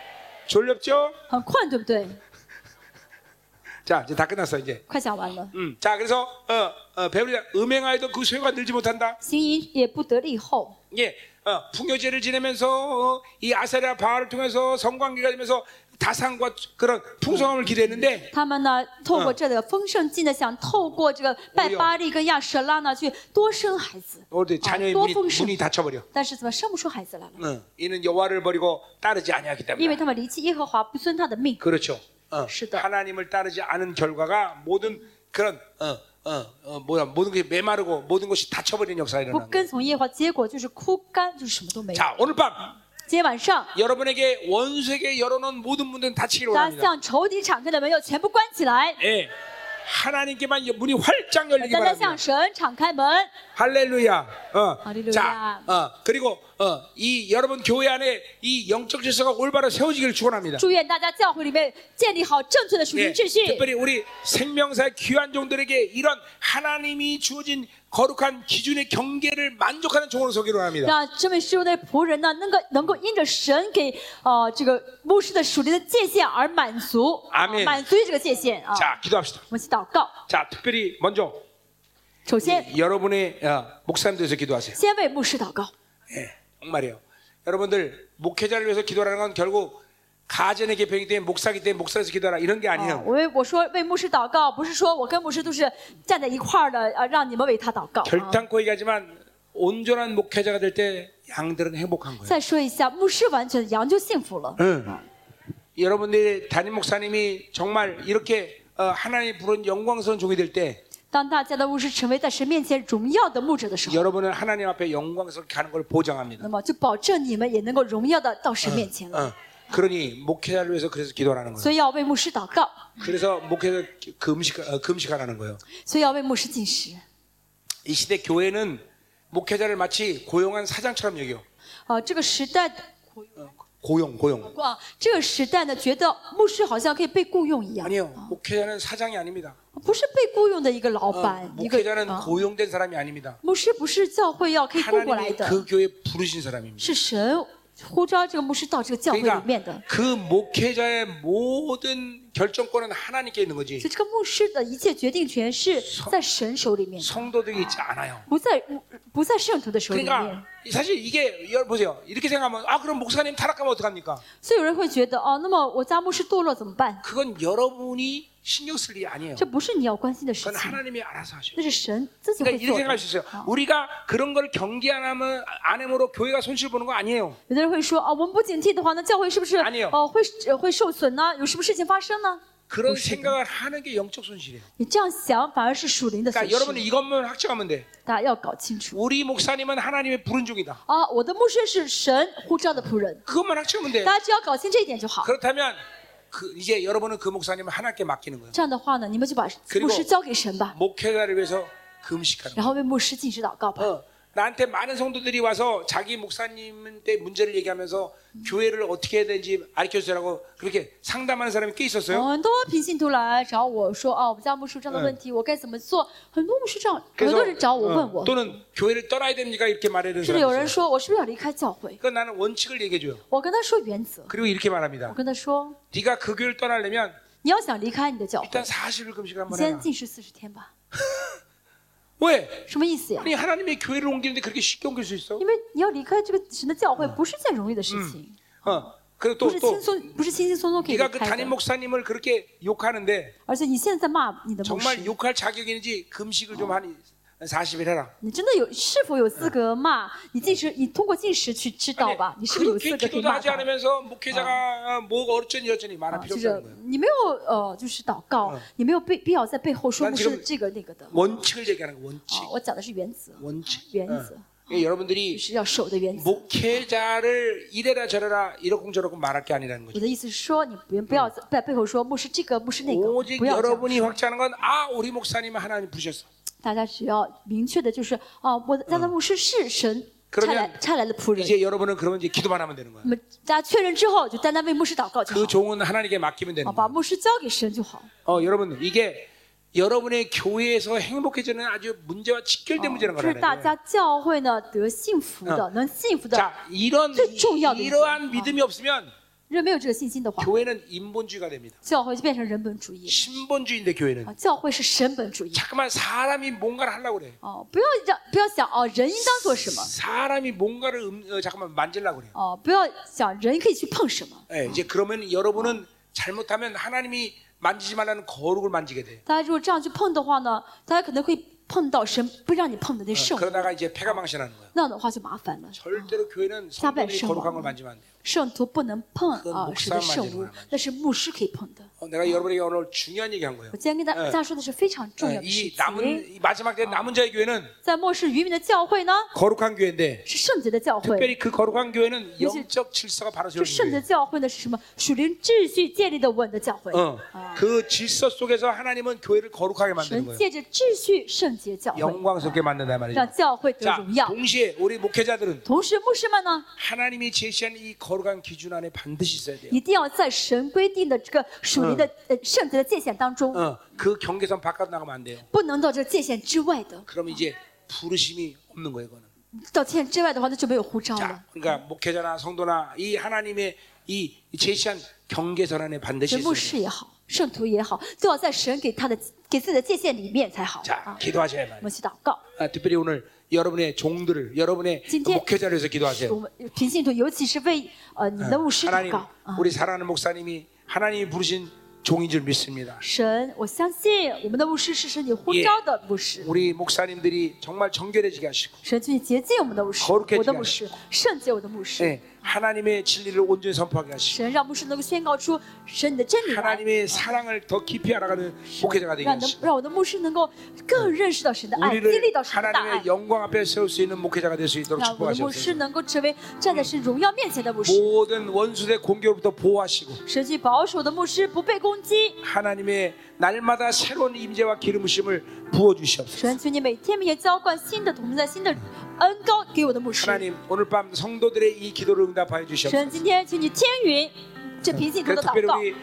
Speaker 1: 졸렵죠?
Speaker 2: 很困，对不对？
Speaker 1: 자, 이제 다 끝났어, 이제.
Speaker 2: 快讲完了。
Speaker 1: 음. 자, 그래서 어, 어, 배우자 음행하여도 그 소유가 늘지 못한다.
Speaker 2: 行淫也不得利后，
Speaker 1: 예. 어, 풍요제를 지내면서 어, 이 아사랴 바알을 통해서 성관계가 되면서 다산과 그런 풍성함을 기대했는데
Speaker 2: 他们呢透过这个丰盛记呢，想透过这个拜巴利跟亚舍拉呢，去多生孩子，
Speaker 1: 어디
Speaker 2: 啊
Speaker 1: 자녀의
Speaker 2: 多
Speaker 1: 문이,
Speaker 2: 丰盛。
Speaker 1: 문이 닫혀버려.
Speaker 2: 但是怎么生不出孩子来了？
Speaker 1: 응. 이는 여호와를 버리고 따르지 아니하기
Speaker 2: 因
Speaker 1: 때문에.
Speaker 2: 为他们离弃耶和华，不遵他的命。
Speaker 1: 그렇죠. 어.
Speaker 2: 시다.
Speaker 1: 하나님을 따르지 않은 결과가 모든 그런 어, 어, 어, 뭐야 모든 것이 메마르고 모든 것이 닫혀버리는 역사가
Speaker 2: 不
Speaker 1: 일어난 거예요.
Speaker 2: 跟从耶和华，结果就是枯干，就是什么都没有。
Speaker 1: 자 오늘 밤
Speaker 2: 今天晚上，
Speaker 1: 여러분에게 원수에게 열어놓은 모든 문은 닫히기를
Speaker 2: 大家
Speaker 1: 원합니다.
Speaker 2: 向仇敌敞开的门要全部关起来，
Speaker 1: 예. 하나님께만 문이 활짝 열리기
Speaker 2: 大家向
Speaker 1: 바랍니다.
Speaker 2: 神敞开门。
Speaker 1: 할렐루야. 어.
Speaker 2: 할렐루야.
Speaker 1: 자, 어, 그리고 어, 이 여러분 교회 안에 이 영적 질서가 올바로 세워지기를 축원합니다.
Speaker 2: 祝愿大家教会里面建立好正确的属灵
Speaker 1: 예,
Speaker 2: 秩序。
Speaker 1: 특별히 우리 생명사의 귀한 종들에게 이런 하나님이 주어진 거룩한 기준의 경계를 만족하는 종으로 서기로 합니다.
Speaker 2: 让这位师傅的仆人呢，能够能够因着神给呃这个牧师的属灵的界限而满足，
Speaker 1: 阿
Speaker 2: 啊
Speaker 1: 门
Speaker 2: 满足于这个界限啊。
Speaker 1: 자, 기도합시다.
Speaker 2: 我们去祷告，
Speaker 1: 자, 특별히 먼저
Speaker 2: 首先
Speaker 1: 여러분의 어, 목사님들에서 기도하세요.
Speaker 2: 先为牧师祷告，
Speaker 1: 예, 정말이에요. 여러분들 목회자를 위해서 기도하는 건 결국 가정의 개편이기 때문에 목사기 때문에 목사에서 기도하라 이런 게
Speaker 2: 啊
Speaker 1: 아니에요.
Speaker 2: 我为我说为牧师祷告，不是说我跟牧师都是站在一块儿的，啊，让你们为他祷告、啊。
Speaker 1: 결단코 얘기하지만 온전한 목회자가 될 때 양들은 행복한 거예요.
Speaker 2: 再说一下，牧师完全羊就幸福了。
Speaker 1: 응. 예. 여러분들이 담임 목사님이 정말 이렇게 어, 하나님 부른 영광스러운 종이 될 때
Speaker 2: 当大家的牧师成为在神面前荣耀的牧者的时候，
Speaker 1: 여러분은 하나님 앞에 영광스럽게 가는 걸 보장합니다.
Speaker 2: 那么就保证你们也能够荣耀的到神面前了。
Speaker 1: 어. 그러니 목회자를 위해서 그래서 기도하는 거예요.
Speaker 2: 所以要为牧师祷告，
Speaker 1: 그래서 목회자 금식 어, 금식하라는 거예요.
Speaker 2: 所以要为牧师进食。
Speaker 1: 이 시대 교회는 목회자를 마치 고용한 사장처럼 여겨.
Speaker 2: 啊，这个时代的
Speaker 1: 고용, 고용.
Speaker 2: 啊，这个时代呢，觉得牧师好像可以被雇佣一样，
Speaker 1: 아니요, 목회자는 사장이 아닙니다.
Speaker 2: 不是被雇佣的一个老
Speaker 1: 어,
Speaker 2: 板，一个
Speaker 1: 呃 목회자는
Speaker 2: 啊
Speaker 1: 고용된 사람이 아닙니다.
Speaker 2: 牧师不是教会要可以雇过来
Speaker 1: 하나님이
Speaker 2: 的，
Speaker 1: 그 교회 부르신 사람입니다.
Speaker 2: 是神呼召这个牧师到这个教会里面的
Speaker 1: 그러니까 。그 목회자의 모든 결정권은 하나님께 있는 거지.
Speaker 2: 所以这个牧师的一切决定权是在神手里面的，
Speaker 1: 성도들이 있지 않아요.
Speaker 2: 不在不在圣徒的手里面
Speaker 1: 그러니까 。 사실 이게 여- 보세요. 이렇게 생각하면 아 그럼 목사님 타락하면 어떡합니까?
Speaker 2: 所以有人会觉得哦，那么我家牧师堕落怎么办？
Speaker 1: 그건 여러분이 신경 쓸 일이 아니에요.
Speaker 2: 这不是你要关心的事
Speaker 1: 그건
Speaker 2: 情，
Speaker 1: 하나님이 알아서 하셔요.
Speaker 2: 那是神自己会
Speaker 1: 그러니까
Speaker 2: 做
Speaker 1: 이렇게
Speaker 2: 的啊
Speaker 1: 생각할 수 。 있어요. 우리가 그런 걸 경계 안 하면 안 함으로 교회가 손실 보는 거 아니에요.
Speaker 2: 有的人会说哦，我们不警惕的话，那教会是不是
Speaker 1: 아니요
Speaker 2: 哦会呃会受损呢？有什么事情发生呢？
Speaker 1: 그런 생각을 하는 게 영적 손실이에요.
Speaker 2: 你这样想反而是属灵的损
Speaker 1: 그러니까 여러분이
Speaker 2: 失。
Speaker 1: 이것만 확정하면 돼.
Speaker 2: 大家要搞清楚
Speaker 1: 우리 목사님은 하나님의 부른 종이다.
Speaker 2: 啊！我的牧师是神呼召的仆人，
Speaker 1: 그것만 확정하면 돼.
Speaker 2: 大家只要搞清这一点就好。
Speaker 1: 그렇다면 그 이제 여러분은 그 목사님을 하나님께 맡기는 거예요.
Speaker 2: 这样的话呢，你们就把
Speaker 1: 그리고
Speaker 2: 牧师交给神吧，
Speaker 1: 목회자를 위해서 금식하는
Speaker 2: 然后为牧师进行祷告吧。
Speaker 1: 거예요. 어, 나한테 많은 성도들이 와서 자기 목사님한테 문제를 얘기하면서 교회를 어떻게 해야 되는지 가르쳐 주라고 그렇게 상담하는 사람이 꽤 있었어요.
Speaker 2: 很多平信徒来找我说啊，我们家牧师有这样的问题，我该怎么做？很多牧师这样，很
Speaker 1: 그래서
Speaker 2: 多人找我
Speaker 1: 어,
Speaker 2: 问我，
Speaker 1: 또는 교회를 떠나야 됩니까 이렇게 말해야 되는
Speaker 2: 甚至有人
Speaker 1: 사람이 있어요.
Speaker 2: 说我是不是要离开教会？
Speaker 1: 그건 나는 원칙을 얘기해 줘요.
Speaker 2: 我跟他说原则，
Speaker 1: 그리고 이렇게
Speaker 2: 我
Speaker 1: 말합니다.
Speaker 2: 跟他说，
Speaker 1: 네가 그 교회를 떠나려면
Speaker 2: 你要想离开你的教会，
Speaker 1: 일단 40일 금식을
Speaker 2: 你
Speaker 1: 한번
Speaker 2: 先
Speaker 1: 해라.
Speaker 2: 禁食四十天吧。
Speaker 1: 왜?
Speaker 2: 什么意思呀？
Speaker 1: 아니 하나님의 교회를 옮기는데 그렇게 쉽게 옮길 수 있어?
Speaker 2: 因为你要离开这个神的教会，不是件容易的事情，
Speaker 1: 어. 그리고
Speaker 2: 不是
Speaker 1: 또
Speaker 2: 轻
Speaker 1: 또
Speaker 2: 松，不是轻轻松松可以离
Speaker 1: 네가 그
Speaker 2: 开
Speaker 1: 담임
Speaker 2: 的。
Speaker 1: 목사님을 그렇게 욕하는데
Speaker 2: 而且你现在骂你的牧
Speaker 1: 정말
Speaker 2: 师，
Speaker 1: 욕할 자격이 있는지 금식을 좀 하니 40일 해라.
Speaker 2: 你真的有是否有资格骂？你禁食，你通过禁食去知道
Speaker 1: 아니,
Speaker 2: 吧？你是不是有
Speaker 1: 그렇게
Speaker 2: 资格可以
Speaker 1: 기도도
Speaker 2: 骂
Speaker 1: 하지 아,
Speaker 2: 他？
Speaker 1: 않으면서 목회자가 뭐가 어쩌니 어쩌니
Speaker 2: 啊，
Speaker 1: 말할
Speaker 2: 就
Speaker 1: 필요
Speaker 2: 是
Speaker 1: 없다는 거예요.
Speaker 2: 你没有呃，就是祷告，你没有必必要在背后说
Speaker 1: 난
Speaker 2: 牧
Speaker 1: 지금
Speaker 2: 师这个那个的。啊，
Speaker 1: 원칙을 얘기하는 거예요. 원칙.
Speaker 2: 我讲的是嗯原则，
Speaker 1: 원칙.
Speaker 2: 原
Speaker 1: 어.
Speaker 2: 则
Speaker 1: 그러니까
Speaker 2: 就
Speaker 1: 여러분들이
Speaker 2: 是要守的原则。
Speaker 1: 목회자를 이래라 저래라 이러쿵저러쿵 말할 게 아니라는 거죠.
Speaker 2: 我的意思是说，你不不要在在背后说牧师这个，牧师那个，
Speaker 1: 오직
Speaker 2: 不要这样
Speaker 1: 여러분이 확증하는 건 아 우리 목사님은 하나님 부셨어.
Speaker 2: 大家只要明确的就是，哦、我的家的牧师是神
Speaker 1: 그러면
Speaker 2: 差来差来的仆人。
Speaker 1: 이제 여러분은 그러면 이제 기도만 하면 되는 거야.
Speaker 2: 那么大家确认之后，就单单为牧师祷告就
Speaker 1: 그
Speaker 2: 好，
Speaker 1: 종은 하나님께 맡기면
Speaker 2: 啊
Speaker 1: 되는
Speaker 2: 把
Speaker 1: 거야.
Speaker 2: 牧师交给神就好。
Speaker 1: 어, 여러분 이게 여러분의 교회에서 행복해지는 아주 문제와 직결된
Speaker 2: 这
Speaker 1: 문제라는
Speaker 2: 是
Speaker 1: 거라는
Speaker 2: 大
Speaker 1: 거예요.
Speaker 2: 家教会呢得幸福的，能幸福的。
Speaker 1: 자, 이런
Speaker 2: 그 중요하다,
Speaker 1: 이러한
Speaker 2: 이거.
Speaker 1: 믿음이 없으면
Speaker 2: 如果没有这个信心的话，
Speaker 1: 교회는 인본주의가 됩니다.
Speaker 2: 教会就变成人本主义
Speaker 1: 신본주의인데 교회는
Speaker 2: 啊！教会是神本主义
Speaker 1: 잠깐만 사람이 뭔가를 하려고 그래.
Speaker 2: 哦，不要让不要想哦，人应当做什么
Speaker 1: 사람이 뭔가를 음, 어, 잠깐만 만질려고 그래. 요
Speaker 2: 哦，不要想人可以去碰什么。
Speaker 1: 예, 이제 그러면 여러분은 잘못하면 하나님이 만지지 말라는 거룩을 만지게 돼. 요
Speaker 2: 大家如果这样去碰的话呢，大家可能会碰到神不让你碰的那圣物，
Speaker 1: 그러다가 이제 패가 망신하는 거야.
Speaker 2: 那样的话就麻烦了。
Speaker 1: 절대로 교회는
Speaker 2: 사발
Speaker 1: 성도들이
Speaker 2: 성화.
Speaker 1: 거룩한 걸 만지면 안 돼. 요
Speaker 2: 圣徒不能碰
Speaker 1: 和
Speaker 2: 啊
Speaker 1: 牧师
Speaker 2: 神的
Speaker 1: 만지는
Speaker 2: 圣
Speaker 1: 거
Speaker 2: 物
Speaker 1: 야 ，
Speaker 2: 那是牧师可以碰的。
Speaker 1: 어, 내가 여러분에게 오늘 중요한 얘기한 거예요.
Speaker 2: 我今天跟
Speaker 1: 嗯
Speaker 2: 大家说的是非常重要
Speaker 1: 어,
Speaker 2: 的
Speaker 1: 이
Speaker 2: 事情
Speaker 1: 남은 。이 마지막 때 남은 자의 교회는
Speaker 2: 在末世渔民的教会呢，
Speaker 1: 거룩한 교회인데
Speaker 2: 是圣洁的教会。
Speaker 1: 특별히 그 거룩한 교회는
Speaker 2: 이제-
Speaker 1: 영적 질서가 바로 세우는
Speaker 2: 这圣洁的
Speaker 1: 교회.
Speaker 2: 教会呢是什么？属灵秩序建立的稳的教会。
Speaker 1: 어,
Speaker 2: 啊，
Speaker 1: 그 질서 속에서 하나님은 교회를 거룩하게 만드는
Speaker 2: 神
Speaker 1: 거예요.
Speaker 2: 借着秩序圣洁教会，
Speaker 1: 영광스럽게 만든다 이 말이죠.
Speaker 2: 让教会得
Speaker 1: 자,
Speaker 2: 荣耀。
Speaker 1: 동시에 우리 목회자들은
Speaker 2: 同时，牧师们呢，
Speaker 1: 하나님이 제시한 이 거룩한 기준 안에 반드시 있어야 돼요.
Speaker 2: 一定要在神规定的这个属灵的
Speaker 1: 嗯
Speaker 2: 呃圣洁的界限当中，
Speaker 1: 어, 그 경계선 바깥 나가면 안 돼요.
Speaker 2: 不能到这个界限之外的。
Speaker 1: 그럼 이제 부르심이 없는 거예요, 그거는.
Speaker 2: 到界限之外的话，那就没有呼召
Speaker 1: 자,
Speaker 2: 了。
Speaker 1: 그러니까 목회자나 성도나 이 하나님의 이 제시한 경계선 안에
Speaker 2: 所
Speaker 1: 반드시
Speaker 2: 以
Speaker 1: 있어야
Speaker 2: 牧
Speaker 1: 돼요.
Speaker 2: 师也好，圣徒也好，都要在神给他的给自己的界限里面才好。
Speaker 1: 자,
Speaker 2: 啊，
Speaker 1: 기도하셔야 말이에요.
Speaker 2: 我们去祷告。
Speaker 1: 아, 특별히 오늘 여러분의 종들을 여러분의 그
Speaker 2: 진짜-
Speaker 1: 목회자를 위해서
Speaker 2: 我
Speaker 1: 기도하세요. 아,
Speaker 2: 们平信徒，尤其是为呃你们的牧师祷
Speaker 1: 하나님
Speaker 2: 告啊。
Speaker 1: 우리 사랑하는 목사님이 하나님이 부르신 종인 줄 믿습니다.
Speaker 2: 神，我相信我们的牧师是神你呼
Speaker 1: 예
Speaker 2: 召的牧师。
Speaker 1: 우리 목사님들이 정말 정결해지게 하시고
Speaker 2: 神去洁净我们的牧师，
Speaker 1: 거룩해지게
Speaker 2: 我的牧师，圣洁我的牧师。
Speaker 1: 예, 하나님의 진리를 온전히 선포하게 하시고
Speaker 2: 神让牧师能够宣告出神你的真理来，
Speaker 1: 하나님의 사랑을 더 깊이 알아가는 목회자가 되게
Speaker 2: 让能
Speaker 1: 하시고
Speaker 2: 让我的牧师能够更认识到嗯神的
Speaker 1: 아,
Speaker 2: 爱，经历
Speaker 1: 우리를
Speaker 2: 到神的大
Speaker 1: 하나님의 ，
Speaker 2: 爱
Speaker 1: 영광 앞에 세울 수 있는 목회자가 될 수 있도록
Speaker 2: 让我的牧师
Speaker 1: 축복하셨습니다.
Speaker 2: 能够成为站在神荣耀面前的牧师。
Speaker 1: 모든 원수의 공격으로부터 보호하시고
Speaker 2: 神去保守我的牧师不被攻击，
Speaker 1: 하나님의 날마다 새로운 임재와 기름부심을 부어 주시옵소서.
Speaker 2: 神求你每天每天浇灌新的同在、新的恩高给我的牧师。
Speaker 1: 하나님 오늘 밤 성도들의 이 기도를 응답하여
Speaker 2: 神
Speaker 1: 주시옵소서.
Speaker 2: 今天请你天云这平信徒
Speaker 1: 그
Speaker 2: 的祷
Speaker 1: 특별히
Speaker 2: 告。
Speaker 1: 우리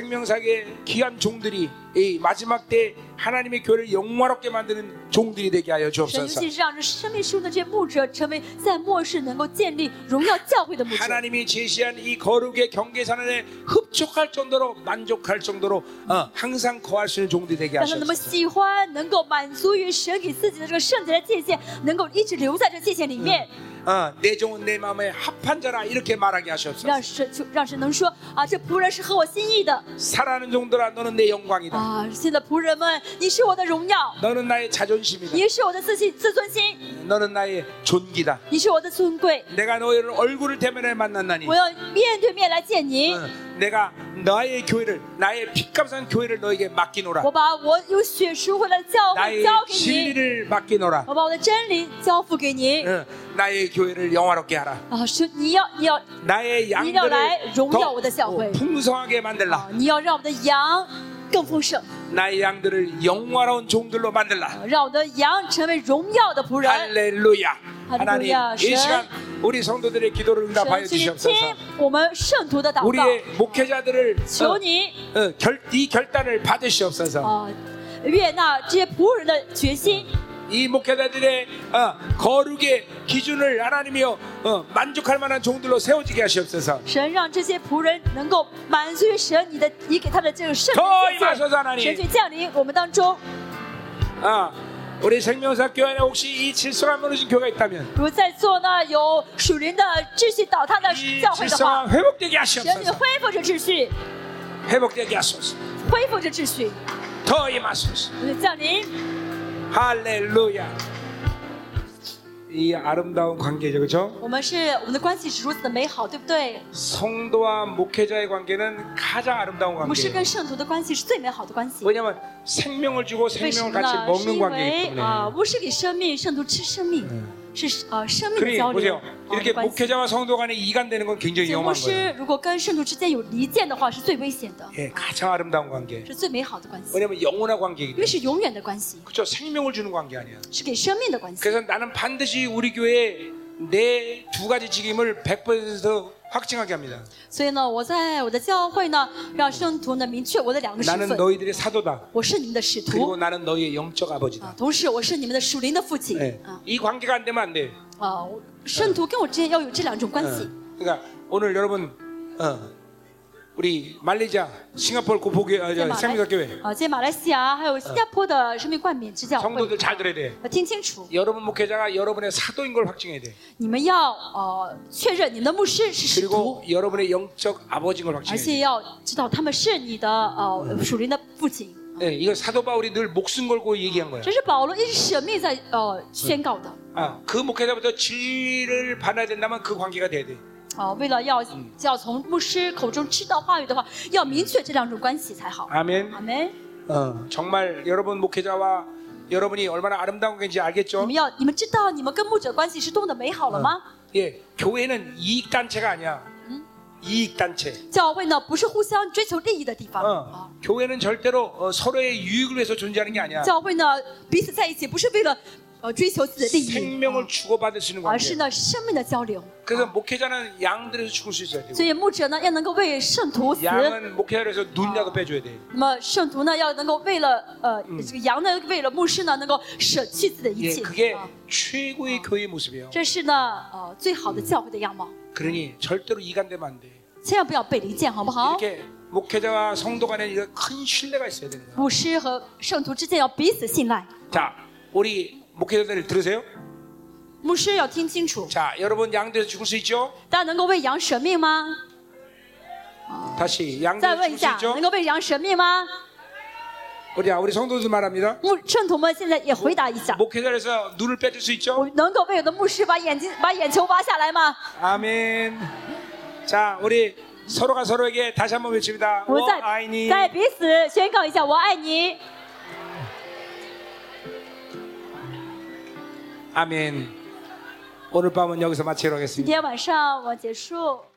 Speaker 1: 생명사의 귀한 종들이 이 마지막 때 하나님의 교회를 영화롭게 만드는 종들이 되게 하여
Speaker 2: 神，尤
Speaker 1: 주옵소서.
Speaker 2: 其是让这生命树的这些牧者成为在末世能够建立荣耀教会的牧者。
Speaker 1: 하나님이 제시한 이 거룩의 경계선에 흡족할 정도로 만족할 정도로 어, 항상 거할 수 있는 종들이 되게
Speaker 2: 让他们能够
Speaker 1: 하셨습니다.
Speaker 2: 喜欢，能够满足于神给自己的这个圣洁的界限，能够一直留在这界限里面，
Speaker 1: 어, 내 종은 내 마음에 합한 자라 이렇게 말하게 하셨소서.
Speaker 2: 让神就让神能说啊，这仆人是合我心意的
Speaker 1: 사랑하는 종들아 너는 내 영광이다.
Speaker 2: 啊，现在仆人们，你是我的荣耀，
Speaker 1: 너는 나의 자존심이다.
Speaker 2: 你是我的自信自尊心，
Speaker 1: 너는 나의 존귀다.
Speaker 2: 你是我的尊贵，
Speaker 1: 내가 너희를 얼굴을 대면해 만났나니
Speaker 2: 我要面对面来见你，
Speaker 1: 어, 내가 나의 교회를 나의 핏값한 교회를 너에게赎맡기노라.
Speaker 2: 我把我有血赎回来的教会
Speaker 1: 나의
Speaker 2: 交给你，嗯
Speaker 1: 진리를 맡기노라.
Speaker 2: 我把我的真理交付给你
Speaker 1: 어, 나의 교회를 영화롭게 하라.
Speaker 2: 啊，是你要你要
Speaker 1: 나의 양들을
Speaker 2: 你要来荣耀我的教会。
Speaker 1: 더 어, 풍성하게
Speaker 2: 啊
Speaker 1: 만들라. ，
Speaker 2: 你要让我们的羊更丰盛。
Speaker 1: 어. 나의 양들을 영화로운 종들로 만들라.
Speaker 2: 让我的羊成为荣耀的仆人。
Speaker 1: 할렐루야. 네. 하나님,
Speaker 2: 할렐루야,
Speaker 1: 이
Speaker 2: 신.
Speaker 1: 시간 우리 성도들의 기도를 응답하여
Speaker 2: 神，请你听
Speaker 1: 주시옵소서.
Speaker 2: 我们圣徒的祷告，
Speaker 1: 우리의 목회자들을
Speaker 2: 求你
Speaker 1: 어, 어, 결, 이 결단을 받으시옵소서.
Speaker 2: 啊、悦纳这些仆人的决心，
Speaker 1: 이 목회자들의 어, 거룩의 기준을 하나님이여 어, 만족할 만한 종들로 세워지게 하시옵소서.
Speaker 2: 神让这些仆人能够满足于神你的你给他们的这个圣
Speaker 1: 더임하소서하나
Speaker 2: 的
Speaker 1: 님
Speaker 2: 界限，神去降临我们当中。
Speaker 1: 아, 우리 생명사 교회 안에 혹시 이 질서가 무너진 교회가 있다면
Speaker 2: 如在座呢有属灵的秩序倒塌的
Speaker 1: 이
Speaker 2: 教会的
Speaker 1: 질서가
Speaker 2: 话，
Speaker 1: 회복되게
Speaker 2: 神你
Speaker 1: 하시옵소서.
Speaker 2: 恢复这秩序，
Speaker 1: 회복되게 하소서.
Speaker 2: 恢复这秩序，
Speaker 1: 더임하소서
Speaker 2: 神降临。
Speaker 1: 할렐루야. 이 아름다운 관계죠, 그렇죠?
Speaker 2: 我们是我们的关系是如此的美好，对不对？
Speaker 1: 성도와 목회자의 관계는 가장 아름다운
Speaker 2: 牧师
Speaker 1: 관계예요.
Speaker 2: 跟圣徒的关系是最美好的关系。
Speaker 1: 왜냐하면 생명을 주고
Speaker 2: 为什么
Speaker 1: 생명을 같이
Speaker 2: 呢？是
Speaker 1: 먹는
Speaker 2: 因为
Speaker 1: 관계이기
Speaker 2: 啊，
Speaker 1: 때문에.
Speaker 2: 牧师给生命，圣徒吃生命，是呃生命的
Speaker 1: 그러니
Speaker 2: 交流
Speaker 1: 보세요.
Speaker 2: 啊
Speaker 1: 이렇게
Speaker 2: 关系。
Speaker 1: 목회자와 성도 간에 이간되는 건 굉장히
Speaker 2: 所以牧
Speaker 1: 위험한 거예요.
Speaker 2: 师如果跟圣徒之间有离间的话，是最危险的，
Speaker 1: 예, 가장 아름다운 관계.
Speaker 2: 是最美好的关系，
Speaker 1: 왜냐면 영원한 관계이기
Speaker 2: 因为
Speaker 1: 때문에.
Speaker 2: 是永远的关系，
Speaker 1: 그렇죠. 생명을 주는 관계 아니야.
Speaker 2: 是给生命的关系。
Speaker 1: 그래서 나는 반드시 우리 교회에 내 두 가지 직임을 100% 확증하게 합니다.
Speaker 2: 所以呢，我在我的教会呢，让圣徒呢明确我的两个身
Speaker 1: 나는
Speaker 2: 份，
Speaker 1: 너희들의 사도다.
Speaker 2: 我是你们的使
Speaker 1: 그리고
Speaker 2: 徒
Speaker 1: 나는 너희의 영적
Speaker 2: 啊
Speaker 1: 뭐? 아버지다. ，
Speaker 2: 同时我是你们的属灵的父亲
Speaker 1: 예.
Speaker 2: 啊
Speaker 1: 이 관계가 안 되면 안 돼.
Speaker 2: 啊，我圣徒跟我之间要有这两种关
Speaker 1: 어.
Speaker 2: 系。
Speaker 1: 그러니까 오늘 여러분 어, 우리 말레이시아, 싱가포르 고포교회, 아,
Speaker 2: 在马
Speaker 1: 저,
Speaker 2: 来
Speaker 1: 생명사 교회
Speaker 2: 啊，在马来西亚还有新加坡的生命冠冕之教会
Speaker 1: 성도들 ，잘 들어야 돼.
Speaker 2: 要听清楚。
Speaker 1: 여러분 목회자가 여러분의 사도인 걸 확증해야 돼.
Speaker 2: 你们要呃确认你们的牧师是使
Speaker 1: 그리고 ，
Speaker 2: 徒
Speaker 1: 여러분의 영적 아버지인 걸
Speaker 2: 而
Speaker 1: 확증해야 돼.
Speaker 2: 且要知道他们是你的呃属灵的父亲。
Speaker 1: 예, 이거 사도 바울이 늘 목숨 걸고 얘기한 거야.
Speaker 2: 这是保罗一直舍命在呃宣告的
Speaker 1: 아, 그 목회자부터 진리를 받아야 된다면 그 관계가 돼야 돼.
Speaker 2: 啊、为了要要从牧师口中吃到话语的话，要明确这两种关系才好。
Speaker 1: 아멘.
Speaker 2: 阿门。
Speaker 1: 어, 정말 여러분 목회자와 여러분이 얼마나 아름다운 건지
Speaker 2: 你
Speaker 1: 알겠죠?
Speaker 2: 们要你们知道你们跟牧者关系是多么的美好了吗？
Speaker 1: 예, 교회는 이익 단체가 아니야. 이익 단체.
Speaker 2: 教会呢不是互相追求利益的地方
Speaker 1: 어,
Speaker 2: 啊、
Speaker 1: 교회는 절대로 어, 서로의 유익을 위해서 존재하는 게 아니야.
Speaker 2: 教会呢彼此在一起不是为了呃追求自己的利益，
Speaker 1: 생명을 주고받을 수 있는
Speaker 2: 而是
Speaker 1: 관계.
Speaker 2: 呢生命的交流。
Speaker 1: 그래서 목회자는 양들에서 죽을 수 있어야 되고,
Speaker 2: 所以牧者呢要能够为圣徒死，
Speaker 1: 양은 목회자로서 눈이라도 빼줘야 돼.
Speaker 2: 那么圣徒呢要能够为了呃这个羊呢为了牧师呢能够舍弃自己的一
Speaker 1: 예,
Speaker 2: 切，
Speaker 1: 그게
Speaker 2: 啊
Speaker 1: 최고의 교회의 모습이에요.
Speaker 2: 这是呢呃最好的教会的样貌，
Speaker 1: 그러니 절대로 이간되면 안 돼.
Speaker 2: 千万不要被离间，好不好？
Speaker 1: 이렇게 목회자와 성도 간에 이거 큰 신뢰가 있어야 되는 거예요.
Speaker 2: 牧师和圣徒之间要彼此信赖。
Speaker 1: 자, 우리 목회자들 들으세요.
Speaker 2: 牧师要听清楚，
Speaker 1: 자, 여러분 양대에서 죽을 수 있죠?
Speaker 2: 大家能够为羊舍命吗？
Speaker 1: 다시
Speaker 2: 再
Speaker 1: 양대에서
Speaker 2: 问一
Speaker 1: 죽을 수
Speaker 2: 下，
Speaker 1: 있죠?
Speaker 2: 能够为羊舍命吗？
Speaker 1: 우리 우리 성도들 말합니다.
Speaker 2: 牧圣徒们现在也回答一下，
Speaker 1: 목회자에서 눈을 빼줄 수
Speaker 2: 我
Speaker 1: 있죠?
Speaker 2: 能够为我的牧师把眼睛把眼球挖下来吗？
Speaker 1: 아멘. 자, 우리 서로가 서로에게 다시 한번 외칩니다.
Speaker 2: 我们
Speaker 1: 워
Speaker 2: 再
Speaker 1: 아이니.
Speaker 2: 再彼此宣告一下，我爱你。
Speaker 1: 아멘. 오늘 밤은 여기서 마치도록
Speaker 2: 今
Speaker 1: 하겠습니다.
Speaker 2: 天晚上我结束。